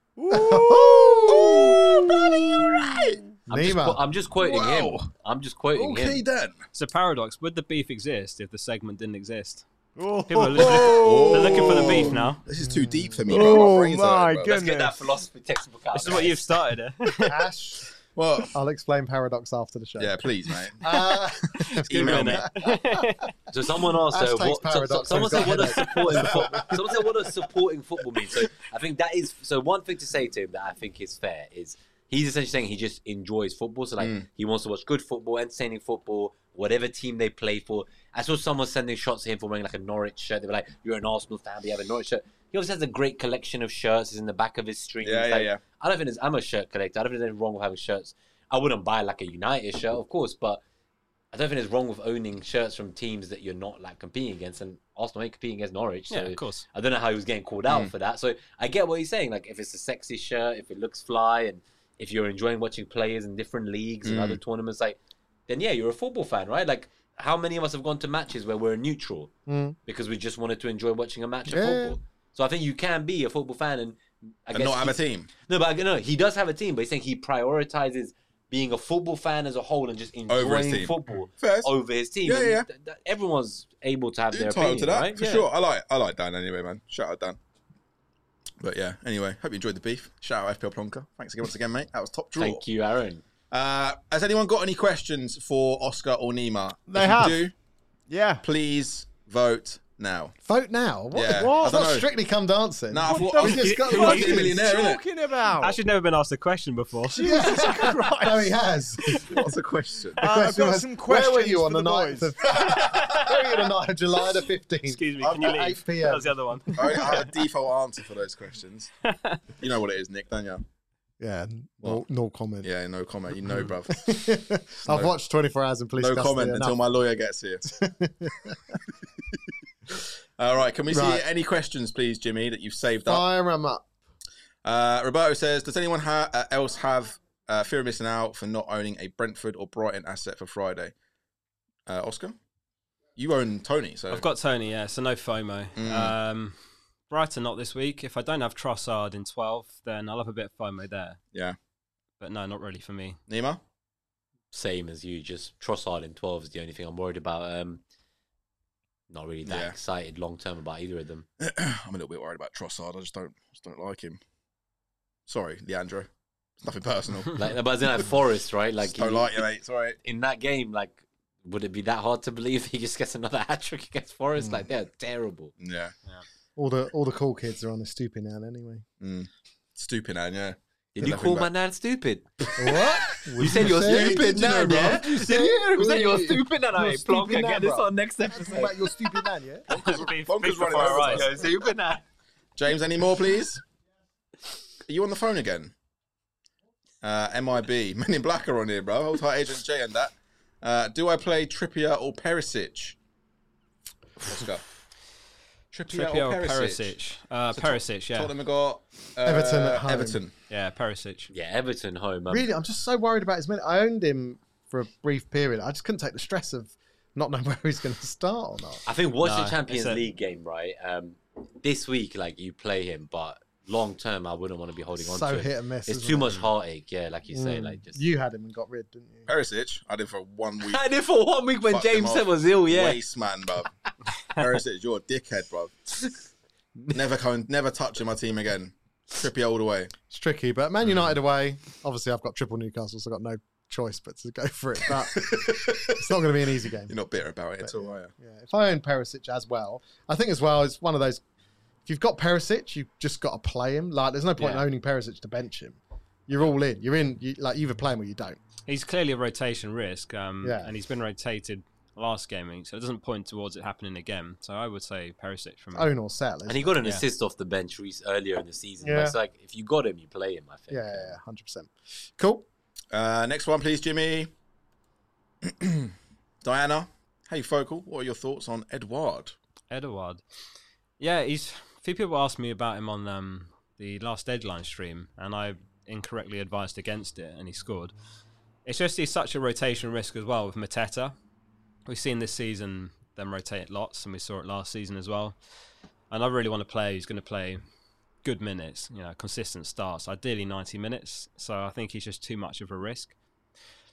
[SPEAKER 5] I'm, just,
[SPEAKER 2] Neymar.
[SPEAKER 5] qu- I'm just quoting him.
[SPEAKER 1] Wow.
[SPEAKER 5] I'm just quoting
[SPEAKER 1] Okay,
[SPEAKER 5] him.
[SPEAKER 1] then.
[SPEAKER 4] It's a paradox. Would the beef exist if the segment didn't exist?
[SPEAKER 3] Oh,
[SPEAKER 4] People are literally-
[SPEAKER 1] Oh.
[SPEAKER 4] they're looking for the beef now.
[SPEAKER 1] This is too deep for me.
[SPEAKER 3] Oh,
[SPEAKER 1] bro. brains
[SPEAKER 3] my
[SPEAKER 1] hurt, bro.
[SPEAKER 3] goodness.
[SPEAKER 5] Let's get that philosophy textbook out.
[SPEAKER 4] This is what you've started. eh?
[SPEAKER 2] Ash,
[SPEAKER 1] Well,
[SPEAKER 2] I'll explain paradox after the show.
[SPEAKER 1] yeah, please, mate.
[SPEAKER 2] Uh,
[SPEAKER 1] Email me.
[SPEAKER 5] So someone asked, uh,
[SPEAKER 2] Hashtags
[SPEAKER 5] what, so, so,
[SPEAKER 2] paradox,
[SPEAKER 5] someone
[SPEAKER 2] I've
[SPEAKER 5] said what
[SPEAKER 2] got a
[SPEAKER 5] does supporting football, someone said what does supporting football mean. So I think that is so one thing to say to him that I think is fair is he's essentially saying he just enjoys football. So like he wants to watch good football, entertaining football, whatever team they play for. I saw someone sending shots at him for wearing like a Norwich shirt. They were like, "You're an Arsenal fan, but you have a Norwich shirt." He obviously has a great collection of shirts. Is in the back of his stream.
[SPEAKER 1] Yeah,
[SPEAKER 5] Like,
[SPEAKER 1] yeah, yeah.
[SPEAKER 5] I don't think there's, I'm a shirt collector. I don't think there's anything wrong with having shirts. I wouldn't buy like a United shirt, of course, but I don't think there's wrong with owning shirts from teams that you're not like competing against. And Arsenal ain't competing against Norwich, so
[SPEAKER 4] yeah, of course.
[SPEAKER 5] I don't know how he was getting called out for that. So I get what he's saying. Like if it's a sexy shirt, if it looks fly, and if you're enjoying watching players in different leagues and other tournaments, like then yeah, you're a football fan, right? Like how many of us have gone to matches where we're neutral because we just wanted to enjoy watching a match of
[SPEAKER 2] Yeah.
[SPEAKER 5] football? So I think you can be a football fan and. I
[SPEAKER 1] And not have a
[SPEAKER 5] keep-
[SPEAKER 1] team.
[SPEAKER 5] no, but I- no, he does have a team, but he's saying he prioritizes being a football fan as a whole and just
[SPEAKER 1] Over his
[SPEAKER 5] enjoying
[SPEAKER 1] team.
[SPEAKER 5] football
[SPEAKER 1] Fair.
[SPEAKER 5] over his team.
[SPEAKER 1] Yeah,
[SPEAKER 5] And
[SPEAKER 1] yeah.
[SPEAKER 5] th- th- everyone's able to have
[SPEAKER 1] You're
[SPEAKER 5] their
[SPEAKER 1] entitled
[SPEAKER 5] opinion,
[SPEAKER 1] to that
[SPEAKER 5] right?
[SPEAKER 1] for
[SPEAKER 5] Yeah.
[SPEAKER 1] sure. I like I like Dan anyway, man. Shout out Dan. But yeah, anyway, hope you enjoyed the beef. Shout out FPL Plonker. Thanks again once again, mate. That was top draw.
[SPEAKER 5] Thank you, Aaron.
[SPEAKER 1] Uh, has anyone got any questions for Oscar or Nima?
[SPEAKER 3] They
[SPEAKER 1] if
[SPEAKER 3] have.
[SPEAKER 1] You do,
[SPEAKER 3] yeah.
[SPEAKER 1] please vote now.
[SPEAKER 2] vote now. What?
[SPEAKER 1] Yeah.
[SPEAKER 3] What?
[SPEAKER 1] I
[SPEAKER 2] It's
[SPEAKER 1] don't
[SPEAKER 2] not
[SPEAKER 1] know.
[SPEAKER 2] strictly come dancing.
[SPEAKER 1] Nah, I thought
[SPEAKER 3] the
[SPEAKER 1] I was
[SPEAKER 2] fuck
[SPEAKER 1] just
[SPEAKER 2] is-
[SPEAKER 1] got
[SPEAKER 2] who
[SPEAKER 1] a
[SPEAKER 2] is
[SPEAKER 1] millionaire, innit?
[SPEAKER 3] talking about?
[SPEAKER 4] Actually, never been asked a question before.
[SPEAKER 2] Jesus
[SPEAKER 3] Christ.
[SPEAKER 2] No, he has.
[SPEAKER 1] What's a question?
[SPEAKER 3] Uh, I've got some questions
[SPEAKER 2] Where were you on
[SPEAKER 3] for
[SPEAKER 2] the,
[SPEAKER 3] the
[SPEAKER 2] night?
[SPEAKER 3] boys.
[SPEAKER 2] Of, where were you on the night of July the fifteenth?
[SPEAKER 4] Excuse me, can you leave?
[SPEAKER 2] 8
[SPEAKER 4] That
[SPEAKER 2] p.m.
[SPEAKER 4] was the other one.
[SPEAKER 1] I, I had a default answer for those questions. You know what it is, Nick, don't you?
[SPEAKER 2] Yeah, no, no comment.
[SPEAKER 1] Yeah, no comment. You know, bruv.
[SPEAKER 2] I've watched 24 hours in police
[SPEAKER 1] No
[SPEAKER 2] custody
[SPEAKER 1] comment until
[SPEAKER 2] enough.
[SPEAKER 1] my lawyer gets here. All right, can we
[SPEAKER 2] Right.
[SPEAKER 1] see any questions, please, Jimmy, that you've saved up?
[SPEAKER 2] Fire 'em up.
[SPEAKER 1] Uh, Roberto says, does anyone ha- uh, else have uh, fear of missing out for not owning a Brentford or Brighton asset for Friday? Uh, Oscar, you own Tony, so
[SPEAKER 4] I've got Tony, yeah, so no FOMO.
[SPEAKER 1] Mm.
[SPEAKER 4] Um, Brighton not this week. If I don't have Trossard in 12, then I'll have a bit of FOMO there.
[SPEAKER 1] yeah.
[SPEAKER 4] But no, not really for me.
[SPEAKER 1] Nima,
[SPEAKER 5] Same as you, just Trossard in 12 is the only thing I'm worried about. Um, not really that
[SPEAKER 1] Yeah.
[SPEAKER 5] excited long term about either of them.
[SPEAKER 1] I'm a little bit worried about Trossard. I just don't, just don't like him. Sorry, Leandro. It's nothing personal.
[SPEAKER 5] Like, but as in like Forest, right? Like,
[SPEAKER 1] Just don't
[SPEAKER 5] he-
[SPEAKER 1] like you, mate. Sorry.
[SPEAKER 5] in that game, like, would it be that hard to believe he just gets another hat trick against
[SPEAKER 1] Hmm.
[SPEAKER 5] Forest? Like, they're terrible.
[SPEAKER 1] Yeah.
[SPEAKER 2] All the all the cool kids are on the stoopy now, anyway.
[SPEAKER 1] Mm. Stupid, man. Yeah.
[SPEAKER 5] Did
[SPEAKER 1] Good
[SPEAKER 5] you
[SPEAKER 1] luck
[SPEAKER 5] call
[SPEAKER 1] with
[SPEAKER 5] my nan stupid?
[SPEAKER 2] What?
[SPEAKER 5] You said you're
[SPEAKER 2] say?
[SPEAKER 1] Did
[SPEAKER 5] stupid
[SPEAKER 1] you know,
[SPEAKER 5] now,
[SPEAKER 1] bro?
[SPEAKER 5] yeah? You said you said you're
[SPEAKER 2] Wait.
[SPEAKER 5] stupid now,
[SPEAKER 2] You're
[SPEAKER 5] hey,
[SPEAKER 2] stupid
[SPEAKER 5] Plonker.
[SPEAKER 2] now,
[SPEAKER 5] Get this
[SPEAKER 2] bro.
[SPEAKER 5] on next
[SPEAKER 2] Talking
[SPEAKER 5] episode.
[SPEAKER 2] about your stupid man, yeah?
[SPEAKER 1] Bonkers
[SPEAKER 4] Beef- beef
[SPEAKER 1] running
[SPEAKER 4] before I
[SPEAKER 1] over
[SPEAKER 4] rise.
[SPEAKER 1] to
[SPEAKER 5] You're stupid now.
[SPEAKER 1] James, any more, please? Are you on the phone again? Uh, MIB, Men in Black are on here, bro. Hold tight, Agent J and that. Uh, do I play Trippier or Perisic? Oscar. Trippier,
[SPEAKER 4] Trippier
[SPEAKER 1] Perisic?
[SPEAKER 4] or Perisic? Uh,
[SPEAKER 1] So Tot-
[SPEAKER 4] Perisic, yeah.
[SPEAKER 1] Tottenham have got uh,
[SPEAKER 2] Everton at home.
[SPEAKER 1] Everton.
[SPEAKER 4] Yeah, Perisic.
[SPEAKER 5] Yeah, Everton home. Um,
[SPEAKER 2] Really, I'm just so worried about his minute. I owned him for a brief period. I just couldn't take the stress of not knowing where he's going to start or not.
[SPEAKER 5] I think watch
[SPEAKER 4] No,
[SPEAKER 5] the Champions
[SPEAKER 4] it's a-
[SPEAKER 5] League game, right? Um, this week, like you play him, but long term, I wouldn't want to be holding on
[SPEAKER 2] So
[SPEAKER 5] to him.
[SPEAKER 2] hit and miss,
[SPEAKER 5] It's
[SPEAKER 2] isn't
[SPEAKER 5] too
[SPEAKER 2] it?
[SPEAKER 5] much heartache. Yeah, like you say,
[SPEAKER 2] Mm.
[SPEAKER 5] like just.
[SPEAKER 2] You had him and got rid, didn't you?
[SPEAKER 1] Perisic, I did for one week.
[SPEAKER 5] I did for one week when
[SPEAKER 1] Fucked him
[SPEAKER 5] James
[SPEAKER 1] off.
[SPEAKER 5] said was ill. Yeah,
[SPEAKER 1] Waste man, bro. Perisic, you're a dickhead, bro. Never coming, never touching my team again. Trippier all the way.
[SPEAKER 2] It's tricky, but Man United
[SPEAKER 5] Mm.
[SPEAKER 2] away. Obviously, I've got triple Newcastle, so I've got no choice but to go for it. But it's not going to be an easy game.
[SPEAKER 1] You're not bitter about it at all, are you?
[SPEAKER 2] Yeah, if I own Perisic as well, I think as well it's one of those. If you've got Perisic, you've just got to play him. Like, there's no point
[SPEAKER 4] Yeah.
[SPEAKER 2] in owning Perisic to bench him. You're all in. You're in. You, like, you either play him or you don't.
[SPEAKER 4] He's clearly a rotation risk, um,
[SPEAKER 2] Yeah.
[SPEAKER 4] and he's been rotated last game, so it doesn't point towards it happening again. So I would say Perisic from
[SPEAKER 2] Own or sell.
[SPEAKER 5] Mm. and
[SPEAKER 2] isn't
[SPEAKER 5] he
[SPEAKER 2] it?
[SPEAKER 5] got an
[SPEAKER 4] Yeah.
[SPEAKER 5] assist off the bench re- earlier in the season.
[SPEAKER 2] Yeah.
[SPEAKER 5] But it's like if you got him, you play him. I think.
[SPEAKER 2] Yeah, yeah, hundred percent. Cool.
[SPEAKER 1] Uh, next one, please, Jimmy. Diana, hey, Focal, what are your thoughts on Edouard?
[SPEAKER 4] Edward. Yeah, he's. A few people asked me about him on um, the last deadline stream, and I incorrectly advised against it, and he scored. It's just he's such a rotation risk as well with Mateta. We've seen this season them rotate lots, and we saw it last season as well. And I really want a player who's going to play good minutes, you know, consistent starts, ideally 90 minutes. So I think he's just too much of a risk.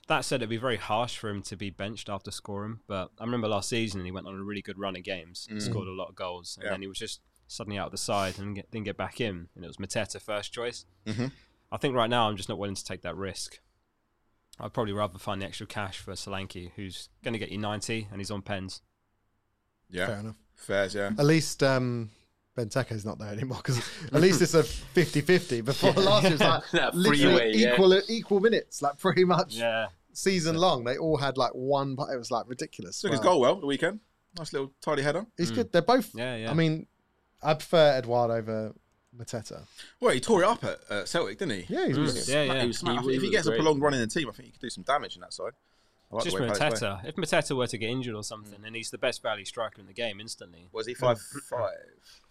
[SPEAKER 4] That said, it'd be very harsh for him to be benched after scoring. But I remember last season he went on a really good run of games, scored a lot of goals, and
[SPEAKER 1] Yeah.
[SPEAKER 4] then he was just suddenly out of the side and get, didn't get back in. And it was Mateta first choice.
[SPEAKER 1] Mhm.
[SPEAKER 4] I think right now I'm just not willing to take that risk. I'd probably rather find the extra cash for Solanke, who's going to get you 90 and he's on pens.
[SPEAKER 1] Yeah,
[SPEAKER 2] Fair enough.
[SPEAKER 1] fairs. Yeah,
[SPEAKER 2] At least um, Benteke's not there anymore because at least it's a 50-50. Before last year, it was like
[SPEAKER 5] Yeah,
[SPEAKER 2] literally
[SPEAKER 5] freeway, yeah.
[SPEAKER 2] equal equal minutes, like pretty much
[SPEAKER 4] Yeah.
[SPEAKER 2] season long. They all had like one, but it was like ridiculous.
[SPEAKER 1] took his
[SPEAKER 2] Wow.
[SPEAKER 1] goal well the weekend. Nice little tidy header.
[SPEAKER 2] He's good. They're both.
[SPEAKER 4] Yeah, yeah.
[SPEAKER 2] I mean, I prefer Eduard over Mateta.
[SPEAKER 1] Well, he tore it up at uh, Celtic, didn't he?
[SPEAKER 2] Yeah, he's brilliant.
[SPEAKER 4] Yeah,
[SPEAKER 1] Sma-
[SPEAKER 4] yeah.
[SPEAKER 1] He was smart. I
[SPEAKER 5] He
[SPEAKER 1] think
[SPEAKER 5] was
[SPEAKER 1] if he gets a
[SPEAKER 5] great.
[SPEAKER 1] prolonged run in the team, I think he could do some damage in that side. I like
[SPEAKER 4] Just
[SPEAKER 1] the way Palace play.
[SPEAKER 4] Mateta. If Mateta were to get injured or something, then he's the best value striker in the game instantly.
[SPEAKER 1] Was he five five?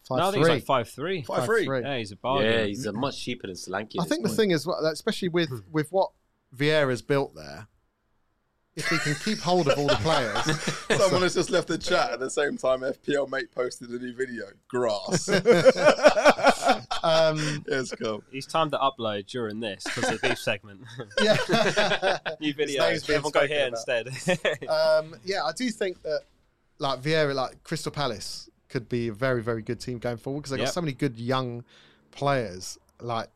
[SPEAKER 2] Five,
[SPEAKER 4] no, I think
[SPEAKER 2] three.
[SPEAKER 4] he's like five three.
[SPEAKER 1] Five
[SPEAKER 2] Five,
[SPEAKER 1] three.
[SPEAKER 2] three.
[SPEAKER 4] Yeah, he's a
[SPEAKER 5] Yeah,
[SPEAKER 4] bargain.
[SPEAKER 5] he's a much cheaper than Solanke.
[SPEAKER 2] I
[SPEAKER 5] at
[SPEAKER 2] think the
[SPEAKER 5] this
[SPEAKER 2] thing is, well, especially with with what Vieira's built there, if he can keep hold of all the players,
[SPEAKER 1] Someone has just left the chat at the same time. FPL mate posted a new video. Grass.
[SPEAKER 2] um,
[SPEAKER 1] yes, cool.
[SPEAKER 4] He's timed to upload during this because of the beef segment.
[SPEAKER 2] yeah.
[SPEAKER 4] New video.
[SPEAKER 2] name's being
[SPEAKER 4] Everyone go here
[SPEAKER 2] spoken
[SPEAKER 4] instead.
[SPEAKER 1] Oh,
[SPEAKER 2] um, yeah, I do think that like Vieira, like Crystal Palace, could be a very, very good team going forward because they've
[SPEAKER 4] Yep.
[SPEAKER 2] got so many good young players. Like,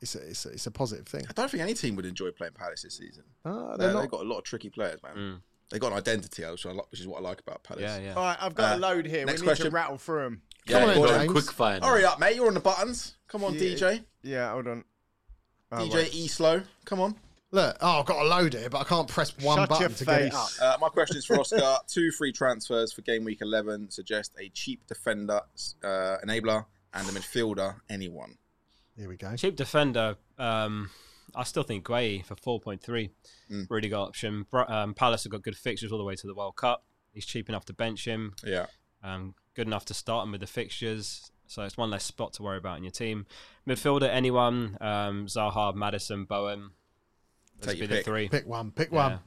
[SPEAKER 2] it's a, it's a, it's a positive thing.
[SPEAKER 1] I don't think any team would enjoy playing Palace this season.
[SPEAKER 2] Ah,
[SPEAKER 1] They
[SPEAKER 2] they're
[SPEAKER 1] have
[SPEAKER 2] not.
[SPEAKER 1] got a lot of tricky players, man.
[SPEAKER 4] Mm.
[SPEAKER 1] They got an identity, which, I like, which is what I like about Palace.
[SPEAKER 4] yeah, yeah.
[SPEAKER 3] All right, I've got
[SPEAKER 1] Uh,
[SPEAKER 3] a load here. We
[SPEAKER 1] next
[SPEAKER 3] need to
[SPEAKER 1] question.
[SPEAKER 3] rattle through them.
[SPEAKER 5] Yeah,
[SPEAKER 2] Come on,
[SPEAKER 5] you got a
[SPEAKER 2] James.
[SPEAKER 5] quick fire. now.
[SPEAKER 1] Hurry up, mate. You're on the buttons. Come on,
[SPEAKER 3] Yeah.
[SPEAKER 1] DJ.
[SPEAKER 3] Yeah, hold on. Oh,
[SPEAKER 1] DJ
[SPEAKER 3] right.
[SPEAKER 1] E slow. Come on.
[SPEAKER 2] Look, oh, I've got a load here, but I can't press one
[SPEAKER 3] Shut
[SPEAKER 2] button
[SPEAKER 3] your
[SPEAKER 2] to get it
[SPEAKER 3] face.
[SPEAKER 2] up.
[SPEAKER 1] Uh, my question is for Oscar. Two free transfers for game week 11 suggest a cheap defender, uh, enabler, and a midfielder. Anyone?
[SPEAKER 2] Here we go.
[SPEAKER 4] Cheap defender. Um, I still think Gueye for four point three.
[SPEAKER 1] Mm.
[SPEAKER 4] Really good option. Br- Um, Palace have got good fixtures all the way to the World Cup. He's cheap enough to bench him.
[SPEAKER 1] Yeah.
[SPEAKER 4] um, good enough to start him with the fixtures. So it's one less spot to worry about in your team. Midfielder, anyone? Um, Zaha, Madison, Bowen. Those
[SPEAKER 1] Take
[SPEAKER 4] would be
[SPEAKER 1] your
[SPEAKER 4] the
[SPEAKER 1] pick.
[SPEAKER 4] three.
[SPEAKER 2] Pick one. Pick one.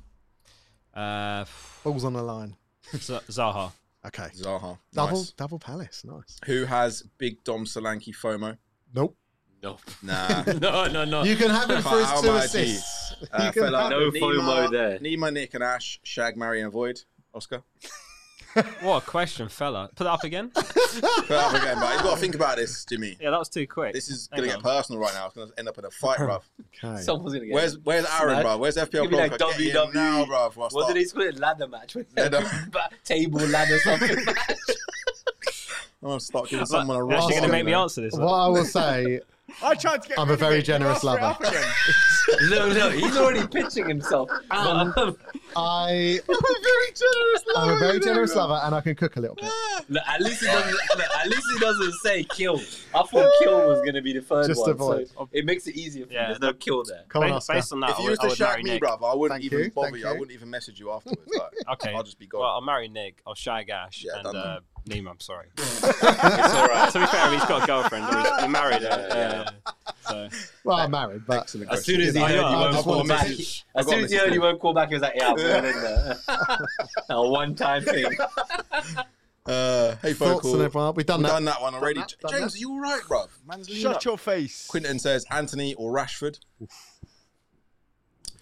[SPEAKER 4] Uh,
[SPEAKER 2] Balls on the line.
[SPEAKER 4] Z- Zaha.
[SPEAKER 2] Okay.
[SPEAKER 1] Zaha.
[SPEAKER 2] Double,
[SPEAKER 1] Nice.
[SPEAKER 2] double Palace. Nice.
[SPEAKER 1] Who has big Dom Solanke FOMO?
[SPEAKER 2] Nope.
[SPEAKER 5] No,
[SPEAKER 1] Nah. Uh,
[SPEAKER 5] no, no, no.
[SPEAKER 2] You can have him for his
[SPEAKER 1] Oh,
[SPEAKER 2] two
[SPEAKER 1] my
[SPEAKER 2] assists.
[SPEAKER 1] Uh,
[SPEAKER 2] you can
[SPEAKER 1] fella,
[SPEAKER 2] have
[SPEAKER 5] No FOMO there.
[SPEAKER 1] Nima, Nick, and Ash. Shag, marry, and avoid. Oscar.
[SPEAKER 4] What a question, fella. Put that up again?
[SPEAKER 1] Put up again, but you've got to think about this, Jimmy.
[SPEAKER 4] Yeah, that was too quick.
[SPEAKER 1] This is
[SPEAKER 4] Hang
[SPEAKER 1] going to get
[SPEAKER 4] on.
[SPEAKER 1] personal right now. It's going to end up in a fight, bruv.
[SPEAKER 2] Okay.
[SPEAKER 5] Someone's gonna get.
[SPEAKER 1] Where's Where's Aaron,
[SPEAKER 5] Smack.
[SPEAKER 1] bruv? Where's FPL
[SPEAKER 5] It'd be like
[SPEAKER 1] Bronco? Get in
[SPEAKER 5] WWE.
[SPEAKER 1] now, bruv. We'll
[SPEAKER 5] What
[SPEAKER 1] start-
[SPEAKER 5] did he call it? Ladder match?
[SPEAKER 1] Ladder.
[SPEAKER 5] Table ladder something.
[SPEAKER 1] I'm going to start giving someone a
[SPEAKER 4] You're
[SPEAKER 1] roster.
[SPEAKER 4] actually going to make me
[SPEAKER 1] man.
[SPEAKER 4] answer this.
[SPEAKER 2] What I will say,
[SPEAKER 3] I tried to get.
[SPEAKER 2] I'm a
[SPEAKER 3] rid of
[SPEAKER 2] very
[SPEAKER 3] it. You
[SPEAKER 2] generous
[SPEAKER 3] asked for it
[SPEAKER 2] lover.
[SPEAKER 3] up again.
[SPEAKER 5] no, no, he's already pitching himself. Um,
[SPEAKER 2] I
[SPEAKER 1] very generous
[SPEAKER 2] I'm a very generous lover, and I can cook a little bit.
[SPEAKER 5] look, at least he doesn't. look, at least he doesn't say kill. I thought kill was gonna be the third
[SPEAKER 2] Just
[SPEAKER 5] one.
[SPEAKER 2] avoid.
[SPEAKER 5] So it makes it easier. For
[SPEAKER 4] Yeah.
[SPEAKER 5] yeah, there's no kill there.
[SPEAKER 2] Come on,
[SPEAKER 4] Based,
[SPEAKER 2] Oscar.
[SPEAKER 4] based on that,
[SPEAKER 1] If
[SPEAKER 4] I
[SPEAKER 1] you
[SPEAKER 4] would,
[SPEAKER 1] was
[SPEAKER 4] I
[SPEAKER 1] to
[SPEAKER 4] would
[SPEAKER 1] shag
[SPEAKER 4] marry
[SPEAKER 1] me,
[SPEAKER 4] Nick.
[SPEAKER 1] bruv, I wouldn't
[SPEAKER 2] Thank
[SPEAKER 1] even
[SPEAKER 2] you,
[SPEAKER 1] bother
[SPEAKER 2] thank
[SPEAKER 1] you. I
[SPEAKER 2] you.
[SPEAKER 1] wouldn't even message you afterwards. Like,
[SPEAKER 4] Okay.
[SPEAKER 1] I'll just be
[SPEAKER 4] Well,
[SPEAKER 1] gone.
[SPEAKER 4] I'll marry Nick. I'll shag Ash
[SPEAKER 1] Yeah,
[SPEAKER 4] and
[SPEAKER 1] done
[SPEAKER 4] uh, Nima. I'm sorry.
[SPEAKER 5] It's all right.
[SPEAKER 4] to be fair, he's got a girlfriend. Or he's, we're married. uh,
[SPEAKER 5] Yeah.
[SPEAKER 4] So
[SPEAKER 2] Well, I'm married, but
[SPEAKER 5] As soon as he
[SPEAKER 4] I
[SPEAKER 5] heard you
[SPEAKER 4] know, I
[SPEAKER 5] won't
[SPEAKER 4] just
[SPEAKER 5] call
[SPEAKER 2] wanted
[SPEAKER 5] back,
[SPEAKER 1] to-
[SPEAKER 5] he-
[SPEAKER 1] I
[SPEAKER 5] as
[SPEAKER 1] got a
[SPEAKER 5] soon as he heard
[SPEAKER 1] message.
[SPEAKER 5] you won't call back, he was like, "Yeah, I'm going in there." a one-time thing.
[SPEAKER 1] Uh, hey,
[SPEAKER 2] thoughts on
[SPEAKER 1] Focal.
[SPEAKER 2] everyone. We've done
[SPEAKER 1] Done,
[SPEAKER 2] that.
[SPEAKER 1] done that one already.
[SPEAKER 2] that, done
[SPEAKER 1] James,
[SPEAKER 2] that.
[SPEAKER 1] are you all right, bruv? Man's leaning up.
[SPEAKER 3] Shut your face.
[SPEAKER 1] Quinton says Anthony or Rashford.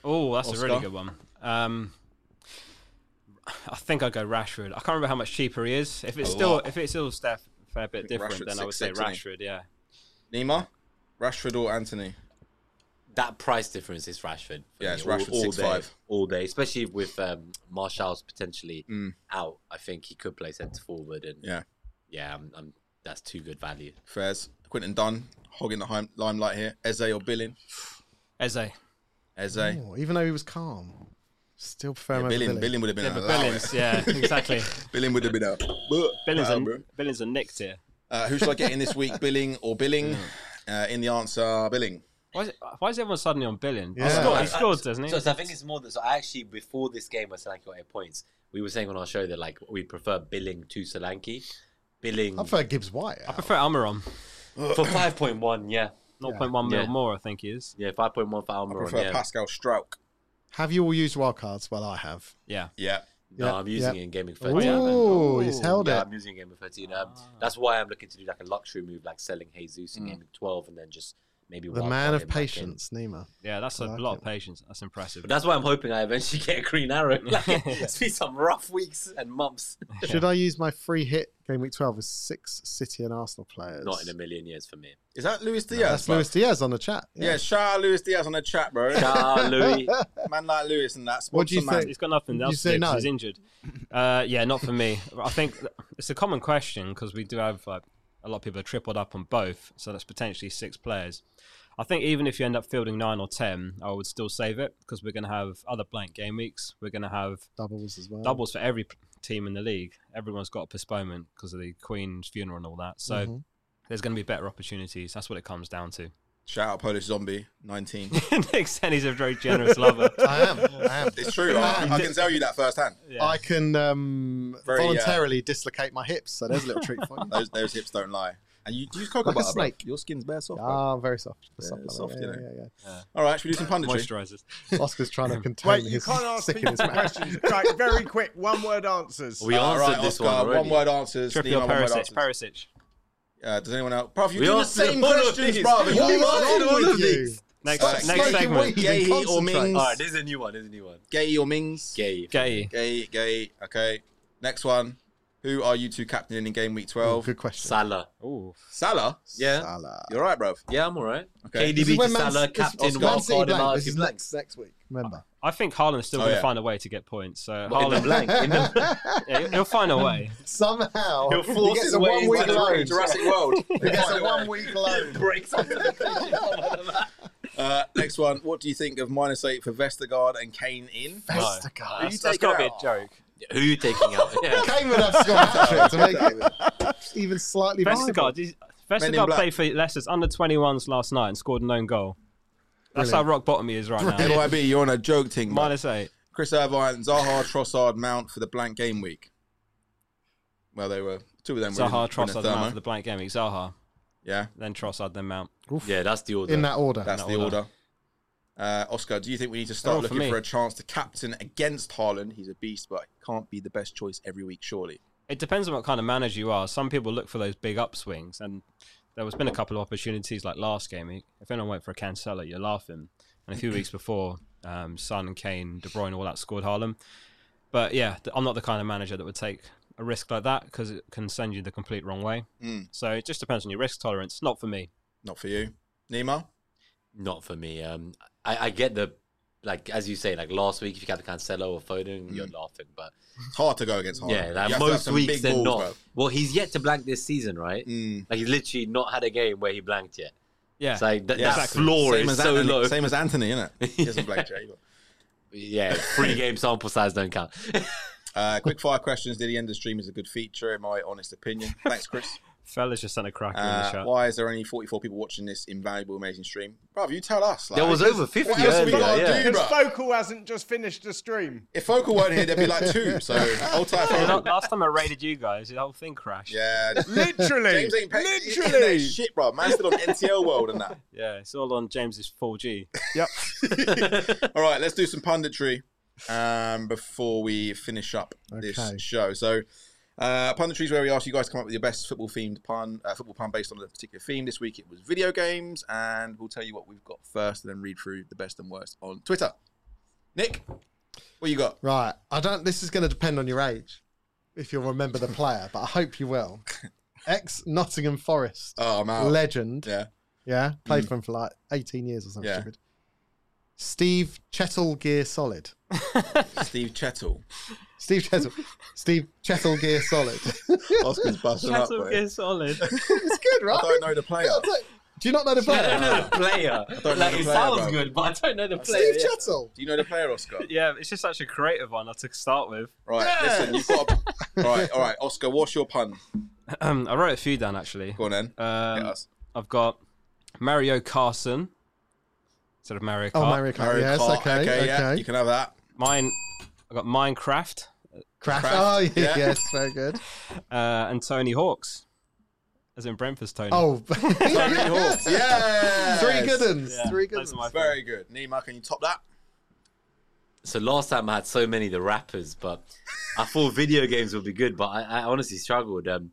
[SPEAKER 4] Oh, that's a really
[SPEAKER 1] Oscar?
[SPEAKER 4] good one. Um, I think I'd go Rashford. I can't remember how much cheaper he is. If it's
[SPEAKER 1] A
[SPEAKER 4] still
[SPEAKER 1] lot.
[SPEAKER 4] if it's still a fair, fair bit
[SPEAKER 1] think
[SPEAKER 4] different,
[SPEAKER 1] Rashford's
[SPEAKER 4] then I would say
[SPEAKER 1] 6'6",,
[SPEAKER 4] Rashford. Yeah.
[SPEAKER 1] Nima, Rashford or Anthony?
[SPEAKER 5] that price difference is Rashford. for
[SPEAKER 1] Yeah,
[SPEAKER 5] me,
[SPEAKER 1] it's Rashford,
[SPEAKER 5] all, all
[SPEAKER 1] 6'5".
[SPEAKER 5] day, all day, especially with um, Martial's potentially
[SPEAKER 1] Mm.
[SPEAKER 5] out. I think he could play centre forward, and
[SPEAKER 1] Yeah.
[SPEAKER 5] yeah, I'm, I'm, that's too good value.
[SPEAKER 1] Fairs. Quinton Dunn, hogging the hime- limelight here. Eze or Billing?
[SPEAKER 4] Eze.
[SPEAKER 1] Eze.
[SPEAKER 2] Oh, even though he was calm, still prefer him
[SPEAKER 1] Yeah,
[SPEAKER 2] over
[SPEAKER 1] Billing,
[SPEAKER 2] Billy.
[SPEAKER 1] Billing would have been
[SPEAKER 4] Yeah,
[SPEAKER 1] Oh, yeah,
[SPEAKER 4] but
[SPEAKER 1] Billing.
[SPEAKER 4] Billings. Yeah, exactly.
[SPEAKER 1] Billing would have been a.
[SPEAKER 4] Billings,
[SPEAKER 1] Nah,
[SPEAKER 4] and
[SPEAKER 1] bro.
[SPEAKER 4] Billings and Nick tier.
[SPEAKER 1] Uh, who should I get in this week, Billing or Billing? Uh, in the answer, Billing.
[SPEAKER 4] Why is, why is everyone suddenly on Billing? He,
[SPEAKER 2] Yeah.
[SPEAKER 4] scored, he scores, doesn't he?
[SPEAKER 5] So, so I think it's more that. So I actually before this game, I said like got eight points. We were saying on our show that like we prefer Billing to Solanke. Billing
[SPEAKER 2] I prefer Gibbs White.
[SPEAKER 4] I
[SPEAKER 2] out.
[SPEAKER 4] prefer Almiron.
[SPEAKER 5] for five point one. Yeah,
[SPEAKER 4] 0.1 mil
[SPEAKER 5] Yeah.
[SPEAKER 4] more, I think he is.
[SPEAKER 5] yeah, five point one for
[SPEAKER 1] I
[SPEAKER 5] Almiron.
[SPEAKER 1] prefer
[SPEAKER 5] Yeah,
[SPEAKER 1] Pascal Strauch.
[SPEAKER 2] Have you all used wildcards? Well, I have.
[SPEAKER 4] Yeah.
[SPEAKER 1] Yeah.
[SPEAKER 5] No,
[SPEAKER 2] Yeah,
[SPEAKER 5] I'm using
[SPEAKER 2] yeah.
[SPEAKER 5] it in gaming 13.
[SPEAKER 2] Ooh, he's
[SPEAKER 3] Ooh,
[SPEAKER 2] held
[SPEAKER 5] yeah,
[SPEAKER 2] it.
[SPEAKER 5] I'm using it in gaming 13. Um, That's why I'm looking to do like a luxury move, like selling Jesus in gaming 12, and then just maybe
[SPEAKER 2] Mm. The
[SPEAKER 5] wild
[SPEAKER 2] man
[SPEAKER 5] card
[SPEAKER 2] of
[SPEAKER 5] it back in.
[SPEAKER 2] patience, Nima.
[SPEAKER 4] Yeah, that's a
[SPEAKER 2] I like
[SPEAKER 4] lot
[SPEAKER 2] it.
[SPEAKER 4] of patience. That's impressive.
[SPEAKER 5] But that's why I'm hoping I eventually get a green arrow. Like, it's been some rough weeks and months.
[SPEAKER 2] Should I use my free hit game week 12 with six City and Arsenal players?
[SPEAKER 5] Not in a million years for me.
[SPEAKER 1] Is that Luis Diaz?
[SPEAKER 2] That's
[SPEAKER 1] bro?
[SPEAKER 2] Luis Diaz on the chat.
[SPEAKER 1] Yeah. shout out Luis Diaz on the chat, bro.
[SPEAKER 5] Ah, Louis.
[SPEAKER 1] man like Luis and that.
[SPEAKER 2] What do you
[SPEAKER 1] sponsor man.
[SPEAKER 2] think?
[SPEAKER 4] he's got nothing
[SPEAKER 2] You
[SPEAKER 4] else
[SPEAKER 2] say
[SPEAKER 4] to do 'cause
[SPEAKER 2] no.
[SPEAKER 4] he's injured. Uh, yeah, not for me. I think th- it's a common question because we do have like, a lot of people are tripled up on both, so that's potentially six players. I think even if you end up fielding nine or ten, I would still save it because we're going to have other blank game weeks. We're going to have
[SPEAKER 2] Doubles as well.
[SPEAKER 4] doubles for every p- team in the league. Everyone's got a postponement because of the Queen's funeral and all that. So
[SPEAKER 2] Mhm.
[SPEAKER 4] there's going to be better opportunities. That's what it comes down to.
[SPEAKER 1] Shout out Polish Zombie 19.
[SPEAKER 4] Nick Senny's a very generous lover.
[SPEAKER 2] I am. I am.
[SPEAKER 1] it's true. I, I can tell you that firsthand.
[SPEAKER 4] Yeah.
[SPEAKER 2] I can um,
[SPEAKER 1] Very, uh,
[SPEAKER 2] voluntarily dislocate my hips. So there's a little treat for you.
[SPEAKER 1] Those, those hips don't lie. And you do use cocoa
[SPEAKER 2] Like a
[SPEAKER 1] butter, bro.
[SPEAKER 2] snake.
[SPEAKER 1] Your skin's bare soft. bro.
[SPEAKER 2] Ah, very soft.
[SPEAKER 1] Yeah,
[SPEAKER 2] Soft, like that.
[SPEAKER 1] soft,
[SPEAKER 2] yeah,
[SPEAKER 1] you know.
[SPEAKER 2] yeah, yeah,
[SPEAKER 1] All right, should we do some punditry?
[SPEAKER 4] Moisturizers.
[SPEAKER 2] yeah. Oscar's trying to contain
[SPEAKER 3] Wait, you
[SPEAKER 2] his
[SPEAKER 3] can't ask
[SPEAKER 2] stick in
[SPEAKER 3] people
[SPEAKER 2] his mouth.
[SPEAKER 3] questions. Right, very quick, one word answers.
[SPEAKER 5] We
[SPEAKER 1] All
[SPEAKER 5] answered
[SPEAKER 1] Uh, right,
[SPEAKER 5] this
[SPEAKER 1] Oscar,
[SPEAKER 5] one already.
[SPEAKER 1] word answers. Nima,
[SPEAKER 4] Trippier,
[SPEAKER 1] one word
[SPEAKER 4] Perisic.
[SPEAKER 1] answers.
[SPEAKER 4] Perisic.
[SPEAKER 1] Uh, does anyone else? Bruv, you
[SPEAKER 5] We
[SPEAKER 1] do the
[SPEAKER 5] answered
[SPEAKER 1] same
[SPEAKER 5] all of
[SPEAKER 1] questions,
[SPEAKER 5] these.
[SPEAKER 1] bruv.
[SPEAKER 5] What is
[SPEAKER 1] answered
[SPEAKER 5] wrong
[SPEAKER 1] all
[SPEAKER 5] with
[SPEAKER 1] of
[SPEAKER 5] you?
[SPEAKER 1] these.
[SPEAKER 4] Next,
[SPEAKER 1] Uh,
[SPEAKER 4] next
[SPEAKER 1] smoking
[SPEAKER 4] segment.
[SPEAKER 1] weed. Gay or Mings?
[SPEAKER 5] All right, there's a new one. There's a new one.
[SPEAKER 1] Gay or Mings?
[SPEAKER 5] Gay.
[SPEAKER 4] Gay.
[SPEAKER 1] Gay, gay. Okay. Next one. Who are you two captaining in game week
[SPEAKER 2] Oh,
[SPEAKER 1] 12?
[SPEAKER 2] good question.
[SPEAKER 5] Salah.
[SPEAKER 4] Ooh.
[SPEAKER 1] Salah?
[SPEAKER 5] Yeah.
[SPEAKER 2] Salah.
[SPEAKER 1] You're right, bruv.
[SPEAKER 5] Yeah, I'm all right.
[SPEAKER 1] Okay.
[SPEAKER 2] This is
[SPEAKER 5] KDB to
[SPEAKER 2] when Man-
[SPEAKER 5] Salah,
[SPEAKER 2] this-
[SPEAKER 5] captain,
[SPEAKER 2] Oscar- Man
[SPEAKER 5] wild
[SPEAKER 2] City
[SPEAKER 5] card, and
[SPEAKER 2] blank.
[SPEAKER 5] Arsenal
[SPEAKER 2] This is next,
[SPEAKER 5] blanks.
[SPEAKER 2] next week. Remember.
[SPEAKER 4] I think Haaland's still
[SPEAKER 1] Oh,
[SPEAKER 4] going to
[SPEAKER 1] yeah.
[SPEAKER 4] find a way to get points. So
[SPEAKER 5] But in the
[SPEAKER 4] Haaland,
[SPEAKER 5] blank. In the...
[SPEAKER 4] yeah, he'll- he'll find a way.
[SPEAKER 2] Somehow
[SPEAKER 5] He'll
[SPEAKER 2] he
[SPEAKER 5] force
[SPEAKER 2] gets
[SPEAKER 5] his
[SPEAKER 2] a
[SPEAKER 5] way
[SPEAKER 2] one
[SPEAKER 5] into
[SPEAKER 2] week
[SPEAKER 5] the
[SPEAKER 2] loan.
[SPEAKER 1] Jurassic World.
[SPEAKER 2] He gets a one week loan.
[SPEAKER 5] breaks onto the cushion.
[SPEAKER 1] Uh, next one. What do you think of minus eight for Vestergaard and Kane in?
[SPEAKER 2] Vestergaard.
[SPEAKER 1] Who you
[SPEAKER 4] That's
[SPEAKER 1] taking
[SPEAKER 4] got to be a
[SPEAKER 1] out?
[SPEAKER 4] joke.
[SPEAKER 5] Who are you taking out? Yeah.
[SPEAKER 2] Kane would have scored a hat-trick to make it even slightly viable.
[SPEAKER 4] Vestergaard, he's- Vestergaard
[SPEAKER 1] black.
[SPEAKER 4] played for Leicester's under 21s last night and scored an own goal. That's
[SPEAKER 2] Brilliant.
[SPEAKER 4] how rock bottom he is right now.
[SPEAKER 1] NYB, you're on a joke thing. man.
[SPEAKER 4] Minus eight.
[SPEAKER 1] Chris Irvine, Zaha, Trossard, Mount for the blank game week. Well, they were two of them. were
[SPEAKER 4] Zaha,
[SPEAKER 1] in- were in a
[SPEAKER 4] Trossard,
[SPEAKER 1] thermo.
[SPEAKER 4] Mount for the blank game. week. Zaha,
[SPEAKER 1] Yeah,
[SPEAKER 4] then Trossard, then Mount.
[SPEAKER 5] yeah, that's the order.
[SPEAKER 2] In that order.
[SPEAKER 1] that's
[SPEAKER 4] that
[SPEAKER 1] the
[SPEAKER 4] order.
[SPEAKER 1] order. Uh, Oscar, do you think we need to start
[SPEAKER 4] all for
[SPEAKER 1] looking
[SPEAKER 4] me.
[SPEAKER 1] for a chance to captain against Haaland? He's a beast, but can't be the best choice every week, surely.
[SPEAKER 4] It depends on what kind of manager you are. Some people look for those big upswings, and there was been a couple of opportunities like last game. If anyone went for a Cancelo, you're laughing. And a few weeks before, um, Son, Kane, De Bruyne, all that scored Harlem. But yeah, th- I'm not the kind of manager that would take a risk like that because it can send you the complete wrong way.
[SPEAKER 1] Mm.
[SPEAKER 4] So it just depends on your risk tolerance. Not for me.
[SPEAKER 1] Not for you, Nima.
[SPEAKER 5] Not for me. Um, I, I get the like as you say, like last week if you got the Cancelo or Foden, you're laughing. But
[SPEAKER 1] It's hard to go against Haaland.
[SPEAKER 5] yeah,
[SPEAKER 1] Oh, You have
[SPEAKER 5] like
[SPEAKER 1] to have
[SPEAKER 5] most
[SPEAKER 1] some
[SPEAKER 5] weeks
[SPEAKER 1] big
[SPEAKER 5] they're
[SPEAKER 1] balls,
[SPEAKER 5] not.
[SPEAKER 1] bro.
[SPEAKER 5] Well, he's yet to blank this season, right?
[SPEAKER 1] Mm.
[SPEAKER 5] Like he's literally not had a game where he blanked yet.
[SPEAKER 4] Yeah.
[SPEAKER 5] It's like th-
[SPEAKER 1] Yeah,
[SPEAKER 5] that
[SPEAKER 1] exactly.
[SPEAKER 5] floor
[SPEAKER 1] Same
[SPEAKER 5] is
[SPEAKER 1] as
[SPEAKER 5] so
[SPEAKER 1] Anthony,
[SPEAKER 5] low.
[SPEAKER 1] Same as Anthony, isn't it? He doesn't play Jay, but-
[SPEAKER 5] Yeah, free game sample size don't count.
[SPEAKER 1] Uh, quick fire questions. Did he end the stream is a good feature, in my honest opinion. Thanks, Chris.
[SPEAKER 4] Fella's just sent a cracker in the
[SPEAKER 1] Uh,
[SPEAKER 4] chat.
[SPEAKER 1] why is there only 44 people watching this invaluable, amazing stream? Bruv, you tell us. Like,
[SPEAKER 5] there was
[SPEAKER 1] because
[SPEAKER 5] over fifty
[SPEAKER 1] what else have we
[SPEAKER 5] earlier.
[SPEAKER 1] got to
[SPEAKER 5] Yeah.
[SPEAKER 1] do,
[SPEAKER 3] Because
[SPEAKER 1] bruv?
[SPEAKER 3] Focal hasn't just finished the stream.
[SPEAKER 1] if Focal weren't here, there'd be like two. So, old time
[SPEAKER 4] You know,
[SPEAKER 1] Focal.
[SPEAKER 4] last time I raided you guys, the whole thing crashed.
[SPEAKER 1] Yeah.
[SPEAKER 3] Literally,
[SPEAKER 1] James ain't paid
[SPEAKER 3] literally.
[SPEAKER 1] shit, bruv. Man's still on NTL world and that.
[SPEAKER 4] Yeah, it's all on James's 4G.
[SPEAKER 1] All right, let's do some punditry um, before we finish up this
[SPEAKER 2] Okay.
[SPEAKER 1] show. So, uh, punditry is where we ask you guys to come up with your best football themed pun, uh, football pun based on a particular theme. This week it was video games, and we'll tell you what we've got first, and then read through the best and worst on Twitter. Nick, what you got?
[SPEAKER 2] Right. I don't. This is going to depend on your age, if you'll remember the player, but I hope you will. Ex Nottingham Forest
[SPEAKER 1] Oh man,
[SPEAKER 2] legend.
[SPEAKER 1] yeah,
[SPEAKER 2] Yeah, played for him for like 18 years or something
[SPEAKER 1] Yeah.
[SPEAKER 2] stupid. Steve Chettle Gear Solid.
[SPEAKER 1] Steve Chettle.
[SPEAKER 2] Steve Chettle. Steve Chettle Gear Solid.
[SPEAKER 1] Oscar's busting up.
[SPEAKER 4] That's
[SPEAKER 1] Bro.
[SPEAKER 4] is solid.
[SPEAKER 2] it's good, right?
[SPEAKER 1] I don't know the player.
[SPEAKER 2] I don't- Do you not know the
[SPEAKER 5] I
[SPEAKER 2] player?
[SPEAKER 5] don't know the player.
[SPEAKER 1] know
[SPEAKER 5] like,
[SPEAKER 1] the
[SPEAKER 5] it
[SPEAKER 1] player,
[SPEAKER 5] sounds
[SPEAKER 1] bro.
[SPEAKER 5] good, but I don't know the player.
[SPEAKER 2] Steve
[SPEAKER 5] yeah.
[SPEAKER 2] Chettle.
[SPEAKER 1] Do you know the player, Oscar?
[SPEAKER 4] yeah, it's just such a creative one to start with.
[SPEAKER 1] Right, listen, you've got. To... All right, all right, Oscar. What's your pun?
[SPEAKER 4] Um, I wrote a few down actually.
[SPEAKER 1] Go on then. Hit
[SPEAKER 4] Um,
[SPEAKER 1] us.
[SPEAKER 4] I've got Mario Carson instead of Mario Kart.
[SPEAKER 2] Oh, Mario Kart.
[SPEAKER 1] Mario
[SPEAKER 2] yes,
[SPEAKER 1] Kart.
[SPEAKER 2] okay,
[SPEAKER 1] okay,
[SPEAKER 2] okay.
[SPEAKER 1] yeah, you can have that.
[SPEAKER 4] Mine. I got Minecraft
[SPEAKER 2] Craft.
[SPEAKER 1] Craft,
[SPEAKER 2] Oh,
[SPEAKER 1] yeah.
[SPEAKER 2] yeah. yes, very good.
[SPEAKER 4] uh, and Tony Hawks, as in Brentford's Tony.
[SPEAKER 2] Oh,
[SPEAKER 1] Tony Hawks. Yeah.
[SPEAKER 2] three good ones.
[SPEAKER 4] Yeah,
[SPEAKER 2] Three good
[SPEAKER 4] those
[SPEAKER 2] ones.
[SPEAKER 4] are my
[SPEAKER 1] Very good. Nima, can you top that?
[SPEAKER 5] So last time I had so many the rappers, but I thought video games would be good, but I, I honestly struggled. Um,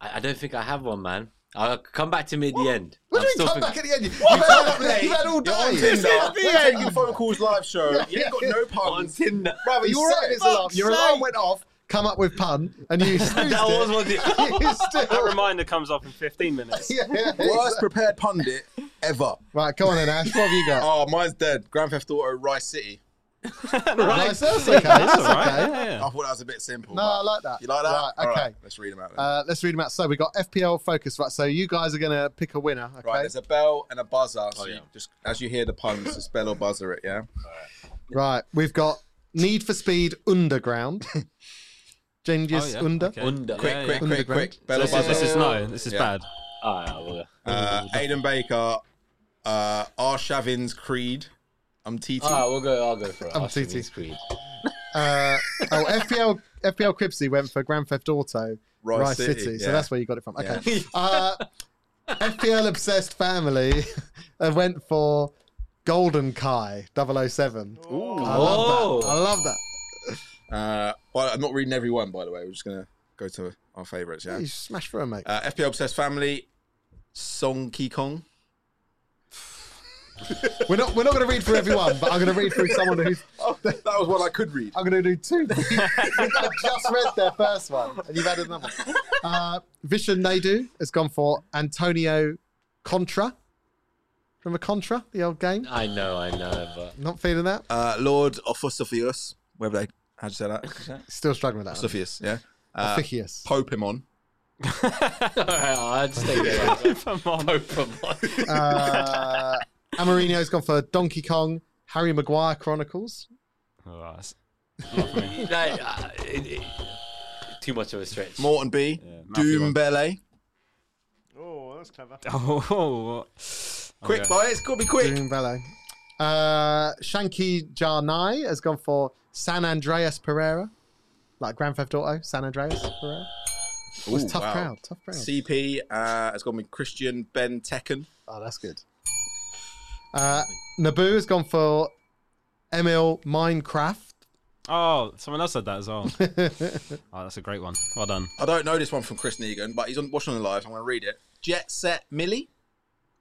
[SPEAKER 5] I, I don't think I have one, man. I'll come back to me at the end.
[SPEAKER 2] What do
[SPEAKER 5] I'm
[SPEAKER 2] you mean
[SPEAKER 5] still
[SPEAKER 2] come
[SPEAKER 5] thinking-
[SPEAKER 2] back at the end? You- You've had, you've had all
[SPEAKER 1] Tinder.
[SPEAKER 2] day.
[SPEAKER 1] We're taking the phone calls live show. You ain't got no
[SPEAKER 5] on
[SPEAKER 1] puns.
[SPEAKER 5] Tinder.
[SPEAKER 2] Brother, you were right. His alarm. Your
[SPEAKER 3] Fuck's
[SPEAKER 2] alarm
[SPEAKER 3] sake.
[SPEAKER 2] went off. Come up with pun, and you snoozed
[SPEAKER 5] That was
[SPEAKER 2] it.
[SPEAKER 5] one thing.
[SPEAKER 2] You still-
[SPEAKER 4] That reminder comes off in 15 minutes.
[SPEAKER 2] yeah, yeah,
[SPEAKER 1] Worst
[SPEAKER 2] exactly.
[SPEAKER 1] prepared pundit ever.
[SPEAKER 2] Right, come on then, Ash. What have you got?
[SPEAKER 1] Oh, mine's dead. Grand Theft Auto Rice City.
[SPEAKER 2] Nice, that's okay. That's
[SPEAKER 4] That's
[SPEAKER 2] okay.
[SPEAKER 4] all right. yeah,
[SPEAKER 1] I
[SPEAKER 4] yeah.
[SPEAKER 1] thought that was a bit simple.
[SPEAKER 2] No,
[SPEAKER 1] but-
[SPEAKER 2] I like that.
[SPEAKER 1] You like that?
[SPEAKER 2] Right,
[SPEAKER 1] All
[SPEAKER 2] okay.
[SPEAKER 1] right, let's read them out. Then.
[SPEAKER 2] Uh, let's read them out. So we got FPL focus. Right, so you guys are gonna pick a winner. Okay.
[SPEAKER 1] Right,
[SPEAKER 2] Right.
[SPEAKER 1] there's a bell and a buzzer. So
[SPEAKER 5] Oh, yeah.
[SPEAKER 1] you just as you hear the puns, just bell or buzzer it. Yeah.
[SPEAKER 2] we've got Need for Speed Underground. Gengis
[SPEAKER 4] Oh, yeah,
[SPEAKER 2] Under.
[SPEAKER 4] okay.
[SPEAKER 5] Under.
[SPEAKER 1] Quick,
[SPEAKER 4] Yeah,
[SPEAKER 1] quick,
[SPEAKER 2] yeah.
[SPEAKER 1] quick, quick. Bell or
[SPEAKER 4] This is,
[SPEAKER 1] buzzer.
[SPEAKER 4] this is no, this is
[SPEAKER 1] Yeah.
[SPEAKER 4] bad.
[SPEAKER 5] Ah, yeah, well, yeah.
[SPEAKER 1] Uh, Aiden Baker, uh, R. Shavin's Creed. I'm TT.
[SPEAKER 5] Ah, we'll go. I'll go for it.
[SPEAKER 2] I'm
[SPEAKER 5] I'll see
[SPEAKER 2] TT.
[SPEAKER 5] these screens.
[SPEAKER 2] Uh, oh, FPL FPL Cripsy went for Grand Theft Auto
[SPEAKER 1] Rice,
[SPEAKER 2] Rice, City. So
[SPEAKER 1] yeah.
[SPEAKER 2] that's where you got it from. Okay.
[SPEAKER 5] Yeah.
[SPEAKER 2] Uh, FPL obsessed family uh, went for Golden Kai 007. I love that. I love that.
[SPEAKER 1] Uh, well, I'm not reading every one, by the way. We're just gonna go to our favourites. Yeah.
[SPEAKER 2] You smash through, 'em, mate.
[SPEAKER 1] Uh, FPL obsessed family. Song Ki Kong.
[SPEAKER 2] We're not we're not going to read through everyone, but I'm going to read through someone who's
[SPEAKER 1] Oh, that was one I could read.
[SPEAKER 2] I'm going to do two. I just read their first one, and you've added another. Uh, Vishen Naidu has gone for Antonio Contra. Remember Contra, the old game?
[SPEAKER 5] I know, I know, but
[SPEAKER 2] Not feeling that.
[SPEAKER 1] Uh, Lord of Sophius. Whether they how'd you say that?
[SPEAKER 2] Still struggling with that. one.
[SPEAKER 1] Sophius. Yeah. Uh,
[SPEAKER 2] Officious.
[SPEAKER 1] Pokemon.
[SPEAKER 5] I'd stay there.
[SPEAKER 4] Come on.
[SPEAKER 5] Pokemon.
[SPEAKER 2] Uh, Amarino's gone for Donkey Kong, Harry Maguire Chronicles.
[SPEAKER 4] Oh, that's-
[SPEAKER 5] Like, uh, it- it- too much of a stretch.
[SPEAKER 1] Morton B.
[SPEAKER 4] Matthew
[SPEAKER 1] Doom
[SPEAKER 4] one.
[SPEAKER 1] Ballet.
[SPEAKER 3] Oh, that's clever.
[SPEAKER 4] Oh,
[SPEAKER 1] Quick,
[SPEAKER 4] Okay.
[SPEAKER 1] boys. Gotta be quick.
[SPEAKER 2] Doing ballet. Uh, Shanky Jarnai has gone for San Andreas Pereira, like Grand Theft Auto, San Andreas Pereira. It was
[SPEAKER 1] Ooh,
[SPEAKER 2] tough
[SPEAKER 1] wow.
[SPEAKER 2] crowd, tough crowd.
[SPEAKER 1] CP Hmm. uh, has gone with Christian Ben Tekken.
[SPEAKER 2] Oh, that's good. Uh, Naboo has gone for Emil Minecraft.
[SPEAKER 4] oh, someone else said that as well. oh, that's a great one. Well done.
[SPEAKER 1] I don't know this one from Chris Negan, but he's on watching on the live. So I'm going to read it. Jet Set Millie.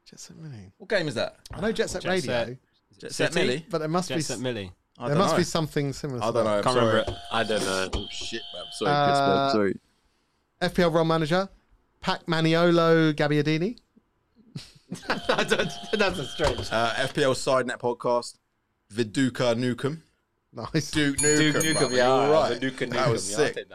[SPEAKER 2] Jet Set Millie.
[SPEAKER 1] What game is that?
[SPEAKER 2] I know Jet Set
[SPEAKER 4] Jet
[SPEAKER 2] Radio,
[SPEAKER 4] Set.
[SPEAKER 1] Jet Set
[SPEAKER 4] City?
[SPEAKER 1] Millie.
[SPEAKER 2] but there must
[SPEAKER 4] Jet
[SPEAKER 2] be
[SPEAKER 4] Set Millie.
[SPEAKER 1] I
[SPEAKER 2] there
[SPEAKER 1] don't
[SPEAKER 2] must
[SPEAKER 1] know.
[SPEAKER 2] be something similar.
[SPEAKER 1] I
[SPEAKER 2] to
[SPEAKER 1] don't
[SPEAKER 2] that.
[SPEAKER 1] know.
[SPEAKER 4] Can't
[SPEAKER 1] sorry.
[SPEAKER 4] remember it.
[SPEAKER 5] I don't know.
[SPEAKER 1] Oh shit, man. I'm Sorry, Chris.
[SPEAKER 2] Uh,
[SPEAKER 1] man. Sorry.
[SPEAKER 2] FPL role manager, Pac Maniolo Gabbiadini.
[SPEAKER 5] I don't, that's a stretch.
[SPEAKER 1] Uh, FPL Sidenet podcast. Viduka Nukem.
[SPEAKER 2] Nice.
[SPEAKER 1] Duke Nukem.
[SPEAKER 5] Duke Nukem,
[SPEAKER 1] brother.
[SPEAKER 5] yeah,
[SPEAKER 1] You're
[SPEAKER 5] all
[SPEAKER 1] right.
[SPEAKER 5] right. Duke Nukem,
[SPEAKER 1] That was
[SPEAKER 5] yeah, I'll
[SPEAKER 1] sick.
[SPEAKER 5] take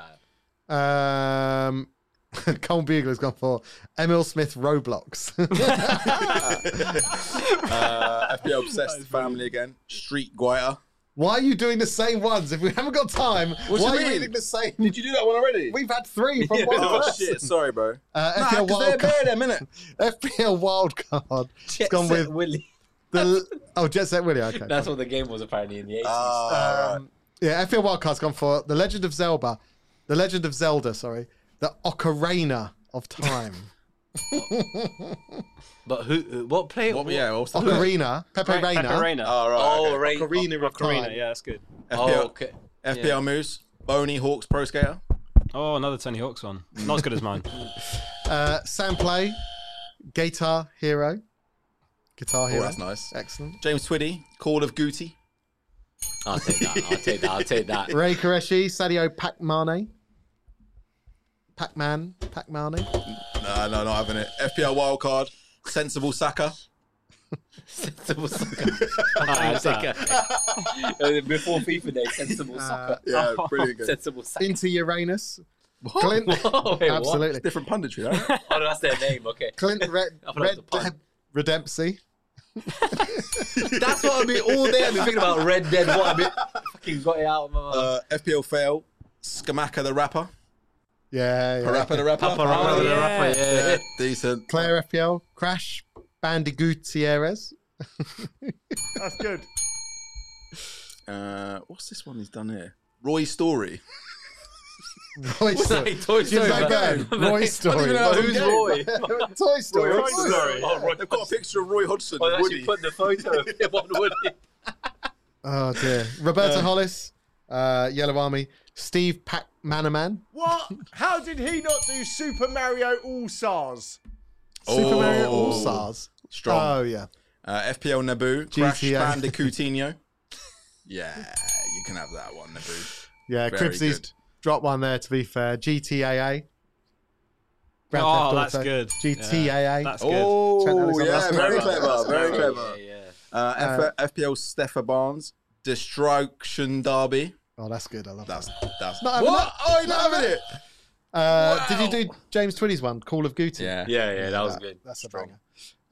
[SPEAKER 5] that.
[SPEAKER 2] Um, Colin Bugler's gone for Emil Smith Roblox.
[SPEAKER 1] Uh, FPL Obsessed Family again. Street Guiter.
[SPEAKER 2] Why are you doing the same ones? If we haven't got time,
[SPEAKER 1] What do
[SPEAKER 2] why
[SPEAKER 1] you
[SPEAKER 2] are you
[SPEAKER 1] mean?
[SPEAKER 2] reading the same?
[SPEAKER 1] Did you do that one already?
[SPEAKER 2] We've had three from one
[SPEAKER 1] oh
[SPEAKER 2] person.
[SPEAKER 1] shit, sorry, bro.
[SPEAKER 2] Uh,
[SPEAKER 1] Nah,
[SPEAKER 2] FPL
[SPEAKER 1] 'cause they're bare,
[SPEAKER 2] Wildcard.
[SPEAKER 1] them, innit?
[SPEAKER 2] FPL Wildcard. It's gone with
[SPEAKER 5] Willy.
[SPEAKER 2] the oh Jet Set Willie. Okay.
[SPEAKER 5] That's what the game was apparently in the 80s.
[SPEAKER 1] Ah,
[SPEAKER 2] Um, yeah, FPL Wildcard's gone for the Legend of Zelda, the Legend of Zelda. Sorry, the Ocarina of Time.
[SPEAKER 5] but who? uh, What player?
[SPEAKER 1] what, yeah, what's the
[SPEAKER 2] Ocarina, Pepe Reina.
[SPEAKER 4] Peperina.
[SPEAKER 1] Oh, right.
[SPEAKER 5] Oh,
[SPEAKER 1] okay.
[SPEAKER 5] right.
[SPEAKER 2] Ocarina of
[SPEAKER 4] Peperina,
[SPEAKER 2] Time.
[SPEAKER 4] yeah, that's good.
[SPEAKER 5] Oh,
[SPEAKER 1] FPL,
[SPEAKER 5] okay.
[SPEAKER 1] FPL Moose, Boney Hawks Pro Skater.
[SPEAKER 4] Oh, another Tony Hawk's one. Not as good as mine.
[SPEAKER 2] Uh, Sam Play, Guitar Hero, Guitar
[SPEAKER 1] Oh,
[SPEAKER 2] Hero.
[SPEAKER 1] that's nice.
[SPEAKER 2] Excellent.
[SPEAKER 1] James Twiddy, Call of Duty.
[SPEAKER 5] I'll take that. I'll take that. I'll take that.
[SPEAKER 2] Ray Koreshi, Sadio Pacmane, Pacman, Pacmane.
[SPEAKER 1] No, no, not having it. FPL Wildcard, Sensible Saka.
[SPEAKER 5] sensible soccer. I'll take it. Before FIFA Day, sensible soccer.
[SPEAKER 1] Yeah, brilliant. Good.
[SPEAKER 5] Sensible soccer.
[SPEAKER 2] Into Uranus. Clint.
[SPEAKER 5] Whoa, wait, what?
[SPEAKER 2] Absolutely.
[SPEAKER 1] Different punditry, though.
[SPEAKER 5] Oh, no, that's their name. Okay.
[SPEAKER 2] Clint Red,
[SPEAKER 5] I thought
[SPEAKER 2] Red
[SPEAKER 5] that was a pun.
[SPEAKER 2] Dead Redemption.
[SPEAKER 5] That's what I've been all day. I've been thinking about Red Dead. What I've been fucking got it out of my mind.
[SPEAKER 1] uh, FPL Fail, Skamaka the Rapper.
[SPEAKER 2] Yeah, yeah.
[SPEAKER 1] Parappa the Rapper.
[SPEAKER 5] Parappa the Rapper, Oh, yeah.
[SPEAKER 1] Yeah, decent.
[SPEAKER 2] Claire FPL, Crash, Bandicoot Gutierrez.
[SPEAKER 3] That's good.
[SPEAKER 1] Uh, what's this one he's done here? Roy Story.
[SPEAKER 2] Toy
[SPEAKER 5] What's that?
[SPEAKER 2] Story.
[SPEAKER 5] Toy
[SPEAKER 2] Jim
[SPEAKER 5] Story. man.
[SPEAKER 2] Blackburn, Roy Story.
[SPEAKER 1] know
[SPEAKER 5] Who's Roy?
[SPEAKER 2] Toy Story.
[SPEAKER 1] Oh, Roy Story. They've got a picture of Roy Hodgson
[SPEAKER 5] Oh, they
[SPEAKER 1] and
[SPEAKER 5] actually
[SPEAKER 1] Woody.
[SPEAKER 5] put the photo of him on Woody.
[SPEAKER 2] Oh dear. Roberta Hollis, uh, Yellow Army, Steve Pac Manaman,
[SPEAKER 3] What? How did he not do Super Mario All Stars?
[SPEAKER 2] Super Mario
[SPEAKER 1] Oh.
[SPEAKER 2] All Stars.
[SPEAKER 1] Strong.
[SPEAKER 2] Oh yeah.
[SPEAKER 1] Uh, FPL Naboo, Crash
[SPEAKER 2] GTA.
[SPEAKER 1] Bandicootinho. yeah, you can have that one, Naboo.
[SPEAKER 2] Yeah,
[SPEAKER 1] Very
[SPEAKER 2] Cribsy's
[SPEAKER 1] good.
[SPEAKER 2] dropped one there. To be fair, GTAA. Grand
[SPEAKER 4] Oh,
[SPEAKER 2] Theft
[SPEAKER 4] that's
[SPEAKER 2] Auto.
[SPEAKER 4] good.
[SPEAKER 2] GTAA.
[SPEAKER 4] Yeah, that's good.
[SPEAKER 2] Trent
[SPEAKER 1] Oh,
[SPEAKER 2] Alexander-
[SPEAKER 1] yeah,
[SPEAKER 2] That's
[SPEAKER 1] very
[SPEAKER 2] clever.
[SPEAKER 1] clever,
[SPEAKER 5] That's
[SPEAKER 1] very
[SPEAKER 5] clever.
[SPEAKER 1] clever.
[SPEAKER 5] Yeah, yeah.
[SPEAKER 1] Uh, F- FPL Steffa Barnes, Destruction Derby.
[SPEAKER 2] Oh, that's good. I love that.
[SPEAKER 1] That's that's
[SPEAKER 2] Not having
[SPEAKER 1] what?
[SPEAKER 2] that.
[SPEAKER 1] Oh, you're not having it.
[SPEAKER 2] Uh, Did you do James Twitty's one, Call of Duty?
[SPEAKER 1] Yeah.
[SPEAKER 5] Yeah, yeah, that was good.
[SPEAKER 2] That's a
[SPEAKER 1] Strong.
[SPEAKER 2] banger.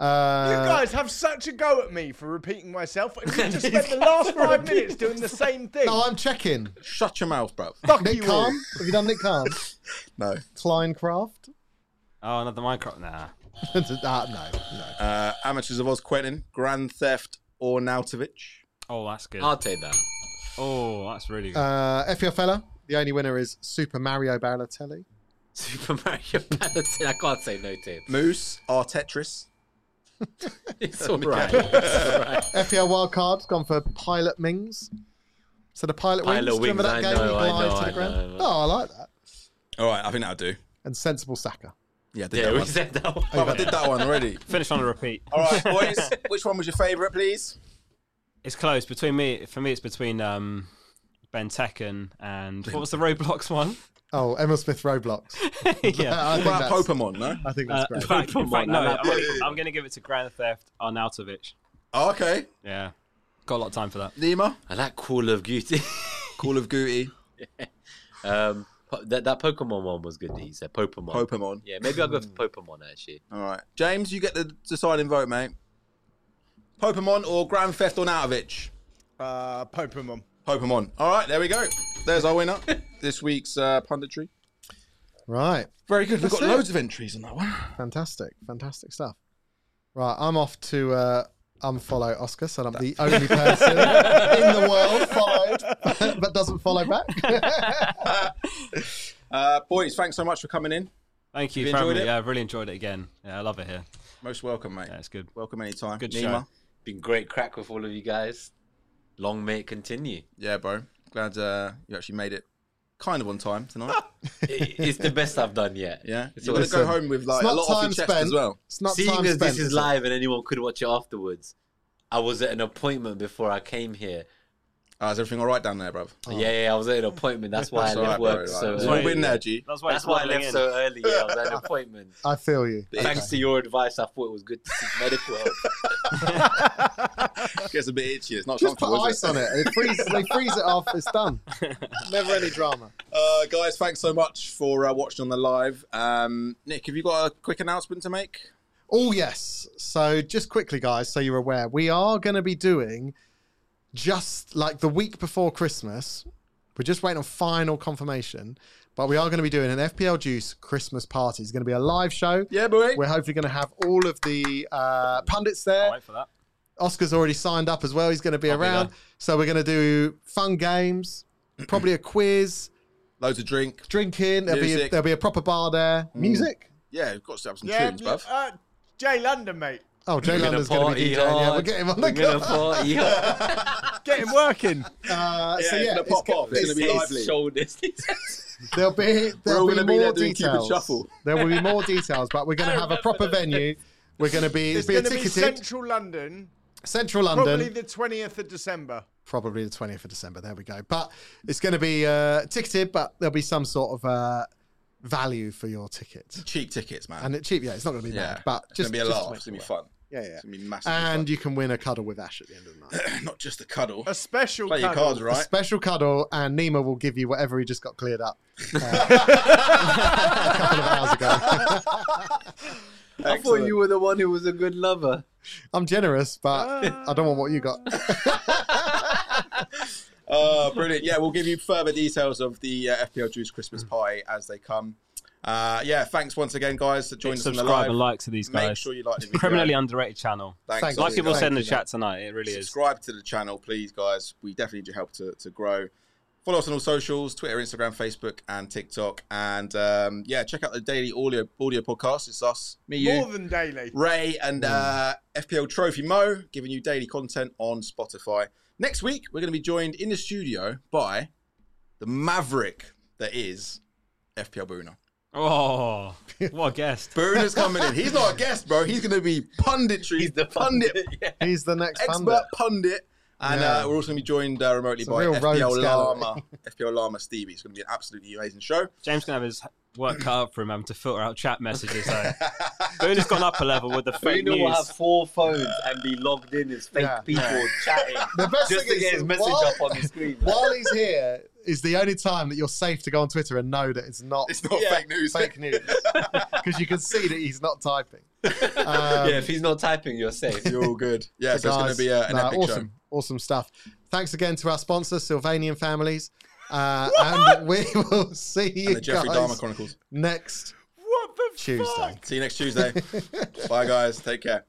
[SPEAKER 2] Uh,
[SPEAKER 3] You guys have such a go at me for repeating myself. and You just spent the last five minutes doing the same thing.
[SPEAKER 2] No, I'm checking.
[SPEAKER 1] Shut your mouth, bro.
[SPEAKER 3] Fuck
[SPEAKER 2] Nick
[SPEAKER 3] you all.
[SPEAKER 2] Calm. Have you done Nick Calm?
[SPEAKER 1] No.
[SPEAKER 2] Kleincraft?
[SPEAKER 4] Oh, another Minecraft. Nah.
[SPEAKER 2] uh, no, no.
[SPEAKER 1] Uh, Amateurs of Oz, Quentin, Grand Theft or Nautovich.
[SPEAKER 4] Oh, that's good.
[SPEAKER 5] I'll take that.
[SPEAKER 4] Oh, that's really good.
[SPEAKER 2] Uh, FPL fella. The only winner is Super Mario Baratelli.
[SPEAKER 5] Super Mario Ballad. I can't say no to it.
[SPEAKER 1] Moose or Tetris.
[SPEAKER 5] It's all right. It's all right.
[SPEAKER 2] FPL E wildcard's gone for Pilot Mings. So the Pilot Wings.
[SPEAKER 5] Pilot
[SPEAKER 2] Do you remember
[SPEAKER 5] Wings,
[SPEAKER 2] that
[SPEAKER 5] I
[SPEAKER 2] game
[SPEAKER 5] know,
[SPEAKER 2] we
[SPEAKER 5] I
[SPEAKER 2] glide
[SPEAKER 5] know,
[SPEAKER 2] to the
[SPEAKER 5] I
[SPEAKER 2] ground?
[SPEAKER 5] know.
[SPEAKER 2] Oh, I like that.
[SPEAKER 1] All right, I think that'll do.
[SPEAKER 2] And Sensible Saka.
[SPEAKER 1] Yeah, I did
[SPEAKER 5] Yeah,
[SPEAKER 1] that
[SPEAKER 5] we
[SPEAKER 1] one.
[SPEAKER 5] said that one.
[SPEAKER 1] Bruv, I did that one already.
[SPEAKER 4] Finish on a repeat.
[SPEAKER 1] All right, boys. Which one was your favourite, please?
[SPEAKER 4] It's close between me. For me, it's between um, Ben Tekken and what was the Roblox one?
[SPEAKER 2] Oh, Emma Smith Roblox.
[SPEAKER 4] yeah.
[SPEAKER 2] I, think
[SPEAKER 1] What about
[SPEAKER 2] that's,
[SPEAKER 1] Pokemon? No.
[SPEAKER 2] I think
[SPEAKER 4] Uh,
[SPEAKER 2] that's
[SPEAKER 4] in
[SPEAKER 2] great.
[SPEAKER 4] fact, in
[SPEAKER 5] Pokemon,
[SPEAKER 4] fact,
[SPEAKER 5] I
[SPEAKER 4] no,
[SPEAKER 5] like
[SPEAKER 4] I'm gonna, I'm gonna give it to Grand Theft Arnautovic.
[SPEAKER 1] Oh, okay.
[SPEAKER 4] Yeah, got a lot of time for that.
[SPEAKER 1] Nima.
[SPEAKER 5] I like Call of Duty.
[SPEAKER 1] Call of Duty.
[SPEAKER 5] um, po- that, that Pokemon one was good that you said. Pokemon.
[SPEAKER 1] Pokemon.
[SPEAKER 5] Yeah, maybe I'll go for Pokemon actually.
[SPEAKER 1] All right, James, you get the deciding vote, mate. Pokemon or Grand Theft Ornautovich?
[SPEAKER 3] Uh, Pokemon.
[SPEAKER 1] Pokemon. All right, there we go. There's our winner. this week's uh, punditry.
[SPEAKER 2] Right.
[SPEAKER 1] Very good. We've got
[SPEAKER 2] That's it.
[SPEAKER 1] loads of entries on that one.
[SPEAKER 2] Fantastic. Fantastic stuff. Right. I'm off to uh, unfollow Oscar, so I'm the only person in the world followed but doesn't follow back.
[SPEAKER 1] Uh, boys, thanks so much for coming in.
[SPEAKER 4] Thank you,
[SPEAKER 1] Have you
[SPEAKER 4] for having
[SPEAKER 1] enjoyed
[SPEAKER 4] me.
[SPEAKER 1] it?
[SPEAKER 4] Yeah, I've really enjoyed it again. Yeah, I love it here.
[SPEAKER 1] Most welcome, mate.
[SPEAKER 4] Yeah, it's good.
[SPEAKER 1] Welcome anytime.
[SPEAKER 4] Good
[SPEAKER 1] Nima.
[SPEAKER 4] show.
[SPEAKER 5] Been great crack with all of you guys. Long may it continue.
[SPEAKER 1] Yeah, bro. Glad uh, you actually made it kind of on time tonight.
[SPEAKER 5] I- it's the best I've done yet.
[SPEAKER 1] Yeah.
[SPEAKER 5] It's
[SPEAKER 1] You're going to go
[SPEAKER 5] awesome.
[SPEAKER 1] home with like
[SPEAKER 2] It's
[SPEAKER 1] a
[SPEAKER 2] not
[SPEAKER 1] lot off
[SPEAKER 2] time
[SPEAKER 1] your chest
[SPEAKER 2] spent.
[SPEAKER 1] as well.
[SPEAKER 2] It's not
[SPEAKER 5] Seeing
[SPEAKER 2] time
[SPEAKER 5] as
[SPEAKER 2] spent.
[SPEAKER 5] this is
[SPEAKER 2] it?
[SPEAKER 5] live and anyone could watch it afterwards, I was at an appointment before I came here.
[SPEAKER 1] Uh, is everything all right down there, bruv?
[SPEAKER 5] Yeah, yeah, I was at an appointment. Oh. That's why
[SPEAKER 1] That's
[SPEAKER 5] I
[SPEAKER 1] all
[SPEAKER 5] left
[SPEAKER 1] right, bro.
[SPEAKER 5] work so
[SPEAKER 1] It's
[SPEAKER 4] That's why
[SPEAKER 1] all
[SPEAKER 5] early.
[SPEAKER 1] been
[SPEAKER 4] you-
[SPEAKER 1] there, G.
[SPEAKER 4] That's why,
[SPEAKER 5] That's why I left
[SPEAKER 4] in.
[SPEAKER 5] so early. Yeah, I was at an appointment.
[SPEAKER 2] I feel you.
[SPEAKER 5] Thanks to your advice, I thought it was good to seek medical help.
[SPEAKER 1] Gets a bit itchy. It's not
[SPEAKER 2] Just put
[SPEAKER 1] comfortable. is
[SPEAKER 2] ice on it. It freezes, they freeze it off. It's done. Never any drama.
[SPEAKER 1] Uh, guys, thanks so much for uh, watching on the live. Um, Nick, have you got a quick announcement to make?
[SPEAKER 2] Oh, yes. So, just quickly, guys, so you're aware, we are going to be doing just like the week before Christmas. We're just waiting on final confirmation, but we are going to be doing an FPL Juice Christmas party. It's going to be a live show.
[SPEAKER 1] Yeah, boy.
[SPEAKER 2] We're hopefully going to have all of the uh, pundits there.
[SPEAKER 4] I'll wait for that.
[SPEAKER 2] Oscar's already signed up as well. He's going to be
[SPEAKER 4] be
[SPEAKER 2] around. so we're going to do fun games, probably a quiz,
[SPEAKER 1] Loads of drink.
[SPEAKER 2] drinking. There'll be a,
[SPEAKER 1] Music.
[SPEAKER 2] there'll be a proper bar there. Music.
[SPEAKER 1] Yeah, we've got to have some
[SPEAKER 3] Yeah.
[SPEAKER 1] tunes,
[SPEAKER 3] yeah,
[SPEAKER 1] bruv.
[SPEAKER 3] uh, Jay London, mate.
[SPEAKER 2] Oh, Jay
[SPEAKER 5] gonna
[SPEAKER 2] London's going to
[SPEAKER 5] party
[SPEAKER 2] be DJing. Yeah, we'll
[SPEAKER 5] hard.
[SPEAKER 2] get him on
[SPEAKER 5] We're
[SPEAKER 2] the
[SPEAKER 5] gonna
[SPEAKER 2] go.
[SPEAKER 5] party hard.
[SPEAKER 3] Get him working.
[SPEAKER 2] Uh, so
[SPEAKER 1] it's
[SPEAKER 2] yeah,
[SPEAKER 1] gonna
[SPEAKER 2] it's
[SPEAKER 1] pop
[SPEAKER 2] go-
[SPEAKER 1] off. It's gonna be
[SPEAKER 5] His
[SPEAKER 1] lively.
[SPEAKER 5] shoulders.
[SPEAKER 2] there'll be
[SPEAKER 1] all
[SPEAKER 2] there'll be
[SPEAKER 1] gonna be there
[SPEAKER 2] more
[SPEAKER 1] doing Cupid
[SPEAKER 2] details.
[SPEAKER 1] Shuffle.
[SPEAKER 2] There will be more details, but we're going to have a proper venue. We're going to be
[SPEAKER 3] It's
[SPEAKER 2] be a
[SPEAKER 3] going to be
[SPEAKER 2] ticketed
[SPEAKER 3] Central London,
[SPEAKER 2] central London.
[SPEAKER 3] probably the 20th of December.
[SPEAKER 2] probably the 20th of December. There we go. But it's going to be uh, ticketed, but there'll be some sort of uh, value for your ticket.
[SPEAKER 1] Cheap tickets, man.
[SPEAKER 2] And it cheap, yeah, it's not going to be
[SPEAKER 1] yeah,
[SPEAKER 2] bad, but
[SPEAKER 1] it's
[SPEAKER 2] just
[SPEAKER 1] gonna be a
[SPEAKER 2] just to
[SPEAKER 1] laugh.
[SPEAKER 2] make
[SPEAKER 1] It's gonna be
[SPEAKER 2] it
[SPEAKER 1] fun.
[SPEAKER 2] work. Yeah,
[SPEAKER 1] It's
[SPEAKER 2] yeah.
[SPEAKER 1] gonna be massive.
[SPEAKER 2] And you can win a cuddle with Ash at the end of the night.
[SPEAKER 1] not just a cuddle.
[SPEAKER 3] A special
[SPEAKER 1] Play your
[SPEAKER 3] cuddle.
[SPEAKER 1] cards
[SPEAKER 2] A
[SPEAKER 1] right.
[SPEAKER 2] special cuddle, and Nima will give you whatever he just got cleared up uh, a couple of hours ago.
[SPEAKER 5] I thought you were the one who was a good lover.
[SPEAKER 2] I'm generous, but I don't want what you got.
[SPEAKER 1] Uh, brilliant. Yeah, we'll give you further details of the uh, FPL Juice Christmas party as they come. Uh, yeah, thanks once again, guys, for joining us on the
[SPEAKER 4] Subscribe
[SPEAKER 1] live.
[SPEAKER 4] and like to these
[SPEAKER 1] Make
[SPEAKER 4] guys.
[SPEAKER 1] sure you like the video.
[SPEAKER 4] Criminally underrated channel.
[SPEAKER 1] Thanks.
[SPEAKER 2] Thanks.
[SPEAKER 4] Like people
[SPEAKER 2] guys.
[SPEAKER 4] said in the
[SPEAKER 2] Thank you,
[SPEAKER 4] chat tonight, it really is.
[SPEAKER 1] subscribe to the channel, please, guys. We definitely need your help to, to grow. Follow us on all socials: Twitter, Instagram, Facebook, and TikTok. And um, yeah, check out the daily audio audio podcast. It's us, me, you,
[SPEAKER 3] More than daily.
[SPEAKER 1] Ray, and uh, FPL Trophy Mo, giving you daily content on Spotify. Next week, we're going to be joined in the studio by the maverick that is FPL Bruno.
[SPEAKER 4] Oh, what a guest.
[SPEAKER 1] Bruno's coming in. He's not a guest, bro. He's going to be punditry. He's the pundit,
[SPEAKER 2] He's the next
[SPEAKER 1] expert
[SPEAKER 2] pundit.
[SPEAKER 1] pundit. And
[SPEAKER 2] Yeah.
[SPEAKER 1] uh, we're also going to be joined uh, remotely
[SPEAKER 2] It's a
[SPEAKER 1] by
[SPEAKER 2] real
[SPEAKER 1] FPL
[SPEAKER 2] rogues gallery.
[SPEAKER 1] Llama, FPL Llama Stevie. It's going to be an absolutely amazing show.
[SPEAKER 4] James can have his work cut out for him having to filter out chat messages. Though. Boone has gone up a level with the fake
[SPEAKER 5] Bruno will have
[SPEAKER 4] news.
[SPEAKER 5] four phones and be logged in as fake
[SPEAKER 2] Yeah.
[SPEAKER 5] people chatting
[SPEAKER 2] The best
[SPEAKER 5] just
[SPEAKER 2] thing
[SPEAKER 5] to get
[SPEAKER 2] is
[SPEAKER 5] his message
[SPEAKER 2] while-
[SPEAKER 5] up on the screen.
[SPEAKER 2] While he's here, is the only time that you're safe to go on Twitter and know that it's not
[SPEAKER 1] It's not
[SPEAKER 5] Yeah.
[SPEAKER 1] fake news.
[SPEAKER 2] fake news because you can see that he's not typing. Um,
[SPEAKER 5] yeah, if he's not typing, you're safe.
[SPEAKER 1] You're all good. Yeah,
[SPEAKER 2] So
[SPEAKER 1] so it's going
[SPEAKER 2] guys,
[SPEAKER 1] to be uh, an
[SPEAKER 2] no,
[SPEAKER 1] epic
[SPEAKER 2] awesome, awesome stuff. Thanks again to our sponsor, Sylvanian Families. Uh, and we will see
[SPEAKER 1] show.
[SPEAKER 2] you
[SPEAKER 1] And the Jeffrey Dahmer
[SPEAKER 2] guys
[SPEAKER 1] Chronicles.
[SPEAKER 2] next
[SPEAKER 3] What the fuck?
[SPEAKER 2] Tuesday.
[SPEAKER 1] See you next Tuesday. Bye, guys. Take care.